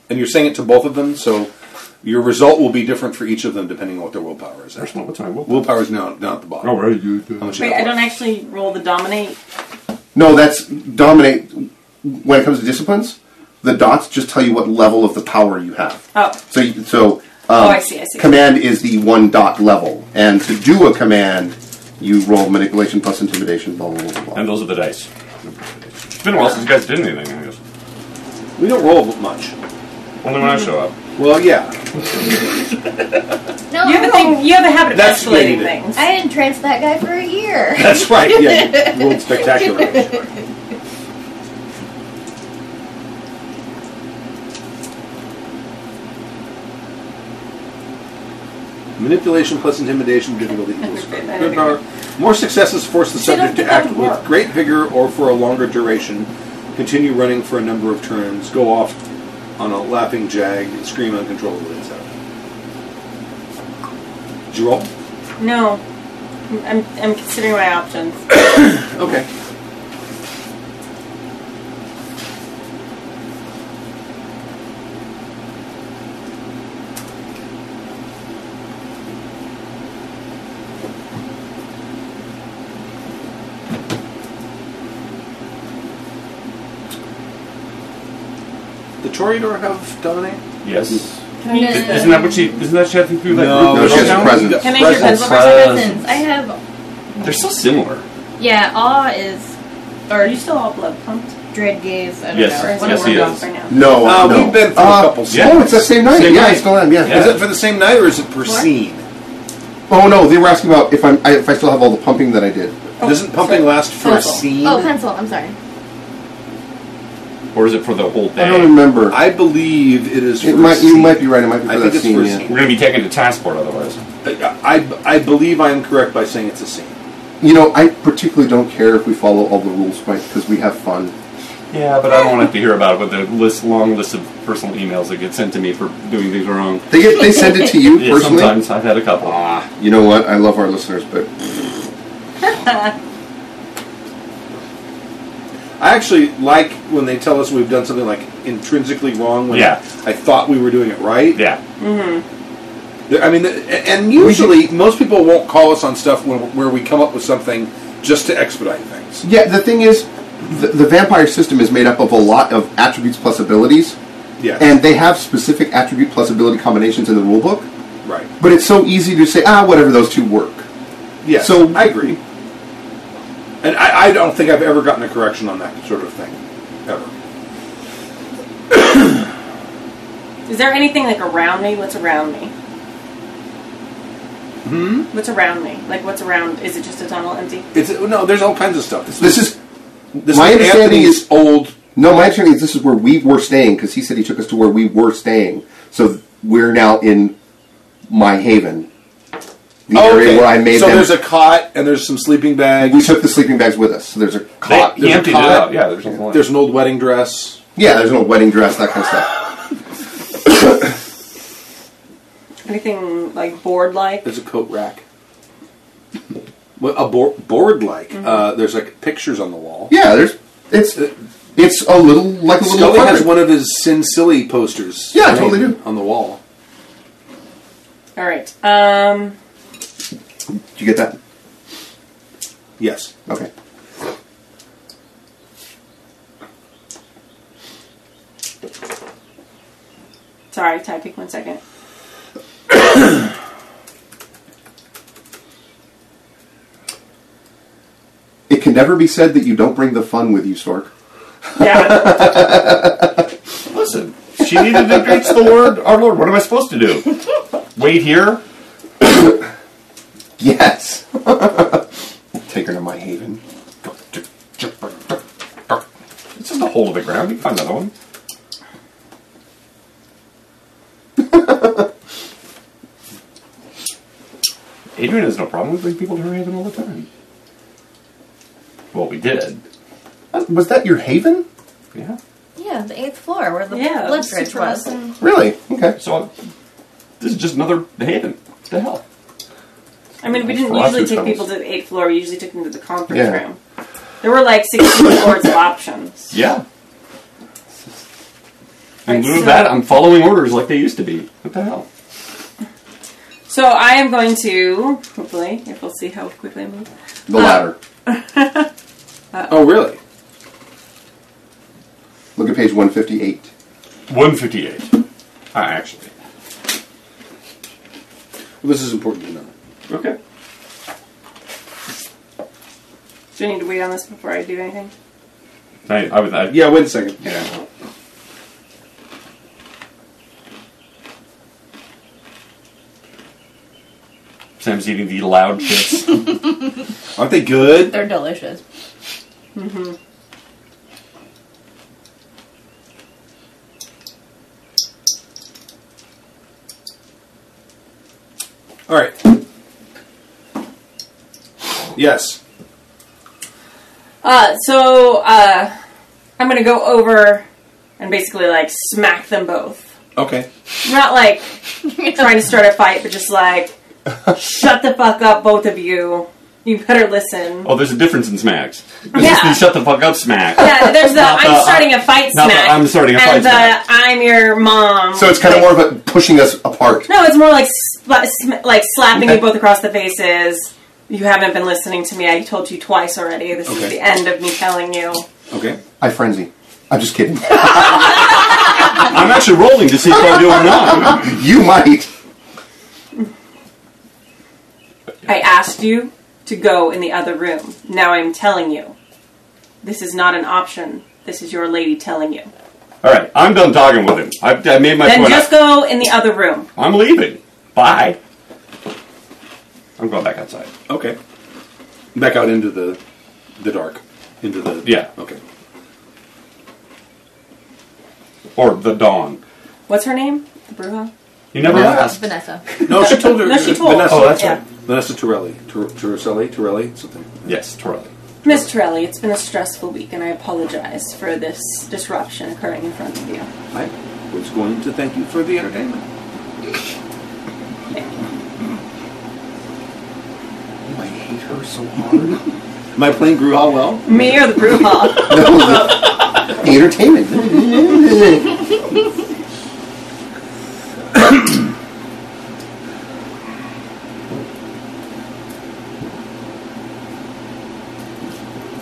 Speaker 6: and you're saying it to both of them, so your result will be different for each of them depending on what their willpower is.
Speaker 8: That's not what's my willpower.
Speaker 6: Willpower is now down at the bottom.
Speaker 8: Oh, right, you
Speaker 6: How much you
Speaker 4: Wait,
Speaker 6: have
Speaker 4: I don't
Speaker 6: left.
Speaker 4: actually roll the dominate.
Speaker 5: No, that's dominate. When it comes to disciplines, the dots just tell you what level of the power you have.
Speaker 4: Oh.
Speaker 5: So, you- so. Um,
Speaker 4: Oh, I see, I see.
Speaker 5: Command is the one dot level, and to do a command, you roll manipulation plus intimidation. Blah blah blah. blah.
Speaker 11: And those are the dice. It's been a while since you guys did anything, I guess.
Speaker 6: We don't roll much.
Speaker 11: Only when I show up.
Speaker 6: Well, yeah.
Speaker 3: No,
Speaker 4: You have a thing. You have a habit of
Speaker 6: That's
Speaker 4: escalating
Speaker 6: what I
Speaker 4: things.
Speaker 3: I didn't trance that guy for a year.
Speaker 6: That's right. Yeah, you rolled spectacular. Manipulation plus intimidation difficulty equals good power. More successes force the
Speaker 4: See,
Speaker 6: subject to
Speaker 4: that's- that
Speaker 6: act
Speaker 4: would
Speaker 6: with
Speaker 4: work.
Speaker 6: great vigor or for a longer duration. Continue running for a number of turns. Go off on a laughing jag. Scream uncontrollably, etc. Did you roll?
Speaker 4: No, I'm I'm considering my options.
Speaker 6: Okay. The Toreador have dominate?
Speaker 11: Yes.
Speaker 3: No, no, no,
Speaker 11: Isn't that what she? Isn't that she had to do that?
Speaker 6: No,
Speaker 11: group
Speaker 5: she has
Speaker 11: now?
Speaker 5: a presence.
Speaker 4: Can I make your pencil for a second?
Speaker 3: Presents. I have.
Speaker 11: They're so similar.
Speaker 3: Yeah, awe is.
Speaker 4: Are you still all blood pumped?
Speaker 3: Dread gaze. I don't
Speaker 11: Yes,
Speaker 3: know.
Speaker 4: One
Speaker 11: yes,
Speaker 4: of them
Speaker 11: he
Speaker 4: are off
Speaker 11: is.
Speaker 4: right now.
Speaker 5: No,
Speaker 6: Uh,
Speaker 5: no.
Speaker 6: We've been through
Speaker 5: Uh,
Speaker 6: a couple.
Speaker 5: Oh, it's that same night.
Speaker 11: Same
Speaker 5: yeah,
Speaker 11: night.
Speaker 5: it's still on. Yeah.
Speaker 11: Yeah.
Speaker 6: Is it for the same night or is it per scene?
Speaker 5: Oh no, they were asking about if I'm I, if I still have all the pumping that I did.
Speaker 6: Doesn't pumping
Speaker 3: sorry.
Speaker 6: last Oh, for a
Speaker 3: Pencil.
Speaker 6: scene?
Speaker 3: Oh, pencil. I'm sorry.
Speaker 11: Or is it for the whole day?
Speaker 5: I don't remember.
Speaker 6: I believe it is.
Speaker 5: it
Speaker 6: for
Speaker 5: might. You
Speaker 6: scene.
Speaker 5: might be right. It might be for
Speaker 6: I
Speaker 5: that
Speaker 6: think it's
Speaker 5: scene.
Speaker 6: for
Speaker 5: yeah.
Speaker 6: scene.
Speaker 11: We're gonna be taken to task board otherwise.
Speaker 6: I, I believe I am correct by saying it's a scene.
Speaker 5: You know, I particularly don't care if we follow all the rules, right? Because we have fun.
Speaker 11: Yeah, but I don't want to hear about it with the list, long list of personal emails that get sent to me for doing things wrong. Ah,
Speaker 5: They get they send it to you
Speaker 11: Yeah,
Speaker 5: personally.
Speaker 11: sometimes I've had a couple.
Speaker 5: You know what? I love our listeners, but
Speaker 6: I actually like when they tell us we've done something like intrinsically wrong when
Speaker 11: Yeah.
Speaker 6: I thought we were doing it right. Mm-hmm.
Speaker 11: Yeah.
Speaker 6: There- I mean, th- and usually most people won't call us on stuff when, where we come up with something just to expedite things.
Speaker 5: yeah, the thing is, the, the vampire system is made up of a lot of attributes plus abilities,
Speaker 6: Yeah.
Speaker 5: and they have specific attribute plus ability combinations in the rulebook.
Speaker 2: Right.
Speaker 5: But it's so easy to say, ah, whatever, those two work.
Speaker 2: Yes,
Speaker 5: So-
Speaker 2: I agree. And I, I don't think I've ever gotten a correction on that sort of thing, ever.
Speaker 4: Is there anything like around me? What's around me?
Speaker 2: Hmm.
Speaker 4: What's around me? Like what's around? Is it just a tunnel empty?
Speaker 2: It's no. There's all kinds of stuff.
Speaker 5: This is
Speaker 2: this
Speaker 5: my understanding
Speaker 2: Anthony's
Speaker 5: is-
Speaker 2: old.
Speaker 5: no. My understanding is this is where we were staying because he said he took us to where we were staying. So we're now in my haven, the area where I made
Speaker 2: Oh, so
Speaker 5: them.
Speaker 2: there's a cot and there's some sleeping bags.
Speaker 5: we took the sleeping bags with us. So there's a cot.
Speaker 11: They, he
Speaker 5: there's a
Speaker 11: emptied it
Speaker 5: cot.
Speaker 11: out. Yeah, there's nothing left.
Speaker 2: There's an old wedding dress.
Speaker 5: Yeah, there's no wedding dress, that kind of stuff.
Speaker 4: Anything like board like?
Speaker 2: There's a coat rack. Well, a bo- board like.
Speaker 6: Mm-hmm.
Speaker 2: Uh, there's like pictures on the wall.
Speaker 5: Yeah, there's it's it's a little like a little
Speaker 2: Scully has
Speaker 5: apartment.
Speaker 2: one of his Sin Silly posters.
Speaker 5: Yeah, I totally
Speaker 2: hanging
Speaker 5: do.
Speaker 2: On the wall.
Speaker 4: All right. Um.
Speaker 5: Did you get that?
Speaker 2: Yes.
Speaker 5: Okay.
Speaker 4: Sorry, typing one second.
Speaker 5: It can never be said that you don't bring the fun with you, Stork.
Speaker 4: Yeah.
Speaker 11: Listen, she needed to preach the word, our Lord. What am I supposed to do? Wait here?
Speaker 5: Yes. Take her to my haven.
Speaker 11: It's just a hole in the ground. You can find another one. Adrian has no problem. We bring people to her haven all the time. Well, we did.
Speaker 5: Uh, Was that your haven?
Speaker 11: Yeah.
Speaker 3: Yeah, the eighth floor where the
Speaker 4: Yeah,
Speaker 3: blood
Speaker 4: it's
Speaker 3: bridge
Speaker 4: across
Speaker 3: was.
Speaker 4: the-
Speaker 5: Really? Okay.
Speaker 11: So uh, this is just another haven. What the hell?
Speaker 4: I mean, we didn't
Speaker 11: For us,
Speaker 4: usually
Speaker 11: it's
Speaker 4: take
Speaker 11: tunnels.
Speaker 4: people to the eighth floor. We usually took them to the conference
Speaker 5: Yeah.
Speaker 4: room. There were like sixteen floors of options.
Speaker 11: Yeah. In
Speaker 4: Right,
Speaker 11: lieu
Speaker 4: so-
Speaker 11: of that, I'm following orders like they used to be. What the hell?
Speaker 4: So I am going to hopefully, if we'll see how quickly I move.
Speaker 5: The ladder.
Speaker 2: Oh, really?
Speaker 5: Look at page 158.
Speaker 11: 158. Ah, actually.
Speaker 2: Well, this is important to know.
Speaker 11: Okay.
Speaker 4: Do I need to wait on this before I do anything?
Speaker 11: I, I would. I,
Speaker 2: Yeah. Wait a second.
Speaker 11: Yeah. Sam's eating the loud chips.
Speaker 2: Aren't they good?
Speaker 3: They're delicious.
Speaker 2: All right. Yes.
Speaker 4: Uh, so uh, I'm gonna go over and basically like smack them both.
Speaker 2: Okay.
Speaker 4: Not like trying to start a fight, but just like shut the fuck up, both of you. You better listen.
Speaker 11: oh, there's a difference in smacks. It's just
Speaker 4: Yeah.
Speaker 11: the shut the fuck up smack.
Speaker 4: Yeah, there's the
Speaker 11: Not the, uh,
Speaker 4: I'm starting a fight
Speaker 11: not the,
Speaker 4: smack.
Speaker 11: "I'm starting a fight
Speaker 4: and the,
Speaker 11: smack.
Speaker 4: I'm your mom.
Speaker 5: So it's kind of more of a pushing us apart.
Speaker 4: No, it's more like sla- sm- like slapping you both across the faces. You haven't been listening to me. I told you twice already. This
Speaker 2: Okay.
Speaker 4: is the end of me telling you.
Speaker 2: Okay.
Speaker 5: I frenzy. I'm just kidding.
Speaker 11: I'm actually rolling to see if I do or not.
Speaker 5: you might.
Speaker 4: I asked you to go in the other room. Now I'm telling you. This is not an option. This is your lady telling you.
Speaker 11: All right, I'm done talking with him. I, I made my
Speaker 4: Then
Speaker 11: point.
Speaker 4: just go in the other room.
Speaker 11: I'm leaving. Bye. I'm going back outside.
Speaker 2: Okay. Back out into the the dark. Into the
Speaker 11: Yeah.
Speaker 2: Okay.
Speaker 11: Or the dawn.
Speaker 4: What's her name? The Bruja?
Speaker 11: You never asked.
Speaker 3: Vanessa.
Speaker 2: No, she told her.
Speaker 4: No, she told.
Speaker 2: Vanessa,
Speaker 11: Oh, that's
Speaker 4: yeah.
Speaker 11: right.
Speaker 2: Vanessa Torelli. Tor- Torricelli? Torelli? Something.
Speaker 11: Yes, Torelli.
Speaker 4: Miss Torelli, it's been a stressful week, and I apologize for this disruption occurring in front of you.
Speaker 2: I was going to thank you for the entertainment.
Speaker 5: Oh, I hate her so hard.
Speaker 2: Am I playing Gruhal well?
Speaker 4: Me or the Bruja?
Speaker 5: Entertainment.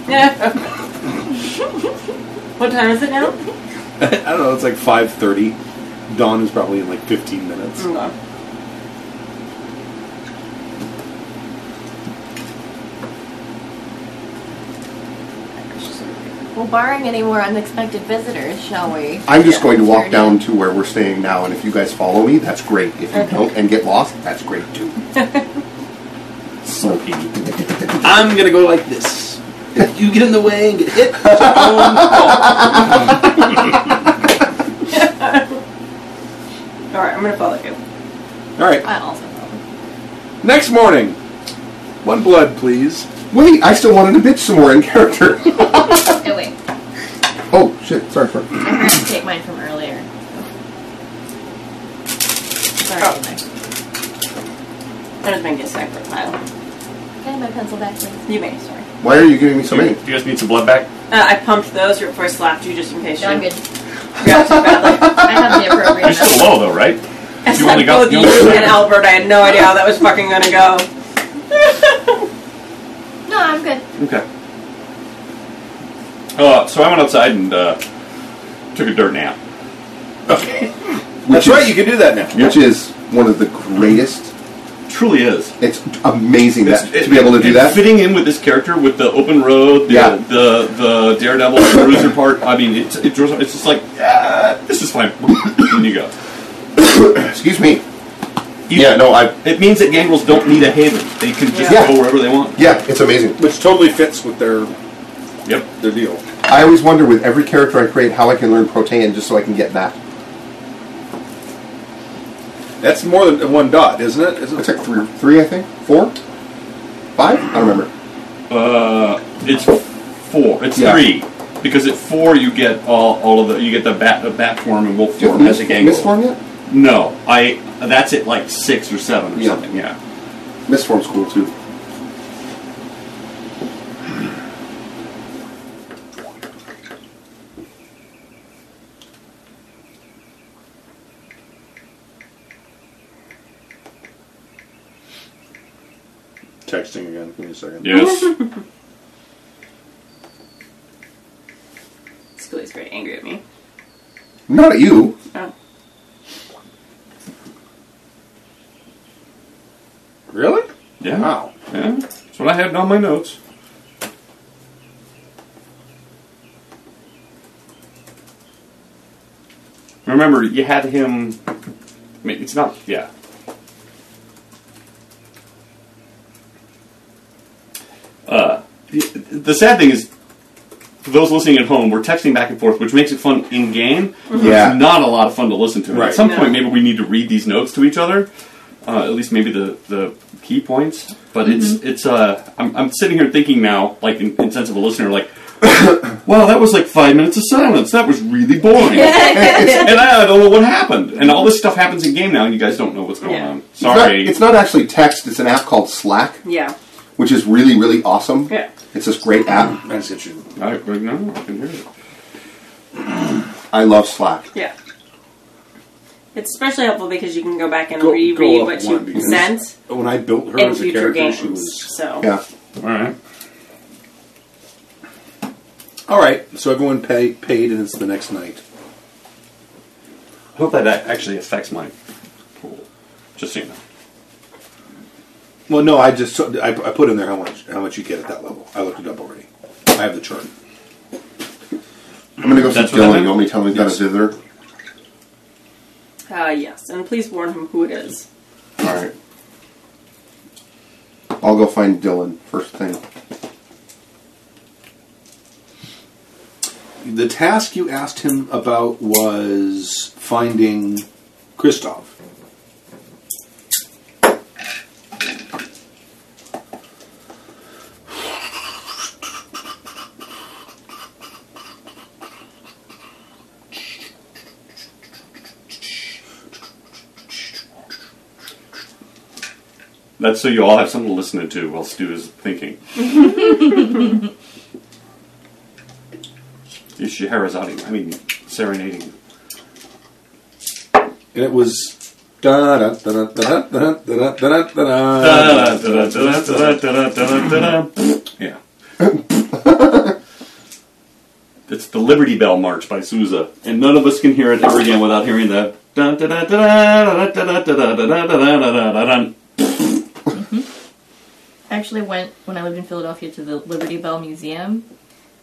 Speaker 4: Yeah. what time is it now?
Speaker 2: I don't know. It's like 5.30. Dawn is probably in like 15 minutes.
Speaker 4: Okay.
Speaker 3: Well, barring any more unexpected visitors, shall we?
Speaker 5: I'm just going to walk down to where we're staying now, and if you guys follow me, that's great. If you don't and get lost, that's great too.
Speaker 8: Slopey.
Speaker 2: I'm gonna go like this. If you get in the way and get hit, it's your own fault.
Speaker 4: Alright, I'm gonna follow you.
Speaker 2: All right.
Speaker 3: I also know.
Speaker 2: Next morning, one blood, please.
Speaker 5: Wait, I still wanted to bitch some more in character.
Speaker 3: Oh, wait.
Speaker 5: oh shit, sorry for.
Speaker 3: I had to take mine from earlier. Sorry.
Speaker 4: Oh.
Speaker 3: Mike.
Speaker 4: I'm just gonna get a snack for a while.
Speaker 3: Can I have my pencil back, please?
Speaker 4: You may, sorry.
Speaker 5: Why are you giving me so
Speaker 8: Do you,
Speaker 5: many?
Speaker 8: do you guys need some blood back?
Speaker 4: Uh, I pumped those right before I slapped you just in case
Speaker 3: No, I'm
Speaker 4: you
Speaker 3: good.
Speaker 4: grabbed too badly.
Speaker 3: I have the appropriate
Speaker 8: You're still low though, right?
Speaker 4: I
Speaker 8: You only
Speaker 4: slapped
Speaker 8: got
Speaker 4: both
Speaker 8: the
Speaker 4: you
Speaker 8: only-
Speaker 4: and Albert. I had no idea how that was fucking gonna go.
Speaker 3: amount. No, I'm good.
Speaker 8: Okay. Uh, so I went outside and uh, took a dirt nap.
Speaker 2: That's right. You can do that now.
Speaker 5: Which is one of the greatest.
Speaker 8: Truly is.
Speaker 5: It's amazing
Speaker 8: It's-
Speaker 5: that
Speaker 8: it-
Speaker 5: to be able to do
Speaker 8: it-
Speaker 5: that.
Speaker 8: Fitting in with this character with the open road, the
Speaker 5: Yeah.
Speaker 8: the, the Daredevil the Bruiser part. I mean, it's it, draws- it's just like ah, this is fine. and you go.
Speaker 5: Excuse me.
Speaker 8: You-
Speaker 5: Yeah, no, I.
Speaker 8: It means that gangrels don't need a haven. They can just
Speaker 5: Yeah.
Speaker 8: go wherever they want.
Speaker 5: Yeah, it's amazing.
Speaker 2: Which totally fits with their
Speaker 8: Yep.
Speaker 2: their deal.
Speaker 5: I always wonder with every character I create how I can learn Protean just so I can get that.
Speaker 2: That's more than one dot, isn't it? Isn't
Speaker 5: It's like three, three, I think, four, five. I don't remember.
Speaker 8: Uh, it's four. It's
Speaker 5: Yeah.
Speaker 8: three. Because at four you get all, all of the you get the bat the bat form and wolf
Speaker 5: Do you
Speaker 8: form as
Speaker 5: miss,
Speaker 8: a gangrel.
Speaker 5: miss form yet?
Speaker 8: No, I. That's at like six or seven or
Speaker 5: Yeah.
Speaker 8: something. Yeah.
Speaker 5: Miss form's cool too.
Speaker 2: Texting again. Give me a second.
Speaker 8: Yes.
Speaker 4: Scully's very angry at me.
Speaker 5: Not at you.
Speaker 4: Oh.
Speaker 2: Really?
Speaker 8: yeah.
Speaker 2: Wow.
Speaker 8: Yeah. That's what I had on my notes. Remember, you had him. I mean, it's not. Yeah. Uh, the, the sad thing is, for those listening at home, we're texting back and forth, which makes it fun in game. but
Speaker 5: Yeah.
Speaker 8: It's not a lot of fun to listen to.
Speaker 2: Right.
Speaker 8: At some
Speaker 4: No.
Speaker 8: point, maybe we need to read these notes to each other. Uh, at least maybe the, the key points. But
Speaker 4: Mm-hmm.
Speaker 8: it's it's uh, I'm, I'm sitting here thinking now, like in, in sense of a listener, like, wow, that was like five minutes of silence. That was really boring. and I don't know what happened. And all this stuff happens in game now, and you guys don't know what's going
Speaker 4: Yeah.
Speaker 8: on.
Speaker 5: It's not,
Speaker 8: Sorry.
Speaker 5: it's not actually text. It's an app called Slack,
Speaker 4: Yeah.
Speaker 5: which is really, really awesome.
Speaker 4: Yeah.
Speaker 5: It's this great app.
Speaker 2: I just hit you.
Speaker 8: I, no, I can hear it.
Speaker 5: I love Slack.
Speaker 4: Yeah. It's especially helpful because you can go back and
Speaker 2: Go-
Speaker 4: reread
Speaker 2: go up
Speaker 4: what
Speaker 2: one
Speaker 4: you
Speaker 2: because-
Speaker 4: sent
Speaker 2: When I built her
Speaker 4: in
Speaker 2: as a
Speaker 4: future
Speaker 2: character,
Speaker 4: games.
Speaker 2: she was.
Speaker 4: So
Speaker 5: Yeah.
Speaker 8: All right.
Speaker 2: All right. So everyone pay, paid, and it's the next night.
Speaker 8: I hope that a- actually affects my pool. Just so you know.
Speaker 2: Well, no, I just I, I put in there how much how much you get at that level. I looked it up already. I have the chart.
Speaker 5: I'm gonna go see
Speaker 8: That's what I
Speaker 5: Dylan.
Speaker 8: meant.
Speaker 5: You want me to tell him he's got a visitor?
Speaker 4: uh, yes. And please warn him who it is.
Speaker 5: All right. I'll go find Dylan first thing.
Speaker 2: The task you asked him about was finding Kristoff.
Speaker 8: That's so you all have something to listen to while Stu is thinking. is Scheherazade, I mean, serenading.
Speaker 2: And it was da da da da da da da da da da Uh, da.
Speaker 8: Yeah. It's the Liberty Bell March by Sousa, and none of us can hear it ever again without hearing the. dun, dun, dun, dun, dun, dun, dun, dun, dun, dun, dun, dun, dun, dun, dun.
Speaker 3: I actually went when I lived in Philadelphia to the Liberty Bell Museum,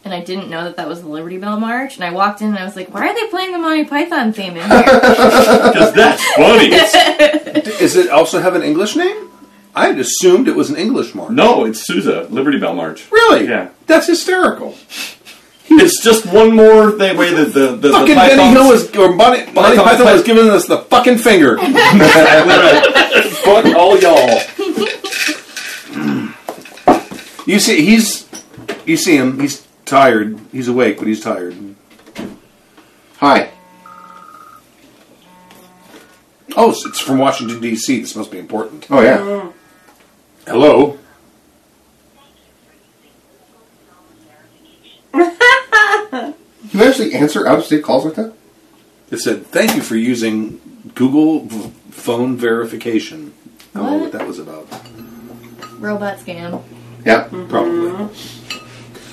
Speaker 3: and I didn't know that that was the Liberty Bell March. And I walked in and I was like, why are they playing the Monty Python theme in here?
Speaker 8: Because that's funny. It's-
Speaker 6: Does it also have an English name? I had assumed it was an English march.
Speaker 8: no, it's Sousa, Liberty Bell March.
Speaker 6: Really?
Speaker 8: Yeah.
Speaker 6: That's hysterical.
Speaker 8: It's just one more th- way that the, the, the
Speaker 6: fucking Benny
Speaker 8: Pythons-
Speaker 6: Hill was, or Bonnie, Bonnie
Speaker 8: Python-
Speaker 6: Python was giving us the fucking finger.
Speaker 8: Exactly right. Fuck all y'all.
Speaker 6: You see, he's, you see him. He's tired. He's awake, but he's tired.
Speaker 5: Hi.
Speaker 6: Oh, it's it's from Washington D.C. This must be important.
Speaker 5: Oh yeah.
Speaker 6: Hello.
Speaker 5: You actually answer out-of-state calls like that?
Speaker 6: It said, "Thank you for using Google v- phone verification." I don't know what
Speaker 3: What?
Speaker 6: that was about.
Speaker 3: Robot scam.
Speaker 5: Yeah.
Speaker 6: Mm-hmm. Probably,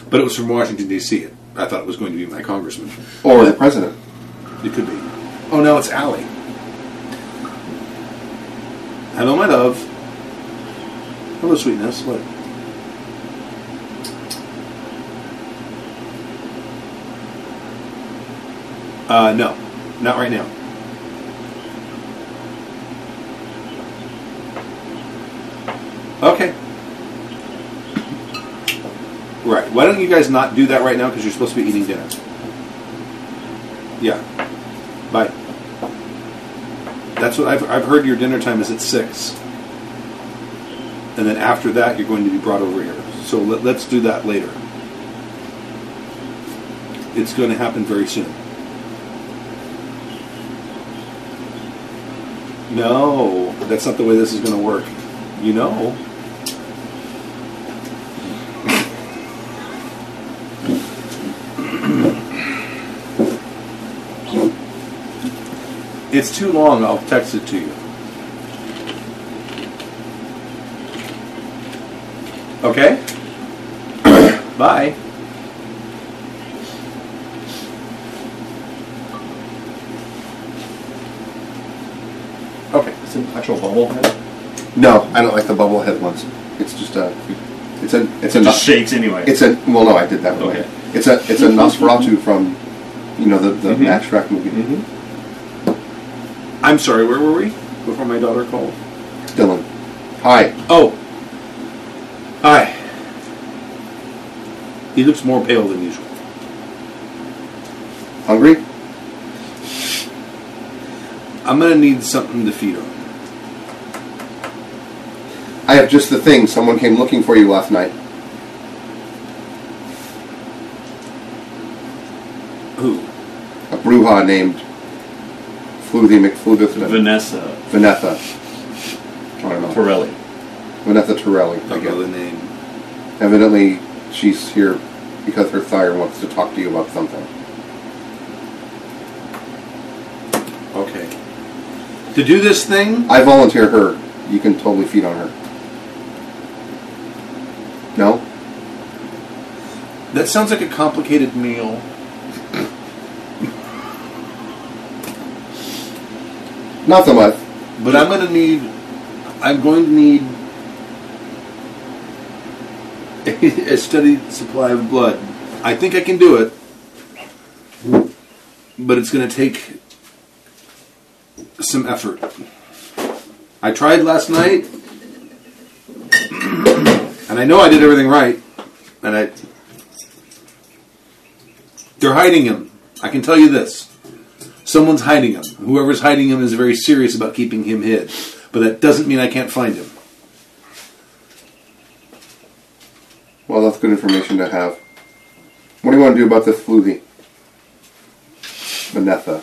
Speaker 6: but it was from Washington D.C. I thought it was going to be my congressman.
Speaker 5: Or the president.
Speaker 6: It could be. Oh no, it's Allie. Hello, my love. Hello, sweetness. What? Uh, no, not right now. Okay. Right. Why don't you guys not do that right now? Because you're supposed to be eating dinner. Yeah. Bye. That's what I've, I've heard your dinner time is at 6. And then after that, you're going to be brought over here. So let, let's do that later. It's going to happen very soon. No, that's not the way this is going to work. You know. It's too long. I'll text it to you. Okay? Bye. Okay.
Speaker 12: It's an actual bubble head.
Speaker 5: No, I don't like the bubblehead ones. It's just a. It's a. It's a.
Speaker 8: Just shakes anyway.
Speaker 5: It's a well, no, I did that one.
Speaker 8: Okay.
Speaker 5: It's a it's a Nosferatu from, you know, the the
Speaker 8: Mhm.
Speaker 5: Matchtrack movie.
Speaker 6: I'm sorry, where were we? Before my daughter called.
Speaker 5: Dylan, hi.
Speaker 6: Oh. Hi. He looks more pale than usual.
Speaker 5: Hungry?
Speaker 6: I'm gonna need something to feed on.
Speaker 5: I have just the thing. Someone came looking for you last night.
Speaker 6: Who?
Speaker 5: A bruja named Fluthy McFlutherson.
Speaker 8: Vanessa
Speaker 5: Vanessa. I don't know.
Speaker 8: Torelli.
Speaker 5: Vanessa Torelli. I
Speaker 6: Don't know the
Speaker 5: guess.
Speaker 6: name.
Speaker 5: Evidently, she's here because her sire wants to talk to you about something.
Speaker 6: Okay. To do this thing?
Speaker 5: I volunteer her. You can totally feed on her. No?
Speaker 6: That sounds like a complicated meal.
Speaker 5: Not so much.
Speaker 6: But I'm gonna need. I'm going to need a, steady supply of blood. I think I can do it, but it's gonna take some effort. I tried last night, and I know I did everything right, and I. They're hiding him. I can tell you this. Someone's hiding him. Whoever's hiding him is very serious about keeping him hid. But that doesn't mean I can't find him.
Speaker 5: Well, that's good information to have. What do you want to do about this fluthy? Vanessa.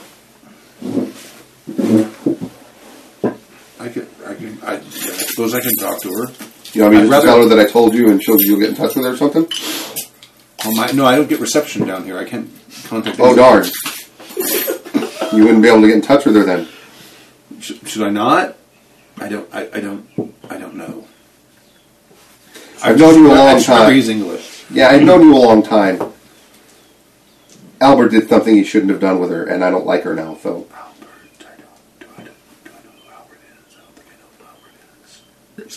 Speaker 6: I could, I could, I, I suppose I can talk to her.
Speaker 5: You want me to
Speaker 6: I'd
Speaker 5: just
Speaker 6: rather-
Speaker 5: tell her that I told you and she'll you'll get in touch with her or something?
Speaker 6: Well, my, no, I don't get reception down here. I can't contact.
Speaker 5: Oh, darn. you wouldn't be able to get in touch with her then.
Speaker 6: Should, should I not? I don't. I, I don't. I don't know.
Speaker 5: I've known you a
Speaker 6: I
Speaker 5: long
Speaker 6: just remember
Speaker 5: time.
Speaker 6: He's English.
Speaker 5: Yeah, I've known you a long time. Albert did something he shouldn't have done with her, and I don't like her now, so.
Speaker 6: Albert, I don't. Do I know? Do I know who Albert is? I don't think I know who Albert is. Who's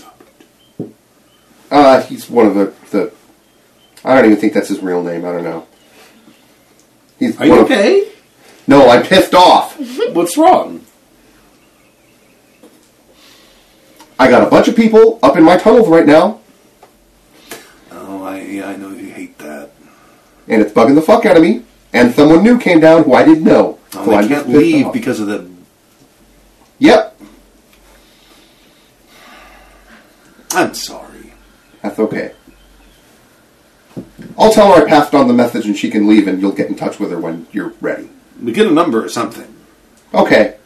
Speaker 5: Uh,
Speaker 6: Albert?
Speaker 5: he's one of the, the I don't even think that's his real name. I don't know. He's
Speaker 6: Are you
Speaker 5: one of-
Speaker 6: okay?
Speaker 5: No, I'm pissed off.
Speaker 6: What's wrong?
Speaker 5: I got a bunch of people up in my tunnels right now,
Speaker 6: Oh, I yeah, I know you hate that.
Speaker 5: and it's bugging the fuck out of me. And someone new came down who I didn't know.
Speaker 6: Oh,
Speaker 5: so
Speaker 6: I
Speaker 5: I'm just
Speaker 6: can't
Speaker 5: pissed
Speaker 6: leave
Speaker 5: off.
Speaker 6: because of the.
Speaker 5: Yep,
Speaker 6: I'm sorry.
Speaker 5: that's okay. I'll tell her I passed on the message and she can leave, and you'll get in touch with her when you're ready.
Speaker 6: We get a number or something.
Speaker 5: Okay.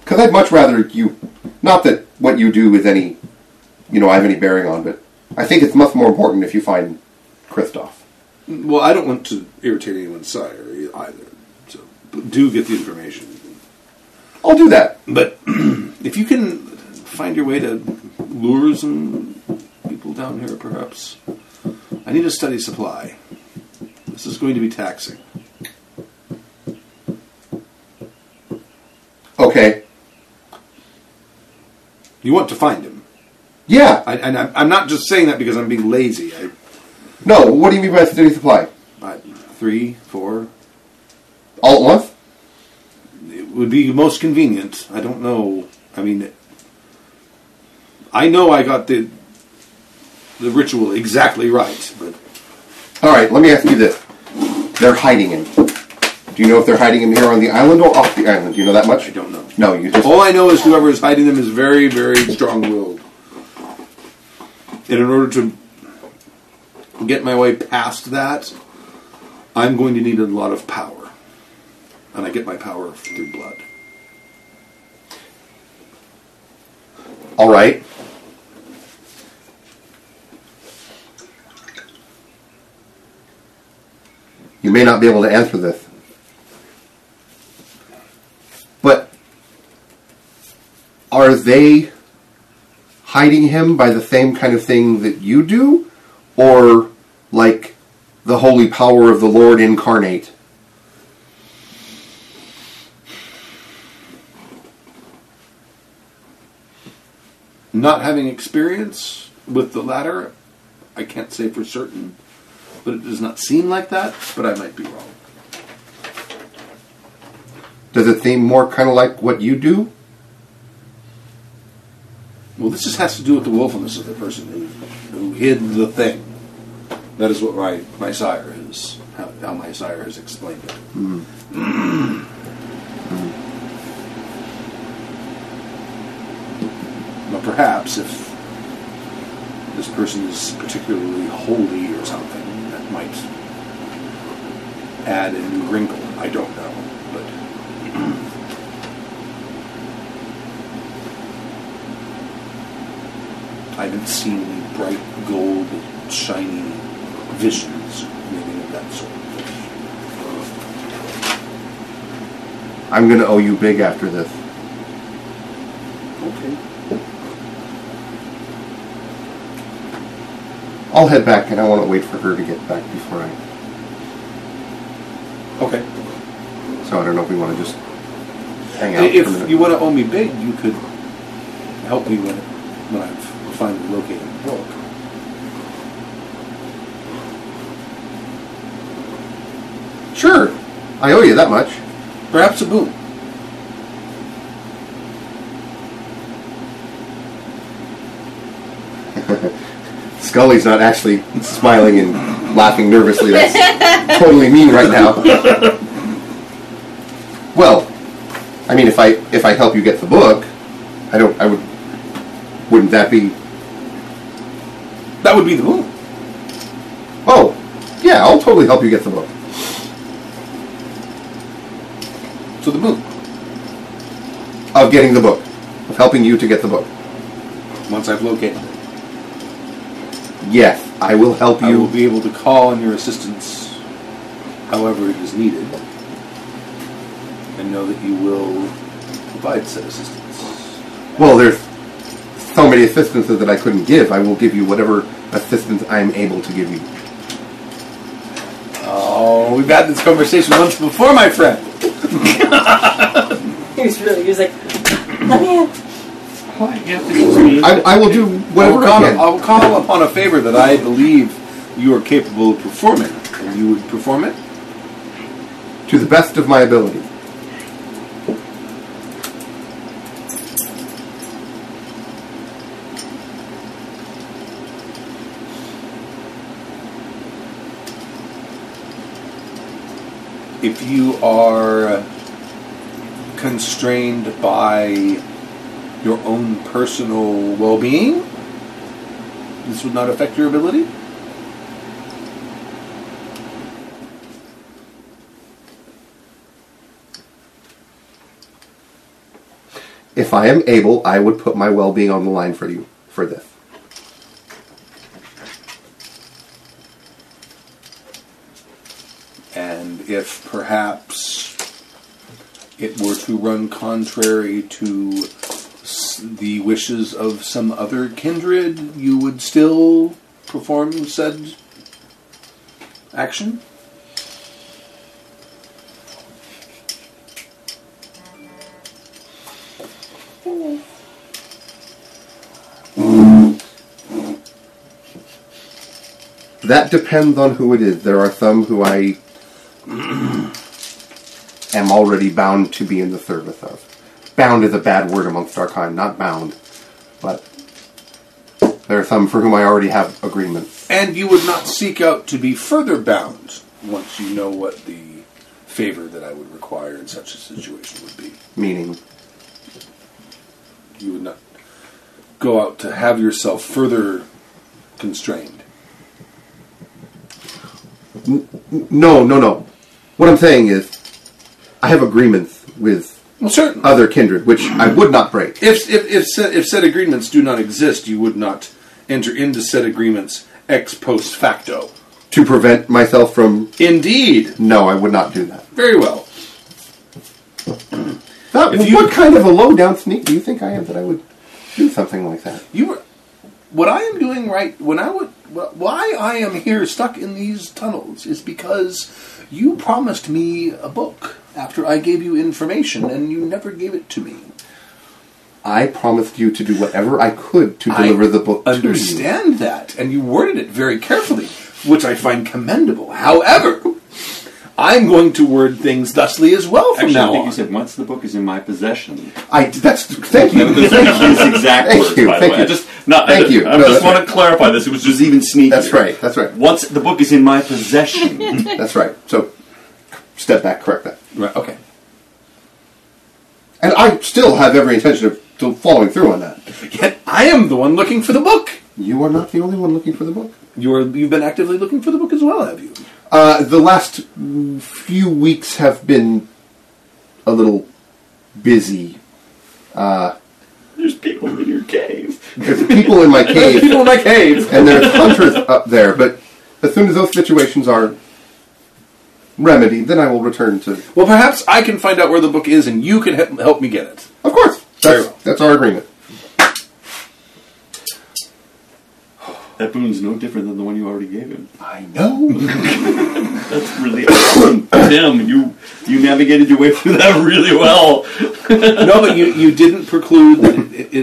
Speaker 5: Because I'd much rather you. Not that what you do is any. You know, I have any bearing on, but I think it's much more important if you find Kristoff.
Speaker 6: Well, I don't want to irritate anyone's sire
Speaker 2: e-
Speaker 6: either. So but do get the information.
Speaker 5: I'll do that.
Speaker 6: But if you can find your way to lure some people down here, perhaps. I need to study supply. This is going to be taxing.
Speaker 5: Okay.
Speaker 6: You want to find him.
Speaker 5: Yeah.
Speaker 6: I, and I'm, I'm not just saying that because I'm being lazy. I,
Speaker 5: No, what do you mean by steady supply?
Speaker 6: I, three, four.
Speaker 5: All at once?
Speaker 6: It would be most convenient. I don't know. I mean, I know I got the the ritual exactly right, but
Speaker 5: All right, let me ask you this. They're hiding him. Do you know if they're hiding him here on the island or off the island? Do you know that much?
Speaker 6: I don't know.
Speaker 5: No, you just.
Speaker 6: All I know is whoever is hiding them is very, very strong willed. And in order to get my way past that, I'm going to need a lot of power. And I get my power through blood.
Speaker 5: All right. You may not be able to answer this. But are they hiding him by the same kind of thing that you do? Or like the holy power of the Lord incarnate?
Speaker 6: Not having experience with the latter, I can't say for certain, but it does not seem like that, but I might be wrong.
Speaker 5: Does it seem more kind of like what you do?
Speaker 6: Well, this just has to do with the willfulness of the person who, who hid the thing. That is what my, my sire is, how, how my sire has explained it. but perhaps if this person is particularly holy or something, that might add a new wrinkle. I don't know, but. I haven't seen any bright gold, shiny visions, anything of that sort.
Speaker 5: I'm going to owe you big after this.
Speaker 6: Okay.
Speaker 5: I'll head back and I want to wait for her to get back before I.
Speaker 6: Okay.
Speaker 5: So I don't know if we want to just hang out. for a
Speaker 6: If
Speaker 5: minute.
Speaker 6: you want to owe me big, you could help me when, when I've finally located the book.
Speaker 5: Sure. I owe you that much.
Speaker 6: Perhaps a boon.
Speaker 5: Scully's not actually smiling and laughing nervously. That's totally mean right now. Well, I mean, if I if I help you get the book, I don't. I would. Wouldn't that be?
Speaker 6: That would be the boon.
Speaker 5: Oh, yeah. I'll totally help you get the book.
Speaker 6: So the boon.
Speaker 5: Of getting the book. Of helping you to get the book.
Speaker 6: Once I've located it,
Speaker 5: Yes, I will help
Speaker 6: I
Speaker 5: you.
Speaker 6: will be able to call on your assistance however it is needed and know that you will provide said assistance.
Speaker 5: Well, there's so many assistances that I couldn't give. I will give you whatever assistance I'm able to give you.
Speaker 6: Oh, we've had this conversation once before, my friend.
Speaker 4: He was really, he was like, let me in.
Speaker 5: I, I will do
Speaker 6: I will,
Speaker 5: whatever I
Speaker 6: call, I
Speaker 5: can.
Speaker 6: will call upon a favor that I believe
Speaker 2: you are capable of performing, and you would perform it.
Speaker 5: To the best of my ability.
Speaker 2: If you are constrained by your own personal well-being, this would not affect your ability.
Speaker 5: If I am able, I would put my well being on the line for you for this.
Speaker 2: and if perhaps it were to run contrary to s- the wishes of some other kindred, you would still perform said action?
Speaker 5: That depends on who it is. There are some who I am already bound to be in the service of. Bound is a bad word amongst our kind, not bound. But there are some for whom I already have agreements.
Speaker 2: And you would not seek out to be further bound once you know what the favor that I would require in such a situation would be.
Speaker 5: Meaning,
Speaker 2: You would not go out to have yourself further constrained.
Speaker 5: no, no, no. What I'm saying is, I have agreements with
Speaker 2: Well, certainly.
Speaker 5: other kindred, which I would not break.
Speaker 2: Uh, If if if said, if said agreements do not exist, you would not enter into said agreements ex post facto.
Speaker 5: To prevent myself from.
Speaker 2: Indeed,
Speaker 5: No, I would not do that.
Speaker 2: very well.
Speaker 5: That,
Speaker 2: If you-
Speaker 5: what kind of a low down sneak do you think I am that I would do something like that?
Speaker 2: You were what I am doing right when I would wh- why I am here stuck in these tunnels is because you promised me a book after I gave you information and you never gave it to me.
Speaker 5: I promised you to do whatever I could to
Speaker 2: I
Speaker 5: deliver the book to you.
Speaker 2: Understand that, and you worded it very carefully, which I find commendable. However, I'm going to word things thusly as well from
Speaker 8: Actually,
Speaker 2: now
Speaker 8: I think
Speaker 2: on.
Speaker 8: you said once the book is in my possession.
Speaker 5: I that's thank you.
Speaker 8: That's his exact
Speaker 5: Thank
Speaker 8: words,
Speaker 5: you,
Speaker 8: by
Speaker 5: thank
Speaker 8: the way.
Speaker 5: you.
Speaker 8: I just not, I
Speaker 5: Thank
Speaker 8: just,
Speaker 5: you.
Speaker 8: I
Speaker 5: No,
Speaker 8: just
Speaker 5: that's
Speaker 8: want
Speaker 5: right.
Speaker 8: to clarify this. It was just even sneakier.
Speaker 5: That's right, that's right.
Speaker 8: Once the book is in my possession,
Speaker 5: that's right. So step back, correct that.
Speaker 2: Right, okay.
Speaker 5: And I still have every intention of still following through on that.
Speaker 2: Yet I am the one looking for the book.
Speaker 5: You are not the only one looking for the book.
Speaker 2: You're you've been actively looking for the book as well, have you?
Speaker 5: Uh, the last few weeks have been a little busy.
Speaker 8: there's people in your cave.
Speaker 5: There's people in my cave.
Speaker 2: People in my cave.
Speaker 5: and there's hunters up there. But as soon as those situations are remedied, then I will return to.
Speaker 2: Well, perhaps I can find out where the book is, and you can he- help me get it.
Speaker 5: Of course,
Speaker 2: Very
Speaker 5: that's,
Speaker 2: well.
Speaker 5: that's our agreement.
Speaker 8: That boon's no different than the one you already gave him.
Speaker 5: I know.
Speaker 8: That's really awesome, Tim. You you navigated your way through that really well.
Speaker 2: no, but you you didn't preclude it, it,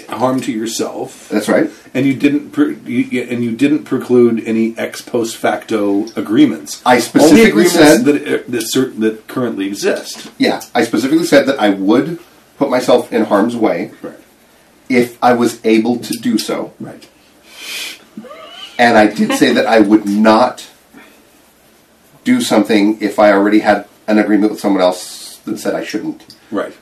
Speaker 2: it, harm to yourself,
Speaker 5: that's right.
Speaker 2: and you didn't pre- you, you- and you didn't preclude any ex post facto agreements.
Speaker 5: I specifically
Speaker 2: Only agreements
Speaker 5: said-
Speaker 2: that uh, that, cer- that currently exist.
Speaker 5: Yeah, I specifically said that I would put myself in harm's way
Speaker 2: Right.
Speaker 5: if I was able to do so,
Speaker 2: Right.
Speaker 5: and I did say that I would not do something if I already had an agreement with someone else that said I shouldn't.
Speaker 2: Right.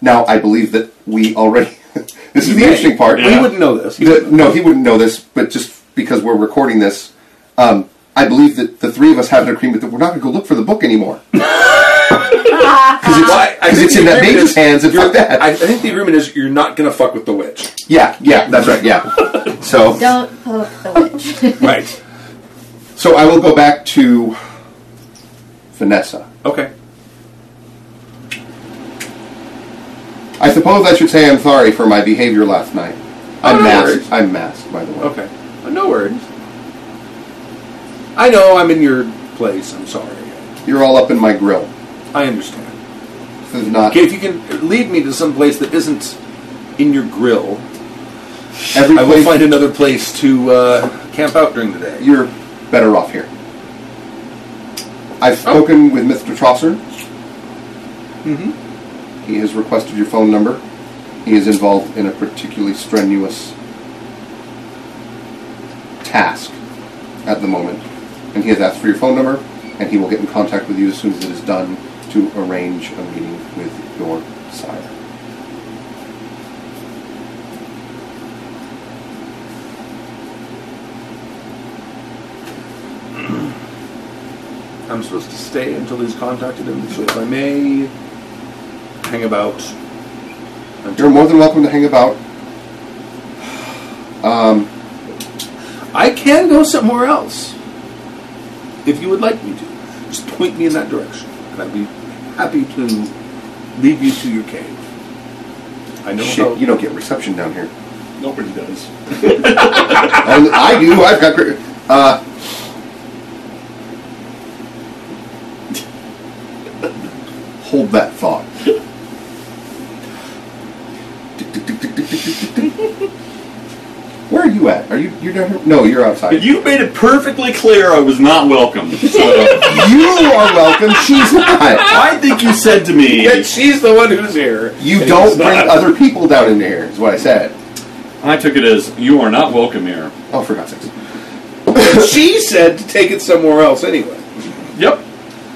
Speaker 5: Now I believe that we already. this is the interesting part.
Speaker 2: We wouldn't know this.
Speaker 5: The- no, he wouldn't know this, but just because we're recording this, um, I believe that the three of us have an agreement that we're not going to go look for the book anymore.
Speaker 2: Well, I- I
Speaker 5: Because
Speaker 2: think
Speaker 5: it's
Speaker 2: the
Speaker 5: in that
Speaker 2: agreement
Speaker 5: mage's
Speaker 2: is
Speaker 5: hands and
Speaker 2: you're-
Speaker 5: fuck that.
Speaker 2: I, I think the agreement is you're not going to fuck with the witch.
Speaker 5: Yeah, yeah, that's right. Yeah. So,
Speaker 3: Don't poke the witch.
Speaker 2: Right.
Speaker 5: so I will go back to Vanessa.
Speaker 2: Okay.
Speaker 5: I suppose I should say I'm sorry for my behavior last night. I'm
Speaker 2: Oh, no worries.
Speaker 5: masked. I'm masked, by the way.
Speaker 2: Okay. Well, no worries. I know I'm in your place. I'm sorry.
Speaker 5: You're all up in my grill.
Speaker 2: I understand.
Speaker 5: This is not
Speaker 2: Okay, if you can lead me to some place that isn't in your grill,
Speaker 5: every
Speaker 2: I will
Speaker 5: place
Speaker 2: find another place to uh, camp out during the day.
Speaker 5: you're better off here. I've spoken with Mr. Chaucer. He has requested your phone number. He is involved in a particularly strenuous task at the moment, and he has asked for your phone number, and he will get in contact with you as soon as it is done to arrange a meeting with your sire.
Speaker 2: I'm supposed to stay until he's contacted him, so if I may hang about.
Speaker 5: You're more than welcome to hang about. Um,
Speaker 2: I can go somewhere else if you would like me to. Just point me in that direction, and I'd be happy to lead you to your cave. I know
Speaker 5: shit, you don't get reception down here.
Speaker 2: how nobody does.
Speaker 5: Only- I do. I've got great. Uh, hold that thought. Where are you at? Are you you're down here? No, you're outside.
Speaker 11: You made it perfectly clear I was not welcome. So
Speaker 5: You are welcome. She's not.
Speaker 11: I think you said to me,
Speaker 2: she's the one who's here.
Speaker 5: You don't bring other people down in here. Is what I said.
Speaker 11: I took it as you are not welcome here.
Speaker 5: Oh, for God's sakes.
Speaker 2: she said to take it somewhere else anyway.
Speaker 11: Yep,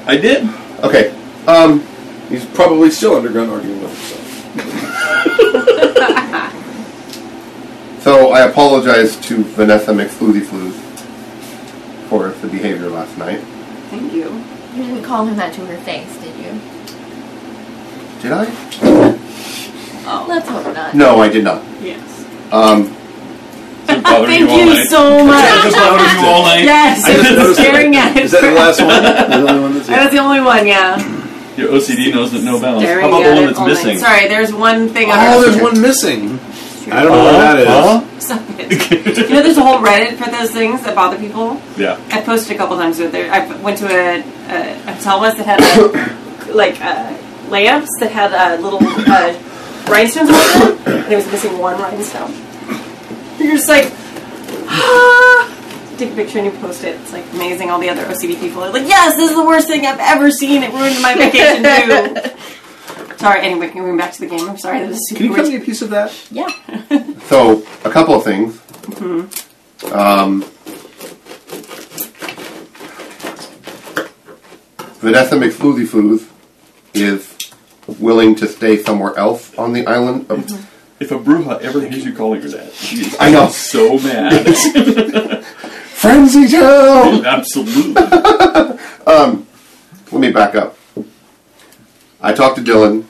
Speaker 11: I did.
Speaker 5: Okay. Um,
Speaker 2: He's probably still underground arguing with himself.
Speaker 5: So I apologize to Vanessa McFloozy Flues for the behavior last night.
Speaker 4: Thank you.
Speaker 3: You didn't call him that to her face, did you?
Speaker 5: Did I?
Speaker 3: Let's hope not.
Speaker 5: No, I did not.
Speaker 4: Yes.
Speaker 5: Um,
Speaker 11: Did it
Speaker 4: "Ah,
Speaker 11: bother
Speaker 4: Thank
Speaker 11: you all
Speaker 4: you
Speaker 11: night?
Speaker 4: so
Speaker 11: Did it
Speaker 4: much.
Speaker 11: just bother you all night?
Speaker 4: Yes,
Speaker 2: I just
Speaker 4: I've been
Speaker 2: noticed
Speaker 4: staring at
Speaker 2: that.
Speaker 4: it.
Speaker 2: Is that the last one? the only one that's
Speaker 4: I was
Speaker 2: here?
Speaker 4: the only one, yeah.
Speaker 11: Your OCD knows that no balance.
Speaker 4: Staring
Speaker 11: How about
Speaker 4: at
Speaker 11: the one
Speaker 4: it
Speaker 11: that's
Speaker 4: all night.
Speaker 11: missing?
Speaker 4: Sorry, there's one thing on
Speaker 2: Oh,
Speaker 4: our
Speaker 2: there's one missing. I don't know what that is.
Speaker 4: Stop it. you know, there's a whole Reddit for those things that bother people.
Speaker 11: Yeah.
Speaker 4: I posted a couple times with there. I went to a, a, a hotel once that had a, like uh, lamps that had uh, little uh, rhinestones on them, and it was missing one rhinestone. You're just like, ah. Take a picture and you post it. It's like amazing. All the other OCD people are like, yes, this is the worst thing I've ever seen. It ruined my vacation too. Sorry. Anyway, can we go back to the game? I'm sorry. This is super
Speaker 2: Can you cut
Speaker 4: weird.
Speaker 2: me a piece of that?
Speaker 3: Yeah.
Speaker 5: so a couple of things. Um, Vanessa McFloozy Flues is willing to stay somewhere else on the island. Of,
Speaker 11: If a bruja ever hears you calling her that, she is
Speaker 5: I know.
Speaker 11: so mad.
Speaker 5: Frenzy Joe!
Speaker 11: Absolutely.
Speaker 5: let me back up. I talked to Dylan.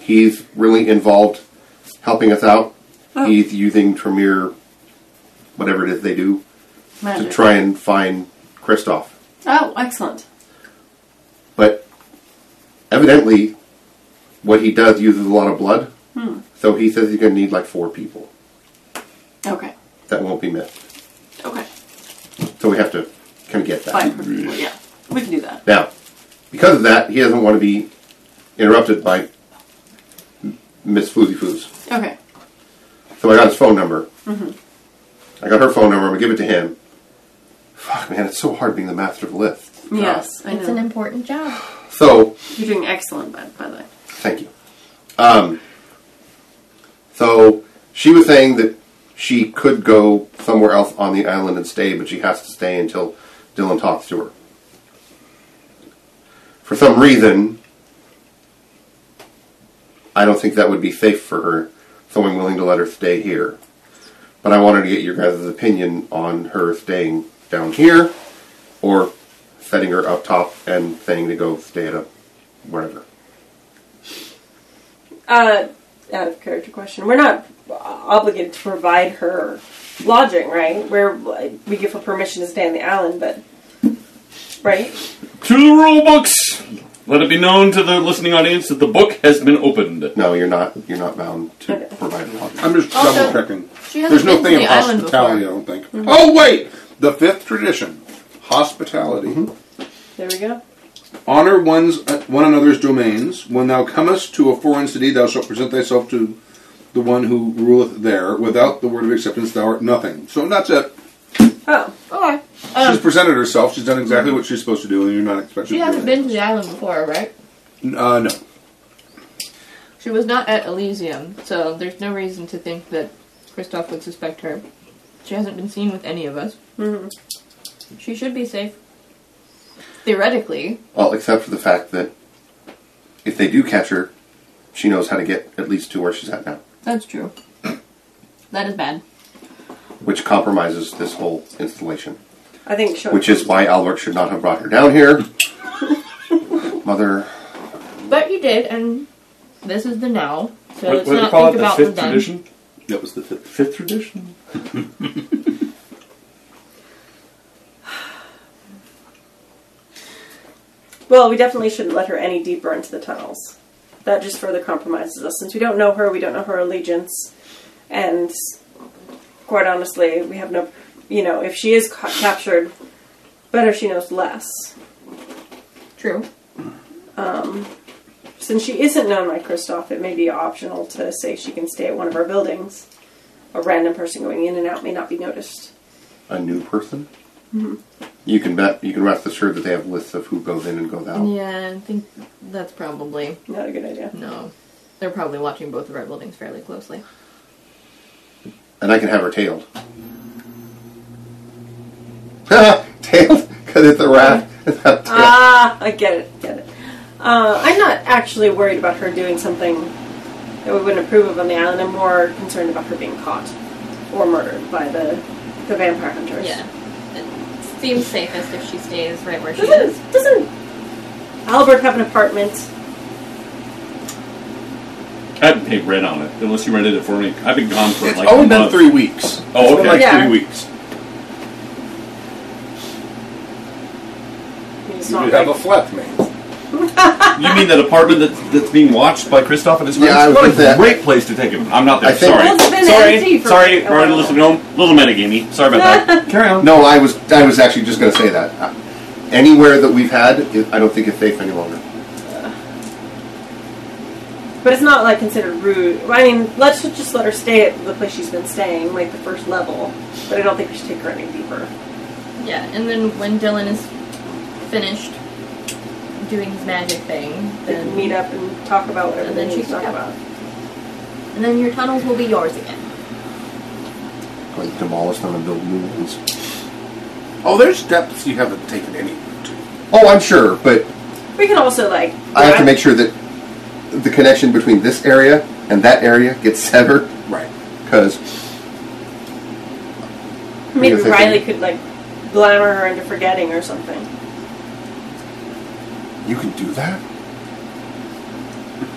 Speaker 5: He's really involved helping us out. He's using Tremere, whatever it is they do, to
Speaker 4: Magic.
Speaker 5: try and find Kristoff.
Speaker 4: Oh, excellent.
Speaker 5: But evidently, what he does uses a lot of blood. So he says he's going to need like four people.
Speaker 4: Okay.
Speaker 5: That won't be missed.
Speaker 4: Okay.
Speaker 5: So we have to kind of get that.
Speaker 4: Fine. Perfect. Yeah, we can do that.
Speaker 5: Now, because of that, he doesn't want to be interrupted by M- Miss Floozy Foos.
Speaker 4: Okay.
Speaker 5: So I got his phone number. I got her phone number. I'm gonna give it to him. Fuck, man, it's so hard being the master of lists.
Speaker 4: Yes, I
Speaker 3: It's an
Speaker 4: know.
Speaker 3: important job.
Speaker 5: So,
Speaker 4: Oh, You're doing excellent, by, by the way.
Speaker 5: thank you. Um, so she was saying that she could go somewhere else on the island and stay, but she has to stay until Dylan talks to her. For some reason, I don't think that would be safe for her, so I'm willing to let her stay here. But I wanted to get your guys' opinion on her staying down here or setting her up top and saying to go stay at a wherever.
Speaker 4: Uh, out of character question. We're not obligated to provide her lodging, right? Where we give her permission to stay on the island, but right?
Speaker 11: to the rule books. Let it be known to the listening audience that the book has been opened.
Speaker 5: No, you're not. You're not bound to
Speaker 4: Okay.
Speaker 5: provide a lodging.
Speaker 2: I'm just
Speaker 3: Also,
Speaker 2: double checking.
Speaker 3: she hasn't
Speaker 2: There's no
Speaker 3: been to
Speaker 2: thing
Speaker 3: the
Speaker 2: of
Speaker 3: island
Speaker 2: hospitality, I
Speaker 3: before. Mm-hmm.
Speaker 2: don't think. Oh wait, the fifth tradition: hospitality.
Speaker 3: Mm-hmm.
Speaker 4: There we go.
Speaker 2: Honor one's uh, one another's domains. When thou comest to a foreign city, thou shalt present thyself to the one who ruleth there. Without the word of acceptance, thou art nothing. So that's it.
Speaker 4: Oh,
Speaker 3: Okay.
Speaker 6: she's presented herself. She's done exactly what she's supposed to do, and you're not expected
Speaker 3: Um. She
Speaker 6: to do
Speaker 3: hasn't been to the island before, right?
Speaker 6: anything. Uh, no.
Speaker 3: She was not at Elysium, so there's no reason to think that Kristoff would suspect her. She hasn't been seen with any of us. She should be safe. Theoretically,
Speaker 5: Well, except for the fact that if they do catch her, she knows how to get at least to where she's at now,
Speaker 3: that's true. That is bad.
Speaker 5: which compromises this whole installation.
Speaker 11: I think she'll.
Speaker 5: Which is why Albert should not have brought her down here. Mother,
Speaker 3: But you did, and this is the now, so
Speaker 8: What,
Speaker 3: let's
Speaker 8: what do you
Speaker 3: not
Speaker 8: call
Speaker 3: think
Speaker 8: it? The
Speaker 3: about
Speaker 8: fifth
Speaker 3: the then.
Speaker 8: tradition?
Speaker 6: That was the fifth.
Speaker 8: Fifth tradition?
Speaker 4: Well, we definitely shouldn't let her any deeper into the tunnels. That just further compromises us. Since we don't know her, we don't know her allegiance, and quite honestly, we have no. You know, if she is ca- captured, better she knows less.
Speaker 3: True.
Speaker 4: Since she isn't known by Kristoff, it may be optional to say she can stay at one of our buildings. A random person going in and out may not be noticed.
Speaker 5: a new person?
Speaker 4: Mm-hmm.
Speaker 5: You can bet, you can rest assured that they have lists of who goes in and goes out.
Speaker 3: Yeah, I think that's probably
Speaker 4: Not a good idea.
Speaker 3: no. They're probably watching both of our buildings fairly closely.
Speaker 5: And I can have her tailed. tailed? Because it's a rat.
Speaker 4: Ah, I get it, get it. Uh, I'm not actually worried about her doing something that we wouldn't approve of on the island. I'm more concerned about her being caught or murdered by the the vampire hunters.
Speaker 3: Yeah. It seems safest if she stays right where she is.
Speaker 4: Doesn't doesn't Albert have an apartment?
Speaker 8: I haven't paid rent on it, unless you rented it for me. I've been gone for
Speaker 6: It's
Speaker 8: like
Speaker 6: only
Speaker 8: a
Speaker 6: been
Speaker 8: month.
Speaker 6: three weeks.
Speaker 8: Oh,
Speaker 6: It's been
Speaker 8: okay.
Speaker 6: like
Speaker 4: Yeah.
Speaker 6: three weeks.
Speaker 4: It's
Speaker 6: You
Speaker 4: not
Speaker 6: would have a
Speaker 4: like-
Speaker 6: flatmate.
Speaker 8: You mean that apartment that's, that's being watched by Christoph and his friends?
Speaker 5: Yeah, I was
Speaker 8: what a
Speaker 5: with that.
Speaker 8: great place to take him. I'm not there.
Speaker 5: I think-
Speaker 8: sorry.
Speaker 4: Well, it's been
Speaker 8: sorry.
Speaker 4: empty for
Speaker 8: sorry.
Speaker 4: a
Speaker 8: Sorry.
Speaker 4: while.
Speaker 8: Listen, no, little metagamey. Sorry about that. Carry on.
Speaker 5: No, I was I was actually just going to say that. Uh, Anywhere that we've had, it, I don't think it's safe any longer.
Speaker 4: But it's not like considered rude. I mean, let's just let her stay at the place she's been staying, like the first level. But I don't think we should take her any deeper.
Speaker 3: Yeah, and then when Dylan is finished doing his magic thing,
Speaker 4: We can
Speaker 3: then
Speaker 4: meet up and talk about whatever
Speaker 3: And then
Speaker 4: they
Speaker 3: she
Speaker 4: need to
Speaker 3: can
Speaker 4: talk
Speaker 3: go.
Speaker 4: about.
Speaker 3: and then your tunnels will be yours again.
Speaker 5: Going to demolish them and build new ones.
Speaker 6: Oh, there's depths you haven't taken any to.
Speaker 5: Oh, I'm sure, but
Speaker 4: We can also like
Speaker 5: I have to make sure that the connection between this area and that area gets severed
Speaker 6: Right.
Speaker 5: because
Speaker 4: Maybe
Speaker 5: Because I
Speaker 4: Riley
Speaker 5: think-
Speaker 4: could like glamour her into forgetting or something.
Speaker 5: you can do that.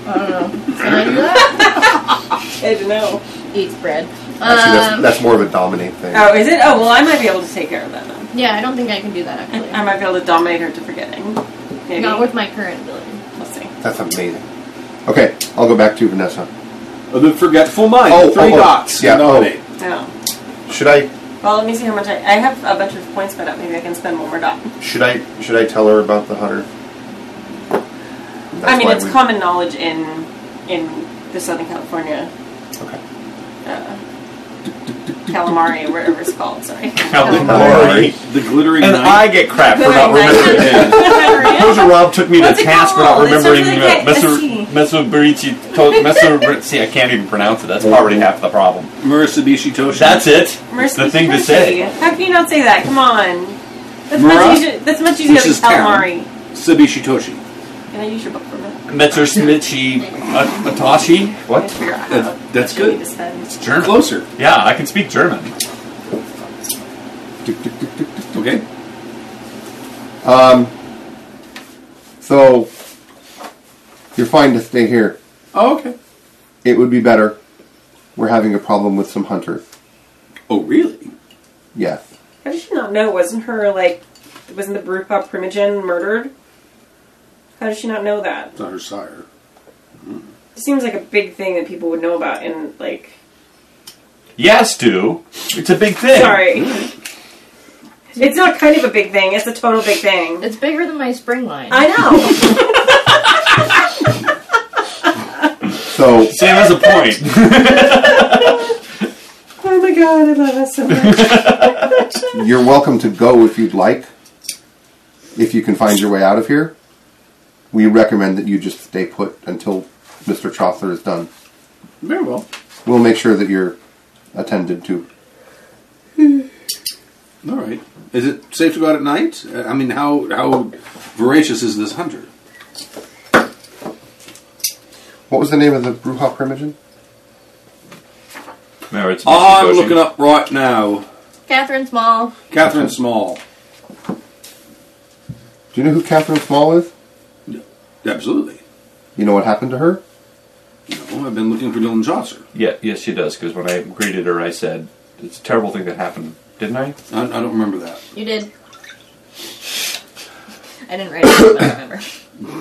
Speaker 3: I don't know. Can I do that?
Speaker 4: I don't know.
Speaker 3: Eats bread.
Speaker 5: Actually, that's,
Speaker 3: Um,
Speaker 5: that's more of a dominate thing.
Speaker 11: Oh, is it? Oh, well, I might be able to take care of that then.
Speaker 3: yeah, I don't think I can do that actually.
Speaker 11: I might be able to dominate her to forgetting. Maybe.
Speaker 3: Not with my current ability.
Speaker 11: We'll see.
Speaker 5: That's amazing. Okay, I'll go back to Vanessa.
Speaker 6: Oh, the forgetful mind.
Speaker 5: Oh,
Speaker 6: the three
Speaker 5: oh, oh.
Speaker 6: dots.
Speaker 5: Yeah, oh.
Speaker 6: Nominate.
Speaker 11: No.
Speaker 5: Should I
Speaker 11: Well, let me see how much I. I have a bunch of points spent up. Maybe I can spend one more dot.
Speaker 5: should I should I tell her about the hunter?
Speaker 11: I mean,
Speaker 5: why
Speaker 11: it's
Speaker 5: we-
Speaker 11: common knowledge in in the Southern California
Speaker 5: Okay.
Speaker 11: uh, calamari, whatever it's called. Sorry.
Speaker 8: Calamari.
Speaker 6: The glittering
Speaker 8: And
Speaker 6: knight.
Speaker 8: I get crap for not
Speaker 11: Glittering
Speaker 8: remembering it. Roger Rob took me to
Speaker 11: What's it
Speaker 8: task for not
Speaker 11: called? It's
Speaker 8: remembering
Speaker 11: something
Speaker 8: uh,
Speaker 11: like
Speaker 8: Messer
Speaker 11: Messi.
Speaker 8: Mesobarici- to- Mesobarici- See, I can't even pronounce it. That's already half the problem.
Speaker 6: Marissa Bishitoshi.
Speaker 8: That's it. It's
Speaker 11: Mercy,
Speaker 8: the thing to
Speaker 11: mercy.
Speaker 8: say.
Speaker 11: How can you not say that? Come on. That's
Speaker 6: Mara?
Speaker 11: much easier. That's much easier
Speaker 6: This
Speaker 11: than
Speaker 6: is town.
Speaker 11: calamari.
Speaker 6: Sabishitoshi.
Speaker 11: Can I use your book for a minute?
Speaker 8: Metzer Smitchy Atashi.
Speaker 11: I
Speaker 8: What?
Speaker 11: figure out how
Speaker 6: That's- that's
Speaker 11: much I need
Speaker 6: good.
Speaker 11: to spend.
Speaker 8: German.
Speaker 6: Closer.
Speaker 8: Yeah, I can speak German.
Speaker 6: Okay.
Speaker 5: Um. So you're fine to stay here.
Speaker 6: Oh, okay.
Speaker 5: It would be better. We're having a problem with some hunters.
Speaker 6: Oh, really?
Speaker 5: Yes.
Speaker 4: How did she not know? Wasn't her like wasn't the brew pub primogen murdered? How did she not know that?
Speaker 6: It's not her sire. Mm-hmm.
Speaker 4: It seems like a big thing that people would know about in like
Speaker 8: Yes, do. It's a big thing.
Speaker 4: sorry. It's not kind of a big thing, it's a total big thing.
Speaker 3: It's bigger than my spring line.
Speaker 4: I know.
Speaker 5: So
Speaker 8: Sam has a point.
Speaker 4: oh my my god, I love us so much.
Speaker 5: You're welcome to go if you'd like. If you can find your way out of here, we recommend that you just stay put until Mr. Chaucer is done.
Speaker 6: Very well.
Speaker 5: We'll make sure that you're attended to.
Speaker 6: All right. Is it safe to go out at night? Uh, I mean, how how voracious is this hunter?
Speaker 5: What was the name of the Bruja Primogen?
Speaker 8: Merits
Speaker 6: I'm looking up right now.
Speaker 3: Catherine Small.
Speaker 6: Catherine Small.
Speaker 5: Do you know who Catherine Small is?
Speaker 6: Absolutely.
Speaker 5: You know what happened to her?
Speaker 6: No, I've been looking for Dylan Chaucer.
Speaker 8: Yeah, yes, she does. Because when I greeted her, I said, "It's a terrible thing that happened." Didn't I?
Speaker 6: I, I don't remember that.
Speaker 3: You did. I didn't write it, down, but I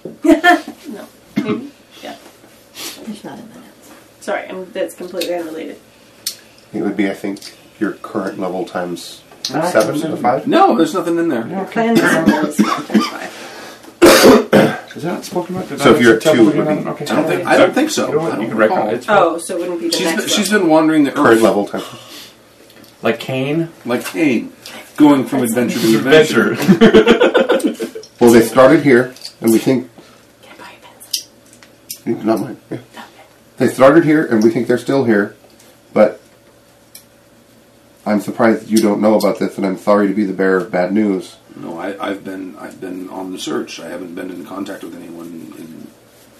Speaker 3: remember.
Speaker 4: no, maybe.
Speaker 3: Yeah. There's not in my notes.
Speaker 4: Sorry, I'm, that's completely unrelated.
Speaker 5: It would be, I think, your current level times seven to five.
Speaker 6: No, there's nothing in there.
Speaker 4: Our plan was always five.
Speaker 8: Is that spoken about? Did
Speaker 5: So
Speaker 8: I
Speaker 5: if you're at
Speaker 8: tell
Speaker 5: two,
Speaker 8: you
Speaker 5: it would
Speaker 8: about
Speaker 5: be-
Speaker 8: Okay.
Speaker 6: I don't think. I don't think so.
Speaker 8: You know what?
Speaker 6: I
Speaker 8: You
Speaker 6: don't
Speaker 8: can
Speaker 6: recall.
Speaker 8: recognize. It's
Speaker 4: Oh, so it wouldn't be the
Speaker 6: She's
Speaker 4: next
Speaker 6: been, she's
Speaker 4: one.
Speaker 6: been wandering the
Speaker 5: Current
Speaker 6: earth
Speaker 5: level times.
Speaker 8: like Cain.
Speaker 6: like Cain, going from adventure to adventure.
Speaker 8: Adventure.
Speaker 5: Well, they started here, and we think
Speaker 4: Can I buy a pencil?
Speaker 5: Not mine. yeah. They started here, and we think they're still here, but I'm surprised that you don't know about this, and I'm sorry to be the bearer of bad news.
Speaker 6: No, I, I've been I've been on the search. I haven't been in contact with anyone in,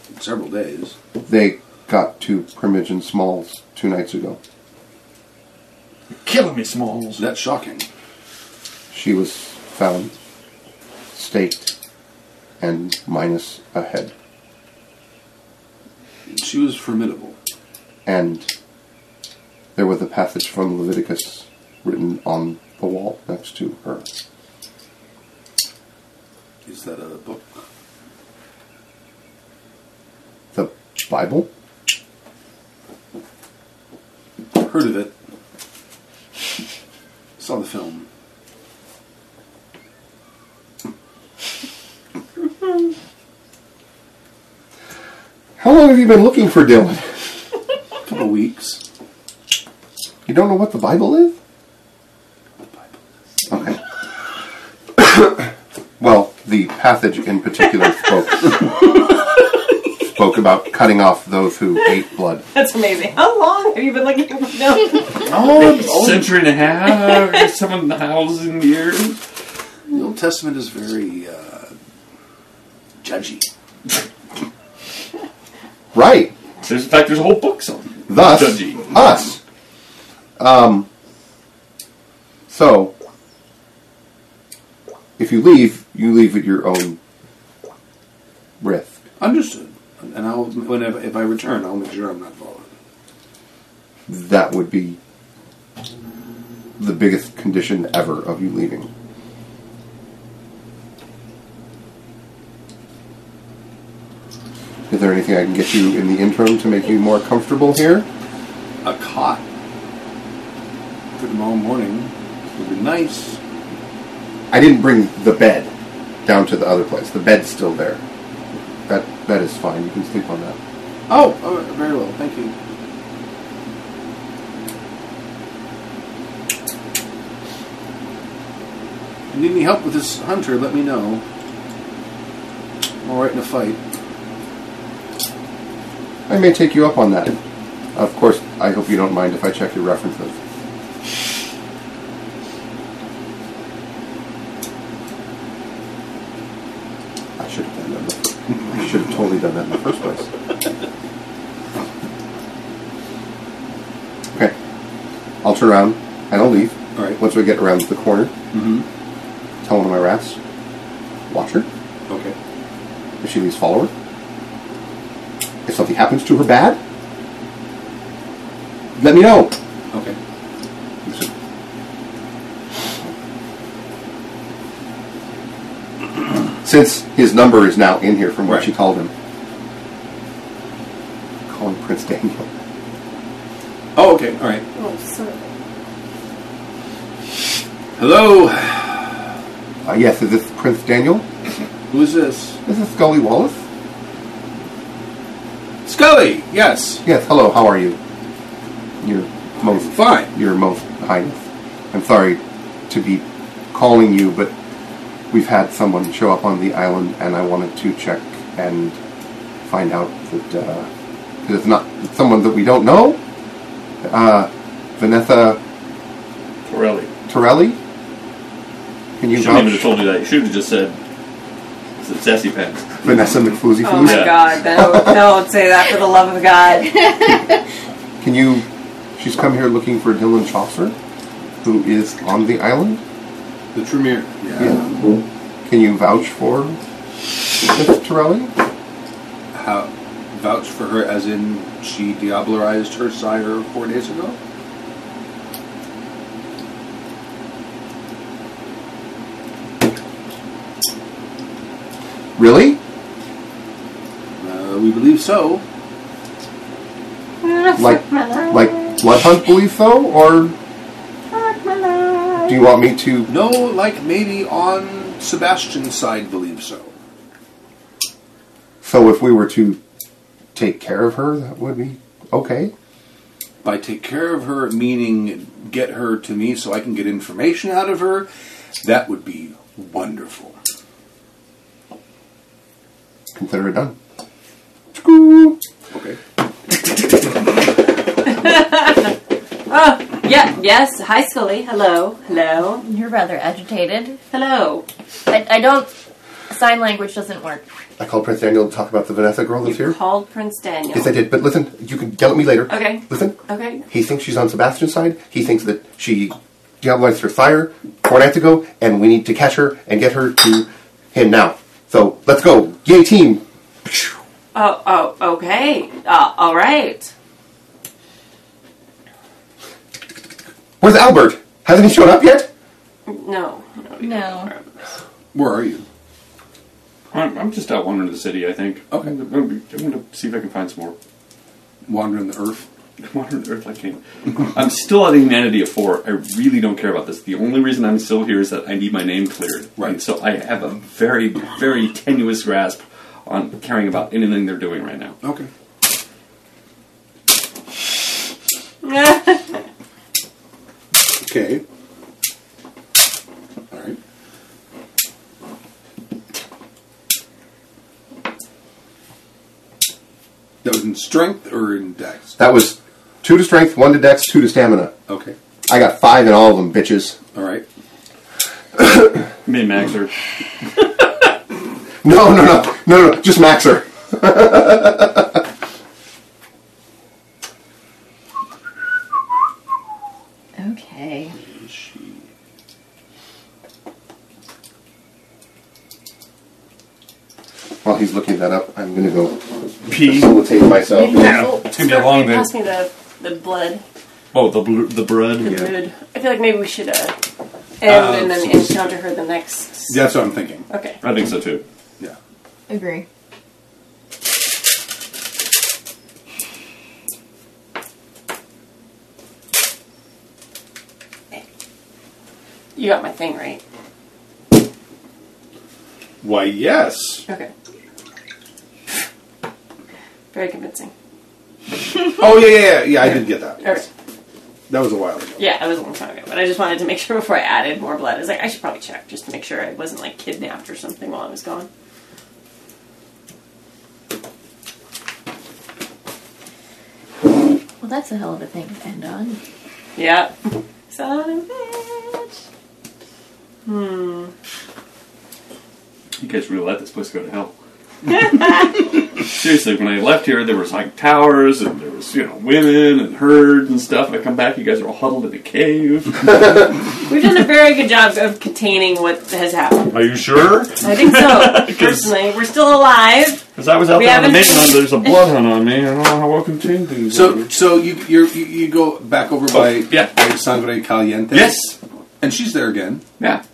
Speaker 6: in several days.
Speaker 5: They got to Primogen Smalls two nights ago.
Speaker 8: Killing me, Smalls.
Speaker 6: That's shocking.
Speaker 5: She was found staked and minus a head,
Speaker 6: She was formidable.
Speaker 5: and there was a passage from Leviticus written on the wall next to her.
Speaker 6: Is that a book?
Speaker 5: The Bible?
Speaker 6: Heard of it? Saw the film.
Speaker 5: How long have you been looking for Dylan?
Speaker 6: A couple weeks.
Speaker 5: You don't know what the Bible is? Okay. well, the passage in particular spoke spoke about cutting off those who ate blood.
Speaker 4: That's amazing. How long have you been looking? No,
Speaker 8: Oh, century and a half, seven thousand years.
Speaker 6: The Old Testament is very uh, judgy.
Speaker 5: Right.
Speaker 8: There's, in fact, there's whole books on.
Speaker 5: Thus,
Speaker 8: Judgy.
Speaker 5: us. Um. So, if you leave, you leave at your own risk.
Speaker 6: Understood. And I'll whenever if I return, I'll make sure I'm not followed.
Speaker 5: That would be the biggest condition ever of you leaving. Is there anything I can get you in the interim to make you more comfortable here?
Speaker 6: A cot for tomorrow morning would be nice.
Speaker 5: I didn't bring the bed down to the other place. The bed's still there. That that is fine. You can sleep on that.
Speaker 6: Oh, all right, very well. Thank you. If you need any help with this hunter, let me know. I'm all right in a fight.
Speaker 5: I may take you up on that. Of course, I hope you don't mind if I check your references. I should have done that. I should have totally done that in the first place. Okay. I'll turn around and I'll leave.
Speaker 6: All right.
Speaker 5: Once we get around the corner,
Speaker 6: Mm-hmm.
Speaker 5: tell one of my rats, watch her.
Speaker 6: Okay.
Speaker 5: If she leaves, follow her. If something happens to her bad, let me know.
Speaker 6: Okay.
Speaker 5: He said, Since his number is now in here from what
Speaker 6: Right.
Speaker 5: she called him, call him Prince Daniel.
Speaker 6: Oh, okay. All right.
Speaker 4: oh, son of a-
Speaker 6: Hello.
Speaker 5: Uh, yes, is this Prince Daniel?
Speaker 6: Who is this?
Speaker 5: This is Scully Wallace.
Speaker 6: Scully. Yes.
Speaker 5: Yes, hello, how are you? You're Most
Speaker 6: Fine.
Speaker 5: Your most highness. I'm sorry to be calling you, but we've had someone show up on the island, and I wanted to check and find out that uh, that it's not someone that we don't know. Uh, Vanessa
Speaker 8: Torelli.
Speaker 5: Torelli. Can you
Speaker 8: Shouldn't even have
Speaker 5: vouch?
Speaker 8: told you that. You should have just said, it's a sassy pants.
Speaker 5: Vanessa McFoozy
Speaker 13: Oh my
Speaker 8: Yeah.
Speaker 13: god, no, don't say that for the love of God.
Speaker 5: Can you? She's come here looking for Dylan Chaucer, who is on the island.
Speaker 6: The Tremere. Yeah.
Speaker 5: Can you vouch for Miss Torelli?
Speaker 6: How, vouch for her as in she diablerized her sire four days ago?
Speaker 5: Really?
Speaker 6: Uh, we believe so.
Speaker 5: Like, like Blood Hunt believes so, or do you want me to?
Speaker 6: No, like maybe on Sebastian's side believe so.
Speaker 5: So, if we were to take care of her, that would be okay.
Speaker 6: By take care of her, meaning get her to me so I can get information out of her, that would be wonderful.
Speaker 5: Consider it done. Screw.
Speaker 6: Okay.
Speaker 13: Oh, yeah, yes. Hi, Scully. Hello. Hello.
Speaker 3: You're rather agitated.
Speaker 13: Hello.
Speaker 3: I, I don't. Sign language doesn't work.
Speaker 5: I called Prince Daniel to talk about the Vanessa girl that's here.
Speaker 13: Called Prince Daniel.
Speaker 5: Yes, I did. But listen, you can yell at me later.
Speaker 13: Okay.
Speaker 5: Listen.
Speaker 13: Okay.
Speaker 5: He thinks she's on Sebastian's side. He thinks that she diabolized her sire four nights ago, and we need to catch her and get her to him now. So let's go, yay team!
Speaker 13: Oh, oh, okay. Uh, all right.
Speaker 5: Where's Albert? Hasn't he shown up yet?
Speaker 13: No. no.
Speaker 3: No.
Speaker 6: Where are you?
Speaker 8: I'm, I'm just out wandering the city, I think.
Speaker 6: Okay.
Speaker 8: I'm going to see if I can find some more.
Speaker 6: Wandering the earth?
Speaker 8: Modern Earth I came. I'm still at Inanity of 4. I really don't care about this. The only reason I'm still here is that I need my name cleared.
Speaker 6: Right.
Speaker 8: And so I have a very, very tenuous grasp on caring about anything they're doing right now.
Speaker 6: Okay. Okay. All right. That was in strength or in dex?
Speaker 5: That was two to strength, one to dex, two to stamina.
Speaker 6: Okay.
Speaker 5: I got five in all of them, bitches.
Speaker 6: All right.
Speaker 8: Min Maxer.
Speaker 5: No, no, no, no, no, just max her.
Speaker 3: Okay.
Speaker 5: While he's looking that up, I'm gonna go
Speaker 8: P.
Speaker 5: facilitate myself.
Speaker 8: Yeah. It's going to be a long day.
Speaker 4: Pass me the, the blood,
Speaker 8: Oh, the, bl- the bread.
Speaker 4: the mood. I feel like maybe we should uh, end and then encounter her the next.
Speaker 6: Yeah, that's what I'm thinking.
Speaker 4: Okay.
Speaker 8: I think so too.
Speaker 6: Yeah.
Speaker 3: Agree.
Speaker 4: You got my thing right.
Speaker 6: Why, yes.
Speaker 4: Okay. Very convincing.
Speaker 6: Oh, yeah, yeah, yeah. Yeah, I did get that.
Speaker 4: All right.
Speaker 6: That was a while ago.
Speaker 4: Yeah, it was a long time ago, but I just wanted to make sure before I added more blood. I was like, I should probably check just to make sure I wasn't like kidnapped or something while I was gone.
Speaker 3: Well, that's a hell of a thing to end on.
Speaker 4: Yeah. Son of a bitch. Hmm.
Speaker 8: You guys really let this place go to hell. Seriously, when I left here, there was like towers and there was, you know, women and herds and stuff. And I come back, you guys are all huddled in a cave.
Speaker 4: We've done a very good job of containing what has happened.
Speaker 8: Are you sure?
Speaker 4: I think so. Personally, we're still alive.
Speaker 8: Because I was out
Speaker 4: We
Speaker 8: there on a
Speaker 4: haven't
Speaker 8: mission,
Speaker 4: seen-
Speaker 8: there's a blood hunt on me. I don't know how well contained things
Speaker 6: So,
Speaker 8: are.
Speaker 6: so you you're, you you go back over by
Speaker 8: Oh, yeah.
Speaker 6: by Sangre Caliente.
Speaker 8: Yes.
Speaker 6: and she's there again.
Speaker 8: Yeah.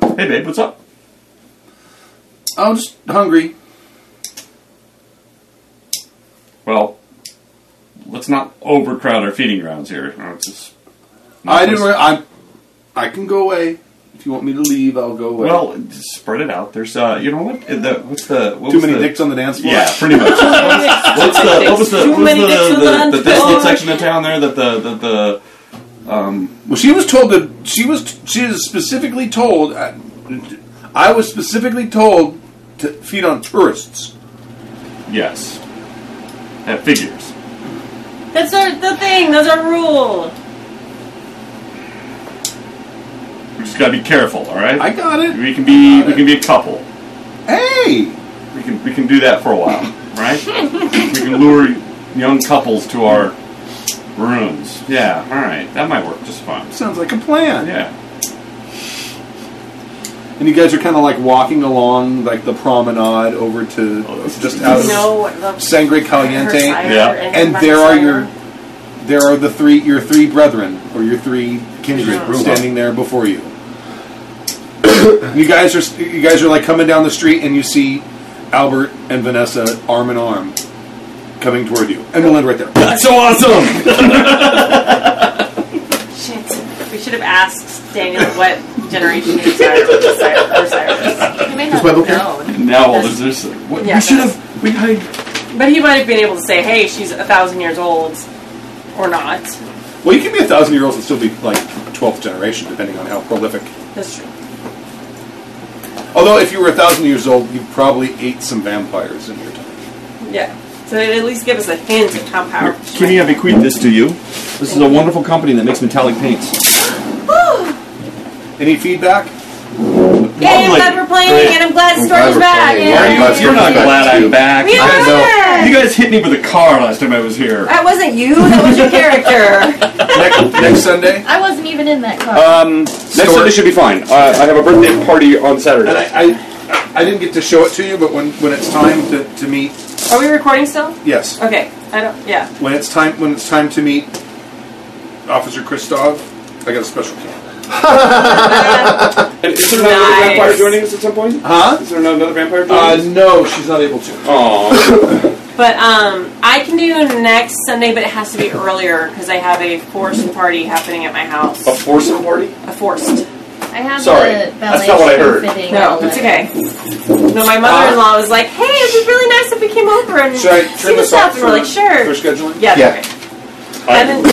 Speaker 8: Hey, babe, what's up?
Speaker 6: I'm just hungry.
Speaker 8: Well, let's not Oh, overcrowd our feeding grounds here. Uh, it's just-
Speaker 6: I didn't. Re- I I can go away.
Speaker 2: If you want me to leave, I'll go away.
Speaker 8: Well, spread it out. There's, uh, you know what? The, what's the what
Speaker 2: too
Speaker 8: was
Speaker 2: many
Speaker 8: the-
Speaker 2: dicks on the dance floor.
Speaker 8: Yeah, pretty much. what's the what was the
Speaker 14: Too
Speaker 8: what was
Speaker 14: many dicks
Speaker 8: the
Speaker 14: on the
Speaker 8: the,
Speaker 14: dance
Speaker 8: the desolate
Speaker 14: floor.
Speaker 8: section of town there that the the, the um
Speaker 2: Well, she was told that she was she is specifically told. I, I was specifically told to feed on tourists.
Speaker 8: yes, that figures.
Speaker 4: That's our, the thing. That's our rule.
Speaker 8: We just gotta be careful. All right,
Speaker 2: I got it.
Speaker 8: we can be we can be a couple.
Speaker 2: Hey,
Speaker 8: We can we can do that for a while, right? we can lure young couples to our rooms. Yeah, all right, that might work just fine.
Speaker 2: sounds like a plan.
Speaker 8: Yeah.
Speaker 2: And you guys are kind of like walking along like the promenade over to
Speaker 8: Oh,
Speaker 2: just out of
Speaker 4: No, the
Speaker 2: Sangre Caliente,
Speaker 4: Her
Speaker 8: Yeah.
Speaker 4: sire
Speaker 2: and
Speaker 4: my
Speaker 2: there are
Speaker 4: sire.
Speaker 2: your there are the three your three brethren or your three kindred
Speaker 8: Yeah.
Speaker 2: standing there before you. you guys are you guys are like coming down the street and you see Albert and Vanessa arm in arm coming toward you, and we'll end right there.
Speaker 8: That's so awesome.
Speaker 4: Shit. We should have asked Daniel what generation his sire was. sire- her sire
Speaker 3: You may not
Speaker 5: Bible
Speaker 3: have
Speaker 5: care?
Speaker 3: known.
Speaker 8: now all this is what,
Speaker 4: Yeah,
Speaker 8: we should have we had
Speaker 4: was. But he might have been able to say, "Hey, she's a thousand years old," or not.
Speaker 2: Well, you can be a thousand year olds and still be like twelfth generation, depending on how prolific.
Speaker 4: That's true.
Speaker 2: Although, if you were a thousand years old, you probably ate some vampires in your time.
Speaker 4: Yeah. So it at least give us a hint of how powerful. she
Speaker 8: Kimmy, I bequeath this to you. This is a wonderful company that makes metallic paints.
Speaker 2: Any feedback?
Speaker 4: Yay, I'm
Speaker 8: Lovely.
Speaker 4: glad we're playing, and I'm glad the story's back.
Speaker 5: Why are you-
Speaker 8: You're not glad I'm back.
Speaker 4: We
Speaker 8: I know.
Speaker 4: are!
Speaker 8: You guys hit me with a car last time I was here.
Speaker 4: That wasn't you. That was your character.
Speaker 2: next, next Sunday.
Speaker 3: I wasn't even in that car.
Speaker 15: Next Sunday should be fine. Uh, I have a birthday party on Saturday.
Speaker 2: And I, I, I didn't get to show it to you, but when, when it's time to, to meet,
Speaker 4: Are we recording still?
Speaker 2: yes,
Speaker 4: Okay. I don't. Yeah.
Speaker 2: when it's time when it's time to meet Officer Kristov, I got a special call.
Speaker 15: And is there another
Speaker 4: Nice.
Speaker 15: vampire joining us at some point?
Speaker 2: Huh?
Speaker 15: Is there another vampire joining
Speaker 2: Uh,
Speaker 15: us?
Speaker 2: no, she's not able to.
Speaker 15: Aw.
Speaker 4: But um, I can do next Sunday, but it has to be earlier because I have a forced party happening at my house.
Speaker 2: Oh,
Speaker 15: A foursome party?
Speaker 4: A forced.
Speaker 3: I have
Speaker 15: sorry.
Speaker 3: the ballet
Speaker 15: That's not what I
Speaker 3: shoe
Speaker 15: heard.
Speaker 3: fitting
Speaker 4: No,
Speaker 3: outlet.
Speaker 4: it's okay. No, my mother-in-law was like, "Hey, it'd be really nice if we came over and
Speaker 2: Should I
Speaker 4: see
Speaker 2: turn
Speaker 4: the
Speaker 2: this off
Speaker 4: stuff." And
Speaker 2: for,
Speaker 4: we're like,
Speaker 2: for
Speaker 4: "Sure."
Speaker 2: scheduling?
Speaker 4: Yeah.
Speaker 5: Yeah.
Speaker 4: yeah. And then